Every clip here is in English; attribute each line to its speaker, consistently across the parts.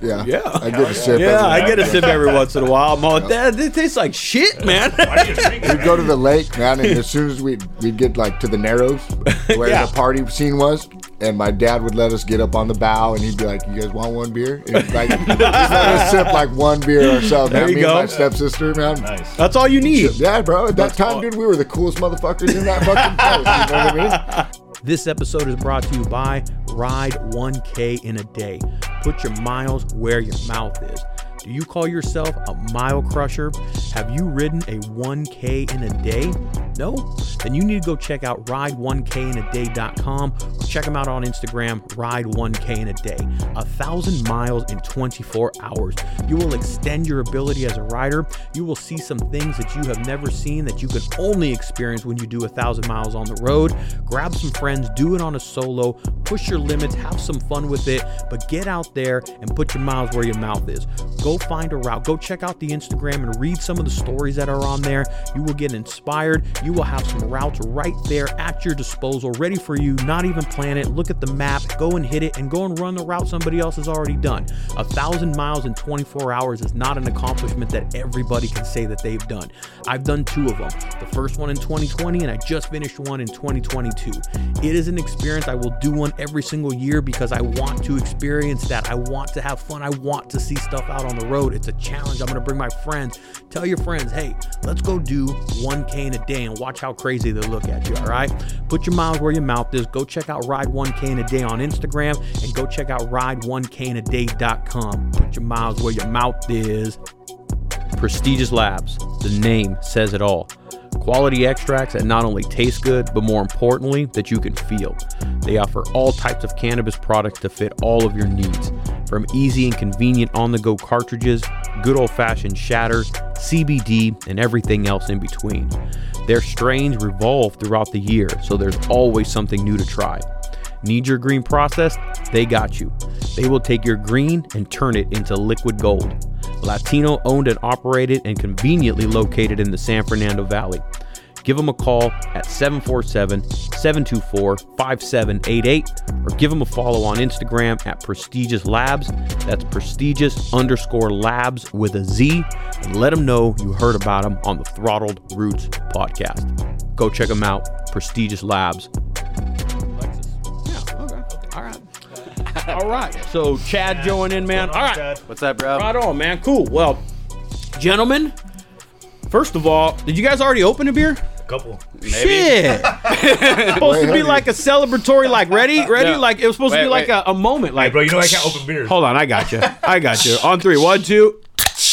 Speaker 1: Yeah.
Speaker 2: Yeah.
Speaker 1: I get the sip.
Speaker 2: Yeah,
Speaker 1: every
Speaker 2: I
Speaker 1: now
Speaker 2: get a
Speaker 1: and then.
Speaker 2: sip every once in a while. I'm all, Dad, this tastes like shit, man.
Speaker 3: Why do you drink
Speaker 1: We'd go to the lake, man, and as soon as we we'd get like to the narrows where
Speaker 2: Yeah.
Speaker 1: the party scene was, and my dad would let us get up on the bow, and he'd be like, "You guys want one beer?" And he'd like, just let us sip like one beer ourselves.
Speaker 2: There
Speaker 1: man.
Speaker 2: you
Speaker 1: Me and
Speaker 2: go.
Speaker 1: my stepsister, man.
Speaker 3: Nice.
Speaker 2: That's all you need.
Speaker 1: Yeah, bro. At that time,
Speaker 3: all.
Speaker 1: dude, we were the coolest motherfuckers in that fucking place. You know what I mean?
Speaker 2: This episode is brought to you by Ride 1K in a Day. Put your miles where your mouth is. Do you call yourself a mile crusher? Have you ridden a 1K in a day? No? Then you need to go check out ride1kinadaday.com or check them out on Instagram, ride1k in a day. A thousand miles in 24 hours. You will extend your ability as a rider. You will see some things that you have never seen that you can only experience when you do a thousand miles on the road. Grab some friends, do it on a solo, push your limits, have some fun with it, but get out there and put your miles where your mouth is. Go find a route, go check out the Instagram and read some of the stories that are on there. You will get inspired. You will have some routes right there at your disposal, ready for you. Not even plan it. Look at the map, go and hit it, and go and run the route somebody else has already done. A thousand miles in 24 hours is not an accomplishment that everybody can say that they've done. I've done two of them. The first one in 2020, and I just finished one in 2022. It is an experience. I will do one every single year because I want to experience that. I want to have fun. I want to see stuff out on the road. It's a challenge. I'm going to bring my friends. Tell your friends, hey, let's go do 1K in a day and watch how crazy they look at you. All right. Put your miles where your mouth is. Go check out Ride 1K in a Day on Instagram and go check out ride1kinadaday.com. Put your miles where your mouth is. Prestigious Labs, the name says it all. Quality extracts that not only taste good, but more importantly, that you can feel. They offer all types of cannabis products to fit all of your needs, from easy and convenient on the go cartridges, good old fashioned shatters, CBD, and everything else in between. Their strains revolve throughout the year, so there's always something new to try. Need your green processed? They got you. They will take your green and turn it into liquid gold. Latino owned and operated and conveniently located in the San Fernando Valley. Give them a call at 747 724 5788 or give them a follow on Instagram at prestigious labs. That's prestigious underscore labs with a Z. And let them know you heard about them on the Throttled Roots podcast. Go check them out, prestigious labs. Yeah, okay. All right. All right. So Chad join in, man. All right.
Speaker 4: What's that, bro?
Speaker 2: Right on, man. Cool. Well, gentlemen, first of all, did you guys already open a beer?
Speaker 3: A couple.
Speaker 2: Shit. supposed to be
Speaker 1: heavy.
Speaker 2: like a celebratory, like ready, ready.
Speaker 4: No.
Speaker 2: Like it was supposed to
Speaker 4: Wait,
Speaker 2: be like
Speaker 4: wait.
Speaker 2: a, a moment. Like,
Speaker 3: Bro, you know I can't open beers.
Speaker 2: hold on, I got you. I got you. On three, one, two.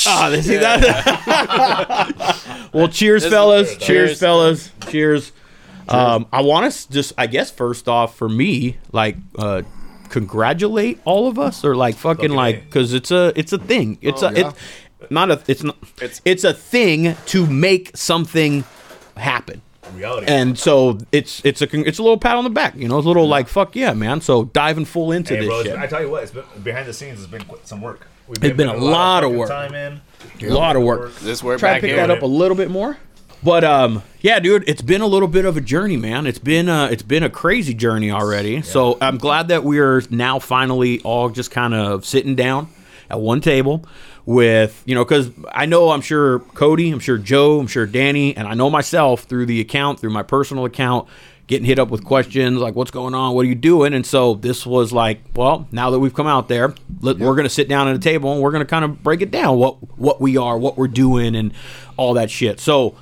Speaker 2: Ah, they see that? well, cheers,
Speaker 4: This is
Speaker 2: fellas. Cheers,
Speaker 4: good, though. Cheers.
Speaker 2: fellas. Cheers. Um, I want to just, I guess, first off, for me, like, uh, congratulate all of us, or like, fucking,
Speaker 3: Fucking
Speaker 2: like,
Speaker 3: A.
Speaker 2: because it's a, it's a thing. It's a,
Speaker 1: yeah.
Speaker 2: it's not a, it's not, it's,
Speaker 4: It's-
Speaker 2: it's a thing to make something happen.
Speaker 3: Reality.
Speaker 2: And so it's it's a con- it's a little pat on the back, you know, it's a little like fuck yeah, man. So diving full into
Speaker 3: hey,
Speaker 2: this
Speaker 3: bro, it's-
Speaker 2: shit.
Speaker 3: I tell you what, it's been behind the scenes. It's been qu- some work. We've
Speaker 2: It's been
Speaker 3: putting
Speaker 2: a lot of
Speaker 3: fucking
Speaker 2: work.
Speaker 3: Time in.
Speaker 2: a lot of work.
Speaker 4: This work
Speaker 2: Try to
Speaker 4: back
Speaker 2: pick
Speaker 4: here.
Speaker 2: that up a little bit more. But um, yeah, dude, it's been a little bit of a journey, man. It's been uh, it's been a crazy journey already. So I'm glad that we are now finally all just kind of sitting down at one table with you know because I know I'm sure Cody, I'm sure Joe, I'm sure Danny, and I know myself through the account, through my personal account, getting hit up with questions like what's going on, what are you doing, and so this was like, well, now that we've come out there, let, we're gonna sit down at a table and we're gonna kind of break it down what what we are, what we're doing, and all that shit. So.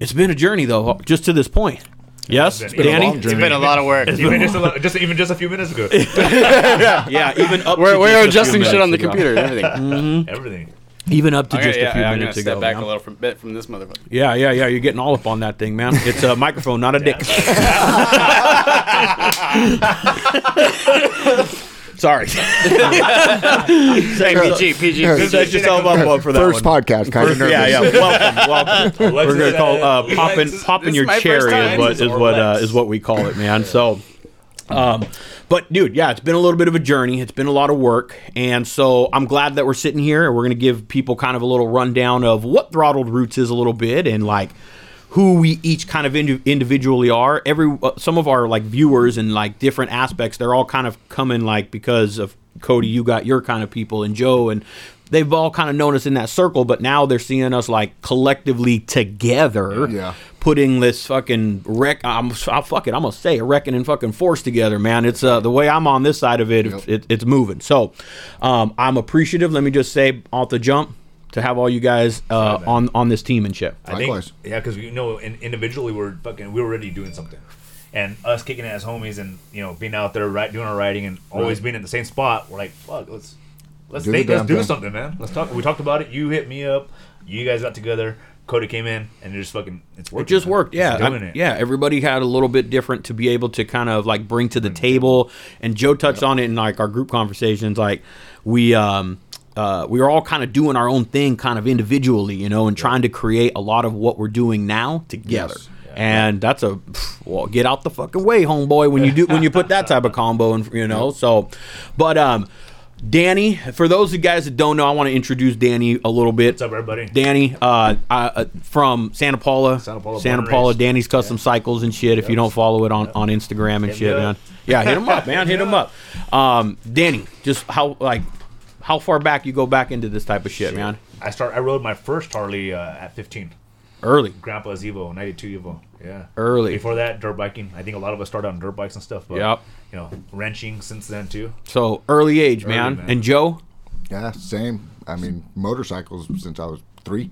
Speaker 2: It's been a journey though, just to this point. Yes,
Speaker 3: It's been a
Speaker 2: Danny.
Speaker 1: long journey.
Speaker 4: It's been a lot of work.
Speaker 3: Even just, a, lo- just even just a few minutes ago,
Speaker 2: yeah, even up.
Speaker 4: We're,
Speaker 2: to
Speaker 4: we're
Speaker 2: just a few
Speaker 4: adjusting shit on the
Speaker 2: minutes ago.
Speaker 4: computer and everything.
Speaker 3: everything.
Speaker 2: Even up to just
Speaker 4: yeah,
Speaker 2: a few
Speaker 4: yeah, I'm gonna
Speaker 2: minutes
Speaker 4: step
Speaker 2: ago.
Speaker 4: back
Speaker 2: man.
Speaker 4: a little from, bit from this motherfucker.
Speaker 2: Yeah, yeah, yeah. You're getting all up on that thing, man. It's a microphone, not a dick. Sorry,
Speaker 4: Hey, PG, PG.
Speaker 1: Yeah.
Speaker 2: set yourself up on for that
Speaker 1: First
Speaker 2: one.
Speaker 1: podcast, kind of nervous.
Speaker 2: yeah, yeah. Welcome, welcome. We're gonna call uh, popping popping
Speaker 4: is
Speaker 2: your
Speaker 4: my first
Speaker 2: cherry is
Speaker 4: time.
Speaker 2: what is
Speaker 3: Or
Speaker 2: what uh,
Speaker 3: Lex.
Speaker 2: is what we call it, man. So, um, but dude, yeah, it's been a little bit of a journey. It's been a lot of work, and so I'm glad that we're sitting here and we're gonna give people kind of a little rundown of what Throttled Roots is a little bit and like who we each kind of indi- individually are. Every uh, some of our like viewers and like different aspects, they're all kind of coming like because of Cody, you got your kind of people, and Joe, and they've all kind of known us in that circle, but now they're seeing us like collectively together.
Speaker 1: Yeah.
Speaker 2: Putting this fucking wreck, I'm, I'll fuck it, I'm gonna say a wrecking and fucking force together, man. It's uh, the way I'm on this side of it,
Speaker 1: Yep.
Speaker 2: it it's moving. So um, I'm appreciative. Let me just say off the jump to have all you guys uh, on on this team and shit.
Speaker 3: I think,
Speaker 1: Likewise.
Speaker 3: yeah, because you know, in, individually we're fucking, we were already doing something, and us kicking ass homies and you know being out there right doing our writing and always being in the same spot. We're like, fuck, let's let's
Speaker 1: Do
Speaker 3: do
Speaker 1: the
Speaker 3: let's
Speaker 1: damn
Speaker 3: do
Speaker 1: thing.
Speaker 3: something, man. Let's talk. We talked about it. You hit me up. You guys got together. Cody came in and you're just fucking. It's working.
Speaker 2: It just
Speaker 3: man.
Speaker 2: worked, yeah.
Speaker 3: It's doing
Speaker 2: I-
Speaker 3: it.
Speaker 2: Yeah, everybody had a little bit different to be able to kind of like bring to the table. And Joe touched on it in like our group conversations. Like we um uh, we were all kind of doing our own thing, kind of individually, you know, and trying to create a lot of what we're doing now together.
Speaker 1: Yes.
Speaker 2: And that's a pff, well, get out the fucking way, homeboy. When you do when you put that type of combo in, you know. So, but um, Danny, for those of you guys that don't know, I want to introduce Danny a little bit.
Speaker 3: What's up, everybody?
Speaker 2: Danny uh, I, uh, from Santa Paula.
Speaker 3: Santa Paula,
Speaker 2: Santa
Speaker 3: born and
Speaker 2: Paula
Speaker 3: raised.
Speaker 2: Danny's Custom Cycles and shit. If you don't follow it on, on Instagram and
Speaker 3: Hit
Speaker 2: shit,
Speaker 3: me
Speaker 2: man.
Speaker 3: up.
Speaker 2: Yeah, hit him up, man. Hit him up. Um, Danny, just how like how far back you go back into this type of shit, man?
Speaker 3: I start. I rode my first Harley uh, at 15.
Speaker 2: Early.
Speaker 3: Grandpa's Evo, 92 Evo. Yeah.
Speaker 2: Early.
Speaker 3: Before that, dirt biking. I think a lot of us started on dirt bikes and stuff. But,
Speaker 2: Yep.
Speaker 3: You know, wrenching since then, too.
Speaker 2: So early age,
Speaker 3: Early,
Speaker 2: man.
Speaker 3: man.
Speaker 2: And Joe,
Speaker 1: Yeah, same. I mean, motorcycles since I was three.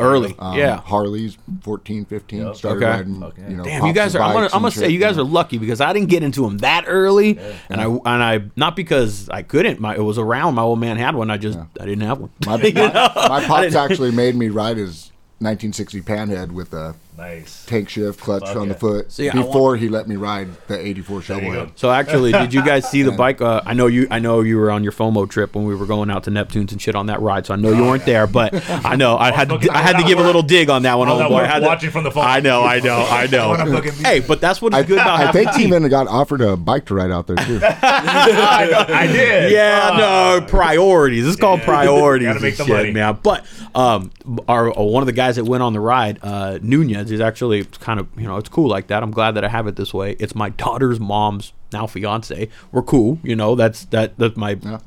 Speaker 2: early.
Speaker 1: Um,
Speaker 2: yeah.
Speaker 1: Harleys, 14, 15.
Speaker 3: Yep.
Speaker 1: Started
Speaker 2: Okay.
Speaker 1: riding,
Speaker 3: Okay.
Speaker 1: you know,
Speaker 2: Damn, you
Speaker 1: pops
Speaker 2: guys are.
Speaker 1: and
Speaker 2: I'm gonna,
Speaker 1: bikes
Speaker 2: I'm
Speaker 1: and
Speaker 2: gonna say
Speaker 1: shit,
Speaker 2: you guys are lucky because I didn't get into them that early, and I and I not because I couldn't. My it was around. My old man had one. I just I didn't have one.
Speaker 1: My, my, my pops actually made me ride his 1960 Panhead with a
Speaker 3: Nice.
Speaker 1: tank shift clutch
Speaker 3: Fuck
Speaker 1: on the
Speaker 3: yeah.
Speaker 1: foot
Speaker 2: yeah, I want-
Speaker 1: before he let me ride the 84
Speaker 3: you
Speaker 1: shovelhead.
Speaker 3: go.
Speaker 2: So actually, did you guys see the bike? Uh, I know you. I know you were on your FOMO trip when we were going out to Neptune's and shit on that ride. So I know you weren't there, but I know I had to,
Speaker 3: fucking-
Speaker 2: I had to
Speaker 3: that
Speaker 2: give a
Speaker 3: work-
Speaker 2: little dig on that one.
Speaker 3: all
Speaker 2: old
Speaker 3: Oh, that
Speaker 2: boy. Oh, I
Speaker 3: work
Speaker 2: had
Speaker 3: watching
Speaker 2: to,
Speaker 3: from the phone.
Speaker 2: I know. I know. I know.
Speaker 3: I wanna fucking be
Speaker 2: hey, but that's what is good about
Speaker 1: I
Speaker 2: having
Speaker 1: think he even got offered a bike to ride out there too.
Speaker 3: I, know, I did.
Speaker 2: Yeah,
Speaker 3: Ah.
Speaker 2: no priorities. It's called
Speaker 3: Yeah.
Speaker 2: priorities.
Speaker 3: Gotta make
Speaker 2: and
Speaker 3: the
Speaker 2: shit,
Speaker 3: money.
Speaker 2: man. But um, our uh, one of the guys that went on the ride, uh, Nunez, is actually kind of you know it's cool like that. I'm glad that I have it this way. It's my daughter's mom's now fiance. We're cool, you know. That's that that's my.
Speaker 1: Yeah.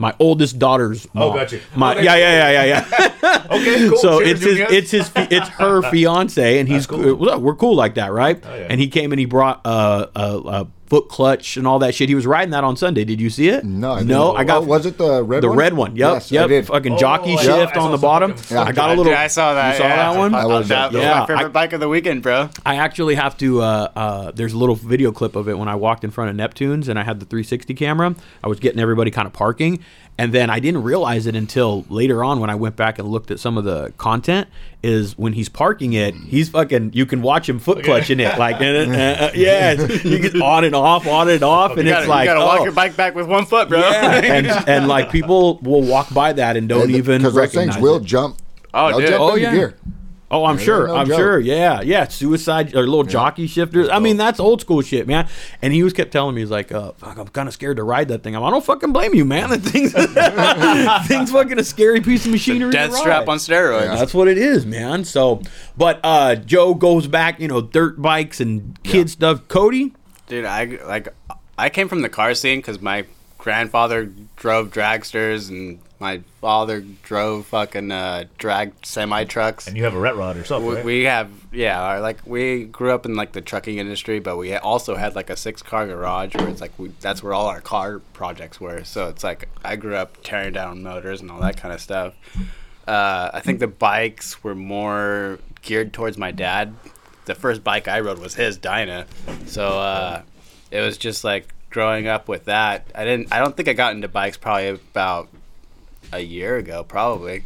Speaker 2: My oldest daughter's mom.
Speaker 3: Oh, gotcha.
Speaker 2: My,
Speaker 3: Okay.
Speaker 2: yeah, yeah, yeah, yeah, yeah.
Speaker 3: Okay, cool.
Speaker 2: so
Speaker 3: Cheers,
Speaker 2: it's his,
Speaker 3: Junior.
Speaker 2: it's his, fi- it's her fiance, and he's
Speaker 3: cool. Oh,
Speaker 2: cool. we're cool like that, right?
Speaker 3: yeah.
Speaker 2: And he came and he brought uh, a, a foot clutch and all that shit. He was riding that on Sunday. Did you see it?
Speaker 1: No, I
Speaker 2: no,
Speaker 1: didn't.
Speaker 2: I got
Speaker 1: Oh, was it the red
Speaker 2: the
Speaker 1: one?
Speaker 2: red one. Yep,
Speaker 1: Yes, I
Speaker 2: yep.
Speaker 1: did.
Speaker 2: Fucking
Speaker 3: Oh,
Speaker 2: jockey
Speaker 3: I saw-
Speaker 2: shift
Speaker 3: I
Speaker 2: on
Speaker 3: saw
Speaker 2: the bottom.
Speaker 3: something.
Speaker 1: Yeah.
Speaker 2: I got a little.
Speaker 4: Dude, I saw that.
Speaker 2: You saw
Speaker 4: yeah.
Speaker 2: that one?
Speaker 4: I
Speaker 1: was-
Speaker 4: was, that was
Speaker 2: yeah,
Speaker 4: my favorite
Speaker 2: I-
Speaker 4: bike of the weekend, bro.
Speaker 2: I actually have to. Uh, uh, there's a little video clip of it when I walked in front of Neptune's and I had the 360 camera. I was getting everybody kind of parking, and then I didn't realize it until later on when I went back and looked at some of the content. Is when he's parking it, he's fucking. You can watch him foot clutching it, like uh, uh, uh, yeah, it's- you get on and off, on and off, and
Speaker 4: You
Speaker 2: it's
Speaker 4: gotta,
Speaker 2: like
Speaker 4: you gotta walk
Speaker 2: oh.
Speaker 4: your bike back with one foot, bro.
Speaker 2: Yeah. and, and like people will walk by that and don't even
Speaker 1: because those
Speaker 2: recognize
Speaker 1: things will
Speaker 2: it.
Speaker 1: jump.
Speaker 4: Oh,
Speaker 1: they'll
Speaker 4: dude.
Speaker 1: jump
Speaker 4: Oh,
Speaker 1: into
Speaker 2: yeah.
Speaker 1: gear.
Speaker 2: Oh, I'm sure.
Speaker 1: no
Speaker 2: I'm
Speaker 1: joke.
Speaker 2: sure. Yeah, yeah. Suicide or little jockey shifters. I mean, that's old school shit, man. And he was kept telling me, he's like, uh, "Fuck, I'm kind of scared to ride that thing." I'm, I don't fucking blame you, man. That thing's thing's fucking a scary piece of machinery. to
Speaker 4: Death strap
Speaker 2: ride.
Speaker 4: on steroids.
Speaker 2: That's what it is, man. So, but uh, Joe goes back, you know, dirt bikes and kid stuff. Cody,
Speaker 4: Dude, I like I came from the car scene because my grandfather drove dragsters and my father drove fucking uh, drag semi trucks.
Speaker 3: And you have a ret rod or something.
Speaker 4: We,
Speaker 3: right?
Speaker 4: we have yeah, our, like we grew up in like the trucking industry, but we also had like a six car garage where it's like we, that's where all our car projects were. So it's like I grew up tearing down motors and all that kind of stuff. Uh, I think the bikes were more geared towards my dad. The first bike I rode was his Dyna, so uh, it was just like growing up with that. I didn't. I don't think I got into bikes probably about a year ago, probably.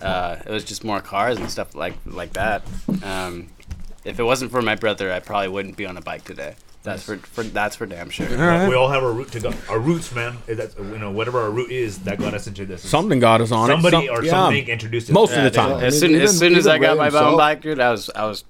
Speaker 4: Uh, it was just more cars and stuff like like that. Um, if it wasn't for my brother, I probably wouldn't be on a bike today. That's for, for that's for damn sure.
Speaker 3: We all have our root to go. Our roots, man. Is That's, you know, whatever our root is, that got us into this. It's
Speaker 2: something got us on
Speaker 3: Somebody
Speaker 2: it. Some-
Speaker 3: or
Speaker 2: yeah.
Speaker 3: something introduced it.
Speaker 2: Most of the
Speaker 4: Dude,
Speaker 2: time.
Speaker 1: I
Speaker 4: as
Speaker 1: mean,
Speaker 4: soon
Speaker 1: even-
Speaker 4: as soon as
Speaker 1: even
Speaker 4: I got
Speaker 1: Ray
Speaker 4: my
Speaker 1: himself-
Speaker 4: own bike, dude, I was I was.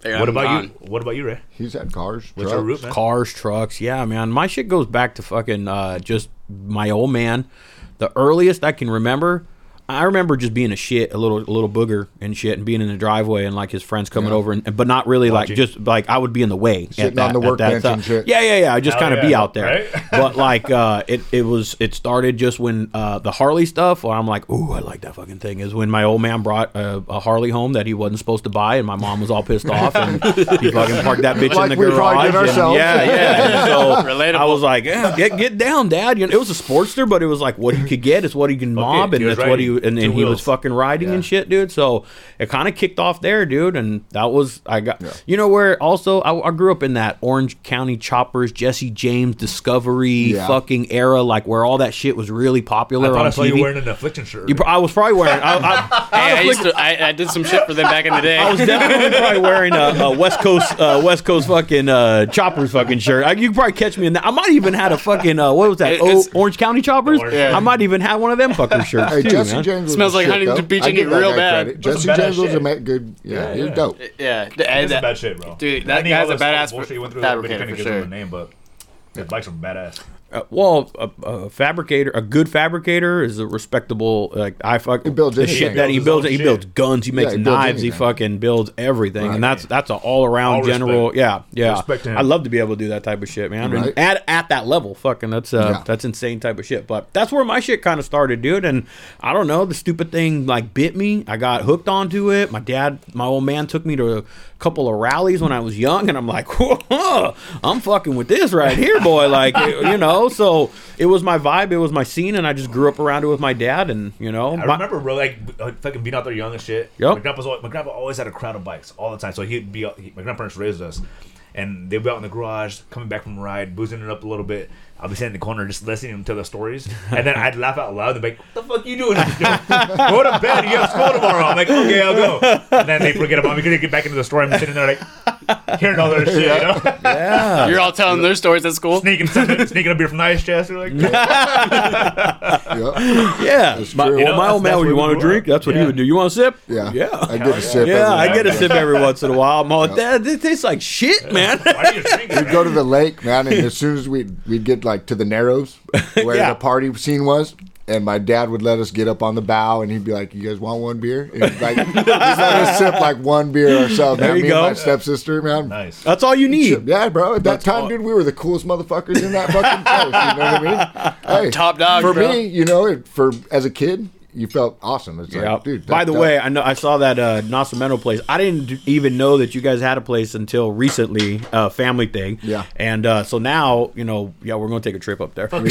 Speaker 3: What about you? What about you, Ray?
Speaker 1: He's had cars, trucks.
Speaker 3: What's your root, man?
Speaker 2: cars, trucks. Yeah, man. My shit goes back to fucking uh, just my old man. The earliest I can remember, I remember just being a shit, a little, a little booger and shit, and being in the driveway and like his friends coming over, and but not really like just like I would be in the way,
Speaker 1: Sitting on the
Speaker 2: at
Speaker 1: workbench and
Speaker 2: time.
Speaker 1: shit.
Speaker 2: Yeah, yeah, yeah. I just
Speaker 3: Hell
Speaker 2: kind of
Speaker 3: yeah,
Speaker 2: be out there,
Speaker 3: right?
Speaker 2: but like uh, it, it was it started just when uh, the Harley stuff. Where I'm like, ooh, I like that fucking thing. Is when my old man brought a, a Harley home that he wasn't supposed to buy, and my mom was all pissed off, and he fucking parked that bitch
Speaker 1: Like
Speaker 2: in the
Speaker 1: we
Speaker 2: garage.
Speaker 1: probably did
Speaker 2: and-
Speaker 1: ourselves.
Speaker 2: yeah, yeah. And so
Speaker 4: Relatable.
Speaker 2: I was like, yeah, get get down, dad. You know, it was a Sportster, but it was like what he could get is what he can mob,
Speaker 3: he
Speaker 2: and
Speaker 3: was
Speaker 2: that's what he
Speaker 3: riding
Speaker 2: and,
Speaker 3: two
Speaker 2: and he was
Speaker 3: wheels.
Speaker 2: fucking riding and shit, dude. So it kind of kicked off there, dude. And that was I got you know where also I, I grew up in that Orange County Choppers, Jesse James Discovery
Speaker 1: Yeah.
Speaker 2: fucking era, like where all that shit was really popular
Speaker 3: I thought
Speaker 2: on
Speaker 3: I saw
Speaker 2: TV.
Speaker 3: you wearing an affliction shirt.
Speaker 2: You pro- I was probably wearing. I, I,
Speaker 4: Hey, I, used to, I, I did some shit for them back in the day.
Speaker 2: I was definitely probably wearing a, a West Coast uh, West Coast fucking uh, choppers fucking shirt. I, you could probably catch me in that. I might even had a fucking uh, what was that?
Speaker 4: It-
Speaker 2: O-
Speaker 4: it's-
Speaker 2: Orange County choppers.
Speaker 3: Orange County.
Speaker 2: I might even have one of them fucking shirts
Speaker 1: Hey,
Speaker 2: too,
Speaker 1: Jesse
Speaker 2: man.
Speaker 1: James was
Speaker 4: Smells
Speaker 1: the
Speaker 4: like
Speaker 1: shit,
Speaker 4: Huntington
Speaker 1: though.
Speaker 4: Beach
Speaker 1: I
Speaker 4: in
Speaker 1: give
Speaker 4: it
Speaker 1: that
Speaker 4: real
Speaker 1: guy
Speaker 4: bad.
Speaker 1: credit.
Speaker 3: That's
Speaker 1: Jesse
Speaker 3: some badass
Speaker 1: James was a
Speaker 3: shit.
Speaker 1: ma- good. Yeah, he was
Speaker 3: yeah.
Speaker 1: dope.
Speaker 4: yeah,
Speaker 3: That's
Speaker 4: that,
Speaker 3: some bad shit, bro.
Speaker 4: Dude,
Speaker 3: I
Speaker 4: that
Speaker 3: think
Speaker 4: guy's
Speaker 3: all
Speaker 4: a
Speaker 3: this
Speaker 4: badass
Speaker 3: bullshit you went through, but you
Speaker 4: fabricator
Speaker 3: couldn't
Speaker 4: for
Speaker 3: give him a
Speaker 4: sure.
Speaker 3: name, but the bikes were badass.
Speaker 2: Uh, well, a, a fabricator, a good fabricator is a respectable. Like I fuck
Speaker 1: builds
Speaker 2: the
Speaker 1: anything.
Speaker 2: shit that he
Speaker 3: He
Speaker 2: builds.
Speaker 3: builds his
Speaker 2: He
Speaker 3: own
Speaker 2: builds
Speaker 3: shit.
Speaker 2: guns. He makes
Speaker 1: he builds
Speaker 2: knives. He
Speaker 1: anything.
Speaker 2: fucking builds everything, and that's that's an all
Speaker 3: All
Speaker 2: around
Speaker 3: respect.
Speaker 2: general. Yeah, yeah.
Speaker 3: Respect to him.
Speaker 2: I love to be able to do that type of shit, man. I mean,
Speaker 1: Right.
Speaker 2: at at that level, fucking that's uh
Speaker 1: Yeah.
Speaker 2: that's insane type of shit. But that's where my shit kind of started, dude. And I don't know, the stupid thing like bit me. I got hooked onto it. My dad, my old man, took me to a couple of rallies when I was young, and I'm like, Whoa, I'm fucking with this right here, boy. Like you know, so it was my vibe, it was my scene, and I just grew up around it with my dad, and you know,
Speaker 3: I
Speaker 2: my-
Speaker 3: remember, bro, like b- like, fucking being out there young and shit.
Speaker 2: Yup.
Speaker 3: My grandpa's always, my grandpa always had a crowd of bikes all the time. So he'd be out- he, my grandparents raised us, and they'd be out in the garage coming back from a ride, boozing it up a little bit. I'll be sitting in the corner just listening to them tell their stories, and then I'd laugh out loud and be like, "What the fuck you doing? Like, go to bed. You have school tomorrow." I'm like, "Okay, I'll go." And then they forget about me because they get back into the store. I'm sitting there like hearing all their shit, you know,
Speaker 4: uh, You're all telling their stories at school.
Speaker 3: sneaking something- sneaking a beer from the ice chest. You're like,
Speaker 1: Yeah,
Speaker 2: yeah, my,
Speaker 1: true.
Speaker 2: well,
Speaker 1: You
Speaker 3: know,
Speaker 2: my old man,
Speaker 3: that's- that's
Speaker 2: you
Speaker 3: where
Speaker 2: want
Speaker 3: we
Speaker 2: to
Speaker 3: grew
Speaker 2: drink?
Speaker 3: up.
Speaker 2: That's what he
Speaker 3: Yeah.
Speaker 2: would do. You want a sip?
Speaker 1: yeah.
Speaker 2: yeah.
Speaker 1: I get a sip.
Speaker 2: Yeah, I get a
Speaker 3: day.
Speaker 2: sip every once in a while. I'm all like, that this tastes like shit, man.
Speaker 3: "Why are you drinking?"
Speaker 1: We'd go to the lake, man, and as soon as we'd, we'd get like to the narrows where
Speaker 2: Yeah.
Speaker 1: the party scene was, and my dad would let us get up on the bow, and he'd be like, "You guys want one beer?" And he'd, like, just let us sip like one beer ourselves.
Speaker 2: There
Speaker 1: man.
Speaker 2: you
Speaker 1: Me
Speaker 2: go.
Speaker 1: And my stepsister, man.
Speaker 3: nice.
Speaker 2: That's all you
Speaker 1: Shit,
Speaker 2: need.
Speaker 1: Yeah, bro. At that time, dude, we were the coolest motherfuckers in that fucking place. You know what I mean? Hey,
Speaker 4: Top dog,
Speaker 1: For
Speaker 4: bro.
Speaker 1: me, you know, it, for as a kid, you felt awesome. It's
Speaker 2: Yeah.
Speaker 1: like, dude.
Speaker 2: By
Speaker 1: that-
Speaker 2: the
Speaker 1: that-
Speaker 2: way, I know I saw that uh, Nascimento place. I didn't d- even know that you guys had a place until recently, uh, family thing.
Speaker 1: Yeah.
Speaker 2: And uh, so now, you know, yeah, we're gonna take a trip up there.
Speaker 1: hey,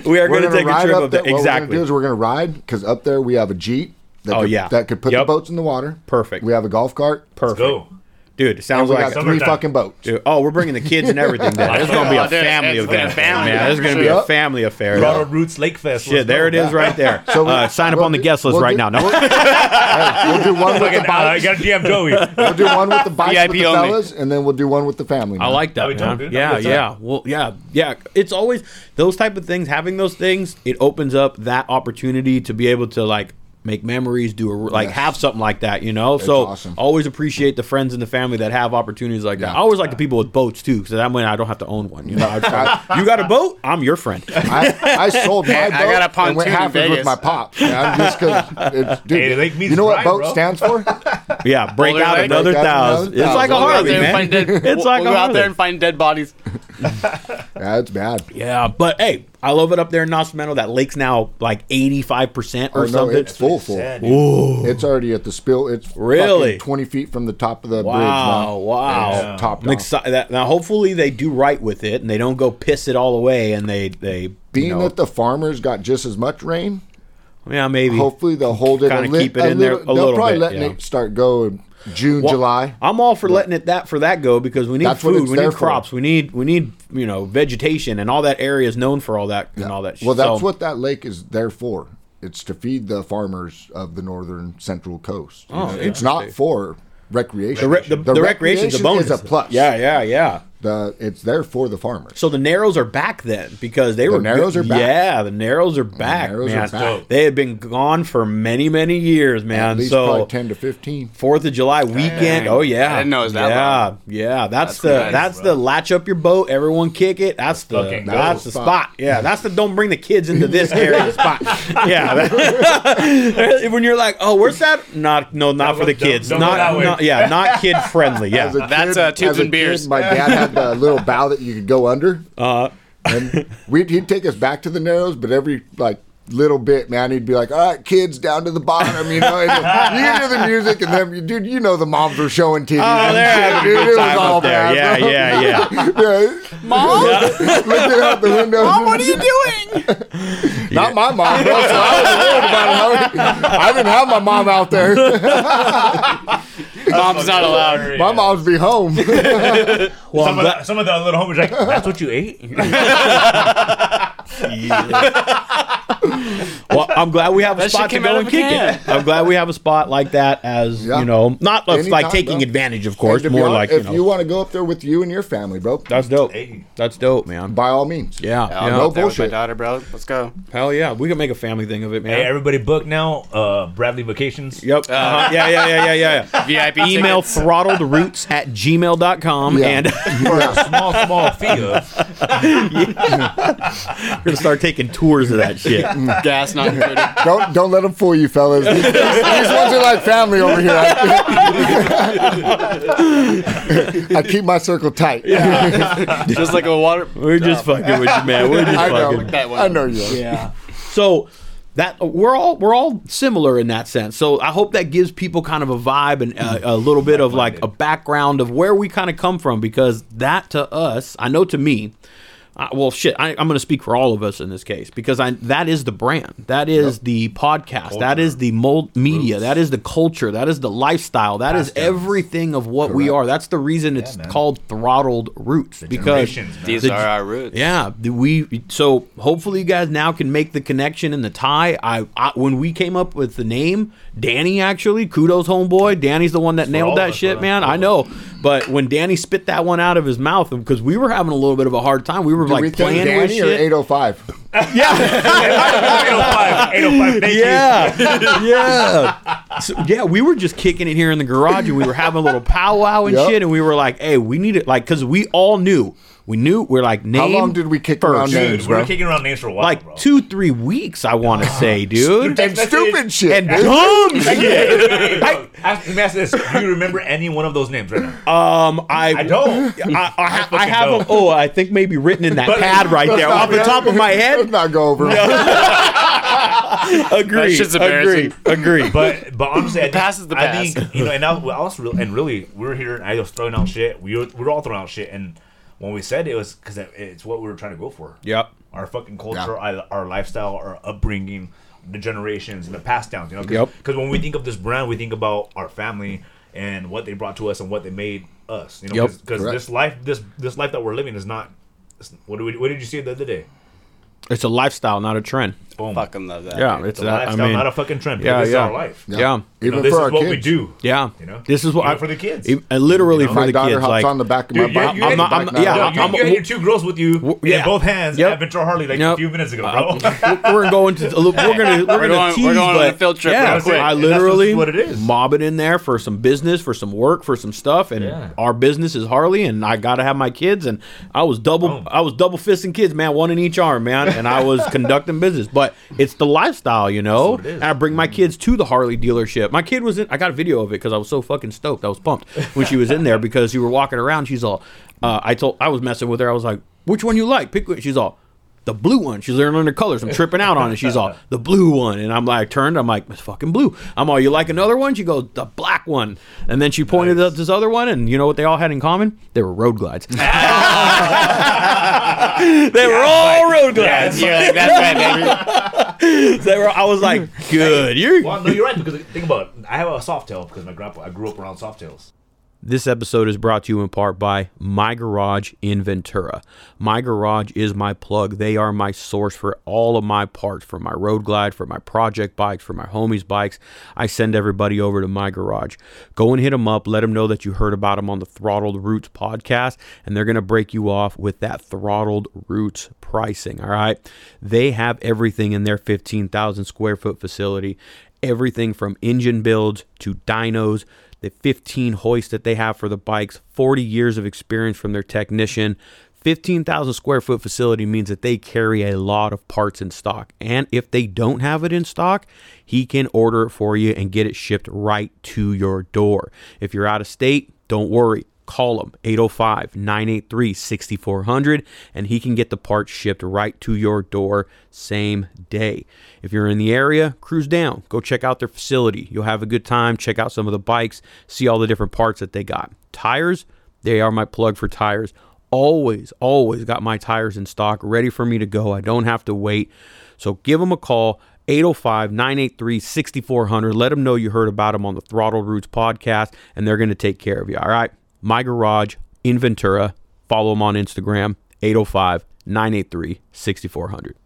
Speaker 2: We are
Speaker 1: we're
Speaker 2: gonna take a
Speaker 1: ride
Speaker 2: trip up there.
Speaker 1: What we're gonna
Speaker 2: Exactly.
Speaker 1: do is we're gonna ride because up there we have a jeep. That
Speaker 2: Oh,
Speaker 1: could,
Speaker 2: yeah.
Speaker 1: that could put
Speaker 2: Yep.
Speaker 1: the boats in the water.
Speaker 2: Perfect.
Speaker 1: We have a golf cart.
Speaker 2: Perfect.
Speaker 3: Go.
Speaker 2: Dude, it
Speaker 1: And
Speaker 2: sounds
Speaker 1: we
Speaker 2: like
Speaker 1: got
Speaker 2: a-
Speaker 1: three
Speaker 3: Summertime.
Speaker 1: fucking boats.
Speaker 2: Dude, oh, we're bringing the kids and everything down. It's gonna be
Speaker 4: Oh,
Speaker 2: a
Speaker 4: dude, it's-
Speaker 2: family
Speaker 4: it's
Speaker 2: event.
Speaker 4: a family
Speaker 2: yeah,
Speaker 4: event
Speaker 2: it's
Speaker 4: for
Speaker 2: gonna be a
Speaker 1: sure.
Speaker 2: family affair.
Speaker 3: Colorado Roots Lake Fest.
Speaker 2: Shit,
Speaker 3: Let's
Speaker 2: there
Speaker 3: go.
Speaker 2: it is, right there.
Speaker 1: So we-
Speaker 2: uh, sign up
Speaker 1: we'll
Speaker 2: on the
Speaker 1: do-
Speaker 2: guest list
Speaker 1: we'll
Speaker 2: right
Speaker 1: do-
Speaker 2: now. No,
Speaker 1: Hey, we'll do one with
Speaker 3: Fucking,
Speaker 1: the
Speaker 3: uh, I
Speaker 1: bikes.
Speaker 3: got DM Joey.
Speaker 1: We'll do one with the bikes
Speaker 4: VIP
Speaker 1: with the
Speaker 4: only.
Speaker 1: fellas, and then we'll do one with the family.
Speaker 2: I
Speaker 1: man.
Speaker 2: like
Speaker 4: Oh,
Speaker 2: that.
Speaker 3: That'd be dope,
Speaker 2: man.
Speaker 3: dude.
Speaker 2: Yeah,
Speaker 3: That'd be
Speaker 2: yeah. Well, yeah, yeah. It's always those type of things. Having those things, it opens up that opportunity to be able to like make memories, do a, like
Speaker 1: Yes.
Speaker 2: have something like that. You know, so
Speaker 1: awesome.
Speaker 2: always appreciate the friends and the family that have opportunities like that. I always like the people with boats too, because that way I don't have to own one. You know, I- you got a boat? I'm your friend.
Speaker 1: I, I sold my
Speaker 4: I
Speaker 1: boat
Speaker 4: got a
Speaker 1: and went
Speaker 4: pontoon in
Speaker 1: halfway with
Speaker 4: Vegas.
Speaker 1: my pop. I'm just because, dude,
Speaker 3: Hey, Lake Mead's
Speaker 1: you know what
Speaker 3: dry,
Speaker 1: boat
Speaker 3: bro.
Speaker 1: stands for?
Speaker 2: Yeah, break
Speaker 4: Older
Speaker 2: out
Speaker 4: leg?
Speaker 2: another
Speaker 1: Break out
Speaker 2: thousand.
Speaker 1: another
Speaker 2: It's like a
Speaker 1: thousand.
Speaker 4: We'll go out
Speaker 2: Harley,
Speaker 4: there and
Speaker 2: man.
Speaker 4: find dead-
Speaker 2: It's
Speaker 4: we'll-
Speaker 2: like
Speaker 4: we'll
Speaker 2: a
Speaker 4: go out
Speaker 2: Harley.
Speaker 4: there and find dead bodies.
Speaker 1: That's bad.
Speaker 2: Yeah, but hey, I love it up there in Nascimento. That lake's now like eighty five percent or
Speaker 1: Oh, no,
Speaker 2: something.
Speaker 1: it's full, full.
Speaker 3: Sad, dude.
Speaker 1: It's already at the spill. It's fucking
Speaker 2: Really?
Speaker 1: twenty feet from the top of the bridge.
Speaker 2: Wow,
Speaker 1: man.
Speaker 2: wow.
Speaker 1: It's topped
Speaker 2: I'm
Speaker 1: off.
Speaker 2: excited. That, now, hopefully, they do right with it and they don't go piss it all away. And they, they,
Speaker 1: Being
Speaker 2: you know,
Speaker 1: that the farmers got just as much rain,
Speaker 2: yeah, maybe.
Speaker 1: hopefully they'll hold it.
Speaker 2: Kinda
Speaker 1: a lit-
Speaker 2: keep it in there a
Speaker 1: They'll
Speaker 2: little
Speaker 1: probably
Speaker 2: bit,
Speaker 1: letting
Speaker 2: yeah.
Speaker 1: it start go in June,
Speaker 2: Well,
Speaker 1: July.
Speaker 2: I'm all for letting it that for that go because we need
Speaker 1: That's what
Speaker 2: food,
Speaker 1: it's
Speaker 2: we need
Speaker 1: there for.
Speaker 2: crops, we need we need you know vegetation, and all that area is known for all that and all that. shit.
Speaker 1: Well, that's
Speaker 2: So-
Speaker 1: what that lake is there for. It's to feed the farmers of the northern central coast.
Speaker 2: Oh,
Speaker 1: you know? it's not for recreation.
Speaker 2: the, re- the, the recreation's a bonus.
Speaker 1: is a plus.
Speaker 2: Yeah, yeah, yeah.
Speaker 1: The it's there for the farmers.
Speaker 2: So the narrows are back then because they were
Speaker 1: narrows are back.
Speaker 2: Yeah, the narrows are back.
Speaker 1: narrows are
Speaker 2: man.
Speaker 1: back.
Speaker 2: They had been gone for many many years, man.
Speaker 1: At least
Speaker 2: so
Speaker 1: probably ten to fifteen.
Speaker 2: Fourth of July weekend. Oh yeah,
Speaker 4: I didn't know it was that
Speaker 2: Yeah,
Speaker 4: long.
Speaker 2: yeah. That's,
Speaker 4: That's
Speaker 2: the
Speaker 4: nice,
Speaker 2: that's
Speaker 3: bro.
Speaker 2: the latch up your boat. Everyone kick it. That's the
Speaker 3: fucking
Speaker 1: go.
Speaker 2: that's the spot. Yeah, that's the don't bring the kids into this area spot. Yeah, that- when you're like, oh, where's that? Not no, not
Speaker 3: Don't
Speaker 2: for the
Speaker 3: go- don't-
Speaker 2: kids.
Speaker 3: don't go that
Speaker 2: not,
Speaker 3: way.
Speaker 2: not yeah, not kid friendly. Yeah,
Speaker 4: That's, uh, tubes
Speaker 1: as a
Speaker 4: and beers.
Speaker 1: my dad had the little bow that you could go under,
Speaker 2: uh,
Speaker 1: and we'd, he'd take us back to the narrows, but every like little bit, man, he'd be like, "All right, kids, down to the bottom," you know. And then you can hear the music, and then dude, you know the moms were showing titties.
Speaker 2: Oh,
Speaker 1: and
Speaker 2: they're
Speaker 1: shit,
Speaker 2: having a
Speaker 1: dude.
Speaker 2: good time up there.
Speaker 1: bad,
Speaker 2: Yeah,
Speaker 1: bro.
Speaker 2: yeah, yeah.
Speaker 1: Yeah. Mom, looking out the window. Mom, what are you doing? Not my mom, bro. So I was worried about it. I was- I didn't have my mom out there.
Speaker 4: Mom's not allowed.
Speaker 1: My mom's be home.
Speaker 2: Well,
Speaker 3: Some
Speaker 2: I'm
Speaker 3: of,
Speaker 2: glad-
Speaker 3: the, some of the little homies are like, that's what you ate?
Speaker 2: Well, I'm glad we have a
Speaker 4: That
Speaker 2: spot
Speaker 4: shit
Speaker 2: to
Speaker 4: came
Speaker 2: go
Speaker 4: out of
Speaker 2: and
Speaker 4: a
Speaker 2: kick
Speaker 4: can.
Speaker 2: it. I'm glad we have a spot like that as
Speaker 1: Yeah.
Speaker 2: you know, not of, like
Speaker 1: Anytime,
Speaker 2: taking
Speaker 1: bro.
Speaker 2: advantage, of course,
Speaker 1: And to be
Speaker 2: more
Speaker 1: honest,
Speaker 2: like
Speaker 1: if
Speaker 2: you know.
Speaker 1: want to go up there with you and your family, bro,
Speaker 2: that's dope.
Speaker 3: Hey.
Speaker 2: That's dope, man.
Speaker 1: by all means.
Speaker 2: Yeah,
Speaker 4: I'll
Speaker 2: yeah.
Speaker 1: no
Speaker 4: go with my
Speaker 1: bullshit.
Speaker 4: daughter, bro. Let's go.
Speaker 2: Uh, hell yeah. We can make a family thing of it, man.
Speaker 3: Hey, everybody book now. Uh, Bradley Vacations.
Speaker 2: Yep. Uh-huh. Yeah, yeah, yeah, yeah, yeah, yeah.
Speaker 4: VIP
Speaker 2: Email
Speaker 4: tickets.
Speaker 2: throttledroots at gmail.com
Speaker 1: Yeah.
Speaker 2: and
Speaker 3: For a small, small fee uh. of.
Speaker 2: we're going to start taking tours of that shit.
Speaker 4: gas not included.
Speaker 1: Don't don't let them fool you, fellas. These, these ones are like family over here. I, keep my circle tight.
Speaker 4: Just like a water.
Speaker 2: We're just fucking with you, man. We're just
Speaker 1: I
Speaker 2: fucking.
Speaker 1: know.
Speaker 4: that one.
Speaker 1: I know you. are.
Speaker 2: Yeah. So that we're all we're all similar in that sense. So I hope that gives people kind of a vibe and uh, a, a little bit of like a background of where we kind of come from because that to us, I know to me, I, well shit, I, I'm going to speak for all of us in this case because I that is the brand, that is the podcast, that is the mold media, that is the culture, that is the lifestyle, that is everything of what we are. That's the reason it's
Speaker 3: man.
Speaker 2: called throttled roots because
Speaker 3: generations, man.
Speaker 4: These
Speaker 2: the-
Speaker 4: are our roots.
Speaker 2: yeah, the- we so hopefully you guys now can make the connection and the tie. I, I when we came up with the name, Danny actually, kudos homeboy. Danny's the one that
Speaker 3: all
Speaker 2: nailed
Speaker 3: of
Speaker 2: that
Speaker 3: us,
Speaker 2: shit,
Speaker 3: man.
Speaker 2: man. I know, but when Danny spit that one out of his mouth, because we were having a little bit of a hard time, we were
Speaker 1: Do
Speaker 2: like
Speaker 1: we think
Speaker 2: playing with
Speaker 1: Danny or
Speaker 2: shit.
Speaker 1: 805?
Speaker 2: yeah,
Speaker 3: 805. 805. Thank you.
Speaker 2: yeah, yeah. So, yeah, we were just kicking it here in the garage, and we were having a little powwow and
Speaker 1: Yep.
Speaker 2: shit, and we were like, "Hey, we need it," like because we all knew. We knew we're like name.
Speaker 1: How long did we kick
Speaker 2: first.
Speaker 1: around
Speaker 3: Dude,
Speaker 1: names,
Speaker 3: we were
Speaker 1: bro?
Speaker 3: kicking around names for a while.
Speaker 2: like
Speaker 3: bro.
Speaker 2: two, three weeks. I want to say, dude,
Speaker 1: And stupid shit.
Speaker 2: and
Speaker 1: dude.
Speaker 2: dumb shit.
Speaker 3: I, ask, let me ask this. Do you remember any one of those names right now?
Speaker 2: Um, I
Speaker 3: I don't.
Speaker 2: I, I, ha- I
Speaker 3: fucking
Speaker 2: have
Speaker 3: don't.
Speaker 2: them. Oh, I think maybe written in that
Speaker 3: But-
Speaker 2: pad right there, off the top of my
Speaker 1: Let's
Speaker 2: head.
Speaker 1: not go over.
Speaker 2: Agree.
Speaker 4: shit's
Speaker 2: agree.
Speaker 4: embarrassing.
Speaker 2: Agree.
Speaker 3: But but honestly, I think,
Speaker 4: past is the
Speaker 3: I
Speaker 4: past.
Speaker 3: think you know, and I, I also real and really we were here and I was throwing out shit. We were, we were all throwing out shit, and when we said it was because it's what we were trying to go for.
Speaker 2: Yep.
Speaker 3: Our fucking culture, our, our lifestyle, our upbringing, the generations, and the past downs. You know, because
Speaker 2: Yep.
Speaker 3: when we think of this brand, we think about our family and what they brought to us and what they made us. You know,
Speaker 2: Yep.
Speaker 3: because
Speaker 1: Correct.
Speaker 3: this life, this this life that we're living is not. it's- What did we, What did you see the other day?
Speaker 2: It's a lifestyle, not a trend.
Speaker 3: Boom.
Speaker 4: Fucking love that.
Speaker 2: Yeah,
Speaker 4: dude.
Speaker 2: it's
Speaker 3: It's a
Speaker 2: that. I
Speaker 3: lifestyle,
Speaker 2: mean,
Speaker 3: not a fucking trend.
Speaker 2: yeah,
Speaker 3: Yeah, this is
Speaker 2: yeah.
Speaker 3: our life.
Speaker 2: yeah.
Speaker 3: You
Speaker 2: yeah.
Speaker 1: Even
Speaker 3: know, this
Speaker 1: for
Speaker 3: is
Speaker 1: our
Speaker 3: what
Speaker 1: kids.
Speaker 3: we do. You know,
Speaker 2: this is what
Speaker 3: Even
Speaker 2: I
Speaker 3: for the kids.
Speaker 2: e- I literally
Speaker 3: You know?
Speaker 2: for
Speaker 1: My
Speaker 2: the
Speaker 1: daughter
Speaker 2: kids.
Speaker 1: hops
Speaker 2: Like,
Speaker 1: on the back of
Speaker 3: Dude,
Speaker 1: my
Speaker 3: you-
Speaker 1: bike.
Speaker 3: you-
Speaker 1: my
Speaker 3: I'm not-
Speaker 1: bike
Speaker 2: I'm-
Speaker 1: now.
Speaker 2: yeah,
Speaker 3: No,
Speaker 2: I'm-
Speaker 3: you, you had your two girls with you
Speaker 2: yeah.
Speaker 3: in both hands
Speaker 2: Yep.
Speaker 3: at Ventura Harley like
Speaker 2: Yep.
Speaker 3: a few minutes ago, bro.
Speaker 2: we're we're going to a little- we're gonna we're, gonna
Speaker 4: going-
Speaker 2: tease,
Speaker 4: we're going on
Speaker 2: but
Speaker 4: a field trip
Speaker 2: Yeah,
Speaker 4: real quick.
Speaker 2: I
Speaker 3: And that's
Speaker 2: literally
Speaker 3: what it is.
Speaker 2: mob it in there for some business, for some work, for some stuff, and
Speaker 3: Yeah.
Speaker 2: our business is Harley, and I gotta have my kids, and I was double
Speaker 3: Boom.
Speaker 2: I was double fisting kids, man, one in each arm, man, and I was conducting business, but it's the lifestyle, you know.
Speaker 3: what it is.
Speaker 2: Oh, And I bring my kids to the Harley dealership. My kid was in. I got a video of it because I was so fucking stoked. I was pumped when she was in there because you were walking around. She's all. Uh, I told. I was messing with her. I was like, "Which one you like? Pick." One. She's all. The blue one. She's learning her colors. I'm tripping out on it. She's all the blue one, and I'm like turned. I'm like it's fucking blue. I'm all you like another one. She goes the black one, and then she pointed
Speaker 3: Nice.
Speaker 2: out this other one, and you know what they all had in common? They were road glides. they were all road
Speaker 3: Yeah,
Speaker 2: glides.
Speaker 3: it's fine.
Speaker 4: You're like, that's right, baby.
Speaker 2: They were, I was like, good. You're
Speaker 3: Well, no, you're right because think about it. I have a soft tail because my grandpa. I grew up around soft tails.
Speaker 2: This episode is brought to you in part by My Garage in Ventura. My Garage is my plug. They are my source for all of my parts, for my Road Glide, for my project bikes, for my homies' bikes. I send everybody over to My Garage. Go and hit them up. Let them know that you heard about them on the Throttled Roots podcast, and they're going to break you off with that Throttled Roots pricing. All right. They have everything in their 15,000 square foot facility everything from engine builds to dynos, the 15 hoists that they have for the bikes, 40 years of experience from their technician. 15,000 square foot facility means that they carry a lot of parts in stock. And if they don't have it in stock, he can order it for you and get it shipped right to your door. If you're out of state, don't worry call him 805 983 6400 and he can get the part shipped right to your door same day. If you're in the area, cruise down, go check out their facility. You'll have a good time, check out some of the bikes, see all the different parts that they got. Tires, they are my plug for tires. Always, always got my tires in stock, ready for me to go. I don't have to wait. So give them a call. 805 983 6400. Let them know you heard about them on the Throttle Roots podcast, and they're going to take care of you. All right. My Garage in Ventura. Follow them on Instagram, 805 983 6400.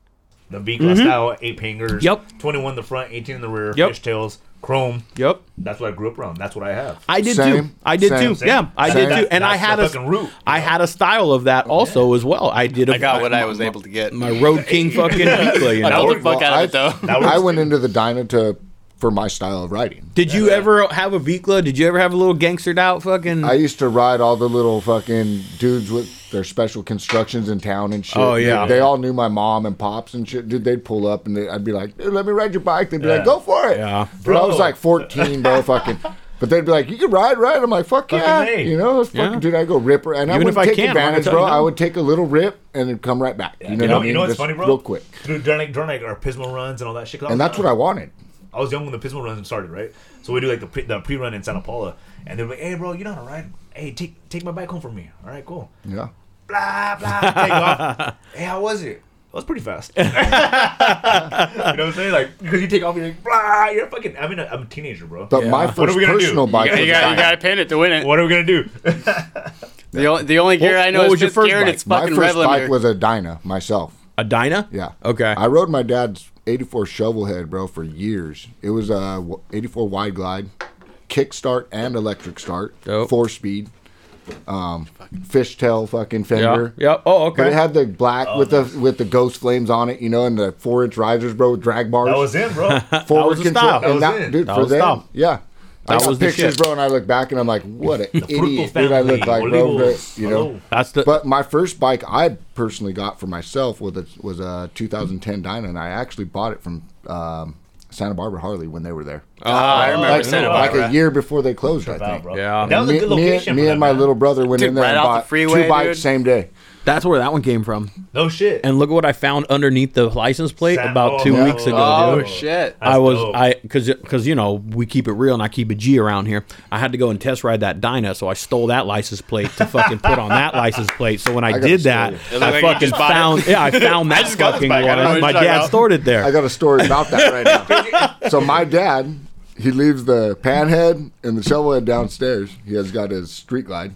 Speaker 3: The V class style, eight hangers.
Speaker 2: Yep.
Speaker 3: Twenty-one in the front, eighteen in the rear.
Speaker 2: Yep.
Speaker 3: Fishtails, chrome.
Speaker 2: Yep.
Speaker 3: That's what I grew up around. That's what I have.
Speaker 2: I did
Speaker 1: Same,
Speaker 2: too. I did
Speaker 1: same,
Speaker 2: too.
Speaker 3: same.
Speaker 2: Yeah, I
Speaker 3: Same.
Speaker 2: did too.
Speaker 3: That-
Speaker 2: And I
Speaker 3: that's
Speaker 2: had
Speaker 3: the
Speaker 2: a
Speaker 3: fucking root, you
Speaker 2: I had a style of that also as well. I did. A,
Speaker 4: I got what I was able to get.
Speaker 2: my Road King fucking weekly. You
Speaker 4: I
Speaker 2: know?
Speaker 4: was the fuck
Speaker 1: Well,
Speaker 4: out of it
Speaker 1: I-
Speaker 4: though.
Speaker 3: That was-
Speaker 1: I went into the dyno to for my style of riding.
Speaker 2: Did you ever have a Vikla? Did you ever have a little gangstered out fucking?
Speaker 1: I used to ride all the little fucking dudes with their special constructions in town and shit.
Speaker 2: Oh, yeah.
Speaker 1: they, all knew my mom and pops and shit. Dude, they'd pull up and they, I'd be like, "Dude, let me ride your bike." They'd be
Speaker 3: Yeah.
Speaker 1: like, "Go for it."
Speaker 2: Yeah.
Speaker 1: Dude, I was
Speaker 3: Bro.
Speaker 1: like 14, bro, fucking. But they'd be like, "You can ride, right?" I'm like, "Fuck yeah!"
Speaker 3: A.
Speaker 1: You know, it's fucking
Speaker 2: Yeah.
Speaker 1: dude. I go ripper, and I
Speaker 2: Even if
Speaker 1: wouldn't
Speaker 2: I
Speaker 1: take
Speaker 2: can't, I'm not
Speaker 1: advantage,
Speaker 2: gonna tell
Speaker 1: bro.
Speaker 2: you no.
Speaker 1: I would take a little rip and then come right back. You know,
Speaker 3: You know,
Speaker 1: what I mean?
Speaker 3: you know what's
Speaker 1: Just
Speaker 3: funny, bro?
Speaker 1: Real quick,
Speaker 3: Through during like, during like our Pismo runs and all that shit. 'cause
Speaker 1: and that's what I wanted.
Speaker 3: I was young when the Pismo runs started, right? So we do like the pre, the pre-run in Santa Paula, and they're like, "Hey, bro, you know how to ride? Hey, take take my bike home for me. All right, cool.
Speaker 1: Yeah.
Speaker 3: Blah blah. Take off. Hey, how was it? It was pretty fast. you know what I'm saying? Like because you take off, you're like, blah. You're fucking. I mean, I'm a teenager, bro.
Speaker 1: But my
Speaker 3: What are
Speaker 1: first
Speaker 3: we gonna do?
Speaker 1: personal
Speaker 3: You
Speaker 1: bike
Speaker 4: You got,
Speaker 1: was
Speaker 4: you, got,
Speaker 1: dyno.
Speaker 4: you got to pin it to win it.
Speaker 3: what are we gonna do?
Speaker 4: The, only, the only gear
Speaker 2: What-
Speaker 4: I know
Speaker 2: what
Speaker 4: is
Speaker 2: was your
Speaker 4: fifth
Speaker 2: first
Speaker 4: gear, and
Speaker 2: bike?
Speaker 4: it's
Speaker 1: My
Speaker 4: fucking
Speaker 1: first
Speaker 4: Revlimir.
Speaker 1: bike was a Dyna myself.
Speaker 2: a Dyna?
Speaker 1: Yeah.
Speaker 2: Okay.
Speaker 1: I rode my dad's 84 Shovelhead, bro, for years. It was a w- 84 wide glide, kickstart and electric start,
Speaker 2: Dope.
Speaker 1: four speed, um, fishtail fucking fender.
Speaker 2: Yeah. Yeah. Oh, okay.
Speaker 1: But it had the black
Speaker 2: Oh,
Speaker 1: with the with the ghost flames on it, you know, and the four inch risers, bro, with drag bars.
Speaker 3: That was it, bro.
Speaker 1: forward
Speaker 2: was the
Speaker 1: control.
Speaker 2: style. That
Speaker 1: and
Speaker 3: was
Speaker 1: that,
Speaker 3: it.
Speaker 1: dude,
Speaker 2: That
Speaker 1: for
Speaker 2: was the
Speaker 1: them,
Speaker 2: style.
Speaker 1: yeah. I
Speaker 2: That
Speaker 1: got
Speaker 2: was the
Speaker 1: pictures,
Speaker 2: shit.
Speaker 1: bro, and I look back and I'm like, what an idiot,
Speaker 3: Frugal
Speaker 1: dude! I look like,
Speaker 3: family,
Speaker 1: bro, bro,
Speaker 3: Olivos.
Speaker 1: you know.
Speaker 3: Hello.
Speaker 2: That's the.
Speaker 1: But my first bike I personally got for myself was a, was a 2010 Dyna, and I actually bought it from um, Santa Barbara Harley when they were there.
Speaker 4: Oh, I remember
Speaker 1: like,
Speaker 4: Santa
Speaker 1: like
Speaker 4: Barbara.
Speaker 1: a year before they closed, I
Speaker 3: Wow,
Speaker 1: think.
Speaker 3: bro.
Speaker 2: Yeah.
Speaker 3: That was
Speaker 1: me,
Speaker 3: a good
Speaker 1: me and-
Speaker 3: location.
Speaker 1: me,
Speaker 3: for that,
Speaker 1: and my
Speaker 3: man.
Speaker 1: little brother went
Speaker 4: Dude,
Speaker 1: in there
Speaker 4: right
Speaker 1: and
Speaker 4: off the
Speaker 1: bought
Speaker 4: freeway,
Speaker 1: two bikes
Speaker 4: dude.
Speaker 1: same day.
Speaker 2: that's where that one came from.
Speaker 3: No shit.
Speaker 2: And look what I found underneath the license plate
Speaker 3: Sa-
Speaker 2: about
Speaker 3: oh,
Speaker 2: two
Speaker 3: yeah.
Speaker 2: weeks ago,
Speaker 4: Oh
Speaker 2: dude.
Speaker 3: That's
Speaker 4: shit!
Speaker 2: I was
Speaker 3: dope.
Speaker 2: I because because you know we keep it real and I keep a G around here. I had to go and test ride that Dyna, so I stole that license plate to fucking put on that license plate. So when I,
Speaker 1: gotta
Speaker 2: did
Speaker 1: steal
Speaker 2: that,
Speaker 1: it.
Speaker 4: It looked
Speaker 2: I
Speaker 4: like you
Speaker 2: fucking
Speaker 4: just bought it.
Speaker 2: found yeah I found that
Speaker 4: just got
Speaker 2: fucking
Speaker 4: this back. I don't know
Speaker 2: one.
Speaker 4: what
Speaker 2: My
Speaker 4: you're talking
Speaker 2: dad
Speaker 4: about.
Speaker 2: stored it
Speaker 1: I
Speaker 2: there.
Speaker 1: got a story about that right now. so my dad, he leaves the panhead and the shovelhead downstairs. He has got his street glide.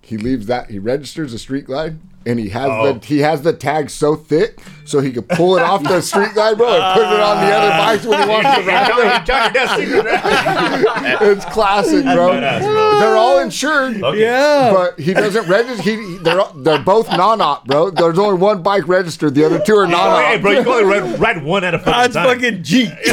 Speaker 1: He leaves that. He registers a street glide, and he has
Speaker 3: Oh.
Speaker 1: the he has the tag so thick so he could pull it off the street glide, bro, and put it on the
Speaker 3: Ah.
Speaker 1: other bikes when he wants to ride.
Speaker 3: Tell me- tell me that's secret, right?
Speaker 1: It's classic, bro.
Speaker 3: badass, bro.
Speaker 1: They're all insured.
Speaker 3: Okay.
Speaker 2: Yeah.
Speaker 1: But he doesn't register. He, they're they're both non-op, bro. There's only one bike registered. The other two are
Speaker 3: Oh, hey,
Speaker 1: non-op.
Speaker 3: bro, you can only ride, ride one at a fucking
Speaker 2: That's
Speaker 3: time.
Speaker 2: fucking G.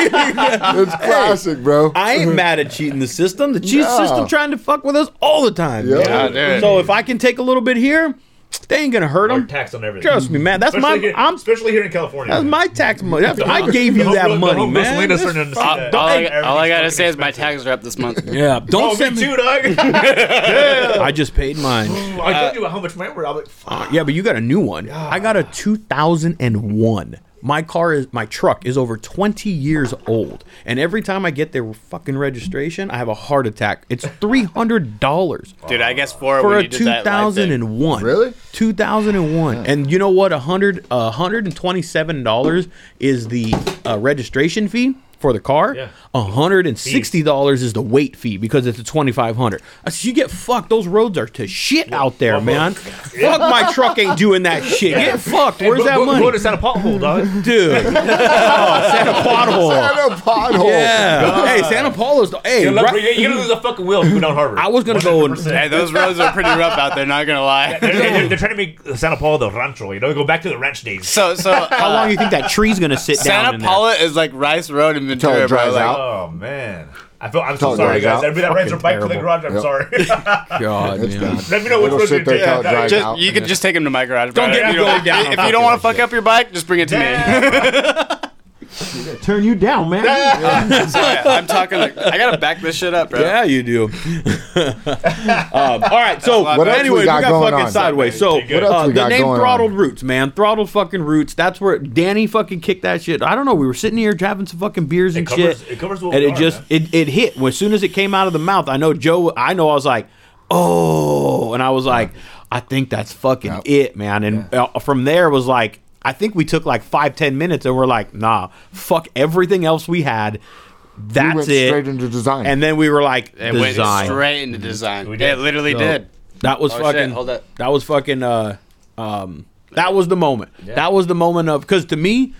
Speaker 1: It's classic, bro.
Speaker 2: I ain't mad at cheating the system. The cheat
Speaker 1: No.
Speaker 2: system trying to fuck with us all the time.
Speaker 1: Yeah.
Speaker 2: man.
Speaker 4: Yeah, dude.
Speaker 2: So if I can take a little bit here, they ain't gonna hurt
Speaker 3: Or
Speaker 2: them.
Speaker 3: tax on everything.
Speaker 2: Trust me, man. That's
Speaker 3: Especially,
Speaker 2: my
Speaker 3: here,
Speaker 2: I'm
Speaker 3: especially here in California.
Speaker 2: that's my tax money. That's, I
Speaker 3: home-
Speaker 2: gave you
Speaker 3: the
Speaker 2: that
Speaker 3: home- the
Speaker 2: money,
Speaker 3: home
Speaker 2: man.
Speaker 3: Rosalina's
Speaker 2: That's
Speaker 3: starting to
Speaker 2: fuck-
Speaker 3: see that.
Speaker 4: All
Speaker 2: don't-
Speaker 3: Hey,
Speaker 4: I, all I gotta
Speaker 3: everything's
Speaker 4: say is my
Speaker 3: fucking
Speaker 4: tags are up this month.
Speaker 2: Yeah, don't
Speaker 3: Oh, me
Speaker 2: send me.
Speaker 3: too, dog. Damn.
Speaker 2: I just paid mine. Uh,
Speaker 3: I told you how much mine were. I was like, fuck.
Speaker 2: Yeah, but you got a new one. I got a 2001. My car is my truck is over 20 years old, and every time I get their fucking registration, I have a heart attack. It's three hundred dollars
Speaker 4: Dude, I guess four
Speaker 2: for
Speaker 4: when
Speaker 2: a
Speaker 4: you did that live thing.
Speaker 2: 2001.
Speaker 1: Really?
Speaker 2: 2001. And you know what? A hundred, a hundred and twenty-seven dollars is the uh, registration fee. for the car.
Speaker 3: Yeah.
Speaker 2: hundred and sixty dollars is the weight fee because it's a twenty five hundred. I said, you get fucked. Those roads are to shit out there,
Speaker 3: well,
Speaker 2: man. Fuck my truck ain't doing that shit. Get fucked. Where's
Speaker 3: Go-
Speaker 2: that
Speaker 3: go- Go
Speaker 2: money,
Speaker 3: to Santa Pothole, dog.
Speaker 2: dude? Oh, Santa Pothole.
Speaker 1: Santa pothole.
Speaker 4: Oh,
Speaker 2: Yeah. Hey, Santa Paula's. The, hey,
Speaker 3: You're,
Speaker 2: right-
Speaker 3: you're gonna lose a fucking wheel if you don't harbor.
Speaker 2: I was gonna go and-
Speaker 3: 100%.
Speaker 4: Hey, those roads are pretty rough out there. Not gonna
Speaker 3: They're,
Speaker 4: lie.
Speaker 3: they're- they're trying to make Santa Paula the rancho. You know, go back to the ranch days.
Speaker 4: So, so
Speaker 2: how long
Speaker 4: uh,
Speaker 2: do you think that tree's gonna sit down?
Speaker 4: Santa
Speaker 2: in
Speaker 4: Paula is like Rice Road in
Speaker 1: Till it
Speaker 4: Ventura, bro.
Speaker 1: dries
Speaker 4: Like,
Speaker 1: out.
Speaker 3: Oh man, I feel I'm so
Speaker 1: Totally
Speaker 3: sorry,
Speaker 1: dries
Speaker 3: guys.
Speaker 1: out.
Speaker 3: Everybody that rides their bike to the
Speaker 2: terrible.
Speaker 3: garage, I'm
Speaker 1: Yep.
Speaker 3: sorry.
Speaker 2: There? God, man.
Speaker 3: Let me know which
Speaker 1: It'll
Speaker 3: road you
Speaker 1: sit there
Speaker 3: take.
Speaker 1: till it dries
Speaker 4: Just,
Speaker 1: out.
Speaker 4: you could just take him to my garage. bro.
Speaker 2: Don't get
Speaker 4: If
Speaker 2: him
Speaker 4: you
Speaker 2: going down.
Speaker 4: If you don't want to fuck up your bike, just bring it to me.
Speaker 2: Turn you down, man.
Speaker 4: So, yeah, I'm talking. Like, I gotta back this shit up, bro.
Speaker 2: Yeah, you do. um, all right, so
Speaker 4: What
Speaker 2: but
Speaker 1: else we
Speaker 2: anyway, we
Speaker 1: got
Speaker 2: got,
Speaker 1: going
Speaker 2: fucking
Speaker 1: on?
Speaker 2: sideways. So
Speaker 3: Pretty
Speaker 1: What
Speaker 3: good.
Speaker 1: else
Speaker 2: uh,
Speaker 1: we
Speaker 2: the
Speaker 1: got
Speaker 2: name
Speaker 1: going
Speaker 2: Throttled
Speaker 1: on?
Speaker 2: Roots, man, Throttled fucking Roots. That's where Danny fucking kicked that shit. I don't know. We were sitting here having some fucking beers and
Speaker 3: covers-
Speaker 2: shit,
Speaker 3: it covers what
Speaker 2: and
Speaker 3: we
Speaker 2: it
Speaker 3: are,
Speaker 2: just it, it hit as soon as it came out of the mouth. I know Joe. I know. I was like, oh, and I was like, I think that's fucking
Speaker 1: Yep.
Speaker 2: it, man. And uh, from there was like, I think we took like five ten minutes, and we're like, nah, fuck everything else we had. That's
Speaker 1: went
Speaker 2: it.
Speaker 1: straight into design.
Speaker 2: and then we were like,
Speaker 4: It went
Speaker 2: design.
Speaker 4: straight into design.
Speaker 3: We
Speaker 4: Yeah,
Speaker 3: did.
Speaker 4: it literally
Speaker 2: So,
Speaker 4: did.
Speaker 2: That was
Speaker 4: Oh, shit,
Speaker 2: fucking.
Speaker 4: hold up.
Speaker 2: That was fucking. Uh, um, that was the moment. That was the moment of because to me,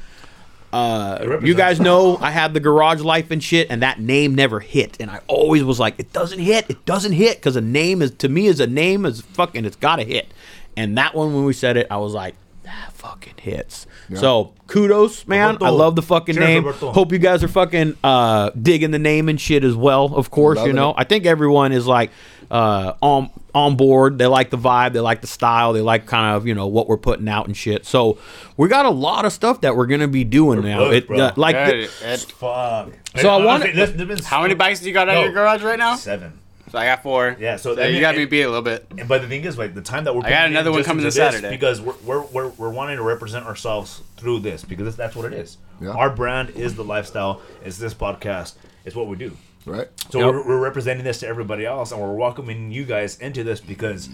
Speaker 3: Uh,
Speaker 2: you guys know I had the garage life and shit, and that name never hit, and I always was like, it doesn't hit, it doesn't hit, because a name is to me is a name is fucking it's gotta hit, and that one when we said it, I was like. That fucking hits. So kudos, man. I
Speaker 3: Roberto.
Speaker 2: love the fucking
Speaker 3: Cheers,
Speaker 2: name.
Speaker 3: Roberto.
Speaker 2: Hope you guys are fucking uh, digging the name and shit as well. Of course, you
Speaker 1: Loving
Speaker 2: know.
Speaker 1: it.
Speaker 2: I think everyone is like uh, on on board. They like the vibe. They like the style. They like kind of you know what we're putting out and shit. So we got a lot of stuff that we're gonna be doing now.
Speaker 3: booked,
Speaker 2: it
Speaker 3: bro.
Speaker 2: uh, like the-
Speaker 4: Dude, it-
Speaker 3: Fuck.
Speaker 2: So I
Speaker 3: Honestly,
Speaker 2: wanna-
Speaker 3: there's- there's been
Speaker 4: how many bikes do you got out
Speaker 3: No.
Speaker 4: of your garage right now?
Speaker 3: Seven.
Speaker 4: So I got four.
Speaker 3: Yeah, so
Speaker 4: So
Speaker 3: I
Speaker 4: you
Speaker 3: mean,
Speaker 4: got me
Speaker 3: it-
Speaker 4: beat a little bit.
Speaker 3: And but the thing is, like the time that we're
Speaker 4: I got
Speaker 3: putting in
Speaker 4: another one
Speaker 3: just
Speaker 4: coming
Speaker 3: into
Speaker 4: this Saturday.
Speaker 3: because we're, we're we're we're wanting to represent ourselves through this because that's what it is.
Speaker 1: Yeah.
Speaker 3: Our brand is the lifestyle. It's this podcast. It's what we do.
Speaker 1: Right?
Speaker 3: So
Speaker 2: Yep.
Speaker 3: we're, we're representing this to everybody else, and we're welcoming you guys into this because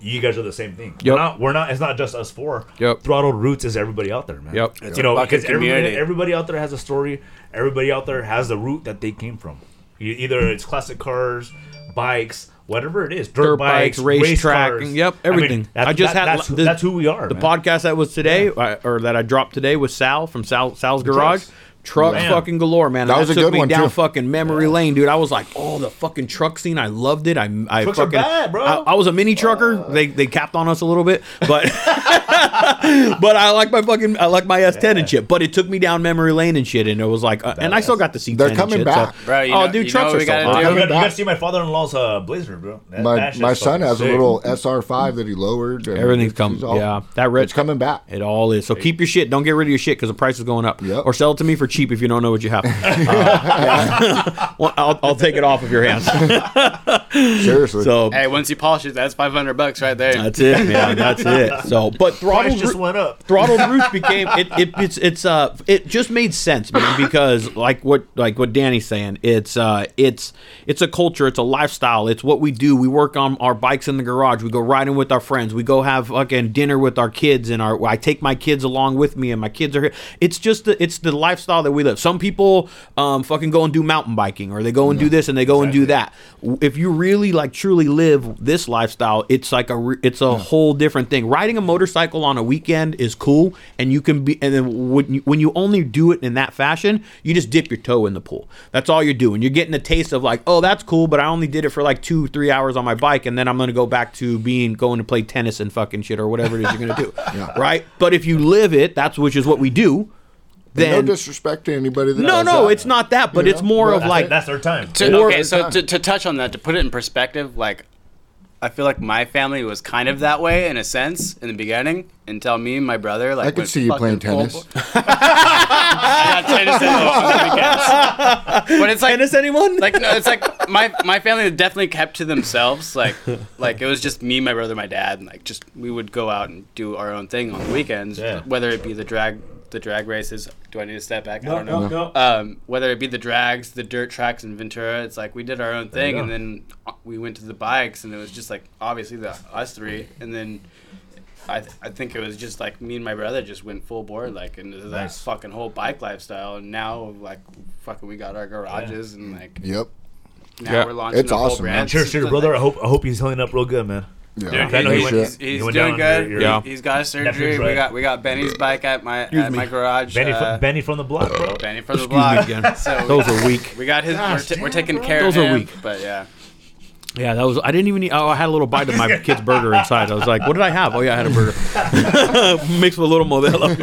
Speaker 3: you guys are the same thing.
Speaker 2: Yep.
Speaker 3: We're not. We're not. It's not just us four.
Speaker 2: Yep.
Speaker 3: Throttled Roots is everybody out there, man.
Speaker 2: Yep.
Speaker 3: It's
Speaker 4: It's
Speaker 3: you
Speaker 4: a
Speaker 3: know
Speaker 4: fucking
Speaker 3: because everybody,
Speaker 4: community.
Speaker 3: everybody out there has a story. Everybody out there has the route that they came from. You, either it's classic cars, bikes. Whatever it is, dirt,
Speaker 2: Dirt bikes,
Speaker 3: bikes, race
Speaker 2: racetrack,
Speaker 3: cars.
Speaker 2: and yep,
Speaker 3: I mean,
Speaker 2: everything.
Speaker 3: that's,
Speaker 2: I just
Speaker 3: that-
Speaker 2: had
Speaker 3: that's,
Speaker 2: the-
Speaker 3: that's who we are.
Speaker 2: The
Speaker 3: man.
Speaker 2: podcast that was today, uh, or that I dropped today, was Sal from Sal Sal's Garage.
Speaker 3: trucks.
Speaker 2: Truck
Speaker 3: Man.
Speaker 2: fucking galore, man. And
Speaker 1: That was a
Speaker 2: took
Speaker 1: good
Speaker 2: me
Speaker 1: one,
Speaker 2: down
Speaker 1: too.
Speaker 2: fucking memory lane, dude. I was like, oh, the fucking truck scene. I loved it. I, I
Speaker 3: Trucks are
Speaker 2: fucking,
Speaker 3: bad, bro.
Speaker 2: I, I was a mini trucker.
Speaker 4: Uh.
Speaker 2: they they capped on us a little bit, but but I like my fucking, I like my S10 and shit. But it took me down memory lane and shit, and it was like, uh, and I still got the C10.
Speaker 1: They're
Speaker 2: and
Speaker 1: coming
Speaker 2: shit,
Speaker 1: back.
Speaker 2: so-
Speaker 4: Bro, you
Speaker 2: oh,
Speaker 4: know-
Speaker 2: dude,
Speaker 4: you
Speaker 2: trucks
Speaker 4: know
Speaker 2: are
Speaker 4: we
Speaker 2: so
Speaker 4: gotta
Speaker 2: hot.
Speaker 4: do-
Speaker 3: You gotta, you
Speaker 1: back.
Speaker 3: gotta see my father-in-law's uh, Blazer, bro. That-
Speaker 1: My,
Speaker 3: that shit's
Speaker 1: my son
Speaker 3: fucking
Speaker 1: has a
Speaker 3: sick.
Speaker 1: little SR5 that he lowered. and
Speaker 2: Everything's
Speaker 1: it's-
Speaker 2: coming.
Speaker 1: it's all-
Speaker 2: Yeah, that rich
Speaker 1: It's coming back.
Speaker 2: It all is. So keep your shit. Don't get rid of your shit because the price is going up.
Speaker 1: Yep.
Speaker 2: Or sell it to me for cheap if you don't know what you have. Uh, yeah. Well, I'll, I'll take it off of your hands.
Speaker 1: Seriously.
Speaker 2: So
Speaker 4: Hey, once you polish it, that's 500 bucks right there.
Speaker 2: that's it, man. That's it. So, but throttle
Speaker 3: Price just went up.
Speaker 2: throttled roots became it, it it's it's uh it just made sense man because like what like what danny's saying it's uh it's it's a culture it's a lifestyle it's what we do we work on our bikes in the garage we go riding with our friends we go have fucking dinner with our kids and our i take my kids along with me and my kids are here it's just the it's the lifestyle that we live some people um fucking go and do mountain biking or they go and do this and they go and do that W- if you really like truly live this lifestyle it's like a re- it's a whole different thing riding a motorcycle on a weekend is cool and you can be and then when you, when you only do it in that fashion you just dip your toe in the pool that's all you're doing you're getting a taste of like oh that's cool but i only did it for like two three hours on my bike and then i'm gonna go back to being going to play tennis and fucking shit or whatever it is you're gonna do right but if you live it that's which is what we do
Speaker 1: And
Speaker 2: then
Speaker 1: no disrespect to anybody. That
Speaker 2: no
Speaker 1: does
Speaker 2: no
Speaker 1: that.
Speaker 2: it's not that but
Speaker 1: You
Speaker 2: it's
Speaker 1: know?
Speaker 2: more
Speaker 1: Well,
Speaker 2: of
Speaker 3: That's,
Speaker 2: like
Speaker 3: that's their time.
Speaker 4: To,
Speaker 1: Or-
Speaker 4: okay, so to, to touch on that, to put it in perspective, like I feel like my family was kind of that way in a sense in the beginning until me and my brother like
Speaker 1: I could
Speaker 4: went
Speaker 1: see you playing
Speaker 4: fucking full
Speaker 1: tennis.
Speaker 4: bore- I got tennis in the weekends. But it's like
Speaker 2: tennis anyone
Speaker 4: like no, it's like my my family definitely kept to themselves. Like like it was just me, my brother, my dad, and like just we would go out and do our own thing on the weekends,
Speaker 3: Yeah.
Speaker 4: whether it be the drag the drag races. Do I need to step back? I don't know.
Speaker 3: no.
Speaker 4: Um, whether it be the drags, the dirt tracks in Ventura, it's like we did our own thing, and then uh, we went to the bikes, and it was just like obviously the us three, and then. I, th- I think it was just like me and my brother just went full bore like into that
Speaker 3: Nice.
Speaker 4: fucking whole bike lifestyle and now like fucking we got our garages and like
Speaker 1: Yep.
Speaker 4: now
Speaker 2: Yeah.
Speaker 4: we're launching
Speaker 1: It's
Speaker 4: a whole
Speaker 1: awesome, man.
Speaker 4: brand.
Speaker 3: Cheers to your brother. I hope I hope he's healing up real good, man.
Speaker 1: Yeah.
Speaker 4: Dude,
Speaker 3: I know
Speaker 4: he-
Speaker 3: he
Speaker 4: he's,
Speaker 3: went-
Speaker 4: he's,
Speaker 3: he went
Speaker 4: doing
Speaker 3: down under
Speaker 4: good.
Speaker 3: your-
Speaker 2: Yeah.
Speaker 4: He's got surgery.
Speaker 3: Nephews, right?
Speaker 4: We got we got Benny's bike at my at my garage.
Speaker 3: Benny,
Speaker 4: uh,
Speaker 3: from, Benny from the block, bro.
Speaker 4: Benny from the
Speaker 2: Excuse me
Speaker 4: block.
Speaker 2: again.
Speaker 4: So
Speaker 2: Those are weak.
Speaker 4: we got his. We're,
Speaker 3: Gosh,
Speaker 4: t- we're
Speaker 3: damn,
Speaker 4: taking
Speaker 3: bro.
Speaker 4: care
Speaker 2: Those
Speaker 4: of
Speaker 2: are
Speaker 4: him.
Speaker 2: weak.
Speaker 4: But yeah,
Speaker 2: Yeah, that was. I didn't even. Eat, oh, I had a little bite of my kid's burger inside. I was like, "What did I have?" Oh yeah, I had a burger mixed with a little Modelo.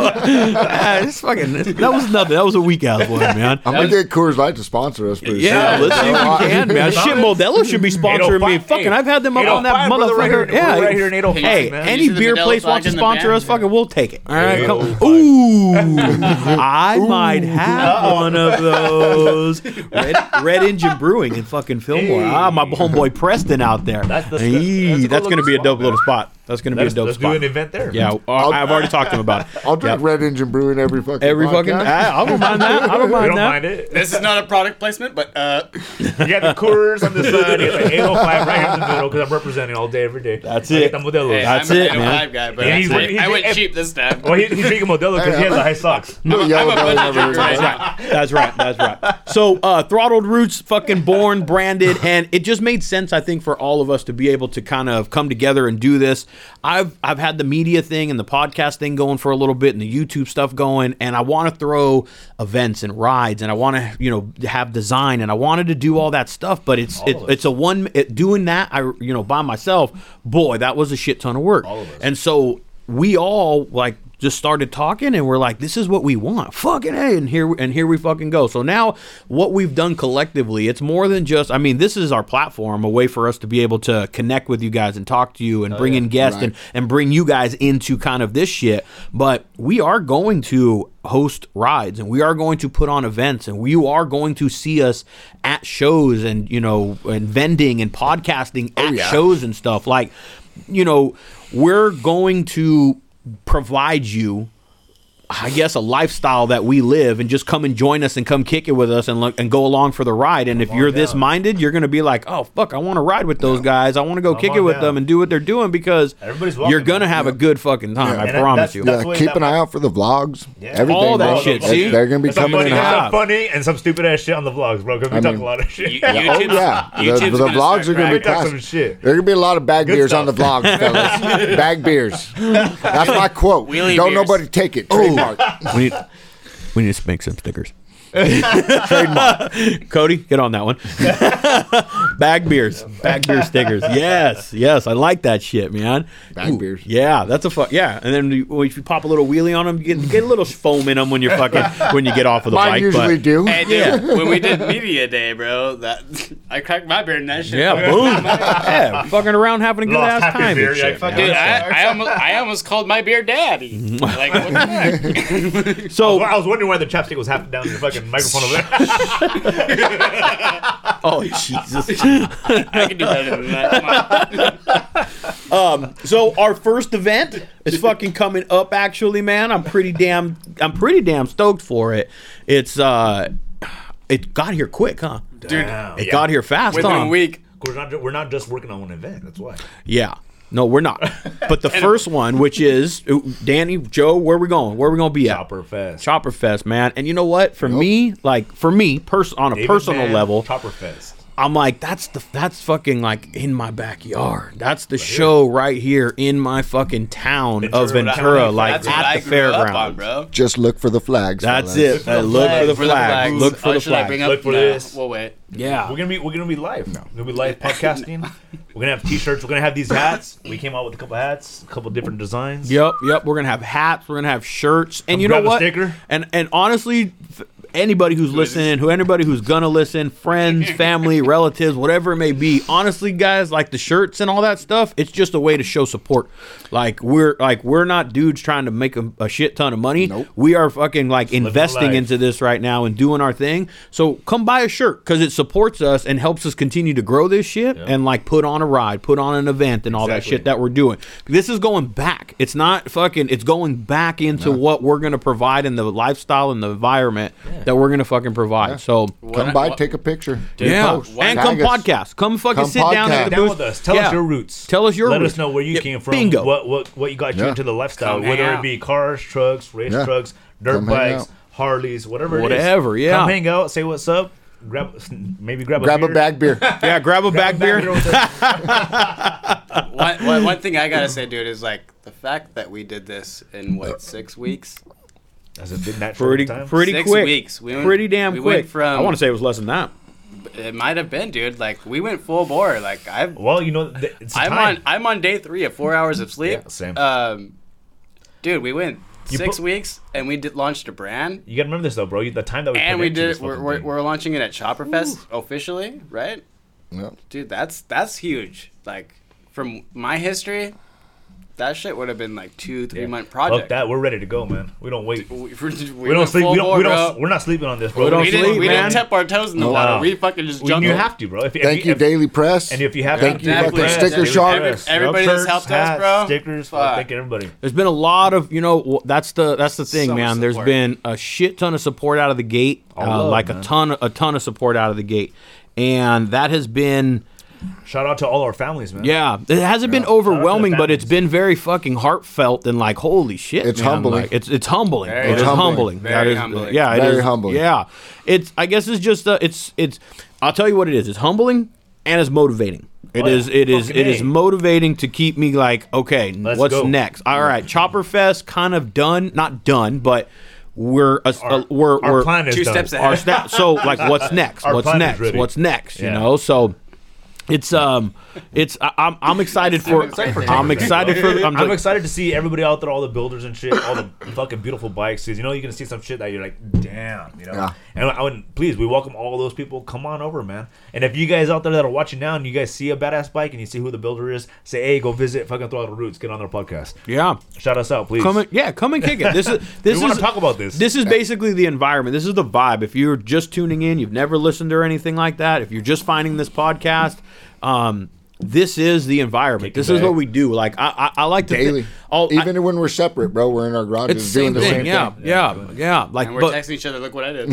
Speaker 2: Ah, it's fucking. That was nothing. That was a weak ass one, man.
Speaker 1: I'm gonna get Coors Light to sponsor us pretty
Speaker 2: yeah,
Speaker 1: soon.
Speaker 2: let's see if we can, man. Shit, Modelo should be sponsoring me.
Speaker 3: 805,
Speaker 2: Fucking,
Speaker 3: hey,
Speaker 2: I've had them up on that
Speaker 3: 805, brother,
Speaker 2: motherfucker.
Speaker 3: right here-
Speaker 2: yeah,
Speaker 3: right here in 805,
Speaker 2: Hey,
Speaker 3: man.
Speaker 2: any
Speaker 4: You see the
Speaker 2: beer
Speaker 4: Modelo
Speaker 2: place
Speaker 4: flag
Speaker 2: wants to
Speaker 4: in the
Speaker 2: sponsor
Speaker 4: back?
Speaker 2: us, fucking, we'll take it. All right, come.
Speaker 3: 805.
Speaker 2: Ooh, I might have one of those. Red, Red Engine Brewing in fucking Fillmore. Ah, my homeboy Preston out there.
Speaker 3: That's- that's-
Speaker 2: Hey,
Speaker 3: that's a good
Speaker 2: that's gonna
Speaker 3: little
Speaker 2: be a
Speaker 3: spot,
Speaker 2: dope
Speaker 3: man.
Speaker 2: little spot. That's gonna be a
Speaker 3: Let's,
Speaker 2: dope
Speaker 3: let's do
Speaker 2: spot.
Speaker 3: an event there.
Speaker 2: Yeah, I- I've already talked to him about it.
Speaker 1: I'll drink
Speaker 2: Yeah.
Speaker 1: Red Engine Brewing every fucking
Speaker 2: Every fucking,
Speaker 1: podcast.
Speaker 2: I, I don't mind that. I don't
Speaker 3: we
Speaker 2: mind
Speaker 3: don't
Speaker 2: that.
Speaker 3: mind it.
Speaker 4: this is not a product placement, but uh,
Speaker 3: You got the Coors on the side, you got the 805 right here in the middle because I'm representing all day, every day.
Speaker 2: That's
Speaker 3: I
Speaker 2: it.
Speaker 3: Get the Modelo's.
Speaker 4: hey,
Speaker 2: That's
Speaker 4: I'm
Speaker 2: it,
Speaker 4: a
Speaker 2: man.
Speaker 4: vibe guy, but
Speaker 3: Yeah,
Speaker 4: I,
Speaker 3: he's-
Speaker 4: I,
Speaker 3: he's-
Speaker 4: went
Speaker 3: if-
Speaker 4: cheap this time.
Speaker 3: well, he, he's drinking Modelo because he has the high socks.
Speaker 1: No yellow
Speaker 4: I'm a
Speaker 1: belly
Speaker 4: budget
Speaker 1: ever.
Speaker 4: drinker.
Speaker 2: That's right. That's right. That's right. So, uh, Throttled Roots, fucking born, branded, and it just made sense, I think, for all of us to be able to kind of come together and do this. I've I've had the media thing and the podcast thing going for a little bit, and the YouTube stuff going, and I want to throw events and rides, and I want to you know have design, and I wanted to do all that stuff, but it's it's
Speaker 3: of us.
Speaker 2: it's a one it, doing that I you know by myself, boy, that was a shit ton of work,
Speaker 3: All of us.
Speaker 2: and so we all like just started talking and we're like this is what we want fucking hey and here and here we fucking go so now what we've done collectively it's more than just i mean this is our platform a way for us to be able to connect with you guys and talk to you and bring in guests and and bring you guys into kind of this shit but we are going to host rides and we are going to put on events and you are going to see us at shows and you know and vending and podcasting at
Speaker 1: yeah.
Speaker 2: shows shows and stuff. Like, you know, we're going to provide you, I guess, a lifestyle that we live, and just come and join us and come kick it with us and look and go along for the ride. And if you're this
Speaker 3: down.
Speaker 2: minded, you're going to be like, oh fuck, I want to ride with those guys. I want to go kick
Speaker 3: on
Speaker 2: it with
Speaker 3: down.
Speaker 2: them and do what they're doing because
Speaker 3: Everybody's welcome,
Speaker 2: you're going to
Speaker 3: man.
Speaker 2: have a good fucking time. I
Speaker 3: And that-
Speaker 2: promise
Speaker 3: that's-
Speaker 2: you.
Speaker 3: that's
Speaker 1: Yeah,
Speaker 3: the way
Speaker 1: keep
Speaker 3: that-
Speaker 1: an eye out for the vlogs. Everything,
Speaker 2: All that
Speaker 1: bro.
Speaker 2: shit,
Speaker 1: They-
Speaker 2: see?
Speaker 1: They're gonna be
Speaker 3: There's some
Speaker 1: coming
Speaker 3: funny,
Speaker 1: in
Speaker 3: there's
Speaker 1: hot.
Speaker 3: some funny and some stupid ass shit on the vlogs, bro. Because we
Speaker 1: I
Speaker 3: talk
Speaker 1: mean-
Speaker 3: a lot of shit.
Speaker 1: Yeah, oh yeah, the,
Speaker 4: YouTube's
Speaker 1: the
Speaker 4: gonna
Speaker 1: vlogs
Speaker 4: start
Speaker 1: are gonna be
Speaker 4: cracking.
Speaker 3: Talk some
Speaker 1: classic.
Speaker 3: shit.
Speaker 1: There gonna be a lot of bag
Speaker 3: Good
Speaker 1: beers
Speaker 3: stuff.
Speaker 1: on the vlogs, fellas. bag beers. That's my quote.
Speaker 4: Wheelie
Speaker 1: Don't
Speaker 4: beers.
Speaker 1: nobody take it. Trademark.
Speaker 2: we need we need to make some stickers. Trademark. Cody, get on that one. Bag beers. Bag beer stickers. Yes, yes. I like that shit, man.
Speaker 1: Bag beers.
Speaker 2: Yeah, that's a fuck. Yeah. And then you- well, if you pop a little wheelie on them, you get, get a little foam in them when you're fucking, when you get off of the
Speaker 1: Mine
Speaker 2: bike.
Speaker 1: usually
Speaker 2: but,
Speaker 1: do.
Speaker 4: Hey, dude,
Speaker 2: Yeah.
Speaker 4: when we did media day, bro, that I cracked my beer in that shit.
Speaker 2: Yeah,
Speaker 4: bro.
Speaker 2: boom. yeah, fucking around having a good ass
Speaker 3: Lost half your
Speaker 2: time. and
Speaker 3: beer, yeah,
Speaker 2: shit,
Speaker 3: fuck
Speaker 2: man.
Speaker 4: Dude, I, I, almost, I almost called my beer daddy. Like, what the heck?
Speaker 2: so,
Speaker 3: Well, I was wondering why the chapstick was half down in the fucking microphone over there.
Speaker 2: oh, Jesus.
Speaker 4: I can do better than that. Come on.
Speaker 2: So our first event is fucking coming up. Actually, man, I'm pretty damn, I'm pretty damn stoked for it. It's uh, it got here quick, huh?
Speaker 3: Oh,
Speaker 4: Dude,
Speaker 2: It got here fast,
Speaker 4: within
Speaker 2: huh?
Speaker 4: a week.
Speaker 3: We're not, ju- we're not just working on one event. That's why.
Speaker 2: Yeah. No, we're not. But the first one, which is Danny, Joe, where we going? Where we gonna be at?
Speaker 3: Chopper Fest.
Speaker 2: Chopper Fest, man. And you know what? For me, like for me, pers- on a
Speaker 3: David
Speaker 2: personal
Speaker 3: Mann,
Speaker 2: level,
Speaker 3: Chopper Fest.
Speaker 2: I'm like, that's the that's fucking like in my backyard. That's the show right here in my fucking town of
Speaker 3: Ventura,
Speaker 2: Ventura,
Speaker 3: County
Speaker 2: like
Speaker 4: That's what I
Speaker 2: at the
Speaker 4: grew up on,
Speaker 2: fairgrounds.
Speaker 4: bro.
Speaker 1: Just look for the flags.
Speaker 2: That's
Speaker 1: fellas.
Speaker 2: it. Uh, look for the
Speaker 4: Look
Speaker 2: flag. Look for
Speaker 4: Oh,
Speaker 2: the
Speaker 4: should I bring
Speaker 2: flag.
Speaker 4: up-
Speaker 3: Look for
Speaker 4: no,
Speaker 3: this.
Speaker 4: We'll wait.
Speaker 2: Yeah.
Speaker 3: We're gonna be we're gonna be live. We're gonna be live podcasting. we're gonna have t-shirts. We're gonna have these hats. We came out with a couple hats, a couple different designs.
Speaker 2: Yep, yep. We're gonna have hats. We're gonna have shirts, and you know
Speaker 3: grab a
Speaker 2: what?
Speaker 3: sticker.
Speaker 2: And and honestly, f- anybody who's listening, who anybody who's gonna listen, friends, family, relatives, whatever it may be. Honestly, guys, like the shirts and all that stuff, it's just a way to show support. Like we're like we're not dudes trying to make a, a shit ton of money.
Speaker 1: Nope.
Speaker 2: We are fucking like investing
Speaker 3: life.
Speaker 2: into this right now and doing our thing. So come buy a shirt because it supports us and helps us continue to grow this shit and like put on a ride, put on an event, and all that
Speaker 3: Exactly.
Speaker 2: shit that we're doing. This is going back. It's not fucking. It's going back into what we're gonna provide in the lifestyle and the environment that we're gonna fucking provide. So.
Speaker 1: Come by, take a picture.
Speaker 2: Yeah,
Speaker 1: Post. Tag
Speaker 2: and come
Speaker 1: us.
Speaker 2: podcast. Come fucking
Speaker 1: Come
Speaker 2: sit down at
Speaker 1: podcast.
Speaker 2: the
Speaker 3: Down
Speaker 2: booth.
Speaker 3: with us. Tell
Speaker 2: Yeah.
Speaker 3: us your roots.
Speaker 2: Tell us your
Speaker 3: Let
Speaker 2: roots.
Speaker 3: us know where you
Speaker 2: Yeah,
Speaker 3: came from.
Speaker 2: Bingo.
Speaker 3: What what what you got you
Speaker 1: Yeah.
Speaker 3: into the lifestyle,
Speaker 4: Come hang
Speaker 3: whether
Speaker 4: out.
Speaker 3: it be cars, trucks, race
Speaker 1: Yeah.
Speaker 3: trucks, dirt
Speaker 1: Come hang
Speaker 3: bikes,
Speaker 1: out.
Speaker 3: Harleys, whatever.
Speaker 2: Whatever,
Speaker 3: It is.
Speaker 2: yeah.
Speaker 3: Come hang out, say what's up. Grab maybe grab a
Speaker 1: Grab
Speaker 3: beer.
Speaker 1: a bag beer.
Speaker 2: Yeah, grab a back
Speaker 3: Grab a
Speaker 2: beer.
Speaker 3: real quick.
Speaker 4: one, one, one thing I gotta say, dude, is like the fact that we did this in what six weeks.
Speaker 3: That's a big natural
Speaker 2: Pretty,
Speaker 3: time.
Speaker 2: pretty
Speaker 4: Six
Speaker 2: quick.
Speaker 4: weeks. We went-
Speaker 2: pretty damn
Speaker 4: we
Speaker 2: quick.
Speaker 4: went from-
Speaker 2: I want to say it was less than that.
Speaker 4: It might have been, dude. Like we went full bore. Like I've
Speaker 2: Oh,
Speaker 3: well, you know, th- it's
Speaker 4: I'm
Speaker 3: time.
Speaker 4: on I'm on day three of four hours of sleep.
Speaker 3: Yeah, same.
Speaker 4: Um, dude, we went
Speaker 3: You
Speaker 4: six
Speaker 3: put-
Speaker 4: weeks and we did launched a brand.
Speaker 3: You gotta remember this though, bro. You- The time that we
Speaker 4: And
Speaker 3: put
Speaker 4: we
Speaker 3: into
Speaker 4: did
Speaker 3: this
Speaker 4: it. We're,
Speaker 3: fucking
Speaker 4: we're,
Speaker 3: thing.
Speaker 4: we're launching it at Chopperfest officially, right?
Speaker 1: Yeah.
Speaker 4: Dude, that's that's huge. Like from my history, that shit would have been like two three
Speaker 3: Yeah.
Speaker 4: month
Speaker 3: Fuck
Speaker 4: project.
Speaker 3: that. We're ready to go, man. We don't wait.
Speaker 4: We,
Speaker 3: We don't sleep. We don't. We don't. We're not sleeping on this, bro.
Speaker 2: We don't
Speaker 4: We
Speaker 2: sleep,
Speaker 4: didn't, we
Speaker 2: man.
Speaker 4: didn't tip our toes in the
Speaker 1: No.
Speaker 4: water.
Speaker 3: No.
Speaker 4: We fucking just
Speaker 3: Well,
Speaker 4: jumped.
Speaker 3: you
Speaker 4: in.
Speaker 3: have to, bro. If, if
Speaker 1: Thank you,
Speaker 3: if-
Speaker 1: Daily Press.
Speaker 3: And if you have,
Speaker 1: Thank you,
Speaker 3: Daily
Speaker 1: fucking
Speaker 3: Press,
Speaker 1: sticker
Speaker 3: Daily
Speaker 1: shark.
Speaker 3: Press,
Speaker 4: Everybody that's helped us,
Speaker 3: hats,
Speaker 4: bro.
Speaker 3: Stickers.
Speaker 4: Fuck.
Speaker 3: Thank you, everybody.
Speaker 2: There's been a lot of, you know, w- that's the that's the thing,
Speaker 4: So much
Speaker 2: man. There's
Speaker 4: support.
Speaker 2: been a shit ton of support out of the gate, uh,
Speaker 3: love,
Speaker 2: like a
Speaker 3: man.
Speaker 2: ton a ton of support out of the gate, and that has been,
Speaker 3: Shout out to all our families, man.
Speaker 2: yeah, it hasn't been overwhelming, but it's been very fucking heartfelt and like holy shit,
Speaker 1: It's
Speaker 2: man.
Speaker 1: humbling.
Speaker 2: Like, it's it's humbling.
Speaker 4: Very
Speaker 2: It is
Speaker 1: humbling.
Speaker 2: humbling.
Speaker 4: Very
Speaker 2: That is-
Speaker 4: humbling.
Speaker 2: yeah, it
Speaker 1: Very
Speaker 2: is-
Speaker 1: humbling.
Speaker 2: Yeah, it's I guess it's just uh, it's it's I'll tell you what it is. It's humbling and it's motivating. It
Speaker 3: Oh, yeah.
Speaker 2: is. It is.
Speaker 3: Fucking
Speaker 2: It is
Speaker 3: A.
Speaker 2: motivating to keep me like, okay,
Speaker 3: Let's
Speaker 2: what's
Speaker 3: go.
Speaker 2: next? All right, Chopper Fest kind of done, not done, but we're a,
Speaker 3: Our,
Speaker 2: a- we're
Speaker 3: our
Speaker 2: we're
Speaker 3: plan is
Speaker 4: two
Speaker 3: done.
Speaker 4: steps ahead.
Speaker 2: our sna- so like what's next?
Speaker 3: Our
Speaker 2: what's
Speaker 3: plan is
Speaker 2: next?
Speaker 3: ready.
Speaker 2: What's next?
Speaker 3: Yeah.
Speaker 2: You know, so it's um, it's I, I'm I'm excited for I'm
Speaker 4: excited
Speaker 2: excited
Speaker 4: for
Speaker 2: for
Speaker 4: Chopper
Speaker 2: I'm
Speaker 4: Fest,
Speaker 2: excited,
Speaker 3: bro.
Speaker 2: for, I'm
Speaker 3: I'm,
Speaker 2: like,
Speaker 3: excited to see everybody out there, all the builders and shit, all the fucking beautiful bikes. Cause you know you're gonna see some shit that you're like, damn, you know.
Speaker 1: Yeah.
Speaker 3: And I would please, we welcome all those people. Come on over, man. And if you guys out there that are watching now and you guys see a badass bike and you see who the builder is, say, hey, go visit fucking Throttle Roots. Get on their podcast.
Speaker 2: yeah.
Speaker 3: Shout us out, please.
Speaker 2: Come and, yeah, come and kick it. This is this
Speaker 3: wanna
Speaker 2: is
Speaker 3: talk about this.
Speaker 2: This is basically the environment. This is the vibe. If you're just tuning in, you've never listened or anything like that. If you're just finding this podcast, um, this is the environment.
Speaker 3: Kick it
Speaker 2: This is
Speaker 3: back.
Speaker 2: what we do. Like I, I, I like to thi-
Speaker 1: Daily.
Speaker 2: I'll- Oh, I-
Speaker 1: Even when we're separate, bro, we're in our garages
Speaker 2: it's the
Speaker 1: doing
Speaker 2: same
Speaker 1: the
Speaker 2: thing.
Speaker 1: same
Speaker 2: yeah,
Speaker 1: thing.
Speaker 2: yeah, yeah, Like
Speaker 4: And we're
Speaker 2: but,
Speaker 4: texting each other. Look what I did.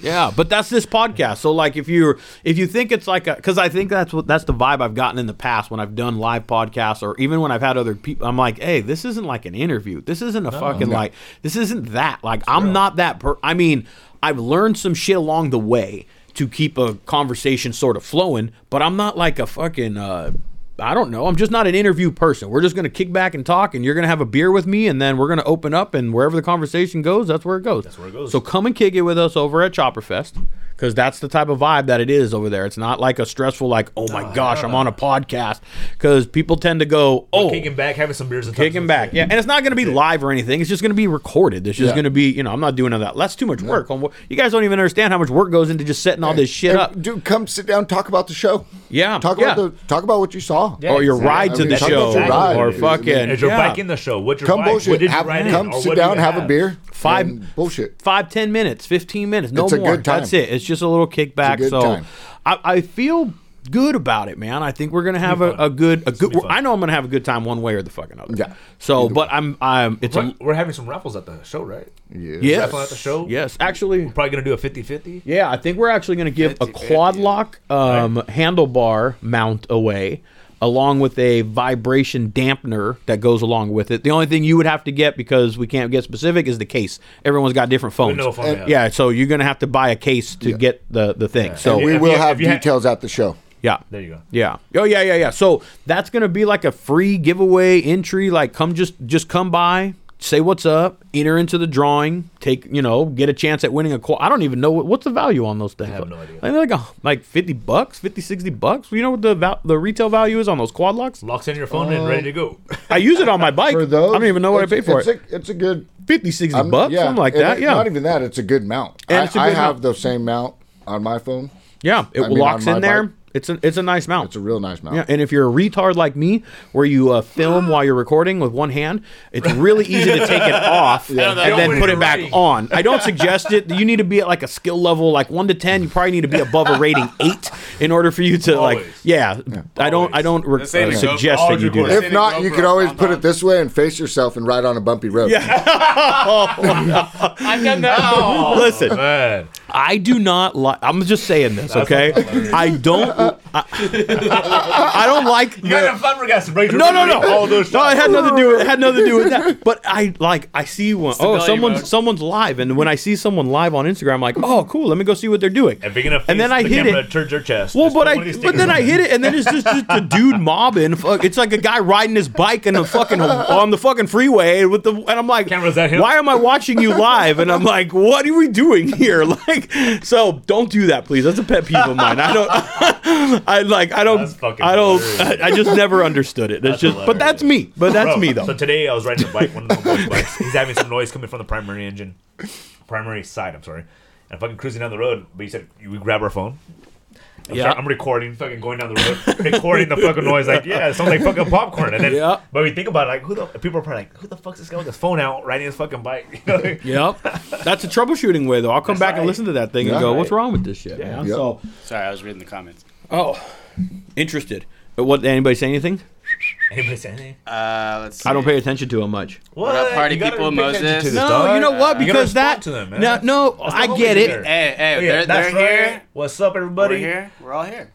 Speaker 2: Yeah, but that's this podcast. So like if you're if you think it's like a cuz I think that's what that's the vibe I've gotten in the past when I've done live podcasts or even when I've had other people I'm like, "Hey, this isn't like an interview. This isn't a fucking like this isn't that. Like I'm not that per- I mean, I've learned some shit along the way to keep a conversation sort of flowing, but I'm not like a fucking uh I don't know. I'm just not an interview person. We're just going to kick back and talk, and you're going to have a beer with me, and then we're going to open up, and wherever the conversation goes, that's where it goes. That's
Speaker 3: where it goes.
Speaker 2: So come and kick it with us over at Chopperfest because that's the type of vibe that it is over there. It's not like a stressful, like, oh my gosh, I'm on a podcast because people tend to go, oh,
Speaker 3: kicking back, having some beers. and talking
Speaker 2: kicking
Speaker 3: some
Speaker 2: back.
Speaker 3: shit.
Speaker 2: Yeah. And it's not going to be live or anything. It's just going to be recorded. It's just
Speaker 1: Yeah.
Speaker 2: going to be, you know, I'm not doing all that. That's too much work. On You guys don't even understand how much work goes into just setting all this shit
Speaker 1: And,
Speaker 2: up.
Speaker 1: Dude, come sit down, talk about the show.
Speaker 2: Yeah,
Speaker 1: Talk
Speaker 2: yeah.
Speaker 1: about the talk about what you saw.
Speaker 3: Yeah.
Speaker 2: or your
Speaker 3: exactly.
Speaker 2: ride
Speaker 1: I
Speaker 2: to
Speaker 1: mean,
Speaker 2: the
Speaker 1: talk
Speaker 2: show,
Speaker 1: about your ride.
Speaker 2: or
Speaker 1: I mean,
Speaker 2: fucking
Speaker 3: Is your
Speaker 2: yeah.
Speaker 3: bike in the show? What's your
Speaker 1: Come
Speaker 3: bike? What
Speaker 1: bullshit.
Speaker 3: did you
Speaker 1: Have,
Speaker 3: ride in?
Speaker 1: come
Speaker 3: Or what
Speaker 1: sit
Speaker 3: do you
Speaker 1: down, have a beer.
Speaker 2: Five-
Speaker 1: and bullshit.
Speaker 2: five ten minutes, fifteen minutes, no
Speaker 1: It's a
Speaker 2: more.
Speaker 1: good time.
Speaker 2: That's it. It's just a little kickback.
Speaker 1: It's a good
Speaker 2: so
Speaker 1: time.
Speaker 2: I, I feel good about it, man. I think we're gonna have a,
Speaker 3: fun.
Speaker 2: a good a good.
Speaker 3: be fun.
Speaker 2: I know I'm gonna have a good time one way or the fucking other.
Speaker 1: Yeah.
Speaker 2: So, but I'm I'm it's
Speaker 3: We're,
Speaker 2: a
Speaker 3: we're having some raffles at the show, right?
Speaker 1: Yeah.
Speaker 2: yes
Speaker 3: Raffle at the show.
Speaker 2: Yes, actually,
Speaker 3: Probably gonna do a 50-50.
Speaker 2: yeah. I think we're actually gonna give a
Speaker 4: 50,
Speaker 2: quad
Speaker 4: yeah.
Speaker 2: lock um, handlebar mount away. Along with a vibration dampener that goes along with it. The only thing you would have to get because we can't get specific is the case. Everyone's got different phones.
Speaker 3: No fun.
Speaker 2: Yeah, so you're gonna have to buy a case to get the the thing. So
Speaker 3: And
Speaker 1: We
Speaker 3: if
Speaker 1: will
Speaker 3: you-
Speaker 1: have
Speaker 3: if you had-
Speaker 1: details at the show.
Speaker 2: yeah.
Speaker 3: There you go.
Speaker 2: Yeah. Oh yeah, yeah, yeah. So that's gonna be like a free giveaway entry. Like come just just come by, say what's up, enter into the drawing, take you know, get a chance at winning a qual. I don't even know what, what's the value on those things. I
Speaker 3: have no idea.
Speaker 2: Like, they're like a, like fifty bucks, 50, 60 bucks. You know what the val- the retail value is on those quad locks?
Speaker 3: Locks in your phone and ready to go.
Speaker 2: I use it on my bike.
Speaker 1: For those,
Speaker 2: I don't even know what I
Speaker 1: it's-
Speaker 2: paid for
Speaker 1: it's
Speaker 2: it.
Speaker 1: A, it's a good
Speaker 2: 50, 60
Speaker 1: I'm-
Speaker 2: bucks, something like
Speaker 1: and
Speaker 2: that.
Speaker 1: it-
Speaker 2: yeah.
Speaker 1: Not even that. It's a good mount.
Speaker 2: And
Speaker 1: I,
Speaker 2: it's a
Speaker 1: I
Speaker 2: good
Speaker 1: have
Speaker 2: mount.
Speaker 1: the same mount on my phone.
Speaker 2: yeah. It
Speaker 1: I mean,
Speaker 2: locks
Speaker 1: on
Speaker 2: in
Speaker 1: my
Speaker 2: there.
Speaker 1: bike.
Speaker 2: It's a, it's a nice mount.
Speaker 1: It's a real nice mount.
Speaker 2: Yeah, and if you're a retard like me, where you uh, film while you're recording with one hand, it's really easy to take it off
Speaker 4: Yeah,
Speaker 2: and then
Speaker 3: when
Speaker 2: put
Speaker 3: you're
Speaker 2: it back
Speaker 3: writing.
Speaker 2: on. I don't suggest it. You need to be at like a skill level, like one to ten. You probably need to be above a rating eight in order for you to like.
Speaker 3: Always.
Speaker 2: Yeah, I don't. I don't re-
Speaker 4: This ain't
Speaker 2: uh,
Speaker 4: a GoPro.
Speaker 2: suggest that you do
Speaker 3: Always
Speaker 2: that.
Speaker 1: If not, you
Speaker 4: GoPro
Speaker 1: could always
Speaker 4: on
Speaker 1: put
Speaker 4: top.
Speaker 1: it this way and face yourself and ride on a bumpy road.
Speaker 2: Yeah.
Speaker 4: I've done that.
Speaker 3: Oh.
Speaker 2: Listen,
Speaker 3: Man,
Speaker 2: I do not like. I'm just saying this, okay? I don't. I, I don't like.
Speaker 3: You got enough fun for guys to break
Speaker 2: No, no, no.
Speaker 3: All those
Speaker 2: no, it
Speaker 3: shots.
Speaker 2: had nothing to do. With, it had nothing to do with that. But I like. I see one. oh,
Speaker 5: Stability
Speaker 2: someone's
Speaker 5: mode.
Speaker 2: someone's live, and when I see someone live on Instagram, I'm like, oh, cool. Let me go see what they're doing.
Speaker 3: And big enough.
Speaker 2: And then I
Speaker 3: the
Speaker 2: hit
Speaker 3: camera
Speaker 2: it.
Speaker 3: Turns your chest.
Speaker 2: Well,
Speaker 3: Just
Speaker 2: but
Speaker 3: put
Speaker 2: I
Speaker 3: one of these
Speaker 2: but then I
Speaker 3: stickers
Speaker 2: hit it, and then it's just just a dude mobbing. Fuck, it's like a guy riding his bike in a fucking on the fucking freeway with the and I'm like,
Speaker 3: Camera's at him.
Speaker 2: why am I watching you live? And I'm like, what are we doing here? Like, so don't do that, please. That's a pet peeve of mine. I don't. I like. I don't.
Speaker 3: That's fucking
Speaker 2: I don't.
Speaker 3: hilarious.
Speaker 2: I, I just never understood it. That's,
Speaker 3: That's
Speaker 2: just. But
Speaker 3: hilarious.
Speaker 2: that's me. But that's
Speaker 3: Bro,
Speaker 2: me though.
Speaker 3: So today I was riding a bike, one of the homeboys' bikes. He's having some noise coming from the primary engine, primary side. I'm sorry. And I'm fucking cruising down the road. But he said we grab our phone. I'm,
Speaker 2: Yeah.
Speaker 3: sorry, I'm recording, fucking going down the road, recording the fucking noise. Like, yeah, it sounds like fucking popcorn. And then,
Speaker 2: Yeah.
Speaker 3: but we think about it, like, who the people are probably like, who the fuck's this guy with his phone out riding his fucking bike? You know, like,
Speaker 2: Yep, that's a troubleshooting way though. I'll come back and
Speaker 3: right.
Speaker 2: listen to that thing and
Speaker 1: Yeah.
Speaker 2: go, "What's wrong with this shit?" man?
Speaker 1: Yep.
Speaker 2: So,
Speaker 4: Sorry, I was reading the comments.
Speaker 2: oh, interested. Uh, What? Anybody say anything?
Speaker 3: Anybody say anything?
Speaker 4: Uh, let's see.
Speaker 2: I don't pay attention to him much.
Speaker 3: What?
Speaker 4: up, party
Speaker 3: You gotta
Speaker 4: people,
Speaker 3: pay attention
Speaker 4: Moses?
Speaker 3: to this,
Speaker 4: No,
Speaker 3: dog.
Speaker 2: No, you know what?
Speaker 3: You gotta
Speaker 2: Because that.
Speaker 3: respond to them, man.
Speaker 2: no, no,
Speaker 3: That's the
Speaker 2: I
Speaker 3: only
Speaker 2: get
Speaker 3: way
Speaker 2: it.
Speaker 3: to get
Speaker 4: Hey, hey,
Speaker 3: Oh, Yeah,
Speaker 4: they're, they're
Speaker 3: that's right.
Speaker 4: here.
Speaker 3: What's up, everybody?
Speaker 4: We're here. We're all here.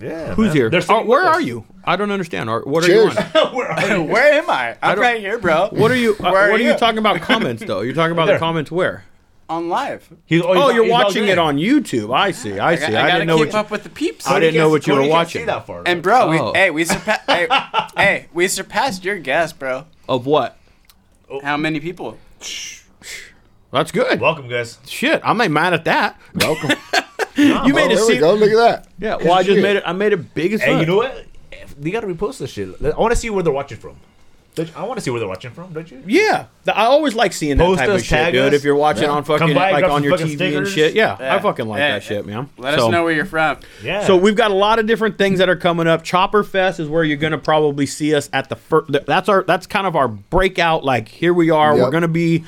Speaker 3: Yeah.
Speaker 2: Who's
Speaker 3: man.
Speaker 2: here?
Speaker 3: They're
Speaker 2: Art,
Speaker 3: sitting
Speaker 2: where
Speaker 3: with us.
Speaker 2: are you? I don't understand. Art, what are
Speaker 1: Cheers.
Speaker 2: you on?
Speaker 3: Where are you?
Speaker 4: Where am I? I'm
Speaker 2: don't-
Speaker 4: right here, bro.
Speaker 2: What are you? uh,
Speaker 4: Where are
Speaker 2: what are you
Speaker 4: you?
Speaker 2: talking about? Comments though. You're talking about the
Speaker 3: There.
Speaker 2: comments where?
Speaker 4: On live.
Speaker 3: He's- he's
Speaker 2: Oh,
Speaker 3: not-
Speaker 2: you're
Speaker 3: he's not
Speaker 2: watching
Speaker 3: good.
Speaker 2: it on YouTube. I see. I
Speaker 4: I,
Speaker 2: see.
Speaker 4: I
Speaker 2: I,
Speaker 4: gotta
Speaker 2: didn't know
Speaker 4: keep
Speaker 2: what.
Speaker 4: up with the peeps.
Speaker 2: I didn't know what you
Speaker 3: Cody
Speaker 2: were
Speaker 3: can't
Speaker 2: watching.
Speaker 3: See that far.
Speaker 4: And bro,
Speaker 2: Oh.
Speaker 4: we, hey, we surpassed. hey, hey, we surpassed your guess, bro.
Speaker 2: Of what?
Speaker 4: How many people?
Speaker 2: That's good.
Speaker 3: Welcome, guys.
Speaker 2: Shit, I'm not mad at that.
Speaker 1: Welcome.
Speaker 2: You made
Speaker 1: oh,
Speaker 2: it
Speaker 1: there we
Speaker 2: seem.
Speaker 1: go. Look at that.
Speaker 2: Yeah. Well, I just
Speaker 1: Shit.
Speaker 2: made it. I made it big as
Speaker 3: Hey,
Speaker 2: fuck.
Speaker 3: you know what? If- They gotta repost this shit. I want to see where they're watching from. Don't you- I want to see where they're watching from. Don't you?
Speaker 2: Yeah, Th- I always like seeing that
Speaker 3: Post
Speaker 2: type
Speaker 3: us,
Speaker 2: of shit,
Speaker 3: tag
Speaker 2: dude.
Speaker 3: us.
Speaker 2: If you're watching on fucking
Speaker 3: Come by,
Speaker 2: like
Speaker 3: grab
Speaker 2: on
Speaker 3: some
Speaker 2: your TV
Speaker 3: fucking
Speaker 2: and
Speaker 3: stickers.
Speaker 2: shit, yeah, I
Speaker 4: Yeah.
Speaker 2: fucking like
Speaker 4: Yeah.
Speaker 2: that shit, man.
Speaker 4: Let
Speaker 2: So-
Speaker 4: us know where you're from.
Speaker 3: Yeah.
Speaker 2: So we've got a lot of different things that are coming up. Chopper Fest is where you're gonna probably see us at the first. That's our. That's kind of our breakout. Like here we are. We're
Speaker 1: Yep.
Speaker 2: gonna be.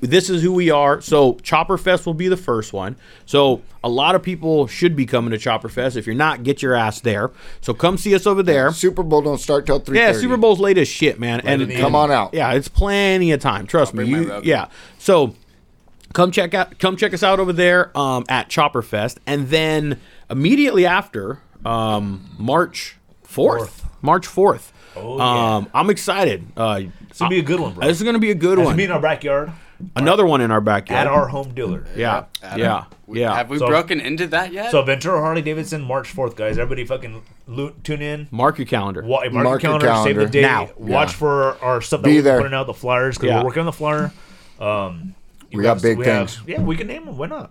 Speaker 2: This is who we are. So Chopper Fest will be the first one. So a lot of people should be coming to Chopper Fest. If you're not, get your ass there. So come see us over there.
Speaker 1: Super Bowl don't start till three.
Speaker 2: Yeah, Super Bowl's late as shit, man. and
Speaker 3: in the
Speaker 2: and-
Speaker 1: Come on out.
Speaker 2: Yeah, it's plenty of time. Trust me.
Speaker 4: bring my
Speaker 2: You-
Speaker 4: rug.
Speaker 2: yeah. So come check out come check us out over there um, at Chopper Fest, and then immediately after um, March fourth,
Speaker 3: Fourth.
Speaker 2: March fourth.
Speaker 3: Oh, yeah.
Speaker 2: um, I'm excited. Uh,
Speaker 3: This will be a good one, bro.
Speaker 2: this is gonna be a good
Speaker 3: This will
Speaker 2: one.
Speaker 3: be in our backyard
Speaker 2: Another one in our backyard.
Speaker 3: at our home dealer.
Speaker 2: yeah,
Speaker 4: Adam,
Speaker 2: yeah,
Speaker 4: we-
Speaker 2: yeah.
Speaker 4: Have we
Speaker 3: So-
Speaker 4: broken into that yet?
Speaker 3: So Ventura Harley Davidson, March fourth, guys. Everybody, fucking lo- tune in.
Speaker 2: Mark your calendar.
Speaker 3: Wa- mark,
Speaker 1: Mark your
Speaker 3: your calendar, save
Speaker 1: calendar.
Speaker 3: the date.
Speaker 2: Now.
Speaker 3: Watch
Speaker 2: Yeah.
Speaker 3: for our stuff that
Speaker 1: Be
Speaker 3: we're
Speaker 1: there.
Speaker 3: putting out the flyers because
Speaker 2: Yeah.
Speaker 3: we're working on the flyer. Um, you
Speaker 1: We got
Speaker 3: guys-
Speaker 1: big
Speaker 3: have-
Speaker 1: things.
Speaker 3: yeah, we can name them. Why not?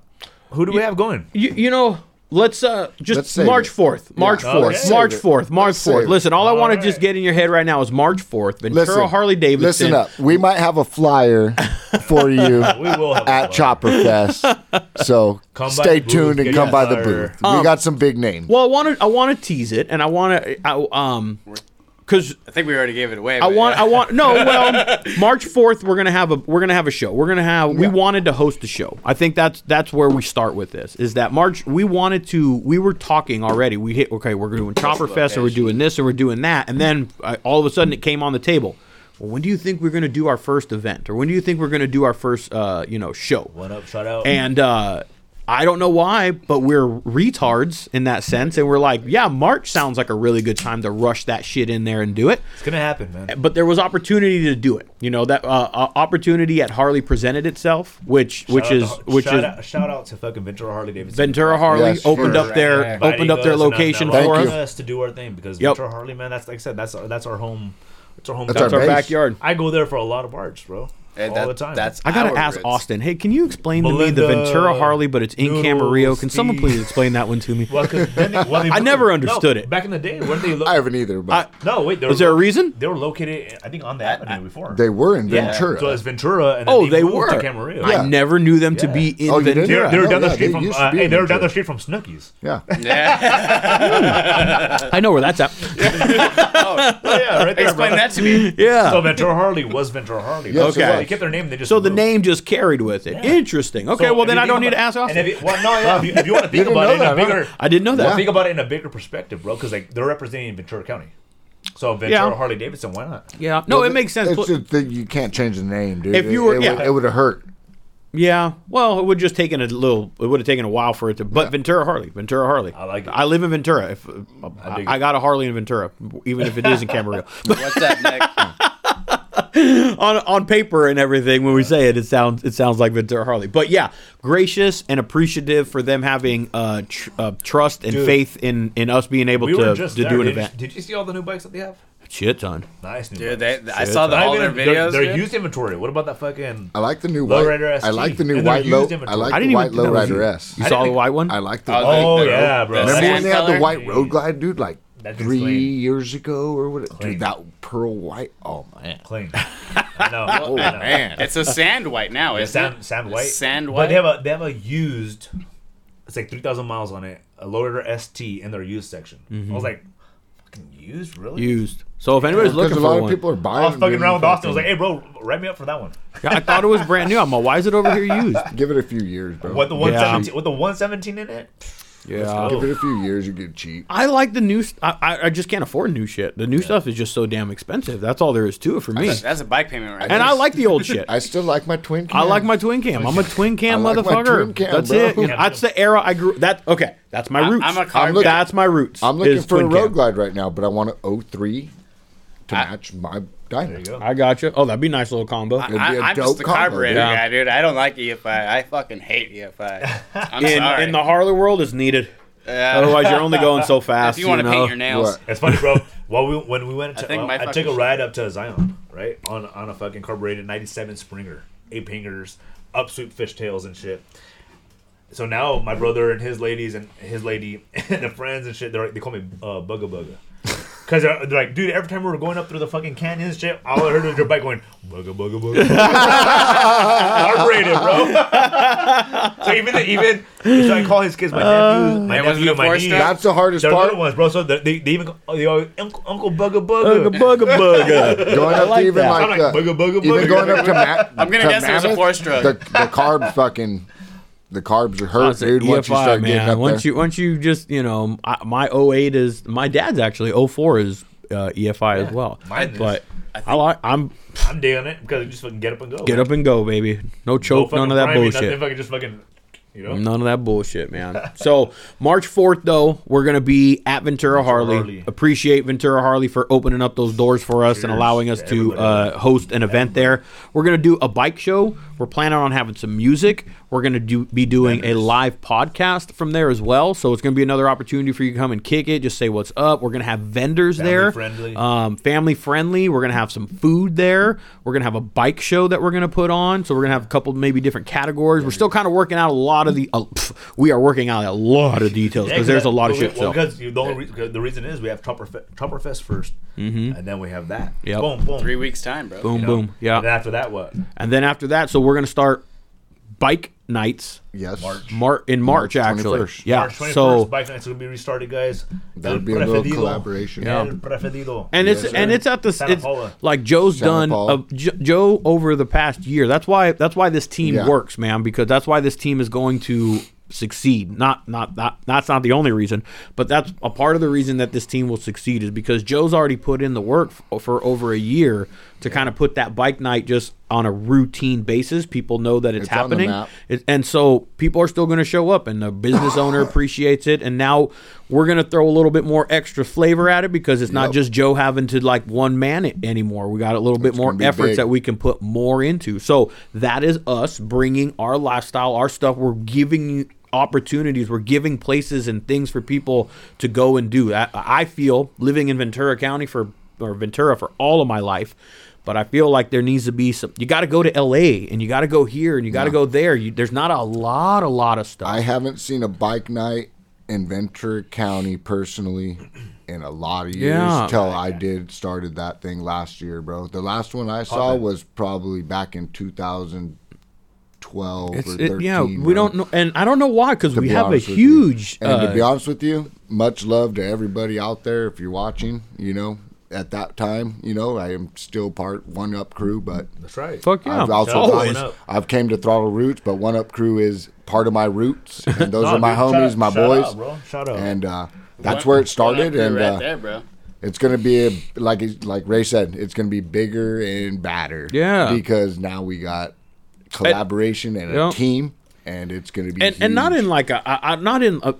Speaker 3: Who do we have going?
Speaker 2: you, you know let's uh just
Speaker 1: Let's save
Speaker 2: march
Speaker 1: it.
Speaker 2: 4th march
Speaker 3: Yeah.
Speaker 2: 4th
Speaker 3: Okay.
Speaker 2: march
Speaker 1: Save it.
Speaker 2: 4th march
Speaker 1: Let's save
Speaker 2: 4th
Speaker 1: it.
Speaker 2: listen all i want to just
Speaker 3: right.
Speaker 2: get in your head right now is march 4th ventura harley davidson
Speaker 1: Listen up. We might have a flyer for you
Speaker 3: We will have a flyer.
Speaker 1: at Chopper Fest. So
Speaker 3: Come by
Speaker 1: stay
Speaker 3: the booth,
Speaker 1: tuned and
Speaker 3: get
Speaker 1: come
Speaker 3: your
Speaker 1: by the
Speaker 3: flyer.
Speaker 1: booth. we got some big names.
Speaker 2: Um, well i want to i want to tease it and i want to I, um because
Speaker 4: I think we already gave it away.
Speaker 2: I want, I want, no. Well, March fourth, we're gonna have a, we're gonna have a show. We're gonna have, we wanted to host a show. I think that's that's where we start with this. Is that March? We wanted to, we were talking already. We hit, okay, we're doing Chopper Fest, and we're doing this, and we're doing that, and then I, all of a sudden it came on the table. Well, when do you think we're gonna do our first event, or when do you think we're gonna do our first, uh, you know, show?
Speaker 3: One up, shout out.
Speaker 2: And uh, I don't know why, but we're retards in that sense, and we're like, yeah, March sounds like a really good time to rush that shit in there and do it
Speaker 3: it's gonna happen, man.
Speaker 2: but there was opportunity to do it. You know that uh, uh, opportunity at Harley presented itself, which which
Speaker 3: Shout
Speaker 2: is
Speaker 3: out to-
Speaker 2: which
Speaker 3: shout
Speaker 2: is
Speaker 3: out, shout out to fucking Ventura Harley Davidson.
Speaker 2: Ventura Harley
Speaker 1: Yes,
Speaker 2: opened
Speaker 1: for
Speaker 2: up their
Speaker 3: Inviting
Speaker 2: opened up
Speaker 3: us
Speaker 2: their
Speaker 3: and
Speaker 2: location
Speaker 3: allowing
Speaker 2: for
Speaker 1: Thank
Speaker 2: us.
Speaker 1: you.
Speaker 3: us to do our thing because
Speaker 2: Yep.
Speaker 3: Ventura Harley, man, that's like I said, that's our, that's our home. It's our home.
Speaker 1: That's
Speaker 2: That's
Speaker 3: country.
Speaker 2: our
Speaker 1: Base.
Speaker 2: backyard.
Speaker 3: I go there for a lot of bars, bro. all the time.
Speaker 4: That's
Speaker 2: I gotta
Speaker 4: our
Speaker 2: ask
Speaker 4: roots.
Speaker 2: Austin. Hey, can you explain to me the
Speaker 3: Melinda,
Speaker 2: Ventura Harley, but it's in
Speaker 3: Noodles,
Speaker 2: Camarillo? Can someone
Speaker 3: Steve.
Speaker 2: please explain that one to me?
Speaker 3: Well, 'cause then they- well, they
Speaker 2: I
Speaker 3: moved.
Speaker 2: never understood
Speaker 3: No,
Speaker 2: it.
Speaker 3: Back in the day, weren't they? Lo-
Speaker 1: I haven't either,
Speaker 2: I,
Speaker 1: but
Speaker 3: no, wait. They
Speaker 2: was
Speaker 3: were
Speaker 2: there a
Speaker 3: lo-
Speaker 2: reason?
Speaker 3: They were located, I think, on the avenue before.
Speaker 1: they were in
Speaker 3: Yeah.
Speaker 1: Ventura.
Speaker 3: So it's Ventura, and then
Speaker 2: Oh, they
Speaker 3: moved
Speaker 2: were.
Speaker 3: to Camarillo.
Speaker 2: I never knew them to
Speaker 3: Yeah.
Speaker 2: be in
Speaker 1: Oh, you didn't?
Speaker 3: They were,
Speaker 2: Ventura.
Speaker 3: they were
Speaker 1: No,
Speaker 3: down the
Speaker 1: yeah,
Speaker 3: street
Speaker 1: they
Speaker 3: from.
Speaker 1: used to
Speaker 3: Uh,
Speaker 1: be
Speaker 3: hey,
Speaker 1: in
Speaker 3: they were down
Speaker 1: Ventura.
Speaker 3: the street from Snookies.
Speaker 1: yeah.
Speaker 2: I know where that's at.
Speaker 3: yeah, right there.
Speaker 4: Explain
Speaker 3: bro.
Speaker 4: that to me.
Speaker 2: Yeah.
Speaker 3: So Ventura Harley was Ventura Harley.
Speaker 1: Yes,
Speaker 2: it
Speaker 3: So
Speaker 2: was.
Speaker 3: they kept their name. They just
Speaker 2: So the
Speaker 3: moved.
Speaker 2: name just carried with it. Interesting. Okay,
Speaker 3: So
Speaker 2: well
Speaker 3: if
Speaker 2: then
Speaker 3: you
Speaker 2: I
Speaker 3: think
Speaker 2: don't need to
Speaker 3: about-
Speaker 2: ask
Speaker 3: And if
Speaker 2: Austin.
Speaker 3: you, well, no, yeah, if you, if you want to think
Speaker 1: didn't
Speaker 3: about
Speaker 1: know
Speaker 3: it in
Speaker 1: that,
Speaker 3: a
Speaker 1: huh?
Speaker 3: bigger,
Speaker 2: I didn't know that.
Speaker 3: Think about it in a bigger perspective, bro, because like they're representing Ventura County. So Ventura
Speaker 2: Yeah.
Speaker 3: Harley Davidson, why not?
Speaker 2: Yeah. No, Oh, it makes sense.
Speaker 1: It's just that you can't change the name, dude.
Speaker 2: If you were-
Speaker 1: it, it
Speaker 2: yeah.
Speaker 1: would, it would have hurt.
Speaker 2: Yeah. Well, it would just taken a little. It would have taken a while for it to. But Ventura Harley, Ventura Harley. I
Speaker 3: like it.
Speaker 2: I live in Ventura. If
Speaker 3: I
Speaker 2: I,
Speaker 3: dig
Speaker 2: I
Speaker 3: it.
Speaker 2: got a Harley in Ventura, even if it is in Camarillo. But
Speaker 4: What's that, Nick?
Speaker 2: on on paper and everything, when we say it, it sounds it sounds like Ventura Harley. But yeah, gracious and appreciative for them having uh, tr- uh trust and
Speaker 3: Dude.
Speaker 2: faith in in us being able
Speaker 3: We
Speaker 2: to
Speaker 3: were
Speaker 2: to
Speaker 3: just there.
Speaker 2: do an
Speaker 3: did,
Speaker 2: event.
Speaker 3: You, did you see all the new bikes that they have?
Speaker 2: Shit ton.
Speaker 3: Nice new
Speaker 4: Dude, they,
Speaker 3: bikes.
Speaker 4: I saw the,
Speaker 3: Not
Speaker 4: all
Speaker 3: even-
Speaker 4: their
Speaker 3: they're-
Speaker 4: videos.
Speaker 3: They're,
Speaker 4: dude.
Speaker 3: used inventory. What about that fucking?
Speaker 1: I like the new white.
Speaker 3: Lowrider ST.
Speaker 1: I like the new
Speaker 3: And they're
Speaker 1: white
Speaker 3: used
Speaker 1: low.
Speaker 3: inventory.
Speaker 1: I like
Speaker 2: I
Speaker 1: the
Speaker 2: didn't
Speaker 1: white
Speaker 2: even know that was
Speaker 1: lowrider
Speaker 2: you.
Speaker 1: S.
Speaker 2: You saw the
Speaker 3: think-
Speaker 2: white one.
Speaker 1: I like the.
Speaker 4: Oh,
Speaker 1: I
Speaker 3: Oh
Speaker 1: like the-
Speaker 3: yeah, bro.
Speaker 4: That's
Speaker 1: Remember when they had the
Speaker 4: color?
Speaker 1: white road glide, dude? Like
Speaker 3: That thing's
Speaker 1: three
Speaker 3: clean.
Speaker 1: years ago or what?
Speaker 3: Clean.
Speaker 1: Dude, that pearl white. Oh man. Oh,
Speaker 3: clean. I know. I know.
Speaker 4: It's a sand white now, isn't
Speaker 3: Sand,
Speaker 4: it?
Speaker 3: sand white.
Speaker 4: Sand
Speaker 3: But they have
Speaker 4: white.
Speaker 3: a they have a used. It's like three thousand miles on it. A Lowrider ST in their used section. I was like, fucking used, really?
Speaker 2: used. So if anybody's
Speaker 1: Because
Speaker 2: looking
Speaker 1: a
Speaker 2: for
Speaker 1: lot of
Speaker 2: one,
Speaker 1: people are buying.
Speaker 3: I was fucking
Speaker 1: them
Speaker 3: around with Austin. I was like,
Speaker 1: fucking-
Speaker 3: hey, bro, write me up for that one.
Speaker 2: I thought it was brand new. I'm like, why is it over here used?
Speaker 1: give it a few years, bro.
Speaker 3: What the
Speaker 1: Give
Speaker 3: one
Speaker 2: Yeah.
Speaker 3: seventeen? With the one seventeen in it?
Speaker 2: Yeah.
Speaker 3: go.
Speaker 1: it a few years, you get cheap.
Speaker 2: I like the new. St- I, I- I just can't afford new shit. The new stuff is just so damn expensive. That's all there is to it for me.
Speaker 4: That's a bike payment right
Speaker 2: and I like the old shit. I,
Speaker 1: I still like my twin. Cam.
Speaker 2: like my twin cam. I'm a twin cam
Speaker 1: I like my
Speaker 2: motherfucker.
Speaker 1: twin cam,
Speaker 2: that's
Speaker 1: bro.
Speaker 2: it. You know, that's the era I grew. That okay. That's my roots.
Speaker 4: I'm a car I'm
Speaker 1: looking- guy.
Speaker 2: that's my roots.
Speaker 1: I'm looking
Speaker 2: is
Speaker 1: for a
Speaker 2: twin
Speaker 1: road
Speaker 2: cam.
Speaker 1: glide right now, but I want an 03 to match my
Speaker 3: There
Speaker 1: Dyna.
Speaker 3: you go.
Speaker 2: I got you. Oh, that'd be a nice little combo.
Speaker 1: It'd be
Speaker 4: I,
Speaker 1: a
Speaker 4: I'm
Speaker 1: dope
Speaker 4: just the
Speaker 1: combo,
Speaker 4: carburetor
Speaker 2: dude.
Speaker 4: guy, dude. I don't like EFI. I fucking hate EFI. I'm
Speaker 2: in,
Speaker 4: sorry.
Speaker 2: in the Harley world, is needed.
Speaker 4: Yeah.
Speaker 2: Otherwise, you're only going so fast.
Speaker 4: if you want to
Speaker 2: know?
Speaker 4: paint your nails,
Speaker 1: What?
Speaker 3: It's funny, bro. While we when we went
Speaker 4: I
Speaker 3: to,
Speaker 4: think
Speaker 3: well,
Speaker 4: my
Speaker 3: I, took a
Speaker 4: fucking-
Speaker 3: ride up to Zion, right on on a fucking carbureted '97 Springer, eight pingers, upsweep fishtails and shit. So now my brother and his ladies and his lady and the friends and shit, they're like, they call me uh, Bugga Bugga. Cause they're, they're like, dude. Every time we were going up through the fucking canyons, and shit, all I heard was your bike going bugga bugga bugga. Carbureted, bro. so even even so, I call his kids my
Speaker 4: Uh,
Speaker 3: nephews, my
Speaker 4: It wasn't
Speaker 3: nephew, and
Speaker 4: the
Speaker 3: my
Speaker 4: forced
Speaker 3: niece.
Speaker 4: up?
Speaker 1: That's the hardest
Speaker 3: They're
Speaker 1: part.
Speaker 3: little ones, bro. So they, they, they even go- oh, they all, Uncle, Uncle Bugga Bugga.
Speaker 2: Bugga, bugga, bugga.
Speaker 1: Going up
Speaker 2: like
Speaker 1: to even
Speaker 2: that.
Speaker 1: like,
Speaker 3: I'm like,
Speaker 1: the,
Speaker 3: booga, booga,
Speaker 1: even
Speaker 3: booga.
Speaker 1: going up to Matt.
Speaker 4: I'm gonna
Speaker 1: to
Speaker 4: guess it was a
Speaker 1: Mammoth,
Speaker 4: four-stroke.
Speaker 1: The, the carb fucking, the carbs are hurt,
Speaker 2: That's
Speaker 1: dude.
Speaker 2: an
Speaker 1: Once you
Speaker 2: EFI,
Speaker 1: start getting up
Speaker 2: once
Speaker 1: there,
Speaker 2: you once you just you know I, my 08 is my dad's actually 04 is uh, EFI as well.
Speaker 3: mine is.
Speaker 2: but I, like I'm
Speaker 3: I'm doing it because you just fucking get up and go.
Speaker 2: get up and go, baby. No
Speaker 3: Don't
Speaker 2: choke,
Speaker 3: fucking
Speaker 2: none of that
Speaker 3: prime me, Nothing,
Speaker 2: bullshit.
Speaker 3: fucking just fucking, you know.
Speaker 2: None of that bullshit, man. so March 4th though, we're gonna be at Ventura Harley.
Speaker 3: Harley.
Speaker 2: Appreciate Ventura Harley for opening up those doors for us and
Speaker 3: Cheers
Speaker 2: allowing us
Speaker 3: to
Speaker 2: to
Speaker 3: everybody.
Speaker 2: uh, host an event there. We're gonna do a bike show. We're planning on having some music. We're gonna do be doing a live podcast from there as well. So it's gonna be another opportunity for you to come and kick it. Just say what's up. We're gonna have vendors
Speaker 3: Family
Speaker 2: there,
Speaker 3: friendly.
Speaker 2: Um, family friendly. We're gonna have some food there. We're gonna have a bike show that we're gonna put on. So we're gonna have a couple maybe different categories. We're still kind of working out a lot of the. Uh, pff, we are working out a lot of details
Speaker 3: Yeah,
Speaker 2: because there's a lot of
Speaker 3: well, we-
Speaker 2: shit.
Speaker 3: Well,
Speaker 2: so.
Speaker 3: because you, the only reason, 'cause the reason is we have Chopper Fe- Chopper Fest 1st and then we have that.
Speaker 2: Mm-hmm. Yep.
Speaker 3: Boom, boom.
Speaker 4: three weeks time, bro.
Speaker 2: boom,
Speaker 3: you know?
Speaker 2: boom, yeah.
Speaker 3: And then after that, what?
Speaker 2: And then after that, so we're gonna start bike nights.
Speaker 1: yes,
Speaker 2: Mar- in
Speaker 1: March
Speaker 2: March, actually,
Speaker 1: 21st.
Speaker 2: yeah.
Speaker 3: March 21st,
Speaker 2: so
Speaker 3: bike nights will be restarted, guys.
Speaker 1: That'll
Speaker 3: El
Speaker 1: be a little
Speaker 3: Preferido.
Speaker 1: collaboration.
Speaker 2: Yeah.
Speaker 3: El preferido.
Speaker 2: and it's
Speaker 1: Yes, sir.
Speaker 2: and it's at the
Speaker 3: Santa
Speaker 2: it's,
Speaker 3: Paula.
Speaker 2: like Joe's
Speaker 1: Santa
Speaker 2: done
Speaker 1: Paula.
Speaker 2: uh, J- Joe over the past year. That's why that's why this team
Speaker 1: Yeah.
Speaker 2: works, man. Because that's why this team is going to succeed. Not not not that's not the only reason, but that's a part of the reason that this team will succeed is because Joe's already put in the work f- for over a year to kind of put that bike night just on a routine basis. People know that it's,
Speaker 1: It's on the
Speaker 2: happening.
Speaker 1: map.
Speaker 2: It, and so people are still going to show up, and the business owner appreciates it. And now we're going to throw a little bit more extra flavor at it because it's not
Speaker 1: Yep.
Speaker 2: just Joe having to like one man it anymore. We got a little bit more
Speaker 1: gonna be
Speaker 2: efforts
Speaker 1: big.
Speaker 2: that we can put more into. So that is us bringing our lifestyle, our stuff. We're giving you opportunities we're giving places and things for people to go and do I, I feel living in ventura county for or ventura for all of my life but i feel like there needs to be some you got to go to la and you got to go here and you got to go there you, there's not a lot a lot of stuff
Speaker 1: I haven't seen a bike night in Ventura County personally in a lot of years
Speaker 2: Yeah.
Speaker 1: till I did started that thing last year, bro. The last one I saw was probably back in 2012 or
Speaker 2: it's
Speaker 1: 13.
Speaker 2: it, yeah
Speaker 1: bro.
Speaker 2: we don't know and i don't know why because
Speaker 1: To
Speaker 2: we
Speaker 1: be
Speaker 2: have a
Speaker 1: honest with you.
Speaker 2: huge
Speaker 1: And
Speaker 2: uh,
Speaker 1: to be honest with you, much love to everybody out there if you're watching, you know. At that time, you know, I am still part one up crew, but
Speaker 3: That's right.
Speaker 2: fuck yeah Oh,
Speaker 1: I've also
Speaker 3: Shout out
Speaker 1: always-
Speaker 3: One Up.
Speaker 1: I've came to Throttle Roots, but One Up Crew is part of my roots, and those
Speaker 3: No,
Speaker 1: are my
Speaker 3: dude, shout
Speaker 1: homies,
Speaker 3: out-
Speaker 1: my
Speaker 3: shout
Speaker 1: boys,
Speaker 3: out, bro. Shout out.
Speaker 1: and uh, that's where it started.
Speaker 4: Right
Speaker 1: And
Speaker 4: right
Speaker 1: uh,
Speaker 4: there, bro.
Speaker 1: it's gonna be a, like like Ray said, it's gonna be bigger and badder.
Speaker 2: Yeah.
Speaker 1: because now we got collaboration and a
Speaker 2: Yeah.
Speaker 1: team, and it's going to be
Speaker 2: and, and not
Speaker 1: huge.
Speaker 2: in like a I, I'm not in a,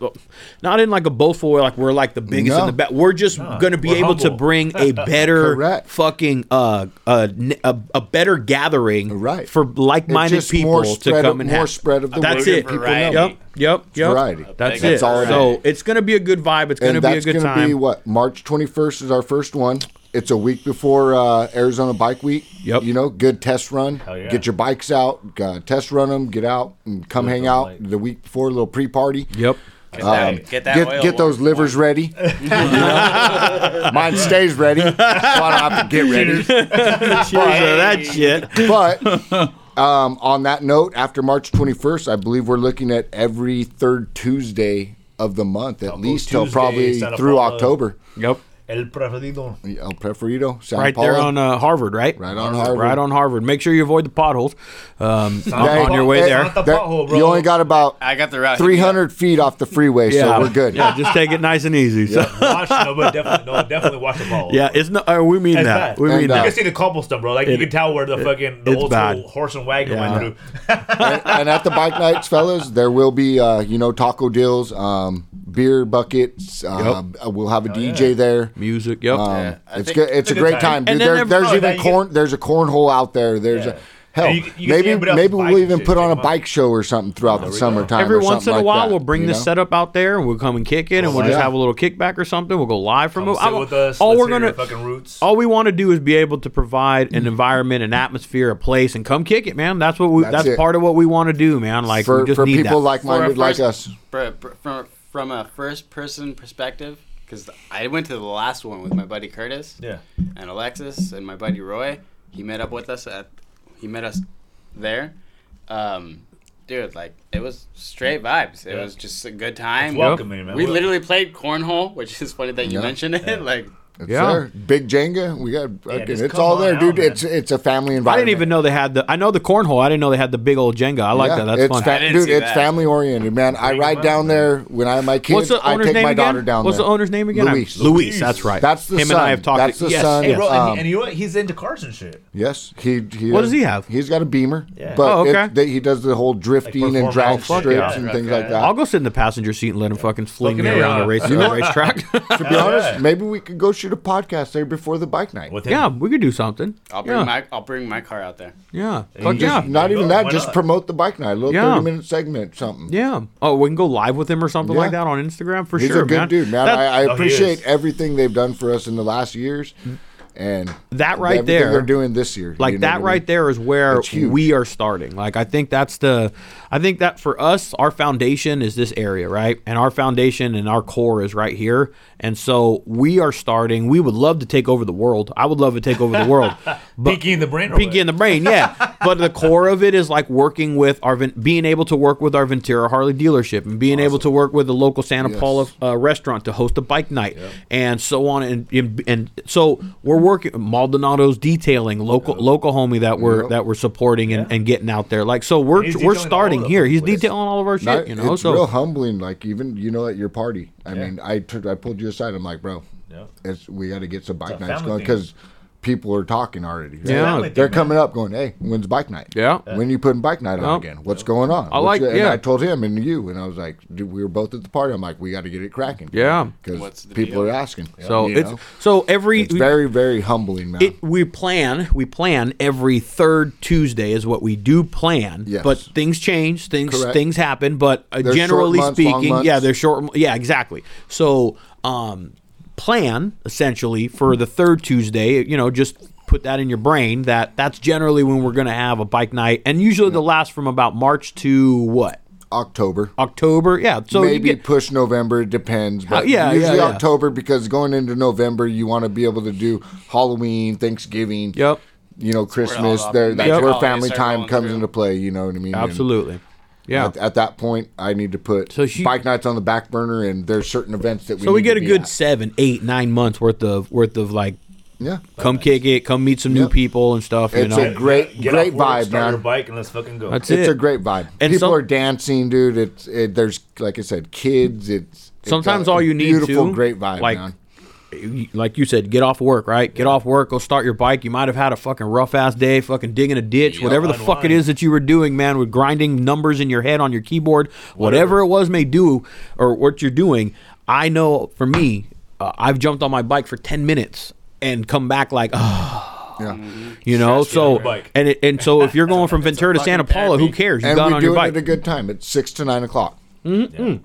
Speaker 2: not in like a boastful way like we're like the biggest
Speaker 1: No.
Speaker 2: and the best. We're just going to be
Speaker 3: We're
Speaker 2: able to
Speaker 3: humble.
Speaker 2: bring a better
Speaker 1: Correct.
Speaker 2: fucking uh a, a, a better gathering
Speaker 1: Right.
Speaker 2: for
Speaker 1: It's
Speaker 2: like-minded
Speaker 1: just more
Speaker 2: people to
Speaker 1: spread
Speaker 2: come
Speaker 1: of-
Speaker 2: and
Speaker 1: more
Speaker 2: have.
Speaker 1: spread of the
Speaker 2: That's
Speaker 1: word.
Speaker 2: it.
Speaker 1: People
Speaker 4: Variety.
Speaker 1: know.
Speaker 2: Yep, yep, yep.
Speaker 1: variety.
Speaker 2: That's,
Speaker 4: That's
Speaker 2: it.
Speaker 1: all it
Speaker 2: so
Speaker 1: is.
Speaker 2: it's going to be a good vibe. It's going to
Speaker 1: and
Speaker 2: be a
Speaker 1: that's
Speaker 2: good
Speaker 1: going to
Speaker 2: time.
Speaker 1: be what March 21st is our first one. It's a week before uh, Arizona Bike Week.
Speaker 2: Yep.
Speaker 1: You know, good test run.
Speaker 3: yeah.
Speaker 1: Get your bikes out, uh, test run them, get out and come hang out the week before, a little pre-party.
Speaker 2: yep.
Speaker 5: Get that, get that
Speaker 1: um, get,
Speaker 5: oil
Speaker 1: get those
Speaker 5: warm-
Speaker 1: livers ready. You know? Mine stays ready. So I don't have to get ready.
Speaker 2: Cheers to that shit.
Speaker 1: But um, on that note, after March 21st, I believe we're looking at every third Tuesday of the month, at
Speaker 3: Taco
Speaker 1: least till
Speaker 3: Tuesday,
Speaker 1: probably
Speaker 3: Santa
Speaker 1: through
Speaker 3: Paula.
Speaker 1: October.
Speaker 2: Yep.
Speaker 3: El preferido.
Speaker 1: El Preferido, Santa
Speaker 2: Right there
Speaker 1: Paula.
Speaker 2: on uh, Harvard, right?
Speaker 1: Right on Harvard.
Speaker 2: Right on Harvard. Make sure you avoid the potholes um, on,
Speaker 1: Hey,
Speaker 2: on your way
Speaker 1: hey,
Speaker 2: there.
Speaker 3: The pothole, bro.
Speaker 1: You only got about
Speaker 4: I got the route.
Speaker 1: 300 feet off the freeway,
Speaker 2: Yeah,
Speaker 1: so we're good.
Speaker 2: Yeah, just take it nice and easy. So-
Speaker 3: Watch, no, but definitely, no, definitely watch the ball.
Speaker 2: Yeah, it's not. Uh, we mean
Speaker 3: It's
Speaker 2: that.
Speaker 3: bad.
Speaker 2: We
Speaker 1: And,
Speaker 2: mean
Speaker 1: uh,
Speaker 3: You
Speaker 2: that.
Speaker 3: can see the cobblestone, bro. Like you can tell where the fucking the
Speaker 2: it's
Speaker 3: old
Speaker 2: bad.
Speaker 3: school horse and wagon
Speaker 2: Yeah.
Speaker 3: went through.
Speaker 1: And, and at the bike nights, fellas, there will be, uh, you know, taco deals, um, beer buckets. Um, We'll have a
Speaker 3: Oh,
Speaker 1: DJ there.
Speaker 2: Music. Yep.
Speaker 1: Um,
Speaker 4: I
Speaker 1: it's
Speaker 4: think-
Speaker 1: good. It's a
Speaker 3: good
Speaker 1: great time,
Speaker 3: time.
Speaker 1: dude.
Speaker 2: And then
Speaker 1: There,
Speaker 2: every-
Speaker 1: there's
Speaker 3: oh,
Speaker 1: even
Speaker 3: that you-
Speaker 1: corn. there's a cornhell out there. There's
Speaker 3: Yeah.
Speaker 1: a hell.
Speaker 3: And you- you can see
Speaker 1: maybe
Speaker 3: everybody else's
Speaker 1: maybe
Speaker 3: bikes
Speaker 1: we'll
Speaker 3: and
Speaker 1: even
Speaker 3: shit.
Speaker 1: put on a
Speaker 3: Come on.
Speaker 1: bike show or something throughout the summertime.
Speaker 2: Every
Speaker 1: or
Speaker 2: once in
Speaker 1: something
Speaker 2: a
Speaker 1: like
Speaker 2: while,
Speaker 1: that,
Speaker 2: we'll bring
Speaker 1: you
Speaker 2: this
Speaker 1: know?
Speaker 2: setup out there, and we'll come and kick it, and we'll just
Speaker 1: yeah.
Speaker 2: have a little kickback or something. We'll go live from
Speaker 3: Oh, Come
Speaker 2: it.
Speaker 3: sit
Speaker 2: I'm-
Speaker 3: with us.
Speaker 2: All
Speaker 3: Let's
Speaker 2: we're
Speaker 3: hear your
Speaker 2: gonna,
Speaker 3: fucking roots.
Speaker 2: all we want to do is be able to provide an environment, an atmosphere, a place, and come kick it, man. That's what we.
Speaker 1: That's
Speaker 2: That's,
Speaker 1: it.
Speaker 2: part of what we want to do, man. Like we
Speaker 1: for
Speaker 2: just
Speaker 1: for
Speaker 2: need
Speaker 1: people
Speaker 2: that.
Speaker 1: like-minded
Speaker 4: For our
Speaker 1: like us.
Speaker 4: first- Br- br- from from a first person perspective, because I went to the last one with my buddy Curtis
Speaker 3: Yeah.
Speaker 4: and Alexis and my buddy Roy. He met up with us at he met us there. Um, dude, like it was straight vibes. It
Speaker 3: Yeah.
Speaker 4: was just a good time.
Speaker 3: It's welcoming, man.
Speaker 4: We
Speaker 3: Well-
Speaker 4: literally played cornhole, which is funny that you
Speaker 1: Yeah.
Speaker 4: mentioned it. like
Speaker 1: It's
Speaker 2: Yeah.
Speaker 1: there. Big Jenga. We got. fucking-
Speaker 3: just
Speaker 1: it's
Speaker 3: come
Speaker 1: all
Speaker 3: on
Speaker 1: there,
Speaker 3: out,
Speaker 1: dude.
Speaker 3: man.
Speaker 1: It's it's a family environment.
Speaker 2: I didn't even know they had the. I know the cornhole. I didn't know they had the big old Jenga. I like
Speaker 1: Yeah,
Speaker 2: that. That's
Speaker 1: it's
Speaker 2: fun.
Speaker 1: fa-
Speaker 4: I didn't
Speaker 1: dude,
Speaker 4: see
Speaker 1: it's
Speaker 4: that.
Speaker 1: family oriented, man. I
Speaker 3: Bring
Speaker 1: ride
Speaker 3: them
Speaker 1: down
Speaker 3: up,
Speaker 1: there when I have my kids.
Speaker 2: What's the
Speaker 1: I
Speaker 2: owner's
Speaker 1: take
Speaker 2: name
Speaker 1: my
Speaker 2: again?
Speaker 1: daughter down
Speaker 2: What's
Speaker 1: there.
Speaker 2: the owner's name again? I-
Speaker 1: Luis.
Speaker 2: Luis. That's right.
Speaker 1: That's the
Speaker 2: him and
Speaker 1: son.
Speaker 2: I have talked.
Speaker 1: That's the
Speaker 2: yes,
Speaker 1: son.
Speaker 3: Hey,
Speaker 2: yes.
Speaker 3: bro,
Speaker 1: Um,
Speaker 3: and, and you know what? He's into cars and shit.
Speaker 1: Yes, he. he
Speaker 2: What does he have?
Speaker 1: He's got a Beamer.
Speaker 3: Yeah.
Speaker 1: But
Speaker 2: Oh, okay.
Speaker 1: it- they- he does the whole drifting and
Speaker 3: performance
Speaker 1: drag
Speaker 3: and shit,
Speaker 1: strips
Speaker 3: yeah.
Speaker 1: and things like that.
Speaker 2: I'll go sit in the passenger seat and let him fucking fling
Speaker 3: Fucking
Speaker 2: me
Speaker 3: A,
Speaker 2: around the
Speaker 3: huh?
Speaker 2: race,
Speaker 3: You
Speaker 2: the racetrack.
Speaker 1: to be
Speaker 3: Yeah.
Speaker 1: honest, maybe we could go shoot a podcast there before the bike night.
Speaker 3: With him.
Speaker 2: yeah, we could do something.
Speaker 4: I'll bring
Speaker 2: yeah,
Speaker 4: my I'll bring my car out there.
Speaker 2: yeah,
Speaker 3: And
Speaker 2: fuck
Speaker 3: you
Speaker 2: yeah,
Speaker 3: just-
Speaker 1: Not
Speaker 3: There you
Speaker 1: even
Speaker 3: go.
Speaker 1: that.
Speaker 3: Why
Speaker 1: Just
Speaker 3: not?
Speaker 1: promote the bike night, a little
Speaker 2: Yeah.
Speaker 1: thirty-minute segment, something.
Speaker 2: yeah. Oh, we can go live with him or something
Speaker 1: Yeah.
Speaker 2: like that on Instagram for
Speaker 1: he's
Speaker 2: sure,
Speaker 1: a good
Speaker 2: man.
Speaker 1: dude, man.
Speaker 2: That,
Speaker 1: I, I
Speaker 3: No, Oh, he is.
Speaker 1: appreciate everything they've done for us in the last years, and
Speaker 2: That right
Speaker 1: everything
Speaker 2: there-
Speaker 1: they're doing this year,
Speaker 2: like
Speaker 1: you know what I
Speaker 2: that
Speaker 1: mean?
Speaker 2: right there is where
Speaker 1: It's huge.
Speaker 2: we are starting. Like I think that's the, I think that for us, our foundation is this area, right? And our foundation and our core is right here. And so we are starting. We would love to take over the world. I would love to take over the world. But
Speaker 3: Pinky in the brain. or
Speaker 2: pinky
Speaker 3: what?
Speaker 2: in the brain, yeah. but the core of it is like working with our Ven- being able to work with our Ventura Harley dealership and being able to work with the local Santa
Speaker 1: Yes.
Speaker 2: Paula uh, restaurant to host a bike night and so on and, and and so we're working Maldonado's detailing local local homie that we're
Speaker 1: Yep.
Speaker 2: that we're supporting and, and getting out there like so we're
Speaker 3: He's
Speaker 2: we're
Speaker 3: detailing all
Speaker 2: starting
Speaker 3: over
Speaker 2: here.
Speaker 3: the
Speaker 2: He's
Speaker 3: place.
Speaker 2: detailing all of our shit,
Speaker 1: Not-
Speaker 2: you know.
Speaker 1: it's
Speaker 2: So
Speaker 1: real humbling. Like even you know at your party. I mean, I tur- I pulled you aside. I'm like, bro,
Speaker 3: Yeah.
Speaker 1: it's we got to get some bike
Speaker 3: a
Speaker 1: nights
Speaker 3: family
Speaker 1: going
Speaker 3: thing.
Speaker 1: because people are talking already. right?
Speaker 2: Yeah.
Speaker 3: Family thing,
Speaker 1: they're
Speaker 3: man.
Speaker 1: coming up, going, hey, when's bike night?
Speaker 2: Yeah.
Speaker 1: When you putting bike night on
Speaker 2: Yeah.
Speaker 1: again? What's going on? I
Speaker 2: like-
Speaker 1: And
Speaker 2: yeah.
Speaker 1: I told him and you, and I was like, dude, we were both at the party. I'm like, we got to get it cracking.
Speaker 2: Yeah.
Speaker 1: Because
Speaker 4: What's the
Speaker 1: people are
Speaker 4: deal?
Speaker 1: asking.
Speaker 2: so
Speaker 1: you
Speaker 2: it's
Speaker 1: know?
Speaker 2: so every
Speaker 1: it's very very humbling, man.
Speaker 2: it we plan we plan every third Tuesday is what we do plan.
Speaker 1: Yes.
Speaker 2: But things change, things
Speaker 1: Correct.
Speaker 2: things happen. But uh,
Speaker 1: They're short
Speaker 2: generally
Speaker 1: months, long
Speaker 2: speaking,
Speaker 1: months.
Speaker 2: yeah, they're short. Yeah, exactly. So um, plan essentially for the third Tuesday. You know, just put that in your brain that that's generally when we're going to have a bike night, and usually the last from about March to what
Speaker 1: October.
Speaker 2: October. Yeah, so you
Speaker 1: Maybe
Speaker 2: get
Speaker 1: push November. It depends. But
Speaker 2: yeah, yeah,
Speaker 1: usually
Speaker 2: yeah.
Speaker 1: October because going into November, you want to be able to do Halloween, Thanksgiving.
Speaker 2: Yep.
Speaker 1: You know, Christmas. There, that's
Speaker 2: Yep.
Speaker 1: where
Speaker 4: holidays
Speaker 1: family
Speaker 4: are
Speaker 1: time
Speaker 4: going
Speaker 1: comes
Speaker 4: through.
Speaker 1: into play. You know what I mean? And
Speaker 2: absolutely. Yeah.
Speaker 1: At, at that point, I need to put
Speaker 2: So she-
Speaker 1: bike nights on the back burner, and there's certain events that we.
Speaker 2: so we
Speaker 1: need
Speaker 2: get
Speaker 1: to
Speaker 2: a
Speaker 1: be
Speaker 2: good
Speaker 1: at.
Speaker 2: seven, eight, nine months worth of worth of like
Speaker 1: Yeah.
Speaker 2: come kick it, come meet some new people and stuff. you
Speaker 1: It's
Speaker 2: know,
Speaker 1: a great,
Speaker 3: Get
Speaker 1: great
Speaker 3: off work,
Speaker 1: vibe,
Speaker 3: start
Speaker 1: man.
Speaker 3: Your bike and let's fucking go.
Speaker 2: That's
Speaker 1: It's
Speaker 2: it.
Speaker 1: a great vibe.
Speaker 2: And
Speaker 1: People
Speaker 2: some-
Speaker 1: are dancing, dude. It's it, there's like I said, kids. It's it's
Speaker 2: sometimes
Speaker 1: a
Speaker 2: all you need
Speaker 1: beautiful,
Speaker 2: to
Speaker 1: great vibe,
Speaker 2: like
Speaker 1: man.
Speaker 2: like you said, get off work, right? Get off work, go start your bike. You might have had a fucking rough ass day, fucking digging a ditch,
Speaker 3: Yeah,
Speaker 2: whatever the fuck it
Speaker 3: unwind.
Speaker 2: is that you were doing, man, with grinding numbers in your head on your keyboard, whatever it was may do or what you're doing. I know for me, uh, I've jumped on my bike for 10 minutes and come back like, oh,
Speaker 1: Yeah.
Speaker 4: Um,
Speaker 2: you know,
Speaker 3: Stress you on
Speaker 2: so
Speaker 3: your bike.
Speaker 2: and it, and so if you're going from Ventura to Santa
Speaker 4: fucking
Speaker 2: Paula, who
Speaker 4: therapy.
Speaker 2: cares? You
Speaker 1: And
Speaker 2: got
Speaker 1: we
Speaker 2: on
Speaker 1: do
Speaker 2: your
Speaker 1: it at a
Speaker 2: bike, Mm-hmm.
Speaker 1: good time. It's six to nine o'clock.
Speaker 3: Yeah.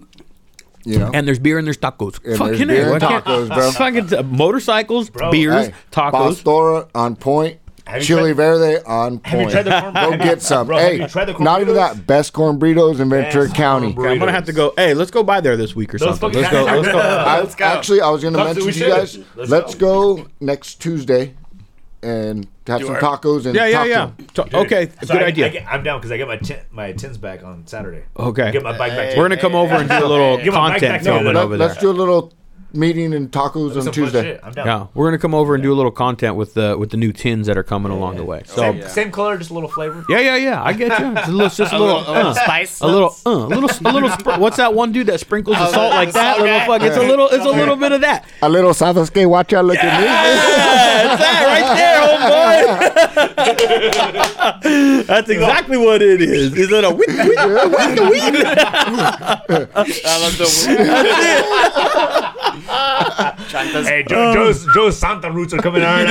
Speaker 1: You know,
Speaker 2: and there's beer and there's tacos.
Speaker 1: there's
Speaker 2: fucking
Speaker 1: beer
Speaker 2: A,
Speaker 1: and
Speaker 2: I can't-
Speaker 1: tacos, bro.
Speaker 2: Fucking t- motorcycles,
Speaker 3: Bro.
Speaker 2: beers,
Speaker 1: Hey,
Speaker 2: tacos.
Speaker 1: Pastora on point.
Speaker 3: Have you
Speaker 1: Chili
Speaker 3: tried-
Speaker 1: Verde on point.
Speaker 3: Have you tried the corn-
Speaker 1: Go
Speaker 3: have you-
Speaker 1: get some.
Speaker 3: bro, have
Speaker 1: hey,
Speaker 3: you tried the corn
Speaker 1: not even
Speaker 3: burritos?
Speaker 1: that. Best corn burritos in Ventura
Speaker 3: Best
Speaker 1: County.
Speaker 3: corn burritos.
Speaker 2: I'm gonna have to go. Hey, let's go by there this week or
Speaker 3: Those
Speaker 2: something.
Speaker 3: fucking
Speaker 2: Let's go. Let's go.
Speaker 1: I,
Speaker 4: Let's go.
Speaker 1: Actually, I was going to
Speaker 3: Let's-
Speaker 1: mention
Speaker 3: we
Speaker 1: to you
Speaker 3: should.
Speaker 1: guys. Let's,
Speaker 3: Let's
Speaker 1: go. next Tuesday and have some
Speaker 4: our-
Speaker 1: tacos and
Speaker 2: Yeah, yeah,
Speaker 1: talk to
Speaker 2: yeah.
Speaker 1: them.
Speaker 2: Ta- okay,
Speaker 3: So
Speaker 2: good
Speaker 3: I-
Speaker 2: idea.
Speaker 3: I get- I'm down because I get my tin, my tins back on Saturday.
Speaker 2: Okay.
Speaker 3: Get my bike back.
Speaker 2: We're gonna come over and do a little
Speaker 3: Give my mic
Speaker 2: content
Speaker 3: back to me.
Speaker 2: filming
Speaker 3: Let-
Speaker 2: over
Speaker 1: Let's
Speaker 2: there.
Speaker 1: do a little meeting and tacos
Speaker 3: Some
Speaker 1: on
Speaker 3: fun
Speaker 1: Tuesday.
Speaker 3: shit. I'm down.
Speaker 2: Yeah, we're gonna come over and do a little content with the with the new tins that are coming along the way. So
Speaker 3: Same, same color, just a little flavor.
Speaker 2: yeah, yeah, yeah. I get you. It's a little, it's just a little,
Speaker 4: A little
Speaker 2: uh,
Speaker 4: spice.
Speaker 2: a little, uh, a little, a little. Spr- what's that one dude that sprinkles the salt like that?
Speaker 4: salt
Speaker 2: Little
Speaker 4: guy.
Speaker 2: fuck. It's a little, it's a little bit of that.
Speaker 1: A little Sasuke, watch out, look at me.
Speaker 2: That's that right there, homeboy. That's exactly what it is. Is it a wheat, wheat, wheat, wheat?
Speaker 4: I love the Chanta's
Speaker 3: Hey, Joe,
Speaker 2: Um,
Speaker 3: Joe's, Joe's Santa roots are coming out.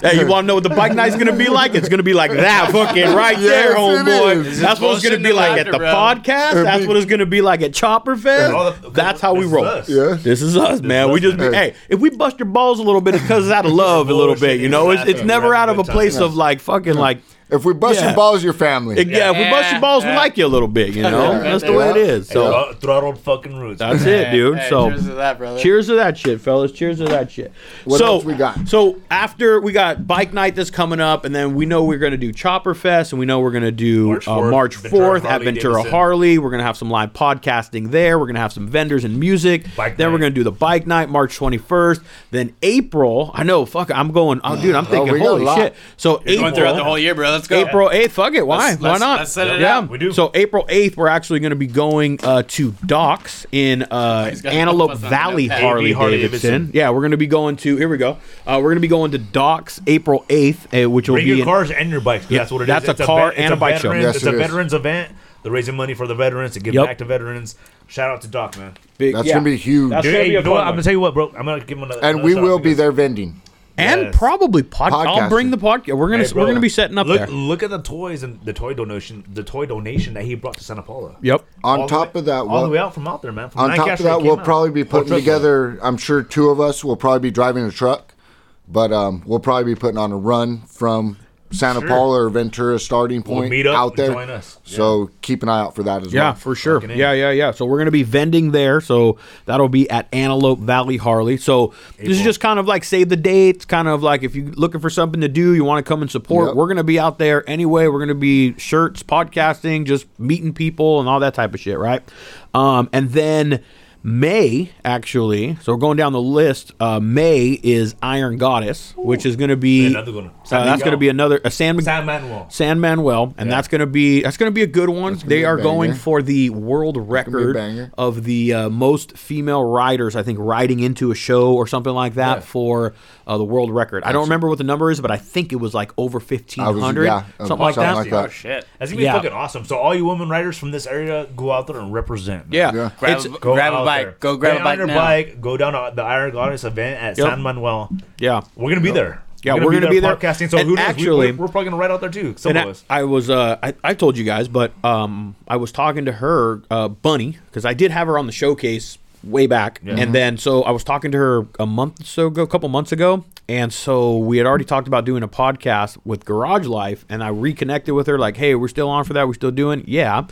Speaker 2: Hey, you want to know what the bike night's gonna be like? It's gonna be like that, fucking right there,
Speaker 1: it
Speaker 2: homeboy.
Speaker 1: is.
Speaker 2: That's what it's gonna be
Speaker 4: Bullshit
Speaker 2: like
Speaker 4: in
Speaker 2: at
Speaker 4: the
Speaker 2: the
Speaker 4: background.
Speaker 2: podcast. That's what it's gonna be like at Chopper
Speaker 3: All
Speaker 2: Fest.
Speaker 3: the-
Speaker 2: That's how we
Speaker 3: this is
Speaker 2: roll.
Speaker 3: us.
Speaker 1: Yeah.
Speaker 2: This is us, man. We just be, hey, if we bust your balls a little bit, it's because it's out of love a little bit. You know, it's, it's never out of a place of like fucking like.
Speaker 1: If we bust
Speaker 2: Yeah.
Speaker 1: your balls, your family.
Speaker 2: Yeah, if we bust your balls, we like you a little bit. You know, that's the way it is. So.
Speaker 3: So throttled fucking roots.
Speaker 2: That's it, dude.
Speaker 4: Hey,
Speaker 2: so
Speaker 4: cheers to that, brother.
Speaker 2: Cheers to that shit, fellas. Cheers to that shit.
Speaker 1: What
Speaker 2: so
Speaker 1: else we got?
Speaker 2: So after we got bike night that's coming up, and then we know we're gonna do Chopper Fest, and we know we're gonna do
Speaker 3: March
Speaker 2: uh,
Speaker 3: 4th,
Speaker 2: March
Speaker 3: Ventura
Speaker 2: fourth at
Speaker 3: Harley
Speaker 2: Ventura
Speaker 3: Davidson.
Speaker 2: Harley. We're gonna have some live podcasting there. We're gonna have some vendors and music.
Speaker 3: Bike
Speaker 2: then we're
Speaker 3: night.
Speaker 2: gonna do the bike night March twenty first. Then April. I know. Fuck. I'm going. Oh, dude. I'm thinking.
Speaker 1: we got a
Speaker 2: holy
Speaker 1: lot.
Speaker 2: shit. So
Speaker 4: going
Speaker 2: April.
Speaker 4: throughout the whole year, bro. Let's go.
Speaker 2: April 8th. Fuck it. Why?
Speaker 4: Let's-
Speaker 2: Why
Speaker 4: let's-
Speaker 2: not?
Speaker 4: let's set it
Speaker 2: yeah.
Speaker 4: up.
Speaker 3: We do.
Speaker 2: So April 8th, we're actually going to be going uh, to docks in uh,
Speaker 4: He's got-
Speaker 2: Antelope
Speaker 4: what's on the
Speaker 2: Valley
Speaker 4: notepad?
Speaker 2: Harley,
Speaker 3: AB Harley
Speaker 2: Davidson.
Speaker 3: Davidson.
Speaker 2: Yeah, we're going to be going to, here we go. Uh, we're going to be going to docks April 8th, uh, which will
Speaker 3: Bring
Speaker 2: be
Speaker 3: your
Speaker 2: in-
Speaker 3: cars and your bikes. 'cause
Speaker 2: Yeah,
Speaker 3: that's what it is.
Speaker 2: that's a
Speaker 3: It's
Speaker 2: car
Speaker 3: ve-
Speaker 2: and
Speaker 3: it's
Speaker 2: a bike show.
Speaker 3: veterans-
Speaker 1: Yes,
Speaker 3: it's
Speaker 1: it
Speaker 3: a
Speaker 1: is.
Speaker 3: veterans event. They're raising money for the veterans to give
Speaker 2: Yep.
Speaker 3: back to veterans. Shout out to Doc, man.
Speaker 2: big-
Speaker 1: That's
Speaker 2: yeah.
Speaker 1: gonna be huge.
Speaker 2: That's
Speaker 3: Dude,
Speaker 2: gonna
Speaker 3: hey,
Speaker 2: be a
Speaker 3: you know
Speaker 2: fun
Speaker 3: what?
Speaker 2: one.
Speaker 3: I'm gonna tell you what, bro. I'm gonna give him another.
Speaker 1: And
Speaker 3: another
Speaker 1: we
Speaker 3: shout out
Speaker 1: will be
Speaker 3: because-
Speaker 1: there vending.
Speaker 2: and
Speaker 3: Yes.
Speaker 2: probably pod- I'll
Speaker 1: Podcasting.
Speaker 2: bring the podcast. We're gonna
Speaker 3: Hey,
Speaker 2: we're
Speaker 3: bro,
Speaker 2: gonna be setting up
Speaker 3: look,
Speaker 2: there.
Speaker 3: Look at the toys and the toy donation, the toy donation that he brought to Santa Paula.
Speaker 2: Yep.
Speaker 1: On
Speaker 3: All the
Speaker 1: top
Speaker 3: way-
Speaker 1: of that,
Speaker 3: all the
Speaker 1: we'll-
Speaker 3: way out from out there, man. From
Speaker 1: on top of
Speaker 3: Lancaster,
Speaker 1: that,
Speaker 3: it
Speaker 1: we'll
Speaker 3: came out. Oh,
Speaker 1: probably be putting
Speaker 3: Truck
Speaker 1: together. I'm sure two of us will probably be driving a truck, but um, we'll probably be putting on a run from Santa
Speaker 3: Sure.
Speaker 1: Paula or Ventura starting point
Speaker 3: meet up
Speaker 1: out
Speaker 3: and
Speaker 1: there.
Speaker 3: join us. Yeah.
Speaker 1: So keep an eye out for that as
Speaker 2: Yeah,
Speaker 1: well.
Speaker 2: for sure.
Speaker 3: Fucking A.
Speaker 2: Yeah, yeah, yeah. So we're gonna be vending there. So that'll be at Antelope Valley Harley. So this is
Speaker 3: April.
Speaker 2: just kind of like save the dates. Kind of like if you're looking for something to do, you want to come and support.
Speaker 1: Yep.
Speaker 2: We're gonna be out there anyway. We're gonna be shirts, podcasting, just meeting people and all that type of shit, right? Um, and then. May actually, so we're going down the list. Uh, May is Iron Goddess, which is going to be
Speaker 3: Another good one.
Speaker 2: Uh, that's going to be another a San,
Speaker 3: San Manuel.
Speaker 2: San Manuel, and that's gonna be that's gonna be a good one. They
Speaker 1: be a
Speaker 2: are going
Speaker 1: banger.
Speaker 2: for the world
Speaker 1: be a
Speaker 2: record
Speaker 1: banger.
Speaker 2: of the uh, most female riders, I think, riding into a show or something like that for uh, the world record. I don't remember what the number is, but I think it was like over fifteen
Speaker 1: I was-
Speaker 2: hundred,
Speaker 1: yeah,
Speaker 2: something like that.
Speaker 4: Oh shit.
Speaker 3: That's gonna be
Speaker 2: Yeah.
Speaker 3: fucking awesome. So all you women writers from this area, go out there and represent. man.
Speaker 2: yeah,
Speaker 1: Yeah.
Speaker 4: Grab,
Speaker 2: It's-
Speaker 4: a- grab a
Speaker 3: out
Speaker 4: bike.
Speaker 3: there.
Speaker 4: Go grab
Speaker 3: Get
Speaker 4: a
Speaker 3: on
Speaker 4: bike
Speaker 3: your
Speaker 4: now.
Speaker 3: bike. Go down to the Iron Goddess event at
Speaker 2: Yep.
Speaker 3: San Manuel.
Speaker 2: yeah.
Speaker 3: We're gonna be there.
Speaker 2: Yeah, we're gonna be there.
Speaker 3: podcasting. So
Speaker 2: And
Speaker 3: who knows?
Speaker 2: actually-
Speaker 3: we, we're, we're probably gonna ride out there too. Some
Speaker 2: And
Speaker 3: of
Speaker 2: I,
Speaker 3: us.
Speaker 2: I was uh, I, I told you guys, but um, I was talking to her, uh, Bunny, because I did have her on the showcase way back, and then so I was talking to her a month or so ago, a couple months ago, and so we had already talked about doing a podcast with Garage Life, and I reconnected with her like, hey, we're still on for that, we're still doing, yeah.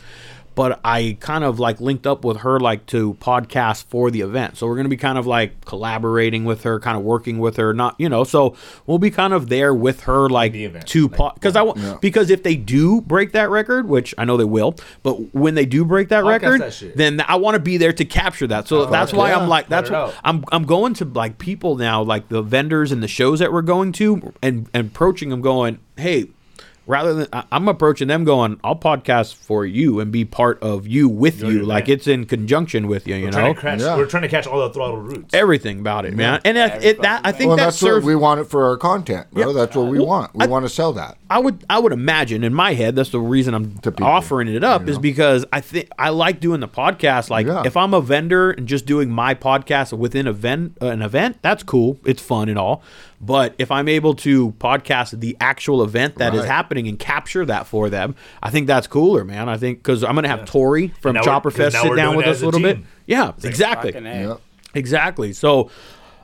Speaker 2: But I kind of like linked up with her like to podcast for the event, so we're gonna be kind of like collaborating with her, kind of working with her, not you know, so we'll be kind of there with her like
Speaker 3: The event.
Speaker 2: to po- because I want because if they do break that record, which I know they will, but when they do break that record,
Speaker 3: that shit. Oh,
Speaker 2: then I want to be there to capture that. So that's why I'm like that's
Speaker 3: it out.
Speaker 2: I'm I'm going to like people now, like the vendors and the shows that we're going to, and and approaching them, going, hey. rather than I- I'm approaching them going, I'll podcast for you and be part of you with you,
Speaker 3: your
Speaker 2: like
Speaker 3: man.
Speaker 2: it's in conjunction with you, you
Speaker 3: Trying
Speaker 2: know,
Speaker 3: to catch,
Speaker 1: Yeah.
Speaker 3: We're trying to catch all the throttle roots.
Speaker 2: everything about it, man. And that, it, that I think
Speaker 1: Well,
Speaker 2: that
Speaker 1: that's
Speaker 2: serves.
Speaker 1: what we want it for our content, bro. that's what we want. We want to sell that.
Speaker 2: I would I would imagine in my head that's the reason I'm
Speaker 1: people,
Speaker 2: offering it up is because I think I like doing the podcast. Like
Speaker 1: Yeah.
Speaker 2: if I'm a vendor and just doing my podcast within a ven- uh, an event, that's cool. It's fun and all. But if I'm able to podcast the actual event that is
Speaker 1: Right.
Speaker 2: happening and capture that for them, I think that's cooler, man. I think because I'm gonna have Tori from
Speaker 3: now we're-
Speaker 2: Chopper
Speaker 3: 'cause
Speaker 2: Fest
Speaker 3: now
Speaker 2: sit
Speaker 3: we're
Speaker 2: down
Speaker 3: doing
Speaker 2: with
Speaker 3: it
Speaker 2: us
Speaker 3: as
Speaker 2: a
Speaker 3: a
Speaker 2: little bit.
Speaker 3: team.
Speaker 2: Yeah, exactly.
Speaker 4: Fucking A.
Speaker 1: Yeah.
Speaker 2: Exactly. So,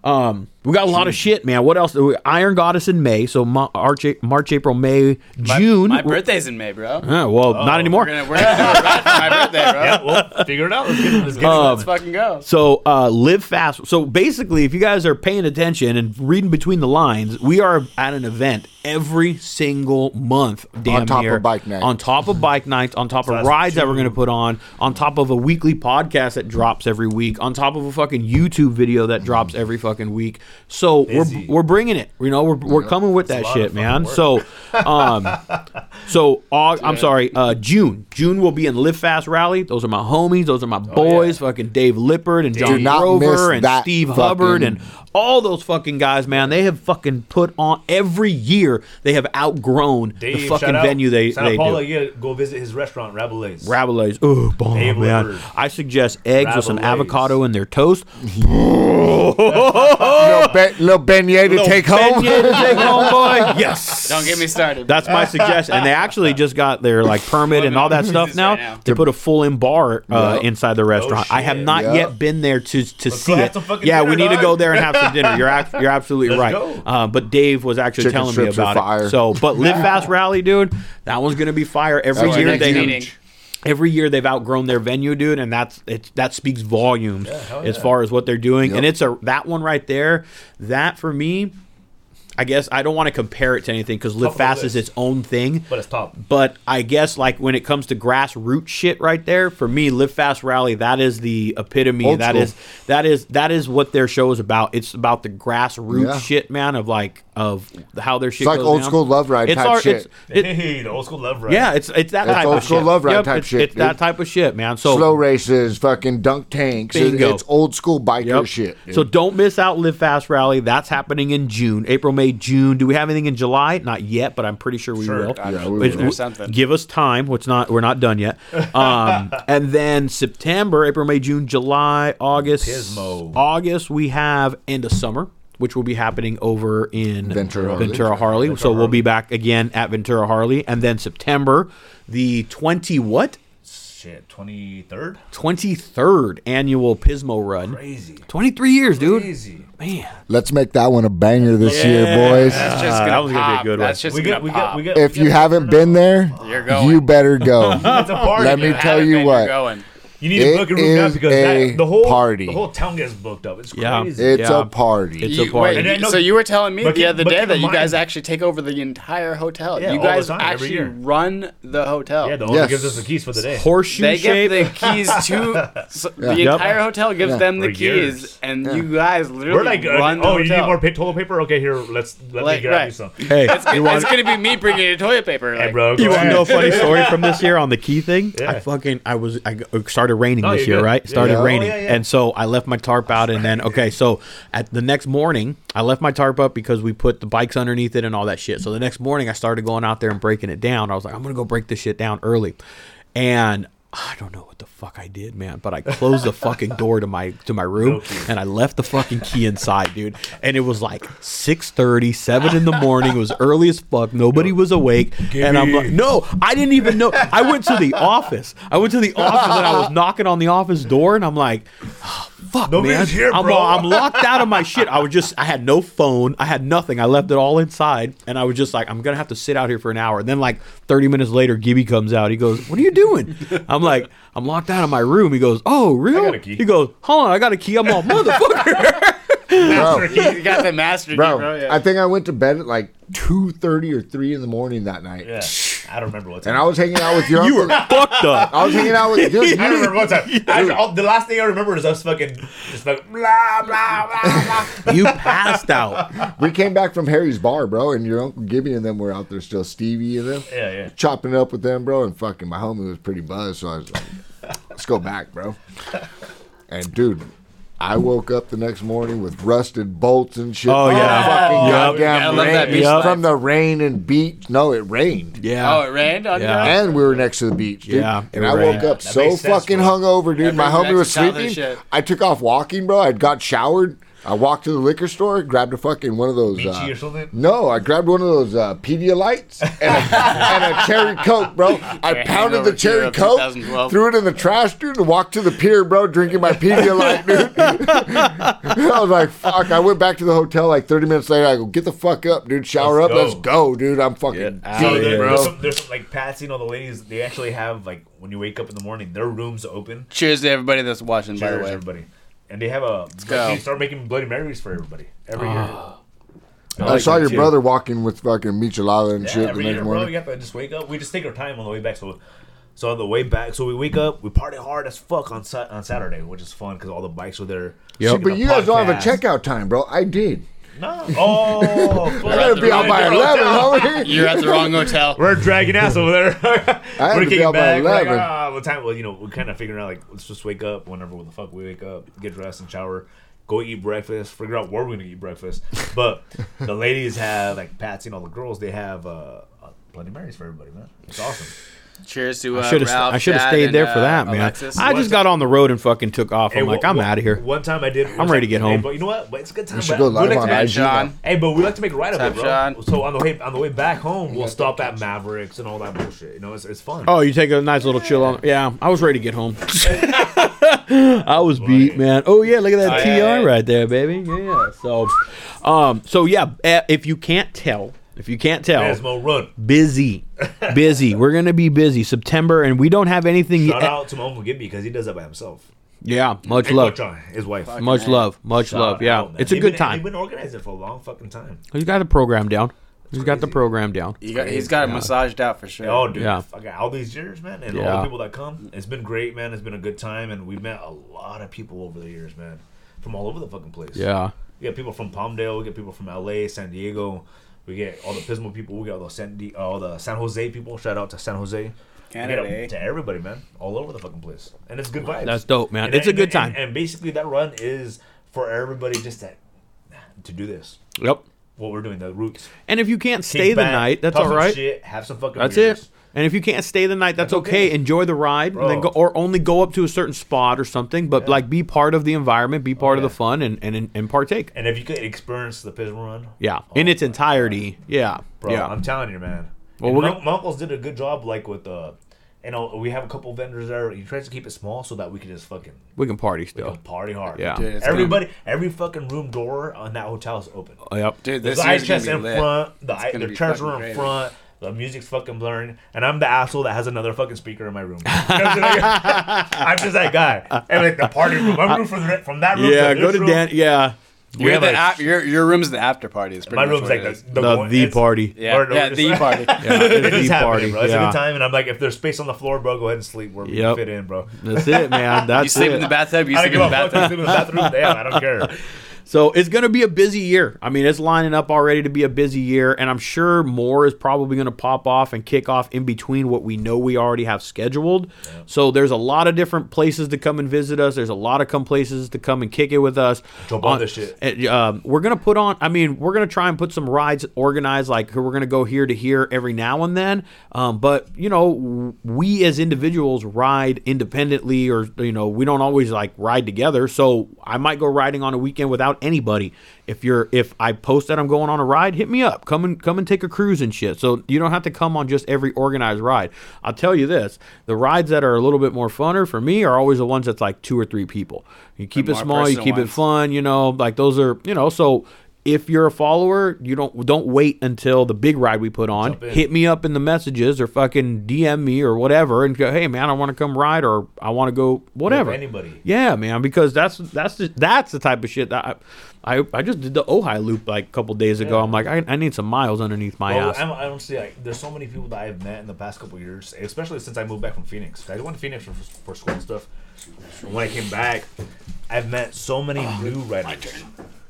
Speaker 2: um, we got a lot of shit, man. What else? Iron Goddess in May. So Ma- Arch- March, April, May,
Speaker 4: My-
Speaker 2: June.
Speaker 4: My birthday's in May, bro.
Speaker 2: Uh, well, not anymore.
Speaker 4: We're gonna, we're gonna do a ride for my birthday, bro.
Speaker 3: yeah, well, figure it out. Let's get, let's get
Speaker 2: Uh,
Speaker 4: Let's fucking go.
Speaker 2: So uh, live fast. So basically, if you guys are paying attention and reading between the lines, we are at an event every single month. Damn
Speaker 1: On top of
Speaker 2: near.
Speaker 1: bike night.
Speaker 2: On top of bike nights. On top of
Speaker 3: that's
Speaker 2: rides that we're
Speaker 3: two.
Speaker 2: going to put on. On top of a weekly podcast that drops every week. On top of a fucking YouTube video that drops every fucking week. So
Speaker 3: Busy.
Speaker 2: we're we're bringing it. You know, we're, we're coming with that
Speaker 3: lot
Speaker 2: shit,
Speaker 3: of
Speaker 2: man.
Speaker 3: fucking
Speaker 2: So, um, so Au- I'm sorry, uh, June. June will be in Live Fast Rally. Those are my homies. Those are my boys. Fucking Dave Lippard and John
Speaker 1: not miss
Speaker 2: Grover and
Speaker 1: that
Speaker 2: Steve
Speaker 1: fucking-
Speaker 2: Hubbard and all those fucking guys, man. They have fucking put on every year. They have outgrown
Speaker 3: Dave,
Speaker 2: the
Speaker 3: shout
Speaker 2: fucking
Speaker 3: out.
Speaker 2: venue they
Speaker 3: Santa
Speaker 2: they
Speaker 3: Paula,
Speaker 2: do.
Speaker 3: you gotta go visit his restaurant, Rabelais.
Speaker 2: Rabelais, oh bomb,
Speaker 3: Dave
Speaker 2: man!
Speaker 3: Lippard.
Speaker 2: I suggest eggs with some
Speaker 3: Rabelais.
Speaker 2: avocado in their toast.
Speaker 1: little, be- little beignet to take home.
Speaker 2: Oh! Beignet to take home, boy. Yes.
Speaker 4: Don't get me started.
Speaker 2: That's my suggestion. And they actually just got their like permit and all that stuff
Speaker 4: Right
Speaker 2: now.
Speaker 4: now.
Speaker 2: They put a full in bar uh,
Speaker 1: Yep.
Speaker 2: inside the restaurant. I have
Speaker 3: shit.
Speaker 2: not
Speaker 1: Yep.
Speaker 2: yet been there to to see
Speaker 3: go have
Speaker 2: it.
Speaker 3: some fucking
Speaker 2: Yeah, we
Speaker 3: dinner,
Speaker 2: need to go
Speaker 3: dog.
Speaker 2: there and have some dinner. You're act- you're absolutely
Speaker 3: Let's
Speaker 2: right.
Speaker 3: go.
Speaker 2: Uh, but Dave was actually
Speaker 1: Chicken
Speaker 2: telling me
Speaker 1: strips are
Speaker 2: about it.
Speaker 1: fire.
Speaker 2: So, but Live Fast Rally, dude, that one's gonna be fire every
Speaker 1: That's
Speaker 2: year.
Speaker 1: our next
Speaker 2: they
Speaker 4: meeting.
Speaker 2: Every year they've outgrown their venue, dude, and that's it's that speaks volumes
Speaker 3: hell
Speaker 2: as
Speaker 3: yeah.
Speaker 2: far as what they're doing.
Speaker 1: Yep.
Speaker 2: And it's a that one right there. That for me, I guess I don't want to compare it to anything because Live
Speaker 3: Top of the
Speaker 2: Fast is
Speaker 3: list.
Speaker 2: its own thing.
Speaker 3: But it's top.
Speaker 2: But I guess like when it comes to grassroots shit right there, for me, Live Fast Rally, that is the epitome.
Speaker 1: Old
Speaker 2: That
Speaker 1: school.
Speaker 2: is that is that is what their show is about. It's about the grassroots
Speaker 1: Yeah.
Speaker 2: shit, man, of like of how their shit
Speaker 1: like
Speaker 2: goes
Speaker 1: old
Speaker 2: down.
Speaker 1: school Love Ride
Speaker 2: it's
Speaker 1: type
Speaker 2: our-
Speaker 1: shit.
Speaker 2: it's- it-
Speaker 3: hey, the old school love ride.
Speaker 2: yeah, it's it's that
Speaker 1: It's
Speaker 2: type
Speaker 1: old
Speaker 2: of
Speaker 1: school
Speaker 2: shit.
Speaker 1: love ride
Speaker 2: Yep,
Speaker 1: type
Speaker 2: it's,
Speaker 1: shit,
Speaker 2: It's that
Speaker 1: dude.
Speaker 2: type of shit, man. So
Speaker 1: Slow races, fucking dunk tanks. It-
Speaker 2: Bingo.
Speaker 1: it's old school biker
Speaker 2: Yep.
Speaker 1: shit. dude.
Speaker 2: So don't miss out Live Fast Rally. That's happening in June, April, May, June. Do we have anything in July? Not yet, but I'm pretty sure we
Speaker 3: Sure.
Speaker 2: will.
Speaker 1: Yeah, we
Speaker 2: But
Speaker 1: will.
Speaker 2: it's-
Speaker 4: There's something.
Speaker 2: Give us time. Which not we're not done yet. Um, and then September, April, May, June, July, August,
Speaker 3: Pismo.
Speaker 2: August we have end of summer. Which will be happening over in
Speaker 1: Ventura.
Speaker 2: Ventura Harley. so we'll be back again at Ventura Harley, and then September, the twenty what?
Speaker 3: Shit, 23rd?
Speaker 2: 23rd annual Pismo run.
Speaker 3: Crazy.
Speaker 2: 23 years, dude.
Speaker 3: Crazy.
Speaker 2: Man.
Speaker 1: Let's make that one a banger this year, boys.
Speaker 4: That's just
Speaker 2: Uh,
Speaker 4: gonna
Speaker 2: that was gonna be a
Speaker 4: pop.
Speaker 2: good one.
Speaker 4: That's just
Speaker 3: We
Speaker 4: gonna
Speaker 3: get, we
Speaker 4: pop.
Speaker 3: get, we get.
Speaker 1: If you haven't been there,
Speaker 4: You're going.
Speaker 1: you better go.
Speaker 3: It's a party.
Speaker 1: Let me
Speaker 3: man.
Speaker 1: tell
Speaker 4: Haven't
Speaker 1: you
Speaker 4: been, you're
Speaker 1: what.
Speaker 4: going.
Speaker 3: You need to
Speaker 1: It
Speaker 3: book a room now
Speaker 1: is
Speaker 3: because
Speaker 1: a
Speaker 3: that, the whole
Speaker 1: party.
Speaker 3: the whole town gets booked up. It's
Speaker 2: Yeah.
Speaker 3: crazy.
Speaker 1: It's
Speaker 2: Yeah.
Speaker 1: a party.
Speaker 2: It's
Speaker 4: You-
Speaker 2: a party.
Speaker 3: And
Speaker 4: wait,
Speaker 3: I know-
Speaker 4: so you were telling me
Speaker 3: but
Speaker 4: the
Speaker 3: keep-
Speaker 4: other
Speaker 3: but
Speaker 4: day
Speaker 3: keep
Speaker 4: that
Speaker 3: in
Speaker 4: you guys
Speaker 3: mind-
Speaker 4: actually take over the entire hotel.
Speaker 3: Yeah,
Speaker 4: you
Speaker 3: all the
Speaker 4: guys
Speaker 3: time, every
Speaker 4: actually
Speaker 3: year.
Speaker 4: run the hotel.
Speaker 3: yeah, the owner
Speaker 1: Yes.
Speaker 3: gives us the keys for the day.
Speaker 2: Horseshoe
Speaker 4: they
Speaker 2: shape.
Speaker 4: give the keys to so the
Speaker 2: Yep.
Speaker 4: entire hotel gives them the
Speaker 3: For
Speaker 4: keys,
Speaker 3: years.
Speaker 4: and you guys literally
Speaker 3: We're like, uh,
Speaker 4: run the
Speaker 3: oh, you
Speaker 4: hotel.
Speaker 3: need more pa- toilet paper? Okay, here, let's let
Speaker 4: Like,
Speaker 3: me grab you
Speaker 4: right.
Speaker 3: some.
Speaker 2: hey,
Speaker 4: It's, it's gonna be me bringing you toilet paper.
Speaker 3: Hey,
Speaker 4: Like,
Speaker 3: bro,
Speaker 2: you
Speaker 3: go
Speaker 2: want to
Speaker 3: ahead.
Speaker 2: know a funny story from this year on the key thing?
Speaker 3: Yeah.
Speaker 2: I fucking I was I g- it started raining
Speaker 3: No,
Speaker 2: this
Speaker 3: you're
Speaker 2: year,
Speaker 3: good.
Speaker 2: right?
Speaker 3: Yeah,
Speaker 2: Started
Speaker 3: yeah. Oh,
Speaker 2: raining,
Speaker 3: yeah, yeah.
Speaker 2: and so I left my tarp out, and then okay, so at the next morning I left my tarp up because we put the bikes underneath it and all that shit. So the next morning I started going out there and breaking it down. I was like, I'm gonna go break this shit down early, and. I don't know what the fuck I did, man, but I closed the fucking door to my to my room and I left the fucking key inside, dude. And it was like 6:30, 7 in the morning. It was early as fuck. Nobody was awake. and I'm like,
Speaker 3: me-
Speaker 2: no, I didn't even know. I went to the office. I went to the office and I was knocking on the office door and I'm like, "Ah, fuck, man.
Speaker 3: Nobody's here,
Speaker 2: I'm,
Speaker 3: bro."
Speaker 2: I'm locked out of my shit. I was just, I had no phone. I had nothing. I left it all inside. And I was just like, I'm going to have to sit out here for an hour. And then, like, 30 minutes later, Gibby comes out. He goes, What are you doing? I'm like, I'm locked out of my room. He goes, Oh, real?
Speaker 3: got a key.
Speaker 2: He goes, Hold on, I got a key. I'm all, motherfucker.
Speaker 1: Bro,
Speaker 4: you got the master key, bro.
Speaker 1: bro,
Speaker 4: yeah.
Speaker 1: I think I went to bed at like 2.30 or 3 in the morning that night.
Speaker 3: Yeah. I don't remember what's.
Speaker 1: And I was hanging out with your
Speaker 2: You were
Speaker 1: uncle.
Speaker 2: fucked up.
Speaker 1: I was hanging out with just
Speaker 3: I don't
Speaker 1: you.
Speaker 3: remember one time. I, all, the last thing I remember is us fucking just like blah blah blah blah.
Speaker 2: You passed out.
Speaker 1: We came back from Harry's bar, bro, and your uncle Gibby and them were out there still. Stevie and them,
Speaker 3: Yeah, yeah.
Speaker 1: chopping it up with them, bro, and fucking my homie was pretty buzzed, so I was like, "Let's go back, bro." And dude, I woke up the next morning with rusted bolts and shit.
Speaker 2: Oh, yeah.
Speaker 1: fucking
Speaker 2: Yup.
Speaker 4: Yeah, I
Speaker 1: goddamn
Speaker 4: love that
Speaker 1: rain
Speaker 4: beach life.
Speaker 1: from the rain and beach. No, it rained.
Speaker 2: Yeah.
Speaker 4: Oh, it rained on
Speaker 2: Yeah.
Speaker 4: you.
Speaker 1: And we were next to the beach, dude.
Speaker 2: Yeah,
Speaker 1: and
Speaker 2: it
Speaker 1: I
Speaker 2: rained.
Speaker 1: woke up
Speaker 3: That
Speaker 1: so
Speaker 3: makes sense,
Speaker 1: fucking
Speaker 3: bro.
Speaker 1: hungover, dude.
Speaker 4: Yeah,
Speaker 1: My
Speaker 4: brings back
Speaker 1: homie was
Speaker 4: to childhood
Speaker 1: sleeping.
Speaker 4: shit.
Speaker 1: I took off walking, bro. I got showered. I walked to the liquor store, grabbed a fucking one of those.
Speaker 3: Michi
Speaker 1: uh,
Speaker 3: or something?
Speaker 1: No, I grabbed one of those uh, Pedialites and a, and a cherry coke, bro. I
Speaker 4: Your
Speaker 1: pounded
Speaker 4: hangover
Speaker 1: the cherry
Speaker 4: cure of
Speaker 1: coke,
Speaker 4: 2012.
Speaker 1: threw it in the trash, dude, and walked to the pier, bro, drinking my Pedialite, dude. I was like, fuck. I went back to the hotel like 30 minutes later. I go, get the fuck up, dude. Shower up.
Speaker 3: Let's go.
Speaker 1: Let's go, dude. I'm fucking
Speaker 2: Get
Speaker 3: So
Speaker 2: outta
Speaker 1: deep,
Speaker 3: there,
Speaker 2: here.
Speaker 1: bro.
Speaker 3: there's, some, there's some like Patsy and all the ladies. They actually have like when you wake up in the morning, their rooms open.
Speaker 4: Cheers to everybody that's watching. by the
Speaker 3: Cheers,
Speaker 4: way,
Speaker 3: everybody. And they have a.
Speaker 4: go.
Speaker 3: They start making Bloody Marys for everybody every year.
Speaker 1: I, saw your brother walking with fucking michelada and
Speaker 3: Yeah,
Speaker 1: shit the
Speaker 3: every
Speaker 1: next
Speaker 3: year, bro.
Speaker 1: morning.
Speaker 3: You have to just wake up. We just take our time on the way back. So, so on the way back, so we wake up, we party hard as fuck on Sa- on Saturday, which is fun because all the bikes are there.
Speaker 1: See,
Speaker 3: Yep.
Speaker 1: but you guys don't have a checkout time, bro. I did.
Speaker 3: No. Oh, fuck.
Speaker 1: I gotta be out by 11, homie.
Speaker 4: you're at the wrong hotel.
Speaker 3: We're dragging ass over there.
Speaker 1: had to
Speaker 3: we're
Speaker 1: be
Speaker 3: kicking
Speaker 1: out by
Speaker 3: back. We're like,
Speaker 1: 11.
Speaker 3: ah, what time? Well, you know, we're kind of figuring out like, let's just wake up whenever the fuck we wake up, get dressed and shower, go eat breakfast, figure out where we're gonna eat breakfast. But the ladies have like Patsy and all the girls. They have uh, uh, Bloody Marys for everybody, man. It's awesome.
Speaker 4: Cheers to uh,
Speaker 2: I should have
Speaker 4: Ralph.
Speaker 2: I should have
Speaker 4: Dad,
Speaker 2: stayed
Speaker 4: and,
Speaker 2: there for
Speaker 4: uh,
Speaker 2: that, man.
Speaker 4: Alexis.
Speaker 2: I just got on the road and fucking took off. I'm
Speaker 3: Hey,
Speaker 2: like,
Speaker 3: one-
Speaker 2: I'm
Speaker 3: one-
Speaker 2: out of here.
Speaker 3: One time I did.
Speaker 2: I'm ready to get home.
Speaker 3: But you know what? But it's a good time.
Speaker 1: We should
Speaker 3: but
Speaker 1: go
Speaker 3: we like
Speaker 1: live
Speaker 3: to
Speaker 1: on
Speaker 3: make-
Speaker 4: Man,
Speaker 1: IG.
Speaker 4: John.
Speaker 3: Hey, but we like to make a write of
Speaker 4: What's
Speaker 3: it,
Speaker 4: up,
Speaker 3: bro.
Speaker 4: John?
Speaker 3: So on the way on the way back home, we'll stop at Mavericks and all that bullshit. You know, it's, it's fun.
Speaker 2: Oh, you take a nice little chill on. Yeah, I was ready to get home. I was beat, man. Oh yeah, look at that
Speaker 4: Oh,
Speaker 2: TR
Speaker 4: yeah, yeah.
Speaker 2: right there, baby. Yeah. So, um, so yeah, eh, if you can't tell, if you can't tell,
Speaker 3: Asmo, run.
Speaker 2: busy, busy. We're gonna be busy September, and we don't have anything.
Speaker 3: Shout
Speaker 2: yet.
Speaker 3: out to my uncle Gibby because he does that by himself.
Speaker 2: Yeah, much
Speaker 3: And
Speaker 2: love,
Speaker 3: Coach, his wife.
Speaker 2: much love, much
Speaker 3: Shout
Speaker 2: love. Yeah,
Speaker 3: out, man.
Speaker 2: it's a
Speaker 3: They've
Speaker 2: good
Speaker 3: been- They've
Speaker 2: time.
Speaker 3: been organizing for a long fucking time.
Speaker 2: He's got the program down. He's got the program down.
Speaker 4: You got, he's got it massaged out for sure.
Speaker 3: Oh, dude,
Speaker 2: Yeah.
Speaker 3: fucking all these years, man, and all
Speaker 2: Yeah.
Speaker 3: the people that come, it's been great, man. It's been a good time, and we've met a lot of people over the years, man, from all over the fucking place.
Speaker 2: Yeah.
Speaker 3: we get people from Palmdale, we get people from L.A., San Diego, we get all the Pismo people, we get all the San Di- all the San Jose people. Shout out to San Jose. We get
Speaker 4: Canada,
Speaker 3: up
Speaker 4: eh?
Speaker 3: to everybody, man, all over the fucking place, and it's good vibes.
Speaker 2: That's dope, man.
Speaker 3: And-
Speaker 2: It's a
Speaker 3: and-
Speaker 2: good time.
Speaker 3: and, and basically that run is for everybody just to, to do this.
Speaker 2: Yep.
Speaker 3: What we're doing, the roots.
Speaker 2: And if you can't
Speaker 3: Kick
Speaker 2: stay the
Speaker 3: back,
Speaker 2: night, that's
Speaker 3: talk
Speaker 2: all
Speaker 3: some
Speaker 2: right.
Speaker 3: Shit, have some fucking.
Speaker 2: That's
Speaker 3: beers.
Speaker 2: it. And if you can't stay the night, that's,
Speaker 3: That's
Speaker 2: okay.
Speaker 3: okay.
Speaker 2: Enjoy the ride, and then go,
Speaker 3: Bro.
Speaker 2: or only go up to a certain spot or something. But like, be part of the environment, be part of the
Speaker 3: Oh, yeah.
Speaker 2: fun, and and, and partake.
Speaker 3: And if you could experience the Pismo run,
Speaker 2: Yeah, in its entirety. Yeah,
Speaker 3: Oh, bro,
Speaker 2: yeah.
Speaker 3: I'm telling you, man.
Speaker 2: Well,
Speaker 3: And
Speaker 2: we're
Speaker 3: my,
Speaker 2: gonna-
Speaker 3: my uncles did a good job, like with uh, you know, we have a couple vendors there. He tries to keep it small so that we can just fucking
Speaker 2: we can party still.
Speaker 3: party hard.
Speaker 2: Yeah. Dude,
Speaker 4: it's
Speaker 3: everybody, every fucking room door on that hotel is open.
Speaker 2: Oh, yep.
Speaker 4: dude,
Speaker 3: There's
Speaker 4: this
Speaker 3: the ice
Speaker 4: year's
Speaker 3: chest
Speaker 4: gonna
Speaker 3: in
Speaker 4: be lit.
Speaker 3: front, the i-
Speaker 4: gonna
Speaker 3: the
Speaker 4: be
Speaker 3: chairs
Speaker 4: fucking
Speaker 3: are in
Speaker 4: crazy.
Speaker 3: front. The music's fucking blaring, and I'm the asshole that has another fucking speaker in my room. I'm just that guy, and like the party room. I'm room from, the- from that room.
Speaker 2: Yeah,
Speaker 3: to
Speaker 2: go
Speaker 3: this
Speaker 2: to
Speaker 3: room.
Speaker 2: Dan. Yeah,
Speaker 3: We
Speaker 4: You're
Speaker 3: have
Speaker 4: the
Speaker 3: a-
Speaker 4: ap- your your room's the after party. Is pretty
Speaker 3: My
Speaker 4: much
Speaker 3: room's
Speaker 4: what
Speaker 3: like
Speaker 4: it
Speaker 3: the,
Speaker 4: is.
Speaker 3: the,
Speaker 2: the
Speaker 3: one-
Speaker 2: the
Speaker 3: it's-
Speaker 2: party.
Speaker 4: yeah,
Speaker 3: or- or
Speaker 4: yeah,
Speaker 3: just-
Speaker 4: the E party.
Speaker 2: Yeah,
Speaker 3: It is happening, bro. It's
Speaker 2: yeah.
Speaker 3: a good time, and I'm like, if there's space on the floor, bro, go ahead and sleep where we
Speaker 2: Yep.
Speaker 3: can fit in, bro.
Speaker 2: That's it, man. That's
Speaker 4: You sleep
Speaker 2: it.
Speaker 4: in the bathtub. You
Speaker 3: I don't
Speaker 4: sleep in
Speaker 3: give
Speaker 4: the
Speaker 3: a fuck. I
Speaker 4: bathtub.
Speaker 3: sleep in the bathroom. Damn, I don't care.
Speaker 2: So it's going to be a busy year. I mean, it's lining up already to be a busy year, and I'm sure more is probably going to pop off and kick off in between what we know we already have scheduled. So there's a lot of different places to come and visit us. There's a lot of come places to come and kick it with us.
Speaker 3: Jump on
Speaker 2: Uh,
Speaker 3: this shit.
Speaker 2: uh, um, we're gonna put on. I mean, we're gonna try and put some rides organized. Like we're gonna go here to here every now and then. Um, but you know, w- we as individuals ride independently, or you know, we don't always like ride together. So I might go riding on a weekend without anybody. If you're, if I post that I'm going on a ride, hit me up. Come and come and take a cruise and shit. So you don't have to come on just every organized ride. I'll tell you this: the rides that are a little bit more funner for me are always the ones that's like two or three people. You keep
Speaker 4: The
Speaker 2: it
Speaker 4: more
Speaker 2: small, you
Speaker 4: personal
Speaker 2: keep it
Speaker 4: ones.
Speaker 2: fun fun, you know, like those are, you know, so If you're a follower, you don't don't wait until the big ride we put on.
Speaker 3: Jump in.
Speaker 2: Hit me up in the messages or fucking DM me or whatever and go, "Hey man, I want to come ride or I want to go whatever."
Speaker 3: anybody.
Speaker 2: Yeah, man, because that's that's the, that's the type of shit that I I, I just did the Ojai loop like a couple days ago. I'm like, I, I need some miles underneath my
Speaker 3: Well,
Speaker 2: ass.
Speaker 3: I'm, I don't see like there's so many people that I've met in the past couple years, especially since I moved back from Phoenix. I went to Phoenix for, for school and stuff. When I came back, I've met so many new writers,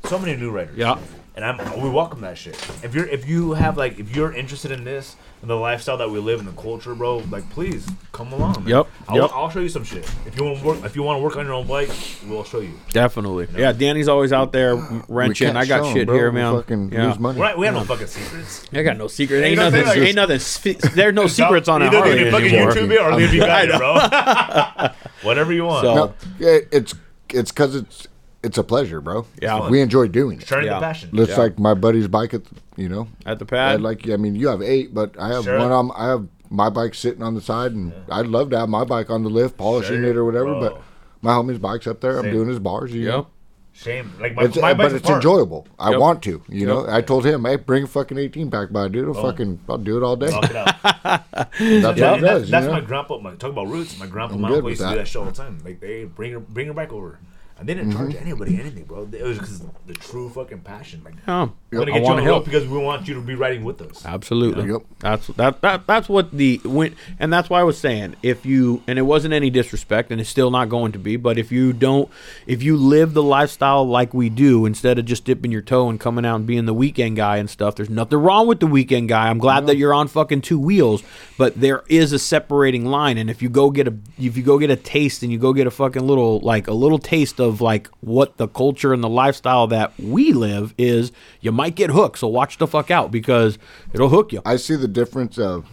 Speaker 3: so many new writers.
Speaker 2: Yeah.
Speaker 3: and I'm we welcome that shit. If you're if you have like if you're interested in this and the lifestyle that we live in the culture, bro, like please come along. man.
Speaker 2: Yep,
Speaker 3: I'll,
Speaker 2: yep.
Speaker 3: I'll show you some shit. If you want to work, if you want to work on your own bike, we'll show you.
Speaker 2: Definitely. Yeah, Danny's always out there wrenching.
Speaker 1: can't
Speaker 2: I got
Speaker 1: show 'em,
Speaker 2: shit
Speaker 1: bro.
Speaker 2: here,
Speaker 1: We'll
Speaker 2: man.
Speaker 1: Fucking
Speaker 2: yeah.
Speaker 1: lose money.
Speaker 3: We're not, we have no fucking secrets.
Speaker 2: I got no secret. Ain't
Speaker 3: know,
Speaker 2: nothing.
Speaker 3: they're like-
Speaker 2: ain't nothing. spe- There's no secrets on a
Speaker 3: Either
Speaker 2: Harley
Speaker 3: leave me fucking
Speaker 2: anymore.
Speaker 3: YouTube it or leave me
Speaker 2: I
Speaker 3: back, bro. Whatever you want.
Speaker 2: So-
Speaker 1: No, it, it's it's because it's it's a pleasure, bro.
Speaker 2: Yeah.
Speaker 1: we enjoy doing it.
Speaker 3: Sharing
Speaker 2: Yeah.
Speaker 3: the passion.
Speaker 1: Looks
Speaker 2: Yeah.
Speaker 1: like my buddy's bike. At the, you know,
Speaker 2: At the
Speaker 1: I'd
Speaker 2: pad.
Speaker 1: like. I mean, you have eight, but I have
Speaker 3: Sure.
Speaker 1: one on. I have my bike sitting on the side, and I'd love to have my bike on the lift, polishing
Speaker 3: Sure,
Speaker 1: it or whatever.
Speaker 3: bro.
Speaker 1: But my homie's bike's up there. I'm
Speaker 3: Same.
Speaker 1: doing his bars. You
Speaker 2: yeah.
Speaker 1: know?
Speaker 3: Shame. Like my,
Speaker 1: It's,
Speaker 3: my
Speaker 1: but
Speaker 3: bike's
Speaker 1: it's
Speaker 3: apart.
Speaker 1: enjoyable. I
Speaker 2: Yep.
Speaker 1: want to. You know, I told him, hey, bring a fucking 18 pack by, dude. I'll fucking, I'll do it all day.
Speaker 3: Knock it out. Yeah,
Speaker 1: That's what
Speaker 3: that-
Speaker 1: he does.
Speaker 3: that's
Speaker 1: you
Speaker 3: that's
Speaker 1: know?
Speaker 3: my grandpa. My, talk about roots. My grandpa, my
Speaker 1: good
Speaker 3: uncle
Speaker 1: with
Speaker 3: used to do
Speaker 1: that.
Speaker 3: that show all the time. Like they bring her, bring her back over, and they didn't
Speaker 1: Mm-hmm.
Speaker 3: charge anybody anything, bro. It was because the true fucking passion. Like
Speaker 2: Yeah.
Speaker 3: we're gonna
Speaker 2: I
Speaker 3: get you
Speaker 2: wanna
Speaker 3: on the
Speaker 2: help.
Speaker 3: road because we want you to be riding with us.
Speaker 1: Uh,
Speaker 2: Absolutely.
Speaker 1: Yep.
Speaker 2: That's that, that that's what the when and that's why I was saying if you and it wasn't any disrespect and it's still not going to be, but if you don't if you live the lifestyle like we do instead of just dipping your toe and coming out and being the weekend guy and stuff, there's nothing wrong with the weekend guy. I'm glad that you're on fucking two wheels, but there is a separating line and if you go get a if you go get a taste and you go get a fucking little like a little taste of like what the culture and the lifestyle that we live is, you might get hooked. So watch the fuck out because it'll hook you.
Speaker 1: I see the difference of,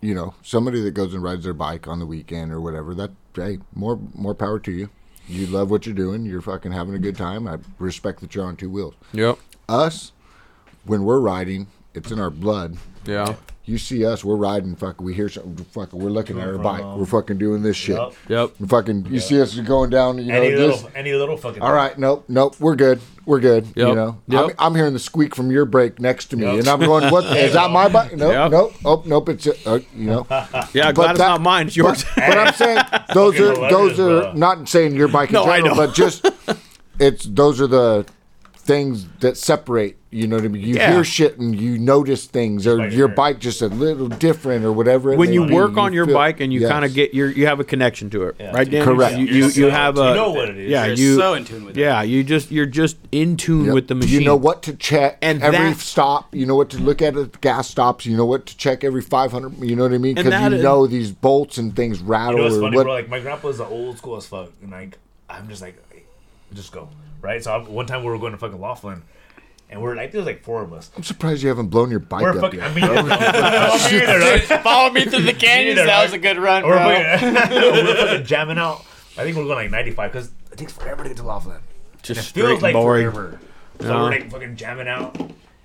Speaker 1: you know, somebody that goes and rides their bike on the weekend or whatever. That hey, more more power to you. You love what you're doing. You're fucking having a good time. I respect that you're on two wheels.
Speaker 2: Yep.
Speaker 1: Us, when we're riding, it's in our blood.
Speaker 2: Yeah.
Speaker 1: You see us, we're riding. Fuck, we hear something. Fuck, we're looking at our bike. We're fucking doing this shit.
Speaker 3: Yup.
Speaker 2: Yep.
Speaker 1: We're fucking, you see us going down. You know,
Speaker 3: Any
Speaker 1: this,
Speaker 3: little, any little fucking.
Speaker 1: all right, nope, nope, we're good, we're good.
Speaker 2: Yep.
Speaker 1: You know,
Speaker 2: Yep.
Speaker 1: I'm, I'm hearing the squeak from your brake next to me,
Speaker 3: Yep.
Speaker 1: and I'm going, "What is that? My bike? Nope,
Speaker 2: Yep.
Speaker 1: nope, oh, nope, it's uh, you know."
Speaker 2: Yeah.
Speaker 1: But
Speaker 2: Glad it's
Speaker 1: that-
Speaker 2: not mine. It's yours.
Speaker 1: But I'm saying those
Speaker 3: Fucking
Speaker 1: are those
Speaker 3: hilarious,
Speaker 1: are
Speaker 3: bro.
Speaker 1: not saying your bike in
Speaker 2: No, I
Speaker 1: general,
Speaker 2: know.
Speaker 1: but just it's those are the things that separate. You know what I mean? You
Speaker 2: Yeah.
Speaker 1: hear shit and you notice things, or
Speaker 3: Right,
Speaker 1: your
Speaker 3: right.
Speaker 1: bike just a little different, or whatever. it
Speaker 2: when
Speaker 1: may
Speaker 2: you
Speaker 1: be,
Speaker 2: work on your
Speaker 1: feel-
Speaker 2: bike and you
Speaker 1: Yes.
Speaker 2: kind of get your, you have a connection to it, right? Dan?
Speaker 1: Correct.
Speaker 2: You,
Speaker 3: You're
Speaker 2: you,
Speaker 3: just
Speaker 2: you
Speaker 3: so-
Speaker 2: have a
Speaker 3: you know what it is.
Speaker 2: Yeah.
Speaker 4: You're
Speaker 2: you
Speaker 4: so in tune with it.
Speaker 2: Yeah. You just you're just in tune
Speaker 1: Yep.
Speaker 2: with the machine.
Speaker 1: You know what to check
Speaker 2: And
Speaker 1: every
Speaker 2: that-
Speaker 1: stop. You know what to look at at the gas stops. You know what to check every 500. You know what I mean?
Speaker 2: And
Speaker 1: Because
Speaker 2: that
Speaker 1: you
Speaker 2: is-
Speaker 1: know these bolts and things
Speaker 3: You
Speaker 1: rattle
Speaker 3: know what's
Speaker 1: or
Speaker 3: funny,
Speaker 1: what.
Speaker 3: bro? Like my grandpa's the old school as fuck, and like I'm just like, "Hey, just go, right? So I'm, one time we were going to fucking Laughlin, and we're like, there was like four of us.
Speaker 1: I'm surprised you haven't blown your bike
Speaker 3: We're
Speaker 1: up
Speaker 3: fucking.
Speaker 1: yet.
Speaker 3: I mean, I'm either, right?
Speaker 4: Follow me through the canyons.
Speaker 3: Neither,
Speaker 4: that
Speaker 3: right?
Speaker 4: was a good run,
Speaker 3: We're
Speaker 4: bro.
Speaker 3: fucking, we're fucking jamming out. I think we're going like 95 because it takes forever to get to Laughlin.
Speaker 2: Just
Speaker 3: it feels
Speaker 2: straight
Speaker 3: like
Speaker 2: boring.
Speaker 3: forever. So we're like fucking jamming out,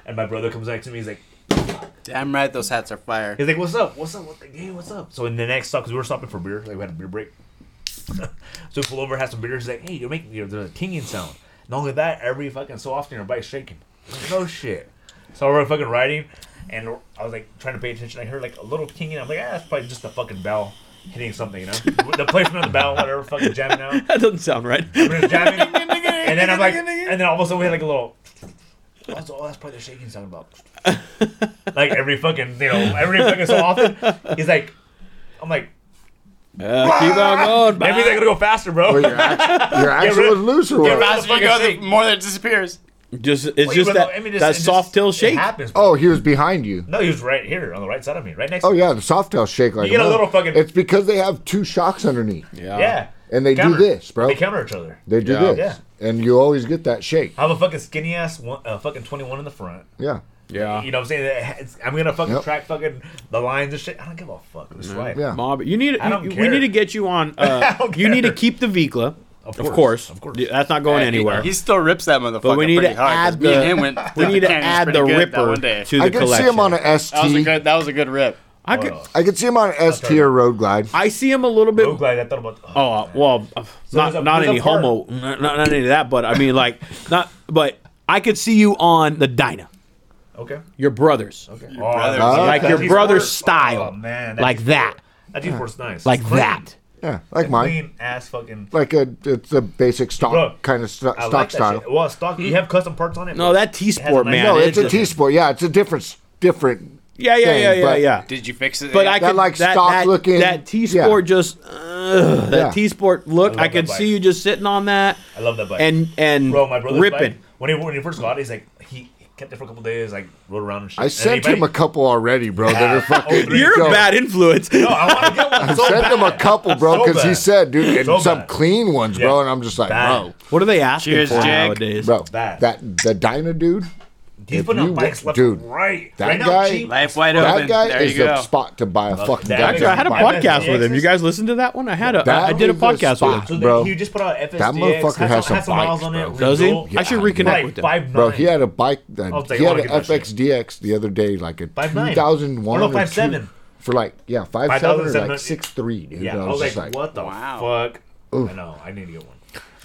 Speaker 3: and my brother comes back to me. He's like,
Speaker 4: Damn right, those hats are fire.
Speaker 3: he's like, what's up? What's up? What the game? What's up? So in the next stop, because we were stopping for beer, like we had a beer break. so we pull over, have some beer. He's like, hey, you're making you're, there's a tinging sound. Not only that, every fucking so often your bike's shaking. I'm like, no shit. So we're fucking riding, and I was like trying to pay attention. I heard like a little tinging. I'm like, ah, that's probably just the fucking bell hitting something, you know? the placement of the bell, whatever, fucking jamming out.
Speaker 2: That doesn't sound right.
Speaker 3: We're just jamming. and then I'm like, and then all of a sudden we had like a little. Oh, that's, oh, that's probably the shaking sound about. like every fucking, you know, every fucking so often, he's like, I'm like,
Speaker 2: Yeah, keep on going. bye.
Speaker 3: maybe they're gonna go faster, bro.
Speaker 1: Or your axle, your axle
Speaker 3: really-
Speaker 1: is loose or
Speaker 3: yeah,
Speaker 1: what?
Speaker 3: right.
Speaker 4: Faster you go, the
Speaker 3: Fucking
Speaker 4: more that it disappears.
Speaker 2: Just it's
Speaker 3: Well, you
Speaker 2: just
Speaker 3: know,
Speaker 2: that
Speaker 3: I mean, it's-
Speaker 2: that
Speaker 3: it's
Speaker 2: soft
Speaker 3: just-
Speaker 2: tail
Speaker 3: it
Speaker 2: shake.
Speaker 3: happens.
Speaker 1: Oh, he was behind you.
Speaker 3: no, he was right here on the right side of me, right next.
Speaker 1: Oh
Speaker 3: to me.
Speaker 1: yeah, the soft tail shake like
Speaker 3: You get a
Speaker 1: mother-
Speaker 3: little fucking-
Speaker 1: It's because they have two shocks underneath.
Speaker 3: yeah.
Speaker 1: And they do
Speaker 3: Counter.
Speaker 1: this, bro.
Speaker 3: They counter each other.
Speaker 1: They do
Speaker 2: Yeah.
Speaker 1: this,
Speaker 3: Yeah.
Speaker 1: and you always get that shake.
Speaker 3: I have a fucking skinny ass, one, uh, fucking twenty one in the front.
Speaker 1: Yeah,
Speaker 2: Yeah.
Speaker 3: You know what I'm saying? It's, I'm gonna fucking
Speaker 1: Uh. Yep.
Speaker 3: track fucking the lines and shit. I don't give a fuck. It's
Speaker 2: Mm-hmm.
Speaker 3: right.
Speaker 1: yeah.
Speaker 2: Mob, you need.
Speaker 3: I don't
Speaker 2: you- we
Speaker 3: care.
Speaker 2: need to get you on. Uh,
Speaker 3: don't
Speaker 2: you need to
Speaker 3: care.
Speaker 2: keep the Vikla. Of
Speaker 3: course,
Speaker 2: course,
Speaker 3: of course.
Speaker 2: That's not going
Speaker 4: Hey,
Speaker 2: anywhere.
Speaker 4: He, he still rips that motherfucker.
Speaker 2: But we need
Speaker 4: pretty
Speaker 2: to
Speaker 4: hard, 'cause
Speaker 2: add
Speaker 4: me and
Speaker 2: the-
Speaker 4: him went
Speaker 2: we
Speaker 4: down
Speaker 2: need to
Speaker 4: the canyons
Speaker 2: add the
Speaker 4: pretty good that
Speaker 2: Ripper
Speaker 4: one day.
Speaker 2: to the
Speaker 1: I could
Speaker 2: collection.
Speaker 1: see him on an
Speaker 4: That was a
Speaker 1: ST.
Speaker 4: good. That was a good rip.
Speaker 2: I could.
Speaker 3: Wow.
Speaker 1: I could see him on an ST or Road Glide.
Speaker 2: I see him a little bit.
Speaker 3: I'm glad I thought about. Oh,
Speaker 2: Oh uh, well, uh,
Speaker 3: there's
Speaker 2: not
Speaker 3: a-
Speaker 2: not
Speaker 3: there's a
Speaker 2: any
Speaker 3: part-
Speaker 2: homo, not, not any of that. But I mean, like, not. But I could see you on the Dyna.
Speaker 3: Okay.
Speaker 2: Your brothers.
Speaker 3: Okay.
Speaker 4: brother's-
Speaker 3: that's-
Speaker 2: Like
Speaker 3: that's
Speaker 2: your
Speaker 3: G-Sport?
Speaker 2: brother's style.
Speaker 3: Oh man.
Speaker 2: Like that.
Speaker 3: That G Sport's nice.
Speaker 2: Like
Speaker 3: Clean.
Speaker 2: that.
Speaker 1: Yeah, like mine.
Speaker 3: Clean ass fucking.
Speaker 1: Like a, it's a basic stock
Speaker 3: Bro,
Speaker 1: kind of st-
Speaker 3: I
Speaker 1: stock
Speaker 3: like that
Speaker 1: style.
Speaker 3: Shit. Well, stock. You have custom parts on it.
Speaker 2: Hmm. No, that T Sport,
Speaker 3: Yeah,
Speaker 2: man.
Speaker 1: No,
Speaker 3: And
Speaker 1: it's a
Speaker 2: just-
Speaker 1: T sport. Yeah, it's a different s- different.
Speaker 2: Yeah, yeah,
Speaker 1: thing,
Speaker 2: yeah, yeah,
Speaker 1: but-
Speaker 2: yeah.
Speaker 4: Did you fix it?
Speaker 2: But I
Speaker 4: Andy?
Speaker 2: could
Speaker 1: like,
Speaker 2: that,
Speaker 1: stock
Speaker 2: that,
Speaker 1: looking-
Speaker 2: that T Sport
Speaker 1: yeah.
Speaker 2: just ugh, that
Speaker 1: Yeah.
Speaker 2: T Sport look.
Speaker 3: love
Speaker 2: I, could
Speaker 3: that bike.
Speaker 2: see you just sitting on that.
Speaker 3: I love that bike.
Speaker 2: And and
Speaker 3: bro, my brother's
Speaker 2: ripping.
Speaker 3: bike, when he when he first got it, he's like he kept it for a couple days, like rode around and shit.
Speaker 1: I
Speaker 3: And
Speaker 1: sent
Speaker 3: anybody- Oh,
Speaker 1: him a couple already, bro. That are fucking.
Speaker 3: three.
Speaker 2: You're a
Speaker 1: dope.
Speaker 2: bad influence.
Speaker 3: No, I want to get one. So
Speaker 1: Sent
Speaker 3: bad.
Speaker 1: him a couple, bro,
Speaker 3: So
Speaker 1: because he
Speaker 3: bad.
Speaker 1: said, dude, and
Speaker 3: So
Speaker 1: some
Speaker 3: bad.
Speaker 1: clean ones, bro.
Speaker 3: Yeah.
Speaker 1: And I'm just like,
Speaker 3: Bad.
Speaker 1: bro,
Speaker 2: What are they asking
Speaker 4: Cheers,
Speaker 2: for
Speaker 4: Jake.
Speaker 2: nowadays?
Speaker 1: bro,
Speaker 3: Bad.
Speaker 1: that the Dyna dude,
Speaker 3: He's putting
Speaker 1: you
Speaker 3: on bikes
Speaker 1: want-
Speaker 3: left
Speaker 1: dude,
Speaker 3: and right.
Speaker 1: that
Speaker 3: right now,
Speaker 1: guy-
Speaker 3: cheap.
Speaker 4: Life wide
Speaker 1: that
Speaker 4: open.
Speaker 1: guy
Speaker 4: there
Speaker 1: is
Speaker 4: you go.
Speaker 1: the spot to buy a fucking guy.
Speaker 3: that is-
Speaker 2: Actually, I had a
Speaker 3: Bike is
Speaker 2: podcast with him.
Speaker 3: DXs?
Speaker 2: You guys listened to that one? I had a I
Speaker 1: That
Speaker 2: did a
Speaker 1: is the
Speaker 2: podcast with him.
Speaker 1: spot.
Speaker 3: So
Speaker 1: Bro.
Speaker 3: bro, he just put out FSDX.
Speaker 1: That motherfucker
Speaker 3: had
Speaker 1: has some
Speaker 3: had miles
Speaker 1: bikes,
Speaker 3: on
Speaker 1: bro.
Speaker 3: it.
Speaker 2: Does he?
Speaker 3: rebuilt.
Speaker 2: I should reconnect
Speaker 3: Like
Speaker 2: with him.
Speaker 3: Five nine.
Speaker 1: Bro, he had a bike. That,
Speaker 3: was like,
Speaker 1: he
Speaker 3: I
Speaker 1: had
Speaker 3: wanna
Speaker 1: an
Speaker 3: get that shit.
Speaker 1: FXDX the other day, like a
Speaker 3: Five nine.
Speaker 1: 2001
Speaker 3: Or no,
Speaker 1: or
Speaker 3: five
Speaker 1: two-
Speaker 3: seven.
Speaker 1: for like yeah five, seven
Speaker 3: Five thousand
Speaker 1: or
Speaker 3: seven
Speaker 1: like
Speaker 3: hundred-
Speaker 1: six three. Dude.
Speaker 3: Yeah,
Speaker 1: I was, just like,
Speaker 3: what the
Speaker 4: Wow.
Speaker 3: fuck?
Speaker 1: Oof.
Speaker 3: I know. I need to get one.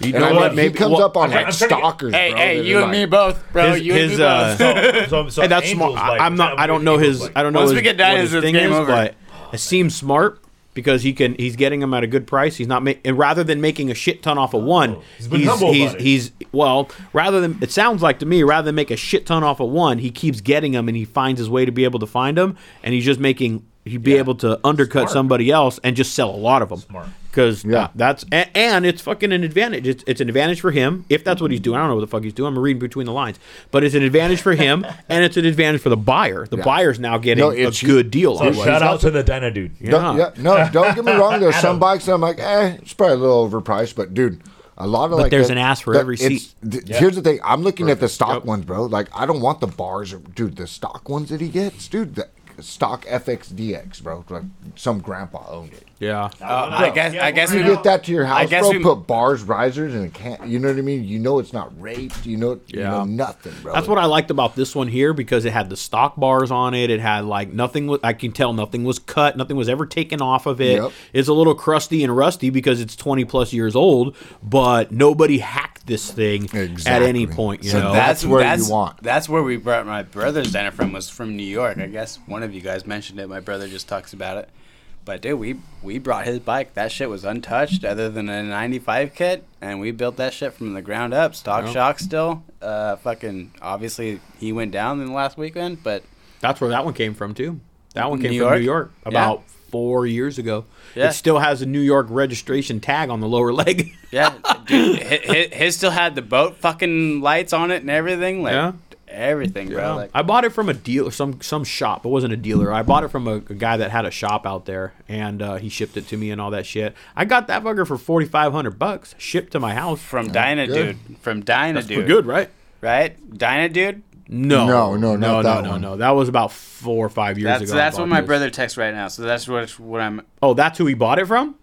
Speaker 2: You
Speaker 1: And I
Speaker 2: know
Speaker 1: mean,
Speaker 2: what?
Speaker 1: he
Speaker 2: Maybe
Speaker 1: comes
Speaker 2: well,
Speaker 1: up on
Speaker 3: I'm
Speaker 1: like
Speaker 3: trying to get-
Speaker 1: stalkers.
Speaker 4: Hey,
Speaker 1: bro,
Speaker 4: hey,
Speaker 1: that
Speaker 4: you
Speaker 1: are
Speaker 4: and me
Speaker 1: like-
Speaker 4: both, bro.
Speaker 2: His-
Speaker 4: you
Speaker 2: his,
Speaker 4: and me
Speaker 2: uh,
Speaker 4: both.
Speaker 3: So, so
Speaker 2: Hey, that's
Speaker 3: Angel's
Speaker 2: smart.
Speaker 3: bike.
Speaker 2: I'm not. I don't know
Speaker 3: Angel's
Speaker 2: his.
Speaker 3: bike.
Speaker 2: I don't know.
Speaker 4: Once
Speaker 2: his,
Speaker 4: we get down,
Speaker 2: what his
Speaker 4: it's
Speaker 2: thing
Speaker 4: game
Speaker 2: is,
Speaker 4: over.
Speaker 2: But it seems smart because he can. He's getting them at a good price. He's not ma- and rather than making a shit ton off of one,
Speaker 3: Oh, He's been
Speaker 2: he's
Speaker 3: humble
Speaker 2: he's,
Speaker 3: about it.
Speaker 2: he's well. Rather than it sounds like to me, rather than make a shit ton off of one, he keeps getting them and he finds his way to be able to find them, and he's just making. He'd be able to undercut
Speaker 3: Smart.
Speaker 2: somebody else and just sell a lot of them.
Speaker 3: Smart.
Speaker 2: Because
Speaker 1: Yeah.
Speaker 2: that's and, and it's fucking an advantage. It's, it's an advantage for him if that's what he's doing. I don't know what the fuck he's doing. I'm reading between the lines, but it's an advantage for him and it's an advantage for the buyer. The buyer's now getting
Speaker 1: No,
Speaker 2: a
Speaker 1: it's-
Speaker 2: good deal on
Speaker 3: So
Speaker 2: it.
Speaker 3: shout out to the Dyna dude.
Speaker 1: Don't-
Speaker 2: Yeah.
Speaker 1: yeah, no, don't get me wrong. There's some bikes that I'm like, eh, it's probably a little overpriced, but dude, a lot of like
Speaker 2: there's
Speaker 1: that-
Speaker 2: an ass for
Speaker 1: that-
Speaker 2: every
Speaker 1: it's-
Speaker 2: seat.
Speaker 1: th- Here's the thing: I'm looking at the stock ones, bro. Like, I don't want the bars, or, dude. The stock ones that he gets, dude. The stock FXDX, bro. Like some grandpa owned it.
Speaker 2: Yeah,
Speaker 4: Uh, I guess. I guess we
Speaker 1: You get that to your house,
Speaker 4: guess
Speaker 1: bro.
Speaker 4: we-
Speaker 1: put bars, risers, and a can. You know what I mean? You know it's not raped. You know, you
Speaker 2: Yeah.
Speaker 1: know nothing, bro.
Speaker 2: that's what I liked about this one here because it had the stock bars on it. It had like nothing. Was, I can tell nothing was cut. Nothing was ever taken off of it.
Speaker 1: Yep.
Speaker 2: It's a little crusty and rusty because it's 20 plus years old, but nobody hacked this thing at any
Speaker 1: Exactly.
Speaker 2: point. You
Speaker 1: So
Speaker 2: know,
Speaker 1: that- That's where you want.
Speaker 4: Oh. That's where we brought my brother's dinner from. Was from New York, I guess. One of you guys mentioned it. My brother just talks about it. But dude, we we brought his bike. That shit was untouched, other than a '95 kit, and we built that shit from the ground up. Stock shock still. Uh, fucking obviously he went down in the last weekend, but
Speaker 2: That's where that one came from too. That one came
Speaker 4: New
Speaker 2: from
Speaker 4: York?
Speaker 2: New York
Speaker 4: Yeah.
Speaker 2: about four years ago.
Speaker 4: Yeah.
Speaker 2: It still has a New York registration tag on the lower leg.
Speaker 4: yeah, dude, his, his still had the boat fucking lights on it and everything. Like
Speaker 2: Yeah.
Speaker 4: everything, bro. Like,
Speaker 2: I bought it from a dealer, some some shop. It wasn't a dealer. I bought it from a, a guy that had a shop out there, and uh, he shipped it to me and all that shit. I got that fucker for forty five hundred bucks, shipped to my house.
Speaker 4: from Dyna
Speaker 1: good.
Speaker 4: dude. From Dyna
Speaker 2: Pretty
Speaker 4: dude.
Speaker 2: good, right?
Speaker 4: right? Dyna dude.
Speaker 2: No,
Speaker 1: No, no,
Speaker 2: no,
Speaker 1: not
Speaker 2: no,
Speaker 1: that
Speaker 2: no,
Speaker 1: one.
Speaker 2: no. That was about four or five years
Speaker 4: That's
Speaker 2: ago. I
Speaker 4: that's what
Speaker 2: bought
Speaker 4: my
Speaker 2: this.
Speaker 4: brother texts right now. So that's what what I'm
Speaker 2: Oh, that's who he bought it from.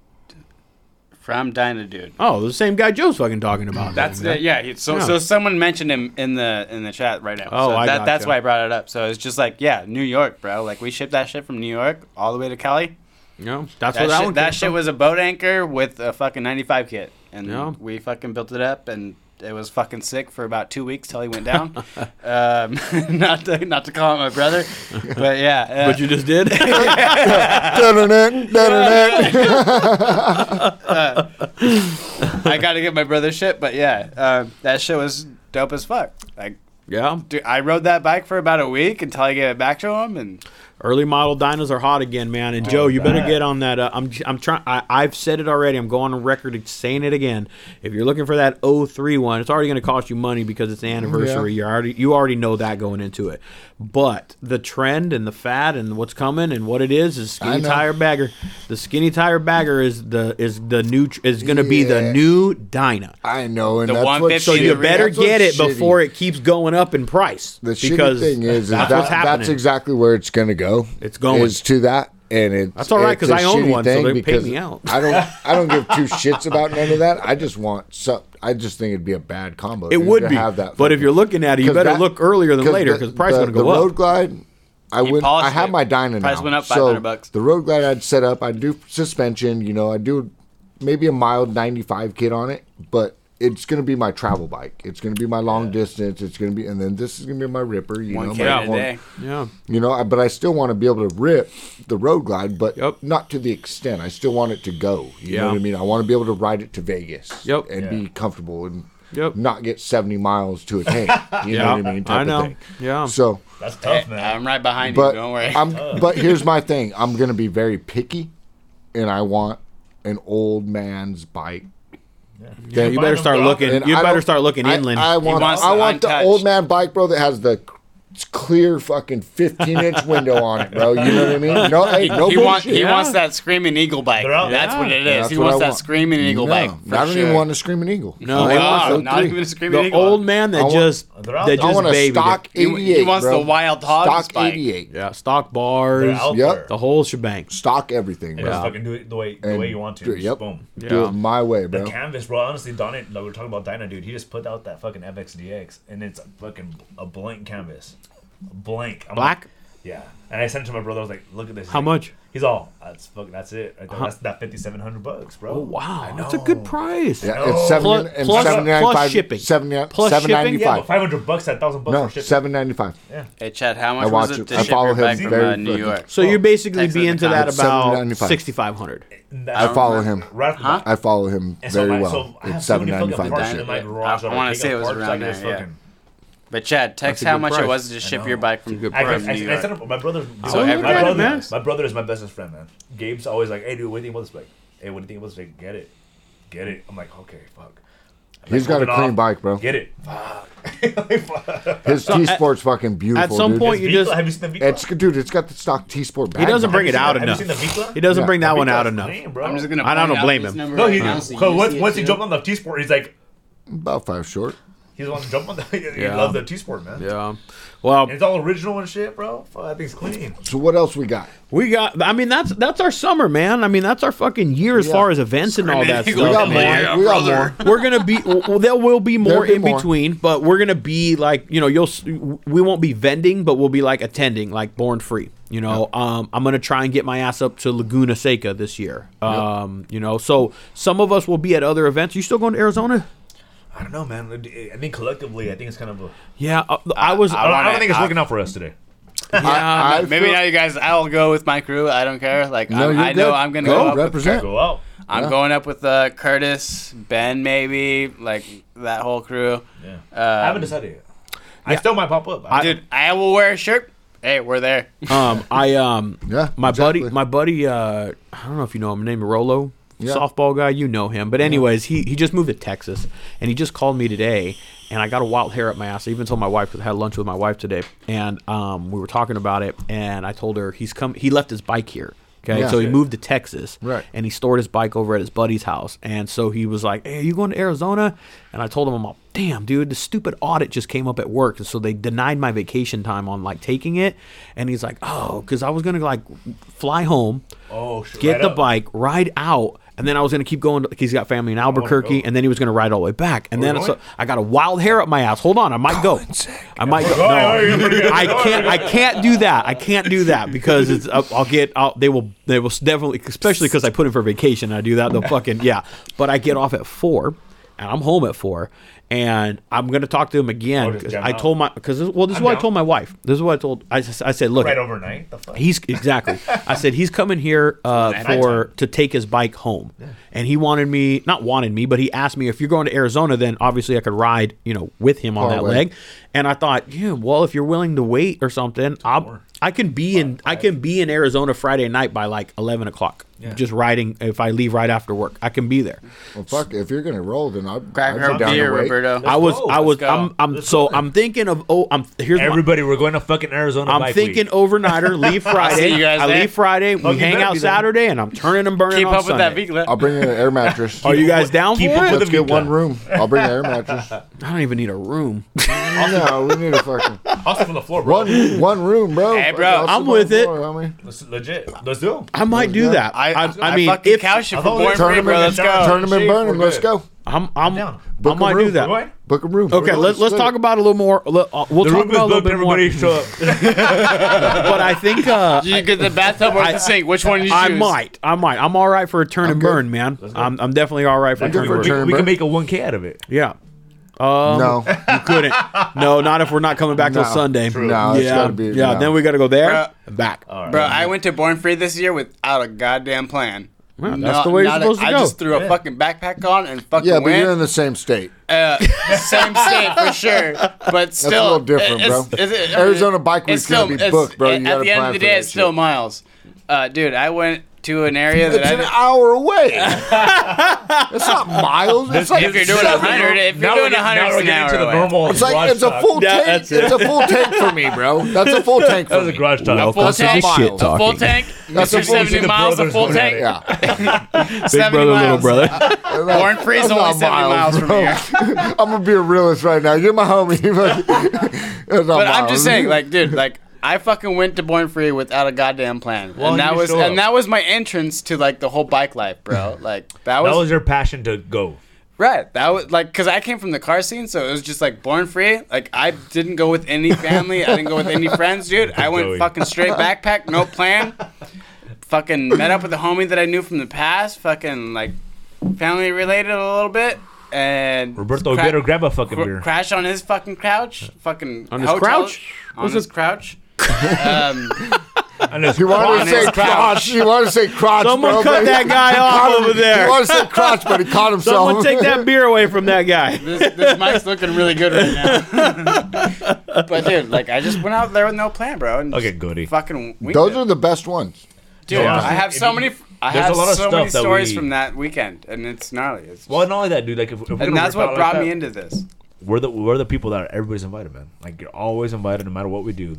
Speaker 4: from Dyna dude.
Speaker 2: Oh, the same guy Joe's fucking talking about.
Speaker 4: That's
Speaker 2: man.
Speaker 4: the, yeah. he- So
Speaker 2: Yeah.
Speaker 4: so someone mentioned him in the in the chat right now.
Speaker 2: Oh,
Speaker 4: so
Speaker 2: I
Speaker 4: that, that's
Speaker 2: gotcha.
Speaker 4: why I brought it up. So it's just like yeah, New York, bro. Like we shipped that shit from New York all the way to Cali.
Speaker 2: No, that's
Speaker 4: That
Speaker 2: where that
Speaker 4: shit,
Speaker 2: one.
Speaker 4: that
Speaker 2: came
Speaker 4: shit
Speaker 2: from.
Speaker 4: was a boat anchor with a fucking 95 kit, and
Speaker 2: Yeah.
Speaker 4: we fucking built it up, and it was fucking sick for about two weeks till he went down. um, not to not to call out my brother, but yeah. uh,
Speaker 2: What you just did.
Speaker 1: Da-da-da, da-da-da.
Speaker 4: I gotta get my brother shit, but yeah, uh, that shit was dope as fuck. Like,
Speaker 2: yeah.
Speaker 4: dude, I rode that bike for about a week until I gave it back to him, and
Speaker 2: Early model dinos are hot again, man.
Speaker 1: Oh,
Speaker 2: And Joe, you better
Speaker 3: man.
Speaker 2: get on that. Uh, I'm I'm trying. I've said it already. I'm going on record at saying it again. If you're looking for that 03 one, it's already going to cost you money because it's an anniversary. You already you already know that going into it. But the trend and the fad and what's coming and what it is is
Speaker 1: I
Speaker 2: skinny
Speaker 1: know.
Speaker 2: tire bagger. The skinny tire bagger is the is the new tr- is going to be the
Speaker 1: Yeah.
Speaker 2: new Dyna.
Speaker 1: I know, and
Speaker 4: The
Speaker 1: that's what's
Speaker 4: 150
Speaker 1: so
Speaker 2: So you
Speaker 4: Shitty.
Speaker 2: better
Speaker 1: that's what's
Speaker 2: get it
Speaker 1: shitty.
Speaker 2: before it keeps going up in price.
Speaker 1: The shitty
Speaker 2: because
Speaker 1: thing is, is
Speaker 2: that's
Speaker 1: that,
Speaker 2: what's happening.
Speaker 1: that's exactly where it's going to go.
Speaker 2: It's going.
Speaker 1: is to that, and it's
Speaker 2: That's all right,
Speaker 1: it's
Speaker 2: 'cause
Speaker 1: a
Speaker 2: I own
Speaker 1: shitty
Speaker 2: one, so
Speaker 1: thing
Speaker 2: they paid
Speaker 1: because
Speaker 2: me out.
Speaker 1: I don't, I don't give two shits about none of that. I just want some. I just think it'd be a bad combo.
Speaker 2: It
Speaker 1: dude,
Speaker 2: would
Speaker 1: to
Speaker 2: be.
Speaker 1: Have that
Speaker 2: but if
Speaker 1: fucking-
Speaker 2: you're looking at it, you
Speaker 1: 'cause
Speaker 2: better
Speaker 1: that-
Speaker 2: look earlier than later because the price is going to go
Speaker 1: the Road
Speaker 2: up.
Speaker 1: Glide, I went.
Speaker 4: polished
Speaker 1: I have
Speaker 4: it.
Speaker 1: my Dyna
Speaker 4: Price
Speaker 1: now,
Speaker 4: went up
Speaker 1: so
Speaker 4: 500 bucks.
Speaker 1: The Road Glide I'd set up. I do suspension. You know, I do maybe a mild 95 kit on it, but it's gonna be my travel bike. It's gonna be my long distance. It's gonna be, and then this is gonna be my Ripper. You
Speaker 4: One
Speaker 1: know,
Speaker 4: K
Speaker 1: my
Speaker 4: a
Speaker 1: one-
Speaker 4: day.
Speaker 2: Yeah.
Speaker 1: you know, I- but I still want to be able to rip the road glide, but
Speaker 2: Yep.
Speaker 1: not to the extent. I still want it to go. You know
Speaker 2: Yeah.
Speaker 1: what I mean? I want to be able to ride it to Vegas.
Speaker 2: Yep.
Speaker 1: And be comfortable and
Speaker 2: Yep.
Speaker 1: not get 70 miles to a tank. You know what I mean? type
Speaker 2: I
Speaker 1: of
Speaker 2: know.
Speaker 1: thing.
Speaker 2: Yeah.
Speaker 1: So,
Speaker 3: That's tough, man.
Speaker 4: I'm right behind
Speaker 1: but
Speaker 4: you. Don't worry.
Speaker 1: I'm, but here's my thing. I'm going to be very picky and I want an old man's bike.
Speaker 2: Yeah, you better start looking.
Speaker 1: And
Speaker 2: You
Speaker 1: I
Speaker 2: better
Speaker 1: don't-
Speaker 2: start looking
Speaker 1: I-
Speaker 2: inland.
Speaker 1: I, want,
Speaker 4: wants
Speaker 1: I
Speaker 4: the
Speaker 1: want the
Speaker 4: untouched.
Speaker 1: old man bike, bro, that has the c- clear fucking 15 inch window on it, bro. You know what I mean? No, hey, no
Speaker 4: he,
Speaker 1: bullshit.
Speaker 4: want, he
Speaker 2: Yeah.
Speaker 4: wants that screaming eagle bike.
Speaker 3: They're out-
Speaker 4: That's
Speaker 2: Yeah.
Speaker 4: what it
Speaker 1: That's
Speaker 4: is. He
Speaker 1: what
Speaker 4: wants
Speaker 1: I
Speaker 4: that
Speaker 1: want.
Speaker 4: screaming eagle
Speaker 1: No,
Speaker 4: bike. for
Speaker 1: I don't even
Speaker 4: sure.
Speaker 1: want a screaming eagle.
Speaker 2: No,
Speaker 1: I
Speaker 2: wow,
Speaker 1: want the
Speaker 4: not
Speaker 1: three.
Speaker 4: even a screaming
Speaker 2: the
Speaker 4: eagle.
Speaker 2: old man that
Speaker 1: want-
Speaker 2: just
Speaker 3: They're out
Speaker 2: that
Speaker 3: there.
Speaker 1: I
Speaker 2: just
Speaker 1: want a
Speaker 2: babied
Speaker 1: stock
Speaker 2: it.
Speaker 4: He wa-
Speaker 1: 88.
Speaker 4: he wants
Speaker 1: bro.
Speaker 4: the wild hog
Speaker 1: Stock
Speaker 4: spike.
Speaker 1: 88.
Speaker 2: Yeah, stock bars.
Speaker 1: Yep.
Speaker 3: Yep.
Speaker 2: The whole shebang.
Speaker 1: Stock everything, bro.
Speaker 3: Just fucking do it the way the
Speaker 1: And
Speaker 3: way you want to.
Speaker 1: do it,
Speaker 3: Just
Speaker 1: yep.
Speaker 3: Boom.
Speaker 1: Do
Speaker 2: Yeah.
Speaker 1: it my way,
Speaker 3: The
Speaker 1: bro.
Speaker 3: canvas, bro. Honestly, Donnie, like we were talking about Dyna, dude. He just put out that fucking FXDX, and it's a fucking a blank canvas, blank. I'm
Speaker 2: Black?
Speaker 3: Like, yeah. And I sent it to my brother. I was like, "Look at this."
Speaker 2: How much?
Speaker 3: He's all, "That's fucking. That's it. Right there. That's that fifty seven hundred bucks, bro."
Speaker 2: Oh, Wow, that's a good price.
Speaker 1: Yeah, it's
Speaker 3: No.
Speaker 1: seven
Speaker 2: Plus-
Speaker 1: and
Speaker 2: plus-
Speaker 1: seven ninety
Speaker 2: plus
Speaker 1: five
Speaker 2: shipping.
Speaker 1: Seven,
Speaker 2: Plus
Speaker 1: seven
Speaker 2: shipping?
Speaker 1: ninety
Speaker 3: Yeah, but
Speaker 1: five.
Speaker 3: five hundred bucks, that thousand bucks
Speaker 1: No,
Speaker 3: for shipping.
Speaker 1: seven ninety five.
Speaker 4: Hey Chad, how
Speaker 1: I
Speaker 4: much
Speaker 1: watch
Speaker 4: was
Speaker 1: it.
Speaker 4: it to
Speaker 1: I
Speaker 4: ship
Speaker 1: follow
Speaker 4: your
Speaker 1: him
Speaker 4: bike from
Speaker 1: very
Speaker 4: uh, New
Speaker 1: fucking-
Speaker 4: York?
Speaker 2: So you're basically
Speaker 4: Text in
Speaker 2: be
Speaker 4: the
Speaker 2: into that
Speaker 1: comments.
Speaker 2: about
Speaker 1: 795.
Speaker 2: sixty five hundred.
Speaker 3: And that-
Speaker 1: I follow him.
Speaker 3: Right off the bat.
Speaker 1: I follow him
Speaker 3: And so
Speaker 1: very
Speaker 3: my,
Speaker 1: well.
Speaker 3: so I have
Speaker 1: it's
Speaker 3: so
Speaker 1: seven
Speaker 3: many
Speaker 1: ninety
Speaker 3: fucking
Speaker 1: five.
Speaker 3: parts in
Speaker 1: Shit.
Speaker 3: my
Speaker 4: Yeah.
Speaker 3: garage.
Speaker 4: I- I
Speaker 3: that
Speaker 4: wanna
Speaker 3: pick
Speaker 4: say
Speaker 3: up
Speaker 4: it was
Speaker 3: parts,
Speaker 4: around
Speaker 3: I can just
Speaker 4: there, yeah.
Speaker 3: fucking-
Speaker 4: But Chad, text
Speaker 2: a
Speaker 4: how
Speaker 2: good
Speaker 4: much
Speaker 2: price.
Speaker 4: it was to ship
Speaker 3: know.
Speaker 4: your bike from
Speaker 2: good
Speaker 3: I,
Speaker 2: price.
Speaker 4: from
Speaker 3: I, I,
Speaker 4: New
Speaker 3: I said
Speaker 4: York.
Speaker 3: it, my brother. Dude,
Speaker 4: So
Speaker 3: my,
Speaker 4: every-
Speaker 3: my
Speaker 4: Yeah,
Speaker 3: brother
Speaker 2: man.
Speaker 3: my brother is my bestest friend, man. Gabe's always like, "Hey, dude, what do you think about this bike? Hey, what do you think about this bike? Get it, get it." I'm like, "Okay, fuck." I'm
Speaker 1: He's
Speaker 3: like,
Speaker 1: got a
Speaker 3: "Hold it
Speaker 1: clean
Speaker 3: off.
Speaker 1: bike, bro.
Speaker 3: Get it. Fuck.
Speaker 1: His T Sport's fucking beautiful.
Speaker 2: At some
Speaker 1: dude.
Speaker 2: point, you
Speaker 3: Vito,
Speaker 2: just
Speaker 3: have you seen the Vito?
Speaker 1: it's dude. It's got the stock T Sport.
Speaker 2: he doesn't bring it out
Speaker 3: Have you
Speaker 2: enough.
Speaker 3: seen the Vito?
Speaker 2: He doesn't
Speaker 1: Yeah.
Speaker 2: bring that one
Speaker 3: Vito's
Speaker 2: out enough.
Speaker 3: clean, bro.
Speaker 4: I'm just gonna.
Speaker 2: I don't
Speaker 4: point out
Speaker 2: blame
Speaker 4: his
Speaker 2: him.
Speaker 4: number
Speaker 3: No,
Speaker 4: right
Speaker 3: he.
Speaker 4: now, Oh,
Speaker 3: Because
Speaker 4: so you can
Speaker 3: once,
Speaker 4: see it
Speaker 3: once he
Speaker 4: too.
Speaker 3: jumped on the T Sport, he's like,
Speaker 1: about five short.
Speaker 3: he's on jump on the. He
Speaker 2: Yeah.
Speaker 3: loves the T Sport, man.
Speaker 2: Yeah. Well,
Speaker 3: And it's all original and shit, bro. Fuck, that thing's clean.
Speaker 1: So what else we got?
Speaker 2: we got. I mean, that's that's our summer, man. I mean, that's our fucking year as
Speaker 1: Yeah.
Speaker 2: far as events and all that
Speaker 4: Screaming
Speaker 1: We
Speaker 4: Eagle.
Speaker 2: stuff.
Speaker 1: got
Speaker 4: Yeah,
Speaker 1: more. we got
Speaker 4: brother.
Speaker 1: more.
Speaker 2: we're gonna be well there will be more
Speaker 1: There'll be
Speaker 2: in
Speaker 1: more.
Speaker 2: between but we're gonna be like you know you'll s- we won't be vending but we'll be like attending like born free you know um, i'm gonna try and get my ass up to laguna seca this year um, you know so some of us will be at other events you still going to arizona
Speaker 3: I don't know, man. I think collectively, I think it's kind of. A,
Speaker 2: yeah i, I was
Speaker 3: I, don't, I don't
Speaker 4: wanna-
Speaker 3: think it's
Speaker 4: I-
Speaker 3: working out for us today.
Speaker 1: I, I
Speaker 4: Maybe
Speaker 1: feel-
Speaker 4: now you guys. I'll go with my crew. I don't care. Like I'm,
Speaker 1: you're
Speaker 4: I know
Speaker 1: good.
Speaker 4: I'm gonna
Speaker 1: Go,
Speaker 4: go. up with-
Speaker 1: represent.
Speaker 3: Go out.
Speaker 4: I'm going up with uh, Curtis, Ben, maybe like that whole crew.
Speaker 3: Yeah.
Speaker 2: Um,
Speaker 3: I
Speaker 4: Uh,
Speaker 3: haven't decided yet. I still might pop up. I,
Speaker 4: dude, I will wear a shirt. Hey, we're there.
Speaker 2: um, I um,
Speaker 1: Yeah,
Speaker 2: my buddy,
Speaker 1: exactly.
Speaker 2: my buddy, uh, I don't know if you know him, named Rolo,
Speaker 1: Yeah.
Speaker 2: softball guy. You know him, but anyways, he he just moved to Texas, and he just called me today, and I got a wild hair up my ass. I even told my wife, 'cause I had lunch with my wife today, and um, we were talking about it, and I told her he's come, he left his bike here. Okay,
Speaker 1: Yeah.
Speaker 2: so he moved to Texas,
Speaker 1: Right.
Speaker 2: And he stored his bike over at his buddy's house, and so he was like, "Hey, are you going to Arizona?" And I told him, "I'm all, damn, dude, the stupid audit just came up at work, and so they denied my vacation time on like taking it." And he's like, "Oh, because I was gonna like fly home,
Speaker 3: oh, shit,
Speaker 2: get
Speaker 3: right
Speaker 2: the
Speaker 3: up.
Speaker 2: bike, ride out, and then I was gonna keep going. Like, he's got family in Albuquerque,
Speaker 3: go.
Speaker 2: and then he was gonna ride all the way back. And
Speaker 3: Are we
Speaker 2: then so
Speaker 3: going?
Speaker 2: I got a wild hair up my ass. Hold on, I might go. I might go.
Speaker 3: All right, all right,
Speaker 2: No,
Speaker 3: you're
Speaker 2: I
Speaker 3: pretty good.
Speaker 2: can't. I can't do that. I can't do that because it's. I'll I'll get. I'll, they will. They will definitely, especially because I put in for vacation. and I do that. They'll fucking yeah. But I get off at four. And I'm home at four, and I'm gonna talk to him again.
Speaker 3: Oh, just
Speaker 2: 'cause
Speaker 3: jam
Speaker 2: I
Speaker 3: out.
Speaker 2: told my because well, this is
Speaker 3: I'm
Speaker 2: what I
Speaker 3: down.
Speaker 2: told my wife. This is what I told. I, s- I said, look,
Speaker 3: right overnight. The fuck?
Speaker 2: He's exactly. I said he's coming here uh,
Speaker 3: At
Speaker 2: for
Speaker 3: nighttime.
Speaker 2: to take his bike home, and he wanted me not wanted me, but he asked me if you're going to Arizona, then obviously I could ride you know with him on
Speaker 1: Far
Speaker 2: that
Speaker 1: away.
Speaker 2: leg. And I thought, yeah, well, if you're willing to wait or something, I I can be in I can be in Arizona Friday night by like eleven o'clock, just riding. If I leave right after work, I can be there.
Speaker 1: Well, fuck. If you're gonna roll, then I'll
Speaker 4: Crack
Speaker 1: I'd
Speaker 4: her
Speaker 1: be down
Speaker 4: beer,
Speaker 1: to wait.
Speaker 4: Roberto.
Speaker 2: I was
Speaker 3: go.
Speaker 2: I was
Speaker 4: go.
Speaker 2: I'm, I'm so I'm thinking of oh I'm here's my-
Speaker 3: Everybody, we're going to fucking Arizona.
Speaker 2: I'm
Speaker 3: bike
Speaker 2: thinking
Speaker 3: week.
Speaker 2: overnighter, leave Friday.
Speaker 4: you guys
Speaker 2: I
Speaker 4: there.
Speaker 2: leave Friday. We
Speaker 3: you
Speaker 2: hang
Speaker 3: better
Speaker 2: out
Speaker 3: be there.
Speaker 2: Saturday, and I'm turning and burning.
Speaker 4: Keep
Speaker 2: on
Speaker 4: up with that
Speaker 2: Sunday.
Speaker 4: Vigla.
Speaker 1: I'll bring in an air mattress.
Speaker 2: Are you guys down
Speaker 3: Keep
Speaker 2: for
Speaker 3: up
Speaker 2: it?
Speaker 3: with
Speaker 1: Let's
Speaker 3: the
Speaker 1: get
Speaker 3: meat
Speaker 1: one
Speaker 3: gun.
Speaker 1: room. I'll bring an air mattress.
Speaker 2: I don't even need a room.
Speaker 1: no, we need a fucking
Speaker 3: also from the floor, bro.
Speaker 1: one one room, bro.
Speaker 4: Hey, bro,
Speaker 1: I'll sit
Speaker 2: I'm
Speaker 1: on
Speaker 2: with
Speaker 1: the
Speaker 2: it.
Speaker 1: floor, homie.
Speaker 3: Let's, legit. Let's do. 'em.
Speaker 2: I might do that. I, I, mean,
Speaker 4: fucking
Speaker 2: if
Speaker 4: couch it
Speaker 3: I've
Speaker 4: for
Speaker 3: always-
Speaker 4: born
Speaker 1: Turn
Speaker 4: free,
Speaker 1: them
Speaker 4: bro.
Speaker 1: in,
Speaker 4: Let's
Speaker 1: turn
Speaker 4: go.
Speaker 1: them and
Speaker 3: Shit,
Speaker 1: burn
Speaker 3: we're
Speaker 1: them. Let's
Speaker 3: good.
Speaker 1: go.
Speaker 2: I'm, I'm,
Speaker 3: down.
Speaker 2: I
Speaker 1: Book a
Speaker 2: might do
Speaker 1: room.
Speaker 2: that.
Speaker 3: Go ahead.
Speaker 1: Book Book a room.
Speaker 2: Okay, let, let's talk about it a little more. le- uh, We'll
Speaker 3: The
Speaker 2: talk
Speaker 3: room
Speaker 2: about
Speaker 3: is
Speaker 2: it a little
Speaker 3: booked.
Speaker 2: bit more.
Speaker 3: Everybody show up.
Speaker 2: But I think uh,
Speaker 4: Did you get the bathtub or
Speaker 2: I-
Speaker 4: the sink? Which one did you
Speaker 2: I
Speaker 4: choose?
Speaker 2: might. I might. I'm all right for a turn and
Speaker 1: good.
Speaker 2: burn, man. I'm, I'm definitely all right for a
Speaker 1: good
Speaker 2: turn
Speaker 1: for
Speaker 2: and
Speaker 1: a
Speaker 2: burn.
Speaker 1: turn.
Speaker 3: we, we can make a 1K out of it.
Speaker 2: Yeah.
Speaker 1: No,
Speaker 4: Um,
Speaker 2: You couldn't. no, not if we're not coming back till
Speaker 1: No.
Speaker 2: Sunday.
Speaker 1: True. No, it's
Speaker 2: yeah,
Speaker 1: gotta be-
Speaker 2: yeah.
Speaker 1: no.
Speaker 2: Then we got to go there
Speaker 4: Bruh.
Speaker 2: and back.
Speaker 4: Bro, I went to Born Free this year without a goddamn plan.
Speaker 2: that's the way you're
Speaker 4: not
Speaker 2: supposed to
Speaker 4: I
Speaker 2: go.
Speaker 4: just threw a fucking backpack on and fucking
Speaker 1: yeah, but
Speaker 4: went.
Speaker 1: you're in the same state.
Speaker 4: Uh, same state for sure, but still
Speaker 1: little different,
Speaker 4: it's-
Speaker 1: bro.
Speaker 4: it's- it's-
Speaker 1: Arizona Bike Week's
Speaker 4: it's still-
Speaker 1: gonna be
Speaker 4: it's-
Speaker 1: booked, bro. You
Speaker 4: at
Speaker 1: gotta
Speaker 4: the end
Speaker 1: plan
Speaker 4: of the
Speaker 1: for
Speaker 4: day,
Speaker 1: that
Speaker 4: it's still
Speaker 1: shit.
Speaker 4: miles. Uh, dude, I went to an area that
Speaker 1: It's
Speaker 4: I
Speaker 1: an
Speaker 4: didn't.
Speaker 1: hour away. it's not miles. It's like
Speaker 4: If you're doing
Speaker 1: seven-
Speaker 4: 100, if you're
Speaker 3: Now we're
Speaker 4: doing
Speaker 3: getting-
Speaker 4: 100,
Speaker 3: now
Speaker 4: it's
Speaker 3: we're getting
Speaker 4: an
Speaker 3: to
Speaker 4: hour
Speaker 3: the
Speaker 4: away.
Speaker 3: normal.
Speaker 1: It's like
Speaker 3: garage
Speaker 1: it's a
Speaker 3: talk.
Speaker 1: full
Speaker 2: Yeah,
Speaker 1: tank.
Speaker 2: that's it.
Speaker 1: It's a full tank for me, bro. That's a full tank for
Speaker 3: That was a
Speaker 1: me.
Speaker 3: garage talk.
Speaker 2: Welcome
Speaker 4: full
Speaker 2: to the
Speaker 4: tank,
Speaker 2: shit
Speaker 4: a full
Speaker 2: talking.
Speaker 4: tank,
Speaker 1: That's a full-
Speaker 4: 70
Speaker 3: the
Speaker 4: miles, a
Speaker 3: brothers
Speaker 4: full
Speaker 3: look at
Speaker 4: tank,
Speaker 3: it.
Speaker 1: Yeah,
Speaker 4: 70
Speaker 2: brother,
Speaker 4: miles.
Speaker 2: little brother.
Speaker 4: Born Free's
Speaker 1: That's not
Speaker 4: only 70 miles, from here.
Speaker 1: bro. I'm gonna be a realist right now. You're my homie, but,
Speaker 4: But I'm just saying, like, dude, like, I fucking went to Born Free without a goddamn plan,
Speaker 3: Well,
Speaker 4: and
Speaker 3: you
Speaker 4: that was
Speaker 3: show up.
Speaker 4: and that was my entrance to like the whole bike life, bro. Like that
Speaker 3: That
Speaker 4: was
Speaker 3: was your passion to go.
Speaker 4: Right. That was like because I came from the car scene, so it was just like born free. Like I didn't go with any family. I didn't go with any friends, dude. I went
Speaker 3: Joey.
Speaker 4: fucking straight backpack, no plan. fucking met up with a homie that I knew from the past. Fucking like family related a little bit. And
Speaker 3: Roberto,
Speaker 4: cra-
Speaker 3: get or grab a fucking
Speaker 4: cr-
Speaker 3: beer.
Speaker 4: crash on his fucking couch. Fucking
Speaker 2: On his
Speaker 4: hotel-
Speaker 2: crouch?
Speaker 4: On
Speaker 2: What's
Speaker 4: his
Speaker 2: his-
Speaker 4: crouch. um,
Speaker 3: And it's
Speaker 1: You want
Speaker 4: on
Speaker 1: to say
Speaker 4: his crotch.
Speaker 1: crotch? You want to say crotch?
Speaker 2: Someone
Speaker 1: bro,
Speaker 2: cut
Speaker 1: but-
Speaker 2: that guy
Speaker 1: he
Speaker 2: off
Speaker 1: caught him-
Speaker 2: over there.
Speaker 1: You want to say crotch, but he caught himself.
Speaker 2: Someone take that beer away from that guy.
Speaker 4: this, this mic's looking really good right now. but dude, like I just went out there with no plan, bro. And
Speaker 3: Okay,
Speaker 4: just
Speaker 3: goody.
Speaker 4: Fucking. winged
Speaker 1: Those
Speaker 4: it.
Speaker 1: are the best ones.
Speaker 4: Dude,
Speaker 3: Yeah.
Speaker 4: I have so many. I
Speaker 3: There's
Speaker 4: have
Speaker 3: a lot of
Speaker 4: so many
Speaker 3: stuff that
Speaker 4: stories
Speaker 3: we-
Speaker 4: from that weekend, and it's gnarly. It's
Speaker 3: Well, not only that, dude. Like, if, if we're
Speaker 4: and
Speaker 3: gonna
Speaker 4: that's
Speaker 3: work
Speaker 4: what
Speaker 3: out
Speaker 4: brought
Speaker 3: like
Speaker 4: me
Speaker 3: that,
Speaker 4: into this.
Speaker 3: We're the we're the people that are, everybody's invited, man. Like, you're always invited, no matter what we do.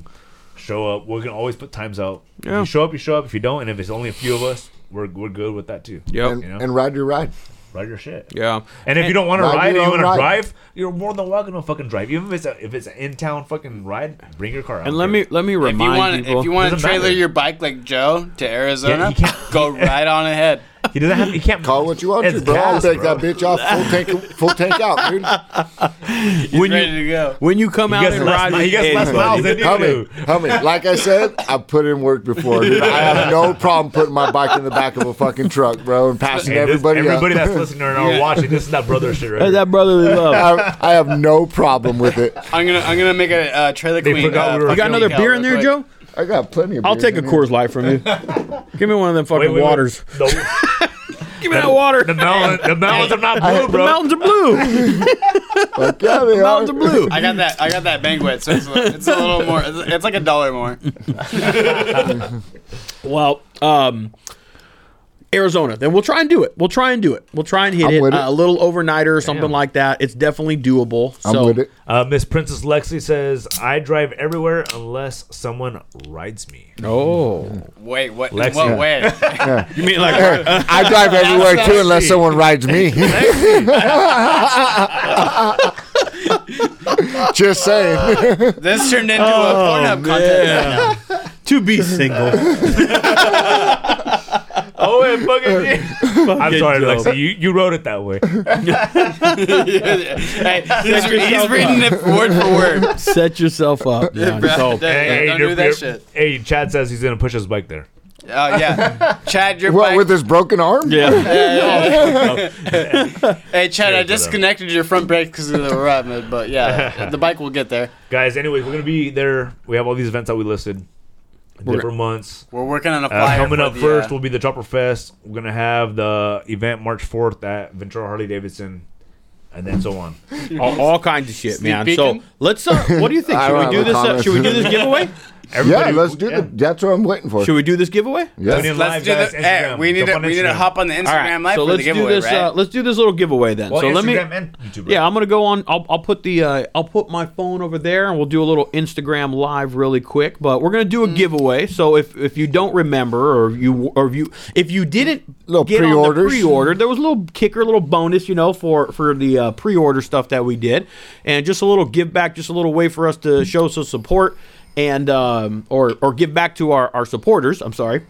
Speaker 3: Show up. We're gonna always put times out. If
Speaker 2: Yeah.
Speaker 3: you show up, you show up. If you don't, and if it's only a few of us, we're we're good with that too.
Speaker 2: Yep.
Speaker 1: And,
Speaker 3: You know?
Speaker 1: and ride your ride.
Speaker 3: Ride your shit.
Speaker 2: Yeah.
Speaker 3: And if you don't want to
Speaker 1: Ride
Speaker 3: ride, and
Speaker 1: your
Speaker 3: you
Speaker 1: own
Speaker 3: want to
Speaker 1: ride.
Speaker 3: drive, you're more than welcome to fucking drive. Even if it's a, if it's an in town fucking ride, bring your car out.
Speaker 2: And let me let me
Speaker 4: If you
Speaker 2: remind
Speaker 4: want,
Speaker 2: people.
Speaker 4: if you want to
Speaker 3: Doesn't
Speaker 4: trailer
Speaker 3: matter.
Speaker 4: your bike like Joe to Arizona,
Speaker 3: Yeah, you can't-
Speaker 4: go right on ahead.
Speaker 3: He doesn't have. He can't
Speaker 1: Call it what you want
Speaker 3: It's
Speaker 1: to, bro. I'll
Speaker 3: gas,
Speaker 1: take
Speaker 3: bro.
Speaker 1: that bitch off full tank, full tank out, dude.
Speaker 2: when
Speaker 4: Ready
Speaker 2: you
Speaker 4: to go.
Speaker 2: when you come out
Speaker 3: gets
Speaker 2: and
Speaker 3: less
Speaker 2: ride,
Speaker 3: mi-
Speaker 2: with
Speaker 3: he gets less
Speaker 2: anybody-
Speaker 3: miles than you
Speaker 1: Help
Speaker 3: do.
Speaker 1: me, help me. Like I said, I put in work before. Dude. I have no problem putting my bike in the back of a fucking truck, bro, and passing
Speaker 3: Hey, this-
Speaker 1: everybody. up.
Speaker 3: everybody that's listening or now watching, this is that brother shit right
Speaker 2: That's
Speaker 3: here.
Speaker 2: that brotherly love.
Speaker 1: I, I have no problem with it.
Speaker 4: I'm gonna I'm gonna make a uh, trailer
Speaker 3: They
Speaker 4: queen.
Speaker 3: forgot
Speaker 4: uh,
Speaker 3: we were-
Speaker 4: fucking
Speaker 2: You got another
Speaker 4: decal
Speaker 2: beer in
Speaker 4: real
Speaker 2: there, Joe?
Speaker 4: quick.
Speaker 1: I got plenty of.
Speaker 2: I'll
Speaker 1: beers
Speaker 2: take a
Speaker 1: in here.
Speaker 2: Coors Light from you. Give me one of them fucking
Speaker 3: Wait, wait, wait.
Speaker 2: waters.
Speaker 3: No.
Speaker 2: Give me that water.
Speaker 3: The, mountain, the mountains are not blue,
Speaker 2: The
Speaker 3: bro.
Speaker 2: mountains are blue.
Speaker 1: Fuck yeah, they
Speaker 2: Mountains are
Speaker 1: are.
Speaker 2: blue.
Speaker 4: I got that. I got that banquet, so it's, a- it's a little more. It's, it's like a dollar more.
Speaker 2: Well, um, Arizona. Then we'll try and do it. We'll try and do it. We'll try and hit
Speaker 1: I'm
Speaker 2: it,
Speaker 1: with
Speaker 2: uh,
Speaker 1: it.
Speaker 2: a little overnighter or something
Speaker 3: Damn.
Speaker 2: like that. It's definitely doable.
Speaker 1: I'm
Speaker 2: So
Speaker 1: with it.
Speaker 3: Uh, Miss Princess Lexi says, "I drive everywhere unless someone rides me."
Speaker 2: Oh,
Speaker 4: Wait, what? in
Speaker 3: Lexi.
Speaker 4: What way?
Speaker 2: you mean like
Speaker 1: I drive everywhere too, unless someone rides me. Just
Speaker 5: Uh,
Speaker 1: saying.
Speaker 4: this turned into
Speaker 3: Oh,
Speaker 4: a Pornhub content.
Speaker 2: to be single?
Speaker 3: Oh, and fucking. I'm
Speaker 2: Fucking
Speaker 3: sorry,
Speaker 2: Joe.
Speaker 3: Lexi. You, you wrote it that way.
Speaker 4: hey, he's, he's
Speaker 2: yourself
Speaker 4: reading it word for word.
Speaker 2: Set yourself up. man. So,
Speaker 4: Hey, don't
Speaker 3: you're-
Speaker 4: do that
Speaker 3: you're-
Speaker 4: shit.
Speaker 3: Hey, Chad says he's gonna push his bike there.
Speaker 4: Oh yeah, Chad, your
Speaker 1: What
Speaker 4: bike.
Speaker 1: with his broken arm?
Speaker 2: yeah.
Speaker 4: hey, Chad,
Speaker 3: Yeah,
Speaker 4: I
Speaker 3: but, um,
Speaker 4: disconnected your front brake because of the rut, but yeah, the bike will get there.
Speaker 3: Guys, anyways, we're gonna be there. We have all these events that we listed.
Speaker 2: We're-
Speaker 3: Different months.
Speaker 4: We're working on a
Speaker 3: Uh,
Speaker 4: flyer.
Speaker 3: coming
Speaker 4: for
Speaker 3: up
Speaker 4: the,
Speaker 3: first
Speaker 4: uh,
Speaker 3: will be the Chopper Fest. We're gonna have the event March 4th at Ventura Harley Davidson, and then so on.
Speaker 2: all, all kinds of shit, man. So
Speaker 4: peeking?
Speaker 2: let's. Uh, what do you think?
Speaker 1: I
Speaker 2: Should we
Speaker 1: don't
Speaker 2: do
Speaker 1: have a
Speaker 2: this? Uh,
Speaker 1: comment.
Speaker 2: should we do this giveaway?
Speaker 1: Yeah,
Speaker 3: Everybody-
Speaker 1: let's do the. That's what I'm waiting for.
Speaker 2: Should we do this giveaway?
Speaker 1: Yeah.
Speaker 3: Tune in live,
Speaker 4: let's do
Speaker 3: guys.
Speaker 4: the. Hey,
Speaker 3: Instagram.
Speaker 4: we need
Speaker 3: Jump
Speaker 4: to
Speaker 3: on
Speaker 4: we need to
Speaker 3: Instagram.
Speaker 4: hop on the Instagram
Speaker 2: All right.
Speaker 4: live
Speaker 2: so
Speaker 4: for
Speaker 2: let's
Speaker 4: the giveaway,
Speaker 2: do this.
Speaker 4: right?
Speaker 2: Uh, let's do this little giveaway then.
Speaker 3: Well,
Speaker 2: so let me.
Speaker 3: Instagram and YouTube.
Speaker 2: Yeah, I'm gonna go on. I'll, I'll put the uh, I'll put my phone over there, and we'll do a little Instagram live really quick. But we're gonna do a giveaway. So if if you don't remember, or you or if you if you didn't
Speaker 1: Little
Speaker 2: get on the
Speaker 1: pre-orders.
Speaker 2: pre-order, there was a little kicker, a little bonus, you know, for for the uh, pre-order stuff that we did, and just a little give back, just a little way for us to show some support and um, or or give back to our our supporters. I'm sorry.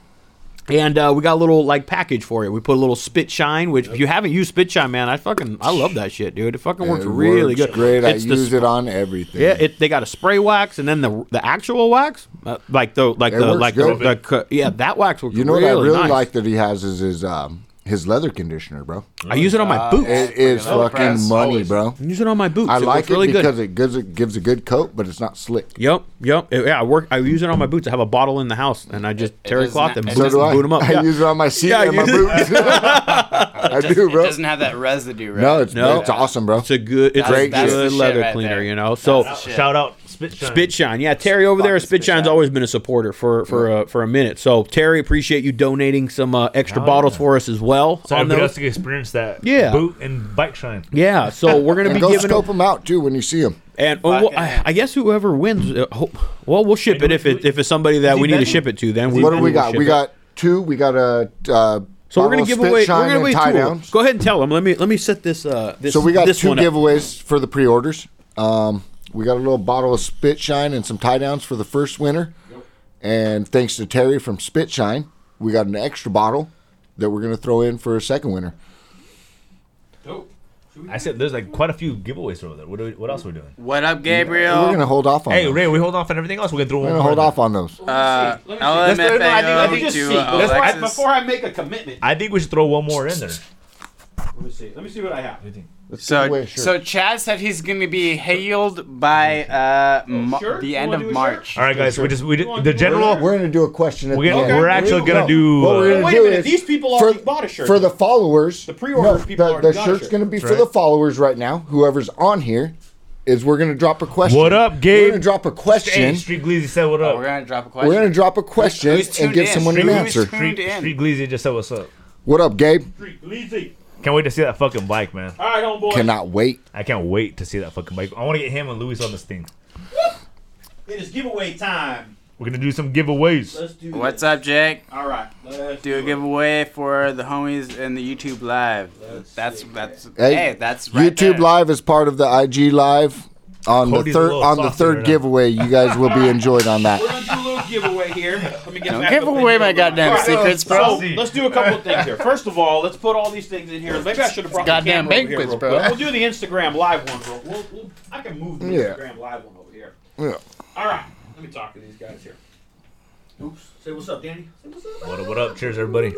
Speaker 5: And uh, we got a little like package for you. We put a little spit shine, which if you haven't used spit shine, man, I fucking I love that shit, dude. It fucking works
Speaker 1: It
Speaker 5: really
Speaker 1: works
Speaker 5: good.
Speaker 1: Great.
Speaker 5: It's
Speaker 1: I
Speaker 5: the
Speaker 1: use
Speaker 5: sp-
Speaker 1: it on everything.
Speaker 5: Yeah, it, they got a spray wax and then the the actual wax, uh, like the like
Speaker 1: It
Speaker 5: the
Speaker 1: works
Speaker 5: like the,
Speaker 1: good.
Speaker 5: the cu- yeah that wax works.
Speaker 1: you know
Speaker 5: really
Speaker 1: what I really
Speaker 5: nice.
Speaker 1: like that he has is his um, his leather conditioner, bro.
Speaker 5: I use it on my boots.
Speaker 1: Uh, It is
Speaker 3: low
Speaker 1: fucking
Speaker 3: press,
Speaker 1: money,
Speaker 3: always.
Speaker 1: bro.
Speaker 5: I use it on my boots.
Speaker 1: I
Speaker 5: it
Speaker 1: like
Speaker 5: looks
Speaker 1: it
Speaker 5: really good.
Speaker 1: because it gives it gives a good coat, but it's not slick.
Speaker 5: Yep, yep. It- yeah, I work. I use it on my boots. I have a bottle in the house, and I just terry
Speaker 4: does not-
Speaker 5: cloth them,
Speaker 4: it
Speaker 5: boot,
Speaker 1: So do I.
Speaker 5: boot them up.
Speaker 1: I
Speaker 5: Yeah.
Speaker 1: use it on my seat
Speaker 5: Yeah,
Speaker 1: and my
Speaker 5: you do.
Speaker 1: boots. I do,
Speaker 4: It
Speaker 1: bro.
Speaker 4: doesn't have that residue, right?
Speaker 1: No, it's
Speaker 5: No.
Speaker 1: it's awesome, bro.
Speaker 5: It's a good. It's
Speaker 1: That's-
Speaker 5: a
Speaker 1: that's
Speaker 4: the
Speaker 5: good
Speaker 4: shit
Speaker 5: leather
Speaker 4: right
Speaker 5: cleaner,
Speaker 4: there.
Speaker 5: you know. So
Speaker 4: That's the shit.
Speaker 3: Shout out Spit Shine.
Speaker 5: Spit Shine. Yeah, Terry over there.
Speaker 4: Fucking Spit
Speaker 5: Spit Shine's
Speaker 4: Shine.
Speaker 5: always been a supporter for for uh, for a minute. So Terry, appreciate you donating some uh, extra bottles for us as well.
Speaker 3: So
Speaker 5: on
Speaker 3: everybody
Speaker 5: those.
Speaker 3: else can experience that
Speaker 5: Yeah.
Speaker 3: boot and bike shine.
Speaker 5: Yeah, so we're gonna
Speaker 1: And
Speaker 5: be
Speaker 1: go
Speaker 5: giving
Speaker 1: scope
Speaker 5: them,
Speaker 1: them out too when you see them.
Speaker 5: and oh, well,
Speaker 4: Fucking
Speaker 5: I,
Speaker 4: hell.
Speaker 5: I guess whoever wins, uh, ho- well, we'll ship it
Speaker 3: Maybe
Speaker 5: if
Speaker 3: we-
Speaker 5: it if it's somebody that
Speaker 3: he
Speaker 5: we need to
Speaker 3: betting?
Speaker 5: ship it to. Then we
Speaker 1: What do
Speaker 5: then
Speaker 1: we
Speaker 5: we'll
Speaker 1: got?
Speaker 5: ship
Speaker 1: We
Speaker 5: it.
Speaker 1: got two. We got a. Uh,
Speaker 5: So we're
Speaker 1: bottle
Speaker 5: gonna
Speaker 1: of
Speaker 5: give
Speaker 1: Spit
Speaker 5: away.
Speaker 1: Shine
Speaker 5: We're gonna
Speaker 1: and
Speaker 5: wait.
Speaker 1: tie
Speaker 5: two.
Speaker 1: downs.
Speaker 5: Go ahead and tell them. Let me let me set this. Uh, this
Speaker 1: So we got
Speaker 5: this
Speaker 1: two
Speaker 5: one up.
Speaker 1: giveaways for the pre-orders. Um, we got a little bottle of Spit Shine and some tie downs for the first winner. And thanks to Terry from Spit Shine, we got an extra bottle that we're gonna throw in for a second winner.
Speaker 3: I said there's like quite a few giveaways over there. What, do we, what else are we doing?
Speaker 4: What up,
Speaker 1: We're
Speaker 4: Gabriel?
Speaker 1: gonna hold off on.
Speaker 3: Hey,
Speaker 1: those.
Speaker 3: Ray, we hold off on everything else. We're gonna throw
Speaker 1: we're
Speaker 3: one.
Speaker 1: gonna
Speaker 3: more
Speaker 1: hold
Speaker 3: in.
Speaker 1: off on those.
Speaker 4: Uh,
Speaker 5: Let's do it. No, I think- I
Speaker 4: LMFAO
Speaker 5: think just
Speaker 4: to
Speaker 5: see. Let's-
Speaker 4: uh,
Speaker 5: I-
Speaker 4: Alexis.
Speaker 5: Before I make a commitment,
Speaker 3: I think we should throw one more in there.
Speaker 5: let me see. Let me see what I have.
Speaker 1: away
Speaker 4: So,
Speaker 1: a shirt.
Speaker 4: so Chad said he's going to be hailed by uh, Ma-
Speaker 5: Shirt?
Speaker 4: the
Speaker 5: Oh, You
Speaker 4: end
Speaker 5: wanna
Speaker 4: of
Speaker 5: do a
Speaker 4: March.
Speaker 5: shirt?
Speaker 3: All right, guys. We just we
Speaker 5: You want
Speaker 3: did, the
Speaker 5: to-
Speaker 3: general.
Speaker 1: We're, we're gonna do a question. At
Speaker 3: We're
Speaker 1: the
Speaker 3: gonna-
Speaker 1: end.
Speaker 3: we're actually
Speaker 1: No,
Speaker 3: gonna do,
Speaker 1: What we're
Speaker 3: uh,
Speaker 1: gonna
Speaker 5: Wait a
Speaker 1: do
Speaker 5: minute,
Speaker 1: is
Speaker 5: these people
Speaker 1: for,
Speaker 5: already bought a shirt.
Speaker 1: for the followers. The
Speaker 5: pre-order people
Speaker 1: The,
Speaker 5: already
Speaker 1: the
Speaker 5: got a
Speaker 1: shirt's
Speaker 5: shirt.
Speaker 1: gonna be for
Speaker 3: right.
Speaker 1: the followers right now. Whoever's on here is we're gonna drop a question.
Speaker 3: What up,
Speaker 1: We're
Speaker 3: Gabe?
Speaker 1: gonna drop a
Speaker 3: Hey,
Speaker 1: question.
Speaker 3: Street Gleazy said what up.
Speaker 4: We're going to drop a question.
Speaker 1: We're gonna drop a question
Speaker 4: Who's tuned
Speaker 1: and give
Speaker 4: in?
Speaker 1: someone an
Speaker 4: Who's
Speaker 1: answer.
Speaker 4: tuned
Speaker 3: Street,
Speaker 4: in?
Speaker 3: Street Gleazy just said what's up.
Speaker 1: What up, Gabe?
Speaker 3: Street Gleazy. Can't wait to see that fucking bike, man.
Speaker 5: All right, homeboy.
Speaker 1: Cannot wait.
Speaker 3: I can't wait to see that fucking bike. I want to get him and Luis on this thing.
Speaker 5: It is giveaway time.
Speaker 3: We're gonna do some giveaways.
Speaker 5: Let's do.
Speaker 4: What's up, Jake?
Speaker 5: All right. Let's
Speaker 4: Do a giveaway for the homies in the YouTube Live. That's that's hey,
Speaker 1: Hey,
Speaker 4: that's right
Speaker 1: YouTube
Speaker 4: there.
Speaker 1: Live is part of the IG Live. On
Speaker 3: Cody's
Speaker 1: the
Speaker 3: a
Speaker 1: third
Speaker 3: little
Speaker 1: on the
Speaker 3: saucy
Speaker 1: third
Speaker 3: right now.
Speaker 1: giveaway, you guys will be enjoyed on that.
Speaker 5: We're gonna do a little giveaway here. Let me get
Speaker 4: Don't
Speaker 5: back
Speaker 4: give
Speaker 5: up in
Speaker 4: away
Speaker 5: here.
Speaker 4: my goddamn
Speaker 5: All right,
Speaker 4: secrets, bro.
Speaker 5: So let's do a couple of things here. First of all, let's put all these things in here. Maybe I should have brought the
Speaker 4: goddamn
Speaker 5: camera over here
Speaker 4: banquets,
Speaker 5: real
Speaker 4: bro.
Speaker 5: quick. We'll do the Instagram live one. Bro. We'll, we'll, I can move the
Speaker 1: Yeah.
Speaker 5: Instagram live one over here.
Speaker 1: Yeah.
Speaker 5: All right, let me talk to these guys here. Oops. Say what's up, Danny. Say what's up.
Speaker 3: What up? What up? Cheers, everybody.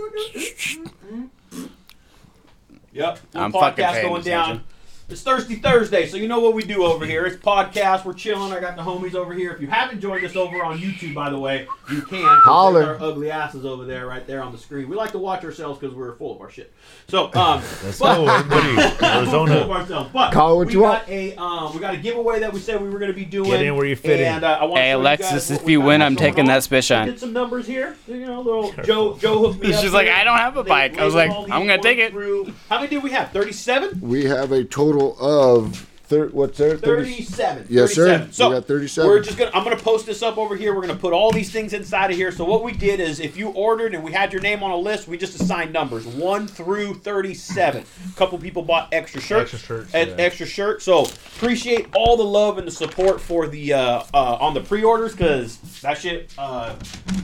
Speaker 5: Yep.
Speaker 4: I'm
Speaker 5: little
Speaker 4: fucking
Speaker 5: podcast
Speaker 4: paying
Speaker 5: going
Speaker 4: attention.
Speaker 5: down. It's Thirsty Thursday, so you know what we do over here. It's podcast. We're chilling. I got the homies over here. If you haven't joined us over on YouTube, by the way, you can. 'cause
Speaker 1: Holler.
Speaker 5: there's Our ugly asses over there, right there on the screen. We like to watch ourselves because we're full of our shit. So, um,
Speaker 3: Let's
Speaker 5: but-
Speaker 3: go, everybody.
Speaker 5: Full of
Speaker 3: Arizona.
Speaker 5: ourselves. But
Speaker 1: Call what
Speaker 5: we
Speaker 1: you
Speaker 5: got
Speaker 1: want.
Speaker 5: A, um, we got a giveaway that we said we were going to be doing.
Speaker 3: Get in where you fit in.
Speaker 5: and, Uh, I wanna
Speaker 4: Hey
Speaker 5: show you
Speaker 4: Alexis,
Speaker 5: guys what
Speaker 4: if
Speaker 5: we
Speaker 4: you
Speaker 5: got
Speaker 4: win, I'm
Speaker 5: going
Speaker 4: taking
Speaker 5: on.
Speaker 4: that spit
Speaker 5: We
Speaker 4: shine.
Speaker 5: Did some numbers here. You know, little Joe. Joe hooked me up.
Speaker 4: She's like,
Speaker 5: here.
Speaker 4: "I don't have a
Speaker 5: They
Speaker 4: bike." I was
Speaker 5: went
Speaker 4: like,
Speaker 5: all
Speaker 4: "I'm
Speaker 5: these
Speaker 4: gonna take
Speaker 5: ones
Speaker 4: it."
Speaker 5: through- How many did we have? Thirty-seven.
Speaker 1: We have a total of thir- what's there? 30
Speaker 5: 37.
Speaker 1: Yes, sir.
Speaker 5: 37.
Speaker 1: We
Speaker 5: So
Speaker 1: got 37.
Speaker 5: We're just gonna. I'm gonna post this up over here. We're gonna put all these things inside of here. So what we did is, if you ordered and we had your name on a list, we just assigned numbers one through 37. A couple people bought extra shirts.
Speaker 3: Extra shirts,
Speaker 5: Ex-
Speaker 3: yeah.
Speaker 5: Extra shirt. So appreciate all the love and the support for the uh, uh, on the pre-orders because that shit uh,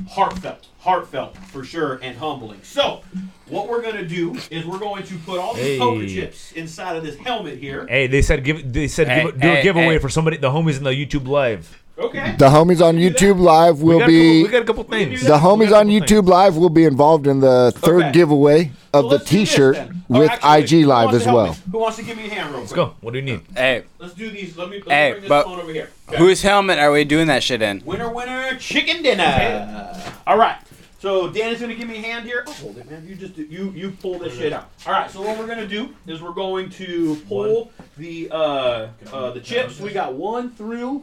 Speaker 5: heartfelt, heartfelt for sure, and humbling. So what we're gonna do is we're going to put all these
Speaker 3: Hey.
Speaker 5: poker chips inside of this helmet here.
Speaker 3: Hey, they said give. They said
Speaker 4: Hey,
Speaker 3: give, do
Speaker 4: hey,
Speaker 3: a giveaway
Speaker 4: hey.
Speaker 3: for somebody. The homies in the YouTube live.
Speaker 5: Okay.
Speaker 1: The homies on YouTube Live
Speaker 3: We
Speaker 1: will
Speaker 3: got,
Speaker 1: be
Speaker 3: a couple, we got a couple things.
Speaker 5: do
Speaker 1: the
Speaker 5: that.
Speaker 3: We
Speaker 1: homies
Speaker 3: got a
Speaker 1: on
Speaker 3: couple
Speaker 1: YouTube Live will be involved in the third
Speaker 5: Okay.
Speaker 1: giveaway of the
Speaker 5: let's do this
Speaker 1: T-shirt
Speaker 5: then. Oh,
Speaker 1: with
Speaker 5: actually,
Speaker 1: IG
Speaker 5: who
Speaker 1: Live
Speaker 5: wants
Speaker 1: as
Speaker 5: to help
Speaker 1: well.
Speaker 5: me? Who wants to give me a hand real quick?
Speaker 3: Let's go. What do you need?
Speaker 4: Hey,
Speaker 5: Let's do these. Let me, let me
Speaker 4: Hey,
Speaker 5: bring this
Speaker 4: but-
Speaker 5: phone over here. Okay.
Speaker 4: whose helmet are we doing that shit in?
Speaker 5: winner, winner, chicken dinner. All right. So Danny's gonna give me a hand here. I'll hold it, man. You just you you pull this shit out. All right. So what we're gonna do is we're going to pull the uh, uh the chips. We got one through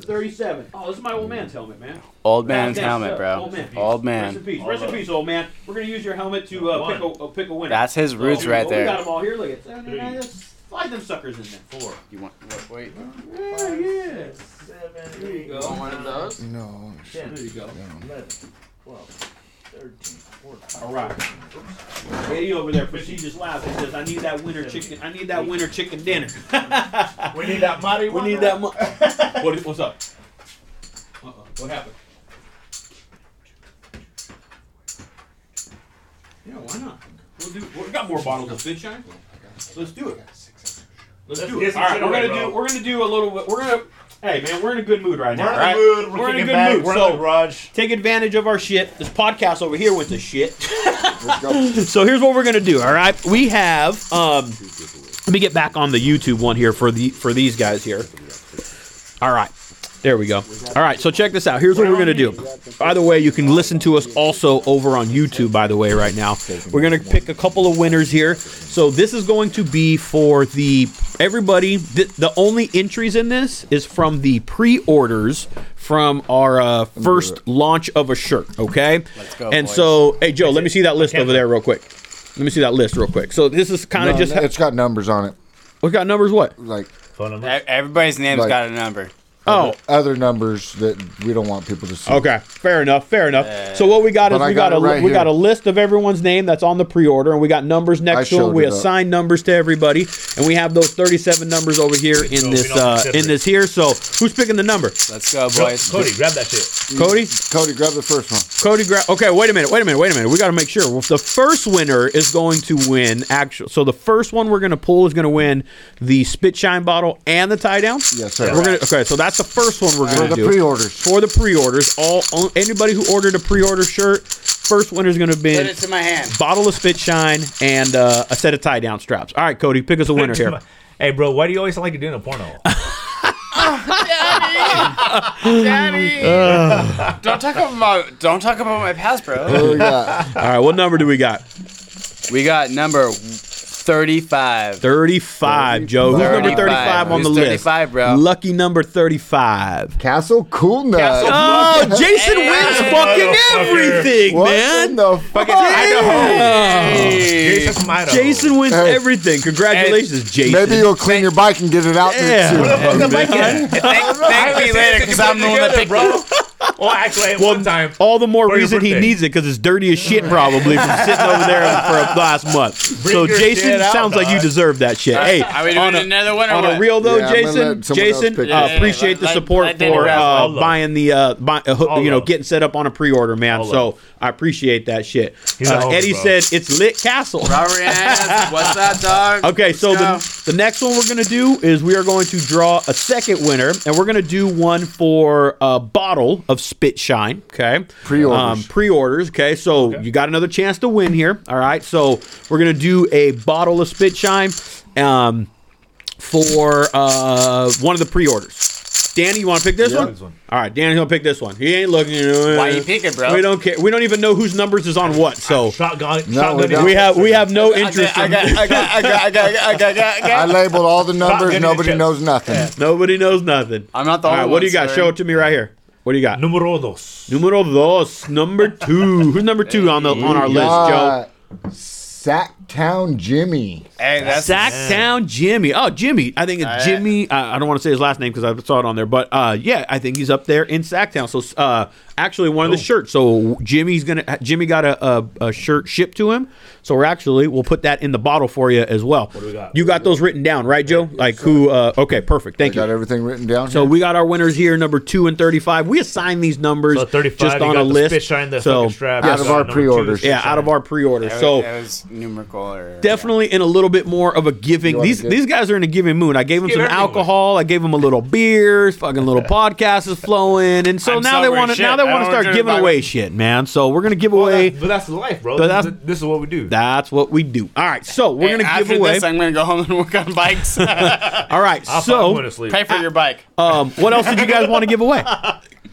Speaker 5: thirty-seven. Oh, this is my old man's helmet, man.
Speaker 4: Old man's
Speaker 5: Yes,
Speaker 4: helmet,
Speaker 5: uh,
Speaker 4: bro.
Speaker 5: Old man.
Speaker 4: Old
Speaker 5: Rest in
Speaker 4: man.
Speaker 5: peace. Rest in peace, old man. We're gonna use your helmet to uh, pick a uh, pick a winner.
Speaker 4: That's his roots
Speaker 5: Oh,
Speaker 4: right
Speaker 5: we got
Speaker 4: there.
Speaker 5: them all here. Look at that. Slide them suckers in there. Four.
Speaker 4: You want? Wait.
Speaker 5: Yeah, yeah. Seven. There you go.
Speaker 4: of those?
Speaker 1: No,
Speaker 5: Ten. There you go. Eleven. Twelve. Thirteen. Fourteen. All right. Eddie over there, prestigious laughs. He says, "I need that winter chicken. I need that winter chicken dinner.
Speaker 3: We need that money.
Speaker 5: we need that." Mu- what, what's up? Uh-uh. What happened?
Speaker 6: Yeah, why not? We'll do. We got more bottles of Sunshine. Let's do it. Let's,
Speaker 3: Let's
Speaker 6: do
Speaker 3: get
Speaker 6: it.
Speaker 3: some
Speaker 6: All right,
Speaker 3: shit
Speaker 6: we're gonna
Speaker 3: away, bro.
Speaker 6: do. We're gonna do a little. bit- We're gonna. Hey man, we're in a good mood right now.
Speaker 3: We're in
Speaker 6: right?
Speaker 3: the mood. We're,
Speaker 6: in a
Speaker 3: kicking
Speaker 6: good
Speaker 3: back.
Speaker 6: mood.
Speaker 3: We're in the
Speaker 6: so
Speaker 3: garage.
Speaker 6: take advantage of our shit. This podcast over here went to shit.
Speaker 1: Let's go.
Speaker 5: So here's what we're gonna do. All right, we have. Um, let me get back on the YouTube one here for the for these guys here. All right, there we go. All right, so check this out. Here's what we're gonna do. By the way, you can listen to us also over on YouTube. By the way, right now we're gonna pick a couple of winners here. So this is going to be for the everybody. The, the only entries in this is from the pre-orders from our uh, first launch of a shirt. Okay, let's
Speaker 4: go,
Speaker 5: And
Speaker 4: boys.
Speaker 5: so, hey Joe, let me see that list over there real quick. Let me see that list real quick. So this is kind of
Speaker 1: No,
Speaker 5: just
Speaker 1: it's got numbers on it.
Speaker 5: we got numbers. What?
Speaker 1: Like
Speaker 3: Phone number.
Speaker 4: E- Everybody's name's
Speaker 1: Like-
Speaker 4: got a number.
Speaker 5: Oh,
Speaker 1: other numbers that we don't want people to see.
Speaker 5: Okay, fair enough, fair enough. so what we got is
Speaker 1: But I
Speaker 5: we got,
Speaker 1: got
Speaker 5: a
Speaker 1: it right
Speaker 5: we got a
Speaker 1: here.
Speaker 5: list of everyone's name that's on the pre-order, and we got numbers
Speaker 1: I
Speaker 5: next to
Speaker 1: showed
Speaker 5: them. We
Speaker 1: it up.
Speaker 5: assign numbers to everybody, and we have those 37 numbers over here in
Speaker 3: we
Speaker 5: this
Speaker 3: don't
Speaker 5: uh,
Speaker 3: consider
Speaker 5: in
Speaker 3: it.
Speaker 5: this here. So who's picking the number?
Speaker 4: Let's go,
Speaker 3: Go-
Speaker 4: boys.
Speaker 3: Cody, grab that shit.
Speaker 5: Cody,
Speaker 1: Cody, grab the first one.
Speaker 5: Cody. Gra- okay, wait a minute, wait a minute, wait a minute. We got to make sure Well, the first winner is going to win. Actual, so the first one we're gonna pull is gonna win the spit shine bottle and the tie down.
Speaker 1: Yes, sir.
Speaker 5: We're gonna okay. So that's the first one we're
Speaker 1: For
Speaker 5: gonna
Speaker 1: the
Speaker 5: do.
Speaker 1: pre-orders.
Speaker 5: for the pre-orders. All on, anybody who ordered a pre-order shirt, first winner's going to be
Speaker 4: Put it to my hand.
Speaker 5: bottle of spit shine and uh, a set of tie down straps. All right, Cody, pick us a winner here.
Speaker 3: Hey, bro, why do you always sound like you're doing a porno?
Speaker 4: Daddy, don't talk about my don't talk about my past, bro.
Speaker 1: What we got?
Speaker 5: All right, what number do we got?
Speaker 4: We got number thirty-five.
Speaker 5: Thirty-five, Joe. Who's number
Speaker 4: 35?
Speaker 5: thirty-five on the
Speaker 4: Who's
Speaker 5: list?
Speaker 4: 35, bro?
Speaker 5: Lucky number thirty-five.
Speaker 1: Castle Cool Nut.
Speaker 4: Castle-
Speaker 5: Oh, Jason wins
Speaker 4: Hey,
Speaker 5: fucking
Speaker 3: motherfucker.
Speaker 5: everything,
Speaker 1: what
Speaker 5: man.
Speaker 1: in the fuck?
Speaker 3: Jason from Idaho.
Speaker 5: Jason wins
Speaker 1: Hey.
Speaker 5: everything. Congratulations, Jason.
Speaker 1: Maybe you'll clean your bike and get it out
Speaker 5: Yeah.
Speaker 1: soon.
Speaker 3: Where the fuck the bike at?
Speaker 4: Thank, thank me later, because I'm the one that picked
Speaker 3: bro. Well, Oh, actually, at one time.
Speaker 5: All the more
Speaker 3: For your
Speaker 5: reason he
Speaker 3: birthday.
Speaker 5: needs it because it's dirty as shit, probably from sitting over there for a last month.
Speaker 3: Bring
Speaker 5: so
Speaker 3: your
Speaker 5: Jason
Speaker 3: shit out,
Speaker 5: sounds like you
Speaker 3: dog.
Speaker 5: deserve that shit. Hey,
Speaker 4: Are we doing
Speaker 5: on a,
Speaker 4: another one or
Speaker 5: on a
Speaker 4: what?
Speaker 5: real though,
Speaker 1: Yeah, I'm gonna
Speaker 5: Jason.
Speaker 1: let someone else
Speaker 5: Jason,
Speaker 1: pick
Speaker 5: uh,
Speaker 1: it.
Speaker 5: appreciate
Speaker 4: Yeah,
Speaker 5: the
Speaker 4: let-
Speaker 5: support
Speaker 4: let Danny
Speaker 5: for
Speaker 4: Rath-
Speaker 5: uh,
Speaker 3: Hold up.
Speaker 5: buying the uh, buy, uh, hook- you know
Speaker 3: up.
Speaker 5: getting set up on a pre-order, man.
Speaker 3: Hold
Speaker 5: so
Speaker 3: up.
Speaker 5: I appreciate that shit.
Speaker 3: He's a
Speaker 5: Uh,
Speaker 3: homie,
Speaker 5: Eddie
Speaker 3: bro.
Speaker 5: said it's lit castle.
Speaker 4: Robert Yanez, what's up, dog?
Speaker 5: Okay, so
Speaker 4: Let's
Speaker 5: the, the next one we're going to do is we are going to draw a second winner, and we're going to do one for a bottle of Spit Shine. Okay,
Speaker 1: Pre-orders.
Speaker 5: Um, pre-orders. Okay, so you got another chance to win here. All right, so we're going to do a bottle of Spit Shine um, for uh, one of the pre-orders. Danny, you want to pick this, one?
Speaker 3: This one.
Speaker 5: All right, Danny's gonna pick this one. He ain't looking.
Speaker 4: Why you picking, bro?
Speaker 5: We don't care. We don't even know whose numbers is on what. So
Speaker 3: Shotgun.
Speaker 1: No,
Speaker 3: shotgun.
Speaker 1: we don't.
Speaker 5: we have we have no
Speaker 4: go.
Speaker 5: interest.
Speaker 4: Ah, I
Speaker 5: in-
Speaker 4: got, I got, I got, I got, I got, I got, I got, I
Speaker 1: I
Speaker 4: got.
Speaker 1: labeled all the numbers.
Speaker 3: getting
Speaker 1: Nobody
Speaker 3: it.
Speaker 1: knows nothing.
Speaker 5: Nobody knows nothing.
Speaker 4: I'm not the
Speaker 5: All right,
Speaker 4: only
Speaker 5: what do you
Speaker 4: one,
Speaker 5: got?
Speaker 4: sir.
Speaker 5: Show it to me right here. What do you got?
Speaker 3: Numero dos.
Speaker 5: Numero dos, number two. Who's number two on the on our list, Joe?
Speaker 1: Uh, Sacktown Jimmy.
Speaker 4: Hey, that's
Speaker 5: Sacktown Jimmy. Oh, Jimmy. I think it's Jimmy. Uh, I don't want to say his last name because I saw it on there, but uh, yeah, I think he's up there in Sacktown. So uh, actually, one of the shirts. So Jimmy's gonna. Jimmy got a, a, a shirt shipped to him. So we're actually we'll put that in the bottle for you as well. What do
Speaker 3: we got?
Speaker 5: You got those written down, right, Joe? Like who? Uh, okay, perfect. Thank you.
Speaker 1: Got everything written down.
Speaker 5: So
Speaker 1: here?
Speaker 5: we got our winners here, number two and thirty-five. We assign these numbers
Speaker 3: So 35,
Speaker 5: just
Speaker 3: you
Speaker 5: on
Speaker 3: got
Speaker 5: a
Speaker 3: the
Speaker 5: list.
Speaker 3: Spit shine, the
Speaker 5: so
Speaker 3: fucking strap.
Speaker 1: Out of our
Speaker 3: Number two,
Speaker 1: pre-orders.
Speaker 3: spit
Speaker 5: yeah,
Speaker 3: shine.
Speaker 5: out of our pre-order.
Speaker 4: That
Speaker 5: So
Speaker 4: was- that was numerical or
Speaker 5: definitely in a little bit more of a giving.
Speaker 1: You wanna
Speaker 5: These
Speaker 1: give-
Speaker 5: these guys are in a giving mood. I gave them
Speaker 3: Give
Speaker 5: some
Speaker 3: everything away.
Speaker 5: alcohol. I gave them a little beer. Fucking little podcast is flowing, and so
Speaker 4: I'm
Speaker 5: now they
Speaker 4: sober as
Speaker 5: want to
Speaker 4: shit.
Speaker 5: now they
Speaker 4: I
Speaker 5: want to
Speaker 4: don't
Speaker 5: start
Speaker 4: drink
Speaker 5: giving
Speaker 4: my-
Speaker 5: away shit, man. So we're gonna give
Speaker 3: Well,
Speaker 5: away.
Speaker 3: that's, but that's life, bro.
Speaker 5: But that's-
Speaker 3: this is what we do.
Speaker 5: that's what we do. All right, so we're
Speaker 4: Hey,
Speaker 5: gonna
Speaker 4: after
Speaker 5: give away.
Speaker 4: This, I'm gonna go home and work on bikes.
Speaker 5: All right,
Speaker 3: I'll fucking go to
Speaker 5: so
Speaker 3: sleep.
Speaker 4: Pay for your bike.
Speaker 5: um, what else did you guys want to give away?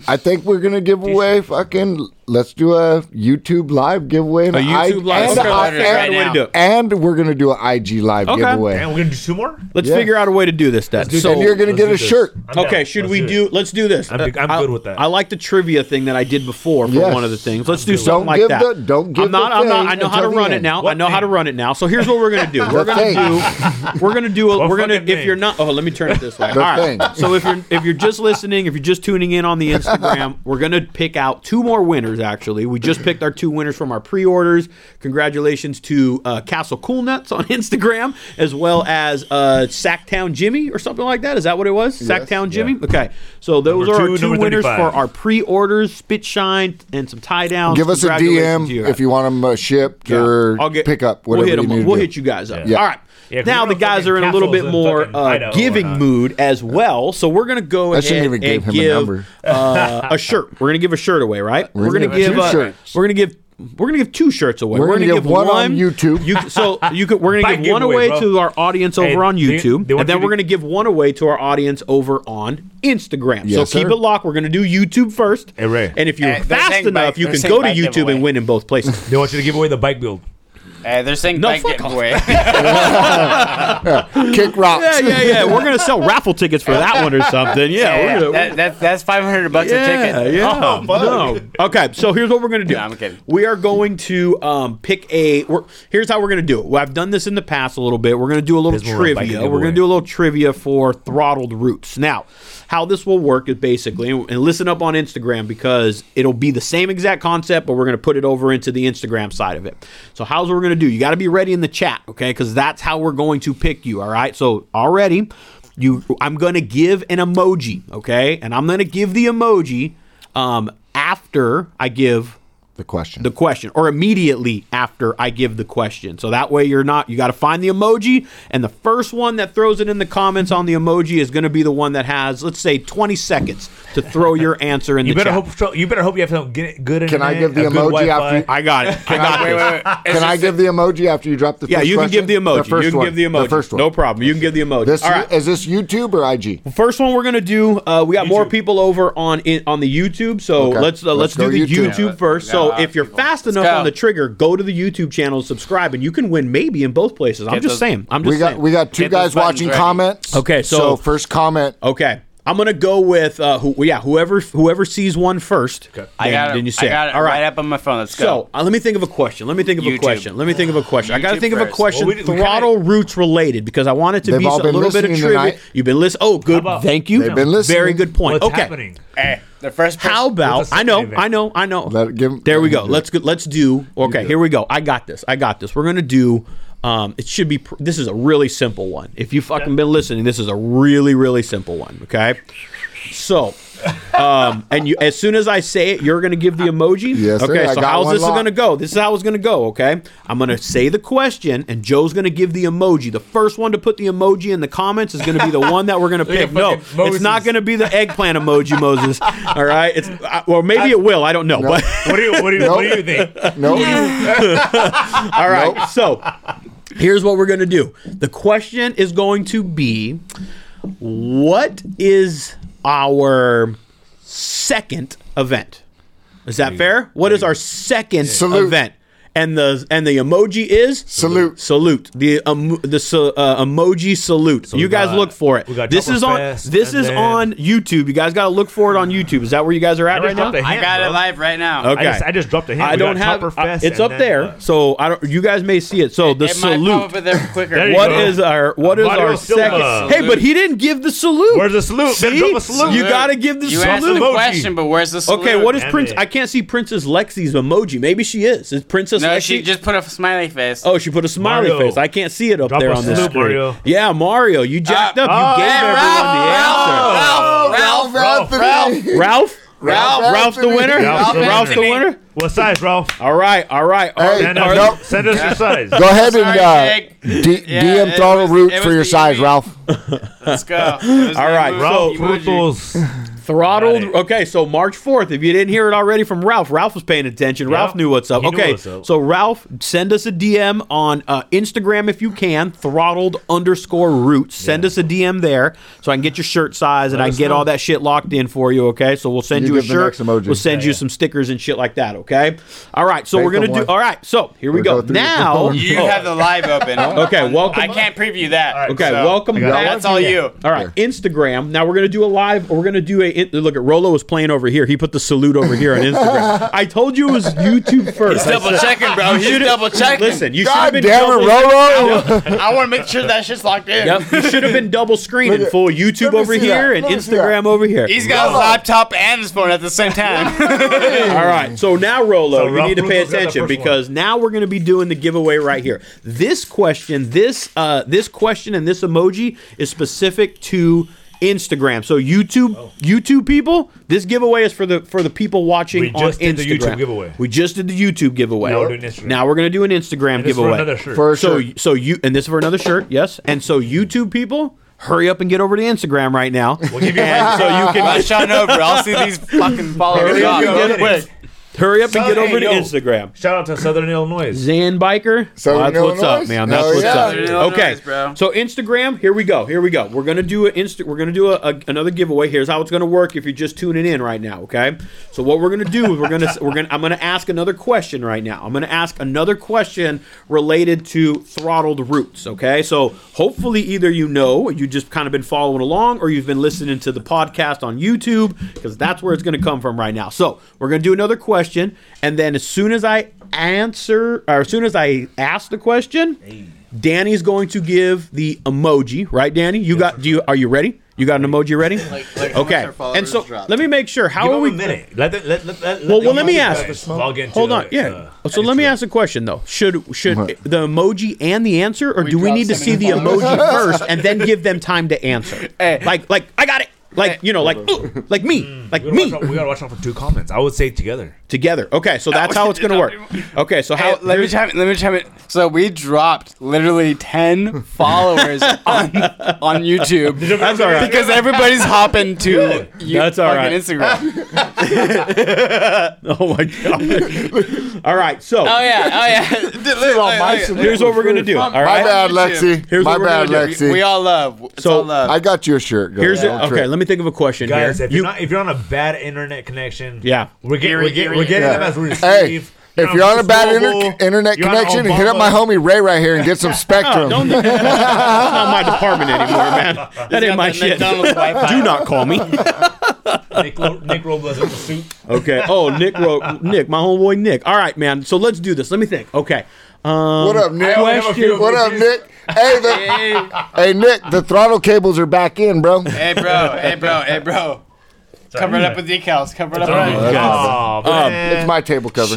Speaker 1: I think we're gonna give away fucking. Let's do a YouTube live giveaway. And
Speaker 5: A YouTube live.
Speaker 1: And,
Speaker 5: Okay,
Speaker 1: a-
Speaker 5: let's
Speaker 4: I'll
Speaker 5: figure out a way to do it.
Speaker 1: and we're gonna do an IG live
Speaker 5: Okay.
Speaker 1: giveaway.
Speaker 3: And we're gonna do two more.
Speaker 5: Let's
Speaker 1: Yeah.
Speaker 5: figure out a way to do this. Then.
Speaker 3: do
Speaker 5: so
Speaker 1: and you're gonna
Speaker 3: Let's
Speaker 1: get
Speaker 3: do
Speaker 1: a
Speaker 3: this.
Speaker 1: shirt.
Speaker 3: I'm down.
Speaker 5: okay, should
Speaker 3: Let's
Speaker 5: we
Speaker 3: it.
Speaker 5: do? Let's do this.
Speaker 3: I'm big- I'm
Speaker 5: I-
Speaker 3: good with that.
Speaker 5: I like the trivia thing that I did before for
Speaker 1: Yes.
Speaker 5: one of the things. Let's do
Speaker 3: good.
Speaker 5: something
Speaker 1: Don't
Speaker 5: like
Speaker 1: give
Speaker 5: that.
Speaker 1: the- don't give
Speaker 5: I'm not.
Speaker 1: the
Speaker 5: I'm not.
Speaker 1: thing
Speaker 5: I know how to
Speaker 1: until the
Speaker 5: run it
Speaker 1: end.
Speaker 5: now. I
Speaker 3: What
Speaker 5: know how to
Speaker 3: thing?
Speaker 5: run it now. So here's what we're gonna do. we're
Speaker 1: The
Speaker 5: gonna
Speaker 1: thing.
Speaker 5: do. We're gonna do. A,
Speaker 3: What
Speaker 5: we're gonna.
Speaker 3: fucking
Speaker 5: If
Speaker 3: thing?
Speaker 5: you're not. Oh, let me turn it this way.
Speaker 1: The
Speaker 5: All right.
Speaker 1: thing.
Speaker 5: So if you're if you're just listening, if you're just tuning in on the Instagram, we're gonna pick out two more winners orders, actually. We just picked our two winners from our pre orders. Congratulations to uh, Castle Cool Nuts on Instagram, as well as uh, Sacktown Jimmy or something like that. Is that what it was? Sacktown Jimmy? Okay. So those
Speaker 3: Number
Speaker 5: are
Speaker 3: two,
Speaker 5: our two
Speaker 3: number
Speaker 5: winners
Speaker 3: 35.
Speaker 5: for our pre orders, Spit Shine, and some tie downs.
Speaker 1: Give us a DM
Speaker 5: Congratulations to
Speaker 1: if you want them uh, shipped
Speaker 5: Yeah.
Speaker 1: or
Speaker 5: I'll get-
Speaker 1: pick up whatever
Speaker 5: we'll hit
Speaker 1: you
Speaker 5: 'em up.
Speaker 1: need. to
Speaker 5: We'll
Speaker 1: do.
Speaker 5: hit you guys up.
Speaker 1: Yeah.
Speaker 5: All right.
Speaker 3: Yeah, 'cause
Speaker 5: now
Speaker 3: we're
Speaker 5: the
Speaker 3: not
Speaker 5: guys are in a
Speaker 3: fucking
Speaker 5: little bit
Speaker 3: castles in
Speaker 5: more
Speaker 3: fucking
Speaker 5: uh,
Speaker 3: Idaho or
Speaker 5: giving
Speaker 3: not.
Speaker 5: mood as well, so we're gonna go
Speaker 1: That
Speaker 5: ahead
Speaker 1: shouldn't even give
Speaker 5: and
Speaker 1: him a
Speaker 5: give
Speaker 1: number.
Speaker 5: uh, a shirt. We're gonna give a shirt away, right? We're, gonna,
Speaker 1: gonna give
Speaker 5: give
Speaker 1: two
Speaker 5: uh,
Speaker 1: shirts.
Speaker 5: we're gonna give we're gonna give two shirts away.
Speaker 1: We're gonna give one on YouTube.
Speaker 5: You, so you could, we're gonna
Speaker 3: Bike
Speaker 5: give one
Speaker 3: giveaway,
Speaker 5: away
Speaker 3: bro.
Speaker 5: to our audience over
Speaker 3: Hey,
Speaker 5: on
Speaker 3: do you-
Speaker 5: YouTube,
Speaker 3: they want
Speaker 5: and then
Speaker 3: you
Speaker 5: we're
Speaker 3: to-
Speaker 5: gonna give one away to our audience over on Instagram. so
Speaker 1: Yes,
Speaker 5: keep
Speaker 1: sir.
Speaker 5: it locked. We're gonna do YouTube first,
Speaker 3: Hey, Ray.
Speaker 5: and if you're
Speaker 4: Uh, they're
Speaker 5: fast
Speaker 4: saying
Speaker 5: enough,
Speaker 4: bike-
Speaker 5: you
Speaker 4: they're
Speaker 5: can
Speaker 4: saying
Speaker 5: go to
Speaker 4: bike
Speaker 5: YouTube
Speaker 4: giveaway.
Speaker 5: and win in both places.
Speaker 3: They want you to give away the bike build.
Speaker 4: Uh, they're saying
Speaker 5: No,
Speaker 4: bike
Speaker 5: fuck
Speaker 4: giveaway.
Speaker 1: Kick rocks.
Speaker 5: Yeah, yeah, yeah. We're gonna sell raffle tickets for that one or something. Yeah,
Speaker 4: yeah,
Speaker 5: we're gonna,
Speaker 4: that, that, that's five hundred bucks
Speaker 5: yeah,
Speaker 4: a ticket.
Speaker 5: yeah. No. Okay, so here's what we're gonna do.
Speaker 4: Oh, Yeah, I'm kidding.
Speaker 5: We are going to um, pick a. We're, here's how we're gonna do it. Well, I've done this in the past a little bit. We're gonna do a little
Speaker 3: There's more of a bike
Speaker 5: trivia.
Speaker 3: giveaway.
Speaker 5: We're gonna do a little trivia for throttled routes. Now, how this will work is basically, and listen up on Instagram because it'll be the same exact concept, but we're gonna put it over into the Instagram side of it. So how's what we're gonna do? You got to be ready in the chat, okay? Because that's how we're going to pick you. All right. So already. You, I'm gonna give an emoji, okay, and I'm gonna give the emoji um, after I give
Speaker 1: The question.
Speaker 5: the question or immediately after I give the question. So that way you're not you got to find the emoji and the first one that throws it in the comments on the emoji is going to be the one that has let's say 20 seconds to throw your answer in
Speaker 3: You
Speaker 5: the
Speaker 3: better
Speaker 5: chat.
Speaker 3: hope. You better hope you have some good. good
Speaker 1: Can I
Speaker 3: internet,
Speaker 1: give the
Speaker 3: a good
Speaker 1: emoji
Speaker 3: Wi-Fi.
Speaker 1: after
Speaker 5: I got it. I got
Speaker 4: Wait,
Speaker 5: it.
Speaker 4: wait, wait. It's
Speaker 1: Can I
Speaker 4: just-
Speaker 1: give the emoji after you drop the
Speaker 5: Yeah,
Speaker 1: first
Speaker 5: you can give the
Speaker 1: question?
Speaker 5: emoji.
Speaker 1: first
Speaker 5: you can
Speaker 1: one.
Speaker 5: give the
Speaker 1: The
Speaker 5: emoji.
Speaker 1: first one.
Speaker 5: No problem. You can give the emoji.
Speaker 1: This
Speaker 5: All right.
Speaker 1: Is this YouTube or IG?
Speaker 5: First one we're gonna do. Uh, we got more
Speaker 3: YouTube.
Speaker 5: people over on in, on the YouTube, so
Speaker 1: Okay.
Speaker 5: let's uh, let's,
Speaker 1: Let's
Speaker 5: do
Speaker 1: go
Speaker 5: the
Speaker 1: YouTube.
Speaker 5: YouTube
Speaker 1: Yeah,
Speaker 4: let- we
Speaker 5: first.
Speaker 4: got a
Speaker 5: So
Speaker 4: lot of
Speaker 5: if you're
Speaker 4: people.
Speaker 5: fast
Speaker 4: Let's
Speaker 5: enough on
Speaker 4: go.
Speaker 5: the trigger, go to the YouTube channel, and subscribe, and you can win maybe in both places. I'm
Speaker 4: Get
Speaker 5: just
Speaker 4: those-
Speaker 5: saying. I'm just
Speaker 1: We got
Speaker 5: saying.
Speaker 1: we got two
Speaker 4: Get those
Speaker 1: guys
Speaker 4: buttons
Speaker 1: watching
Speaker 4: ready.
Speaker 1: comments.
Speaker 5: Okay, so-
Speaker 1: first comment.
Speaker 2: Oh,
Speaker 5: okay. I'm gonna go with uh, who, yeah, whoever whoever sees one first. Okay.
Speaker 4: I got it.
Speaker 5: Then you say
Speaker 4: I got it
Speaker 5: All
Speaker 4: right up on my phone. Let's go.
Speaker 5: So uh, let me think of a question. Let me think of a
Speaker 4: YouTube.
Speaker 5: question. Let me think of a question. I got to
Speaker 4: YouTube
Speaker 5: think of a
Speaker 4: first.
Speaker 5: question
Speaker 3: Well, we- we kinda-
Speaker 5: throttle roots related because I want it to
Speaker 1: They've
Speaker 5: be
Speaker 1: all
Speaker 5: a
Speaker 1: been
Speaker 5: little bit of
Speaker 1: listening
Speaker 5: trivia.
Speaker 1: tonight.
Speaker 5: You've been listening. Oh, good.
Speaker 3: about-
Speaker 5: Thank you.
Speaker 1: They've been
Speaker 5: Very
Speaker 1: listening.
Speaker 5: good point.
Speaker 3: What's
Speaker 5: okay.
Speaker 3: happening?
Speaker 4: the first person,
Speaker 5: How about
Speaker 3: What's the
Speaker 5: I know,
Speaker 3: second
Speaker 5: I know, I know.
Speaker 1: Let it- give-
Speaker 5: there we
Speaker 1: let him
Speaker 5: go.
Speaker 1: do
Speaker 5: Let's go, let's do. Okay, here we go. I got this. I got this. We're gonna do. Um, it should be. Pr- this is a really simple one. If you fucking been listening, this is a really really simple one. Okay, so. um, and you, as soon as I say it, you're gonna give the emoji.
Speaker 1: Yes, sir.
Speaker 5: Okay.
Speaker 1: I
Speaker 5: So
Speaker 1: got
Speaker 5: how's
Speaker 1: one
Speaker 5: this
Speaker 1: locked.
Speaker 5: gonna go? This is how it's gonna go. Okay. I'm gonna say the question, and Joe's gonna give the emoji. The first one to put the emoji in the comments is gonna be the one that we're gonna pick.
Speaker 3: at
Speaker 5: No,
Speaker 3: fucking
Speaker 5: it's not
Speaker 3: Moses.
Speaker 5: gonna be the eggplant emoji, Moses. All right. It's uh, or maybe it will. I don't know. But
Speaker 3: What do you? What do you? What do you think?
Speaker 1: No,
Speaker 5: all right. So here's what we're gonna do. The question is going to be, what is our second event? Is that fair? What is our second
Speaker 1: Salute.
Speaker 5: event? And the and the emoji is
Speaker 1: Salute.
Speaker 5: Salute the um, the sa- uh, emoji salute. you
Speaker 3: we
Speaker 5: guys
Speaker 3: got-
Speaker 5: look for it.
Speaker 3: we got
Speaker 5: This is on
Speaker 3: Jumperfest,
Speaker 5: this
Speaker 3: and
Speaker 5: is
Speaker 3: then-
Speaker 5: on YouTube. You guys got to look for it on YouTube. Is that where you guys are at right
Speaker 3: just
Speaker 5: now?
Speaker 3: dropped a
Speaker 4: I
Speaker 3: hint,
Speaker 4: got it
Speaker 3: bro.
Speaker 4: live right now.
Speaker 5: Okay.
Speaker 3: I just, I just dropped a hint.
Speaker 5: I
Speaker 3: We got
Speaker 5: don't have
Speaker 3: Tupperfest
Speaker 5: I- it's
Speaker 3: and
Speaker 5: up
Speaker 3: then,
Speaker 5: there,
Speaker 3: uh,
Speaker 5: so I don't. You guys may see it. So the
Speaker 4: it might come
Speaker 5: salute.
Speaker 4: up with it quicker.
Speaker 3: There you
Speaker 5: What
Speaker 3: go.
Speaker 5: is our what is
Speaker 3: Mario
Speaker 5: our
Speaker 3: Silva.
Speaker 5: second? Hey, but he didn't give the salute.
Speaker 3: Where's the salute? Better
Speaker 5: See?
Speaker 3: drop a salute.
Speaker 5: You gotta give the
Speaker 4: you asked the
Speaker 5: salute.
Speaker 3: Emoji.
Speaker 4: question, but where's the salute?
Speaker 5: Okay, what is
Speaker 3: Damn
Speaker 5: Prince?
Speaker 3: it.
Speaker 5: I can't see Princess Lexi's emoji. Maybe she is. Is Princess
Speaker 4: No,
Speaker 5: Lexi?
Speaker 4: she just put a smiley face.
Speaker 5: oh, she put a smiley
Speaker 3: Mario.
Speaker 5: face. I can't see it up
Speaker 3: Drop
Speaker 5: there
Speaker 3: a
Speaker 5: on the
Speaker 3: salute,
Speaker 5: screen.
Speaker 3: Mario.
Speaker 5: Yeah, Mario, you jacked up. You
Speaker 3: Oh,
Speaker 5: gave
Speaker 3: yeah,
Speaker 5: everyone
Speaker 4: Uh, Ralph,
Speaker 5: the answer.
Speaker 4: Ralph, Ralph,
Speaker 1: Ralph, Anthony.
Speaker 5: Ralph,
Speaker 1: Ralph
Speaker 5: Ralph the
Speaker 1: Anthony.
Speaker 5: winner.
Speaker 3: Ralph
Speaker 5: Ralph the
Speaker 3: Anthony.
Speaker 5: winner.
Speaker 3: What size, Ralph?
Speaker 5: All right, all right. all
Speaker 1: Hey,
Speaker 5: right,
Speaker 3: Send
Speaker 1: no,
Speaker 5: all
Speaker 3: us,
Speaker 5: right.
Speaker 1: no.
Speaker 3: send us your size.
Speaker 1: Go ahead and
Speaker 4: Sorry, Jake.
Speaker 1: uh, D-
Speaker 4: Yeah,
Speaker 1: DM
Speaker 4: it
Speaker 1: Throttle
Speaker 4: was-
Speaker 1: Root
Speaker 4: it
Speaker 1: for
Speaker 4: was
Speaker 1: your
Speaker 4: the
Speaker 1: size,
Speaker 4: easy.
Speaker 1: Ralph.
Speaker 4: Let's go. There's
Speaker 5: All
Speaker 4: no
Speaker 5: right,
Speaker 4: emoji.
Speaker 3: Ralph
Speaker 4: Emoji.
Speaker 3: Putos.
Speaker 5: Throttled.
Speaker 3: Got it.
Speaker 5: Okay, so March 4th. If you didn't hear it already from Ralph, Ralph was paying attention. Ralph knew what's up.
Speaker 3: He knew
Speaker 5: okay,
Speaker 3: what's up.
Speaker 5: so Ralph, send us a DM on uh, Instagram if you can. Throttled underscore roots. Send us a DM there so I can get your shirt size and I can
Speaker 3: us
Speaker 5: get
Speaker 3: know.
Speaker 5: all that shit locked in for you. Okay, so we'll send you,
Speaker 1: You
Speaker 5: a
Speaker 1: give the
Speaker 5: shirt.
Speaker 1: next emoji.
Speaker 5: We'll send
Speaker 3: Yeah,
Speaker 5: you
Speaker 3: yeah.
Speaker 5: some stickers and shit like that. Okay. All right. So
Speaker 1: Based
Speaker 5: we're gonna
Speaker 1: on
Speaker 5: do.
Speaker 1: what?
Speaker 5: All right. So here we
Speaker 1: We'll
Speaker 5: go.
Speaker 1: go through the
Speaker 5: now.
Speaker 1: phone.
Speaker 4: You
Speaker 5: Oh,
Speaker 4: have the live open.
Speaker 5: okay. Welcome.
Speaker 4: I can't preview that.
Speaker 3: right,
Speaker 5: Okay,
Speaker 4: so-
Speaker 5: welcome
Speaker 4: That's all you.
Speaker 5: All right, Instagram. Now we're gonna do a live. We're gonna do a
Speaker 2: in, look at Rolo was playing over here. He put the salute over here on Instagram. I told you it was YouTube first. I
Speaker 7: Double
Speaker 2: said-
Speaker 7: checking, bro. You double checking.
Speaker 2: Listen, you should have
Speaker 1: God
Speaker 2: been
Speaker 1: damn it,
Speaker 2: double-
Speaker 1: Rolo!
Speaker 7: I want to make sure that shit's locked in.
Speaker 2: Yep, you should have been double screening
Speaker 1: Look at-
Speaker 2: full YouTube
Speaker 1: let me
Speaker 2: over
Speaker 1: see
Speaker 2: here
Speaker 1: that.
Speaker 2: and
Speaker 1: Let me see that.
Speaker 2: Instagram over here.
Speaker 7: He's got his laptop and his phone at the same time.
Speaker 2: All right, so now Rolo,
Speaker 3: So
Speaker 2: you
Speaker 3: Ralph
Speaker 2: need to pay
Speaker 3: Rugel's got that
Speaker 2: attention
Speaker 3: first
Speaker 2: because now we're going to be doing the giveaway right here. This question, this uh, this question, and this emoji is specific to Instagram. So YouTube,
Speaker 3: Oh.
Speaker 2: YouTube people, this giveaway is for the for the people watching
Speaker 3: We
Speaker 2: on
Speaker 3: just did the
Speaker 2: Instagram.
Speaker 3: YouTube giveaway.
Speaker 2: We just did the YouTube giveaway.
Speaker 3: Now we're doing Instagram.
Speaker 2: Now we're going to do an Instagram
Speaker 3: And this for
Speaker 2: giveaway.
Speaker 3: another shirt.
Speaker 1: For
Speaker 2: so
Speaker 1: sure.
Speaker 2: so you and this is for another shirt, yes. And so YouTube people, hurry up and get over to Instagram right now.
Speaker 3: We'll give you
Speaker 2: And so you can
Speaker 7: I shot over. I'll see these fucking followers
Speaker 3: Hurry up,
Speaker 7: off.
Speaker 3: you get it.
Speaker 7: Quick.
Speaker 2: hurry up and get
Speaker 3: Hey,
Speaker 2: over to
Speaker 3: yo.
Speaker 2: Instagram.
Speaker 3: Shout out to Southern Illinois.
Speaker 2: Zan Biker.
Speaker 1: Southern
Speaker 2: that's what's
Speaker 1: Illinois?
Speaker 2: up, man.
Speaker 3: Oh,
Speaker 1: Hell Oh,
Speaker 2: That's what's
Speaker 1: yeah.
Speaker 2: up.
Speaker 7: Southern Illinois,
Speaker 2: okay,
Speaker 7: bro.
Speaker 2: so Instagram. Here we go. Here we go. We're gonna do a insta. We're gonna do a, a- another giveaway. Here's how it's gonna work. If you're just tuning in right now, okay. So what we're gonna do is we're gonna we're gonna I'm gonna ask another question right now. I'm gonna ask another question related to throttled roots. Okay, so hopefully either you know you just kind of been following along or you've been listening to the podcast on YouTube because that's where it's gonna come from right now. So we're gonna do another question, and then as soon as I answer or as soon as I ask the question. Danny's going to give the emoji, right, Danny? You got? Do you? Are you ready? You got an emoji ready?
Speaker 4: like how much
Speaker 2: okay.
Speaker 4: our followers
Speaker 2: And so
Speaker 4: dropped.
Speaker 2: let me make sure. How
Speaker 3: Give
Speaker 2: are
Speaker 3: him
Speaker 2: we?
Speaker 3: a minute. Let the, let, let, let,
Speaker 2: Well,
Speaker 3: the
Speaker 2: well, let me
Speaker 3: music
Speaker 2: ask-
Speaker 3: guys Log into
Speaker 2: Hold on.
Speaker 3: the,
Speaker 2: Yeah.
Speaker 3: uh,
Speaker 2: so let me
Speaker 3: intro.
Speaker 2: ask a question though. Should should
Speaker 1: What?
Speaker 2: the emoji and the answer, or do we
Speaker 4: dropped
Speaker 2: need to
Speaker 4: so
Speaker 2: see the
Speaker 4: many
Speaker 2: emoji first and then give them time to answer?
Speaker 4: Hey.
Speaker 2: Like like I got it. Like you know, like ooh, like me, like
Speaker 3: Mm. We gotta,
Speaker 2: me
Speaker 3: watch out, we gotta watch out for two comments. I would say together.
Speaker 2: together. Okay, so that's how it's gonna work. Okay, so how?
Speaker 4: Hey, let me
Speaker 2: here's-
Speaker 4: chime in. Let me chime in. So we dropped literally ten followers on on YouTube.
Speaker 2: That's all right.
Speaker 4: Because everybody's hopping to you,
Speaker 2: That's all
Speaker 4: fucking
Speaker 2: right.
Speaker 4: Instagram.
Speaker 2: Oh my god. All right, so
Speaker 7: Oh yeah, oh yeah.
Speaker 2: here's what we're gonna do. All
Speaker 1: My
Speaker 2: right.
Speaker 1: bad,
Speaker 4: YouTube.
Speaker 1: Lexi.
Speaker 2: Here's
Speaker 1: My
Speaker 2: what we're
Speaker 1: bad,
Speaker 2: gonna
Speaker 1: Lexi.
Speaker 4: We all love. It's
Speaker 2: So,
Speaker 4: all love.
Speaker 1: I got you a shirt. Girl.
Speaker 2: Here's
Speaker 1: Don't
Speaker 2: a, okay.
Speaker 1: trip.
Speaker 2: Let me think of a question
Speaker 3: Guys,
Speaker 2: here.
Speaker 3: if, you,
Speaker 2: You-
Speaker 3: are not, if you're on a bad internet connection,
Speaker 2: Yeah.
Speaker 3: we're getting we're, get, we're
Speaker 7: eerie.
Speaker 3: getting
Speaker 1: Yeah.
Speaker 3: them as we receive.
Speaker 1: Hey,
Speaker 3: You're
Speaker 1: if
Speaker 3: on
Speaker 1: you're on a bad
Speaker 3: T-Mobile,
Speaker 1: inter- internet
Speaker 3: you're on
Speaker 1: connection, hit up my
Speaker 3: Obama.
Speaker 1: homie Ray right here and get some Spectrum.
Speaker 2: don't do that. That's not my department anymore, man. That ain't my shit.
Speaker 7: McDonald's Wi-Fi.
Speaker 2: Do not call me.
Speaker 3: Nick, Ro- Nick Robles in the suit.
Speaker 2: Okay. Oh, Nick, Ro- Nick, my homeboy Nick. All right, man. So let's do this. Let me think. Okay. Um,
Speaker 1: what up, Nick?
Speaker 3: only have a few
Speaker 1: What up, Nick? Hey, the,
Speaker 4: hey,
Speaker 1: hey, Nick. The throttle cables are back in, bro.
Speaker 4: hey, bro. Hey, bro. Hey, bro. Cover it up with decals. Cover it up.
Speaker 3: Oh,
Speaker 4: with
Speaker 3: man.
Speaker 1: It's my table cover.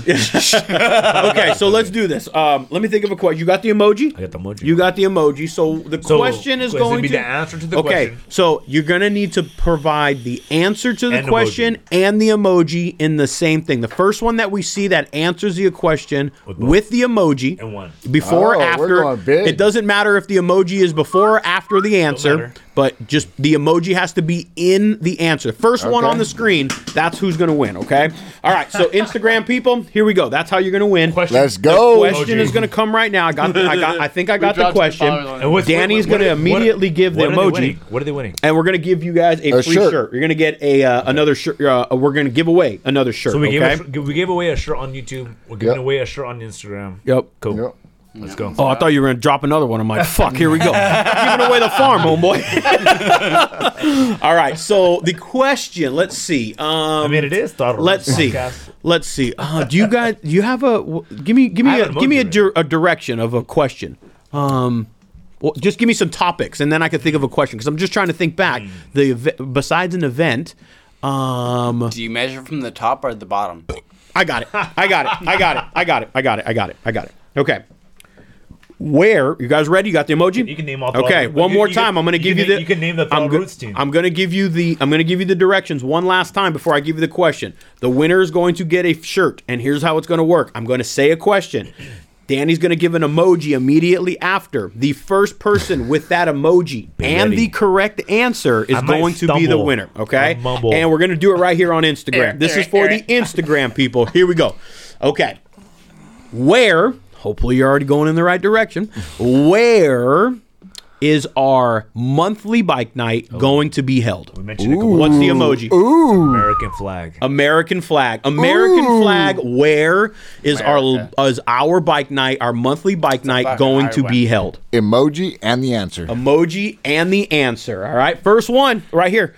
Speaker 2: okay. So let's do this. Um, let me think of a question. You got the emoji.
Speaker 3: I got the emoji.
Speaker 2: You got the emoji. So the
Speaker 3: So,
Speaker 2: question is
Speaker 3: so
Speaker 2: going
Speaker 3: it be
Speaker 2: to
Speaker 3: the answer to the
Speaker 2: okay,
Speaker 3: question.
Speaker 2: so you're gonna need to provide the answer to the
Speaker 3: And emoji.
Speaker 2: question and the emoji in the same thing. The first one that we see that answers the question with,
Speaker 3: both.
Speaker 2: the emoji
Speaker 3: And one.
Speaker 2: before or
Speaker 1: Oh, we're
Speaker 2: after.
Speaker 1: going big.
Speaker 2: It doesn't matter if the emoji is before or after the answer,
Speaker 3: matter.
Speaker 2: but just the emoji has to be in the answer. First one
Speaker 1: Okay.
Speaker 2: on the screen, that's who's gonna win. Okay. All right. So Instagram people, here we go. That's how you're gonna win.
Speaker 3: Question.
Speaker 1: Let's go.
Speaker 2: Question is gonna come right now. I got. I got. I think I got the
Speaker 4: dropped the
Speaker 2: question.
Speaker 4: followers on
Speaker 3: And what's-
Speaker 2: Danny's
Speaker 3: what-
Speaker 2: gonna
Speaker 3: what-
Speaker 2: immediately give the
Speaker 3: what are they
Speaker 2: emoji.
Speaker 3: winning? What are they winning?
Speaker 2: and we're gonna give you guys a,
Speaker 1: A
Speaker 2: free shirt.
Speaker 1: shirt.
Speaker 2: You're gonna get a uh, another shirt. Uh, we're gonna give away another shirt.
Speaker 3: So we gave
Speaker 2: okay.
Speaker 3: a sh- we gave away a shirt on YouTube. We're giving
Speaker 1: Yep.
Speaker 3: away a shirt on Instagram.
Speaker 2: Yep.
Speaker 3: Cool.
Speaker 1: Yep.
Speaker 3: Let's go.
Speaker 2: Oh, I thought you were gonna drop another one. I'm like, fuck, here we go. Giving away the farm, homeboy. All right. So the question. Let's see.
Speaker 3: I
Speaker 2: Um,
Speaker 3: mean, it is. Thought
Speaker 2: letys see. Let's see. Uh, do you guys? Do you have a? w- Give me. Give
Speaker 3: I
Speaker 2: me a.
Speaker 3: have an
Speaker 2: Give me a,
Speaker 3: emoji
Speaker 2: dir- a direction of a question. Um. Well, just give me some topics, and then I can think of a question because I'm just trying to think back.
Speaker 3: Mm.
Speaker 2: The ev- besides an event, um,
Speaker 4: Do you measure from the top or the bottom?
Speaker 2: I got it. I got it. I got it. I got it. I got it. I got it. I got it. Okay. Where you guys ready? You got the emoji?
Speaker 3: You can name all the
Speaker 2: Okay,
Speaker 3: other-
Speaker 2: one
Speaker 3: you-
Speaker 2: more
Speaker 3: you
Speaker 2: time.
Speaker 3: can-
Speaker 2: I'm gonna
Speaker 3: you
Speaker 2: give
Speaker 3: can
Speaker 2: you the.
Speaker 3: name- you can name the
Speaker 2: I'm
Speaker 3: Thought
Speaker 2: go-
Speaker 3: Roots team.
Speaker 2: I'm gonna give you the. I'm gonna give you the directions one last time before I give you the question. The winner is going to get a shirt, and here's how it's gonna work. I'm gonna say a question. Danny's gonna give an emoji immediately after. The first person with that emoji and
Speaker 3: ready.
Speaker 2: the correct answer is
Speaker 3: I might
Speaker 2: going to be the
Speaker 3: stumble.
Speaker 2: winner. Okay,
Speaker 3: I mumble.
Speaker 2: and we're gonna do it right here on Instagram. This is for the Instagram people. Here we go. Okay where hopefully you're already going in the right direction where
Speaker 5: is our monthly bike night going to be held?
Speaker 3: We mentioned it.
Speaker 5: What's the emoji?
Speaker 3: American flag.
Speaker 5: American flag. American flag. Where is our is our bike night? Our monthly bike night
Speaker 4: fucking
Speaker 5: going to
Speaker 4: highway.
Speaker 5: be held?
Speaker 1: Emoji and the answer.
Speaker 5: Um, Emoji and the answer. All right, first one right here.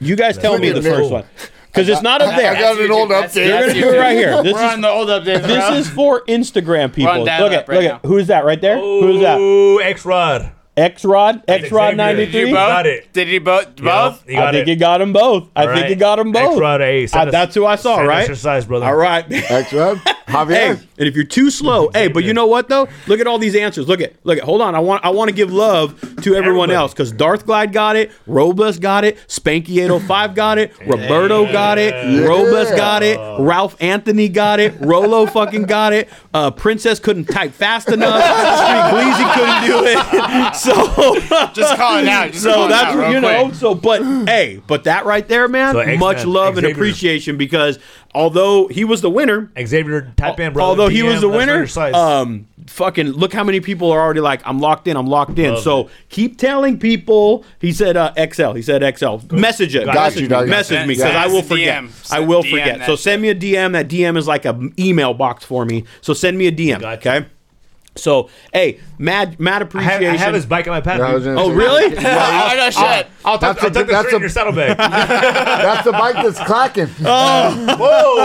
Speaker 5: You guys tell me the
Speaker 1: Freaking
Speaker 5: first
Speaker 1: cool.
Speaker 5: one because it's not up
Speaker 1: I got
Speaker 5: there.
Speaker 1: an old
Speaker 4: That's
Speaker 1: update.
Speaker 4: you.
Speaker 5: You're gonna do it right here. This
Speaker 2: We're
Speaker 5: is
Speaker 2: on the old update.
Speaker 5: this
Speaker 2: bro.
Speaker 5: is for Instagram people. Look
Speaker 2: that
Speaker 5: at
Speaker 2: up right
Speaker 5: look at
Speaker 2: now.
Speaker 5: who's that right Oh. there? Who's that?
Speaker 3: Ooh, X Rod.
Speaker 5: X Rod. X Rod ninety
Speaker 3: You
Speaker 5: three.
Speaker 3: got it.
Speaker 2: Did you both? Both?
Speaker 3: You got
Speaker 5: I think
Speaker 3: it.
Speaker 5: you got them both. I think you got them both.
Speaker 3: X-Rod, hey, send
Speaker 5: Uh,
Speaker 3: us-
Speaker 5: that's who I saw,
Speaker 3: send us
Speaker 5: right?
Speaker 3: your size, brother.
Speaker 5: All right.
Speaker 1: X Rod,
Speaker 5: Hey,
Speaker 1: Javier.
Speaker 5: and if you're too slow, hey, but you know what though? Look at all these answers. Look at, look at. Hold on, I want, I want to give love to everyone
Speaker 3: Everybody.
Speaker 5: else because Darth Glide got it, Robus got it, Spanky 805 got it, Roberto got it, Robus got it, Ralph Anthony got it, Rolo fucking got it, uh, Princess couldn't type fast enough, Street Gleazy couldn't do it. So,
Speaker 2: Just call it out. Just call
Speaker 5: so
Speaker 2: it
Speaker 5: that's
Speaker 2: out
Speaker 5: what
Speaker 2: real
Speaker 5: you know.
Speaker 2: quick.
Speaker 5: So, but hey, but that right there, man,
Speaker 3: So, X-Men,
Speaker 5: much love and
Speaker 3: Xavier.
Speaker 5: appreciation because although he was the winner.
Speaker 3: Xavier, type in, brother.
Speaker 5: Although he
Speaker 3: DM,
Speaker 5: was the
Speaker 3: let us know
Speaker 5: winner,
Speaker 3: your size.
Speaker 5: um, fucking look how many people are already like, I'm locked in, I'm locked in.
Speaker 3: Love
Speaker 5: so keep telling people. He said uh, XL. He said XL. Message it.
Speaker 1: Got
Speaker 5: message
Speaker 1: you, dog.
Speaker 5: me. Message me because
Speaker 1: Send
Speaker 5: I
Speaker 2: us
Speaker 5: will
Speaker 2: a
Speaker 5: forget.
Speaker 2: DM.
Speaker 5: I will
Speaker 2: Send a DM
Speaker 5: forget.
Speaker 2: that
Speaker 5: So send me a DM. That DM is like an email box for me. So send me a DM.
Speaker 3: Got you.
Speaker 5: Okay. So hey, mad mad
Speaker 3: I have,
Speaker 5: appreciation.
Speaker 3: I have his bike on my pad.
Speaker 1: I was gonna
Speaker 5: oh
Speaker 1: say-
Speaker 5: really?
Speaker 2: Oh, no shit.
Speaker 3: I'll tuck,
Speaker 1: That's a-
Speaker 3: I'll tuck
Speaker 1: that's
Speaker 3: this
Speaker 1: a-
Speaker 3: right in your saddlebag.
Speaker 1: That's the bike that's clacking.
Speaker 3: Whoa!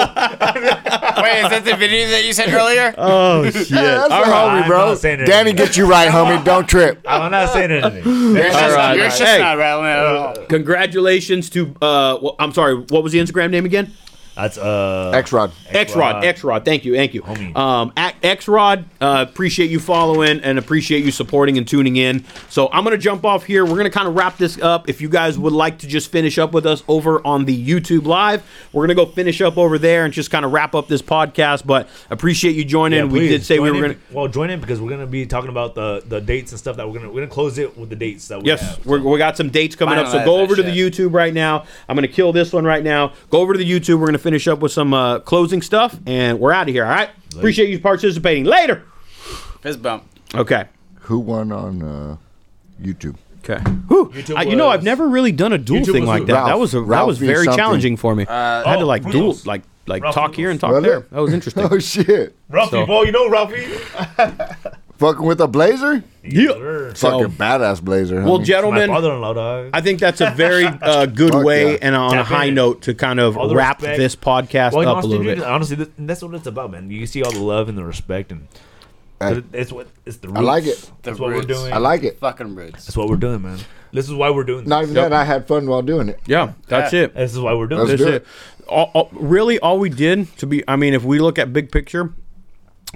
Speaker 2: Wait, is that the video that you said earlier?
Speaker 5: oh shit.
Speaker 1: that's
Speaker 5: All
Speaker 1: the
Speaker 5: right.
Speaker 1: homie, bro.
Speaker 3: not saying it.
Speaker 1: Danny, get you right, homie. Don't trip.
Speaker 3: I'm not saying anything.
Speaker 2: Yours just-
Speaker 5: right.
Speaker 2: yours just
Speaker 5: Hey.
Speaker 2: not rattling at all.
Speaker 5: Congratulations to uh, well, I'm sorry. What was the Instagram name again?
Speaker 3: That's uh.
Speaker 1: X Rod.
Speaker 5: X Rod,
Speaker 3: Rod.
Speaker 5: X Rod, thank you, thank you.
Speaker 3: Homie.
Speaker 5: Um, X Rod, uh, appreciate you following and appreciate you supporting and tuning in. So I'm gonna jump off here. We're gonna kind of wrap this up. If you guys would like to just finish up with us over on the YouTube live, we're gonna go finish up over there and just kind of wrap up this podcast. But appreciate you joining.
Speaker 3: Yeah,
Speaker 5: we
Speaker 3: please,
Speaker 5: did say we
Speaker 3: join
Speaker 5: were
Speaker 3: in.
Speaker 5: gonna.
Speaker 3: Well, join in because we're gonna be talking about the the dates and stuff that we're gonna we're gonna close it with the dates that we
Speaker 5: Yes,
Speaker 3: have.
Speaker 5: we're, we got some dates coming up. So
Speaker 4: Finalize
Speaker 5: go
Speaker 4: that
Speaker 5: over to the
Speaker 4: shit.
Speaker 5: YouTube right now. I'm going to kill this one right now. Go over to the YouTube. We're going to finish up with some uh, closing stuff, and we're out of here. All right. Appreciate you participating. Later.
Speaker 4: Fist bump.
Speaker 5: Okay.
Speaker 1: Who won on uh, YouTube?
Speaker 5: Okay. Whew.
Speaker 3: YouTube
Speaker 5: I, you know, I've
Speaker 3: was-
Speaker 5: never really done a dual
Speaker 3: YouTube
Speaker 5: thing
Speaker 3: was
Speaker 5: like
Speaker 3: who?
Speaker 5: that. that
Speaker 1: Ralph.
Speaker 5: was a, that
Speaker 1: Ralph
Speaker 5: was
Speaker 1: V
Speaker 5: very
Speaker 1: something.
Speaker 5: challenging for me. I had to
Speaker 3: Oh,
Speaker 5: like dual,
Speaker 3: Poodles.
Speaker 5: like like
Speaker 3: Ralph
Speaker 5: talk here and talk
Speaker 1: Was
Speaker 5: there.
Speaker 1: it?
Speaker 5: That was interesting.
Speaker 1: Oh shit!
Speaker 3: Ralphie,
Speaker 5: So-
Speaker 3: bro, you know Ralphie.
Speaker 1: Fucking with a blazer?
Speaker 3: Yeah.
Speaker 1: Fucking badass blazer.
Speaker 5: Well,
Speaker 1: homie.
Speaker 3: My
Speaker 5: gentlemen,
Speaker 3: father-in-law, dog.
Speaker 5: I think that's a very uh, good
Speaker 1: Fuck
Speaker 5: way
Speaker 1: yeah.
Speaker 5: and on a
Speaker 3: Tap
Speaker 5: high
Speaker 3: in.
Speaker 5: note to kind of
Speaker 3: All the
Speaker 5: wrap
Speaker 3: respect.
Speaker 5: this podcast
Speaker 3: Well,
Speaker 5: up a
Speaker 3: honestly,
Speaker 5: little
Speaker 3: dude,
Speaker 5: bit.
Speaker 3: honestly, th- that's what it's about, man. You see all the love and the respect, and
Speaker 1: Hey.
Speaker 3: it's what it's the. Roots.
Speaker 1: I like it.
Speaker 3: That's
Speaker 4: The
Speaker 3: what
Speaker 4: roots.
Speaker 3: we're doing.
Speaker 1: I like it.
Speaker 4: Fucking roots.
Speaker 3: That's what we're doing, man. This is why we're doing.
Speaker 1: Not
Speaker 3: This.
Speaker 1: even that. I had fun while doing it.
Speaker 5: Yeah, that's it.
Speaker 3: This is why we're doing.
Speaker 1: Let's
Speaker 3: This.
Speaker 1: do
Speaker 5: That's
Speaker 1: it.
Speaker 5: it. All, all- really, all we did to be, I mean, if we look at big picture,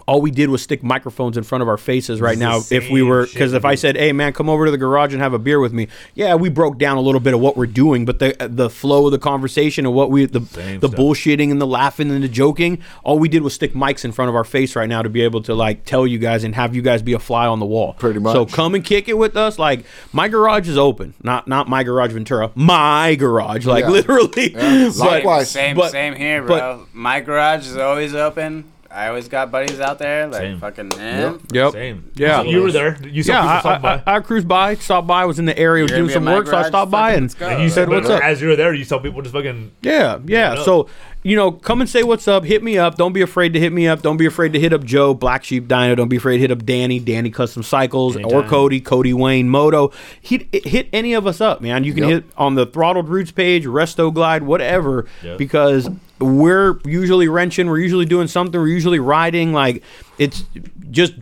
Speaker 5: all we did was stick microphones in front of our faces right
Speaker 3: This
Speaker 5: now.
Speaker 3: is the
Speaker 5: If we
Speaker 3: same
Speaker 5: were,
Speaker 3: shit
Speaker 5: because
Speaker 3: we
Speaker 5: if I
Speaker 3: do.
Speaker 5: said, "Hey, man, come over to the garage and have a beer with me," yeah, we broke down a little bit of what we're doing, but the the flow of the conversation and what we the
Speaker 3: Same
Speaker 5: the
Speaker 3: stuff.
Speaker 5: bullshitting and the laughing and the joking, all we did was stick mics in front of our face right now to be able to like tell you guys and have you guys be a fly on the wall.
Speaker 1: Pretty much.
Speaker 5: So come and kick it with us. Like my garage is open, not not my garage Ventura, my garage. Like
Speaker 1: Yeah.
Speaker 5: literally. But-
Speaker 1: Likewise.
Speaker 4: Same,
Speaker 5: but-
Speaker 4: same here,
Speaker 5: but-
Speaker 4: bro. My garage is always open. I always got buddies out there, like
Speaker 3: Same.
Speaker 4: fucking them.
Speaker 5: Yep.
Speaker 3: Same.
Speaker 5: Yeah.
Speaker 3: So you were there. You saw
Speaker 5: Yeah,
Speaker 3: people
Speaker 5: I,
Speaker 3: stop by.
Speaker 5: I, I, I cruised by, stopped by, was in the area
Speaker 4: You're
Speaker 5: doing
Speaker 4: gonna be
Speaker 5: some
Speaker 4: in my
Speaker 5: work, so I
Speaker 4: garage?
Speaker 5: stopped by
Speaker 4: Fucking
Speaker 5: and
Speaker 4: let's go.
Speaker 3: and you said
Speaker 4: But
Speaker 3: what's up. As you were there, you saw people just fucking.
Speaker 5: yeah, yeah.
Speaker 3: Yeah.
Speaker 5: So you know, come and say what's up. Hit me up. Don't be afraid to hit me up. Don't be afraid to hit up Joe, Black Sheep Dino. Don't be afraid to hit up Danny, Danny Custom Cycles, or
Speaker 3: Anytime.
Speaker 5: Cody, Cody Wayne Moto. Hit hit any of us up, man. You can
Speaker 1: Yep.
Speaker 5: hit on the Throttled Roots page, Resto Glide, whatever,
Speaker 3: Yeah.
Speaker 5: because we're usually wrenching. We're usually doing something. We're usually riding. Like it's just.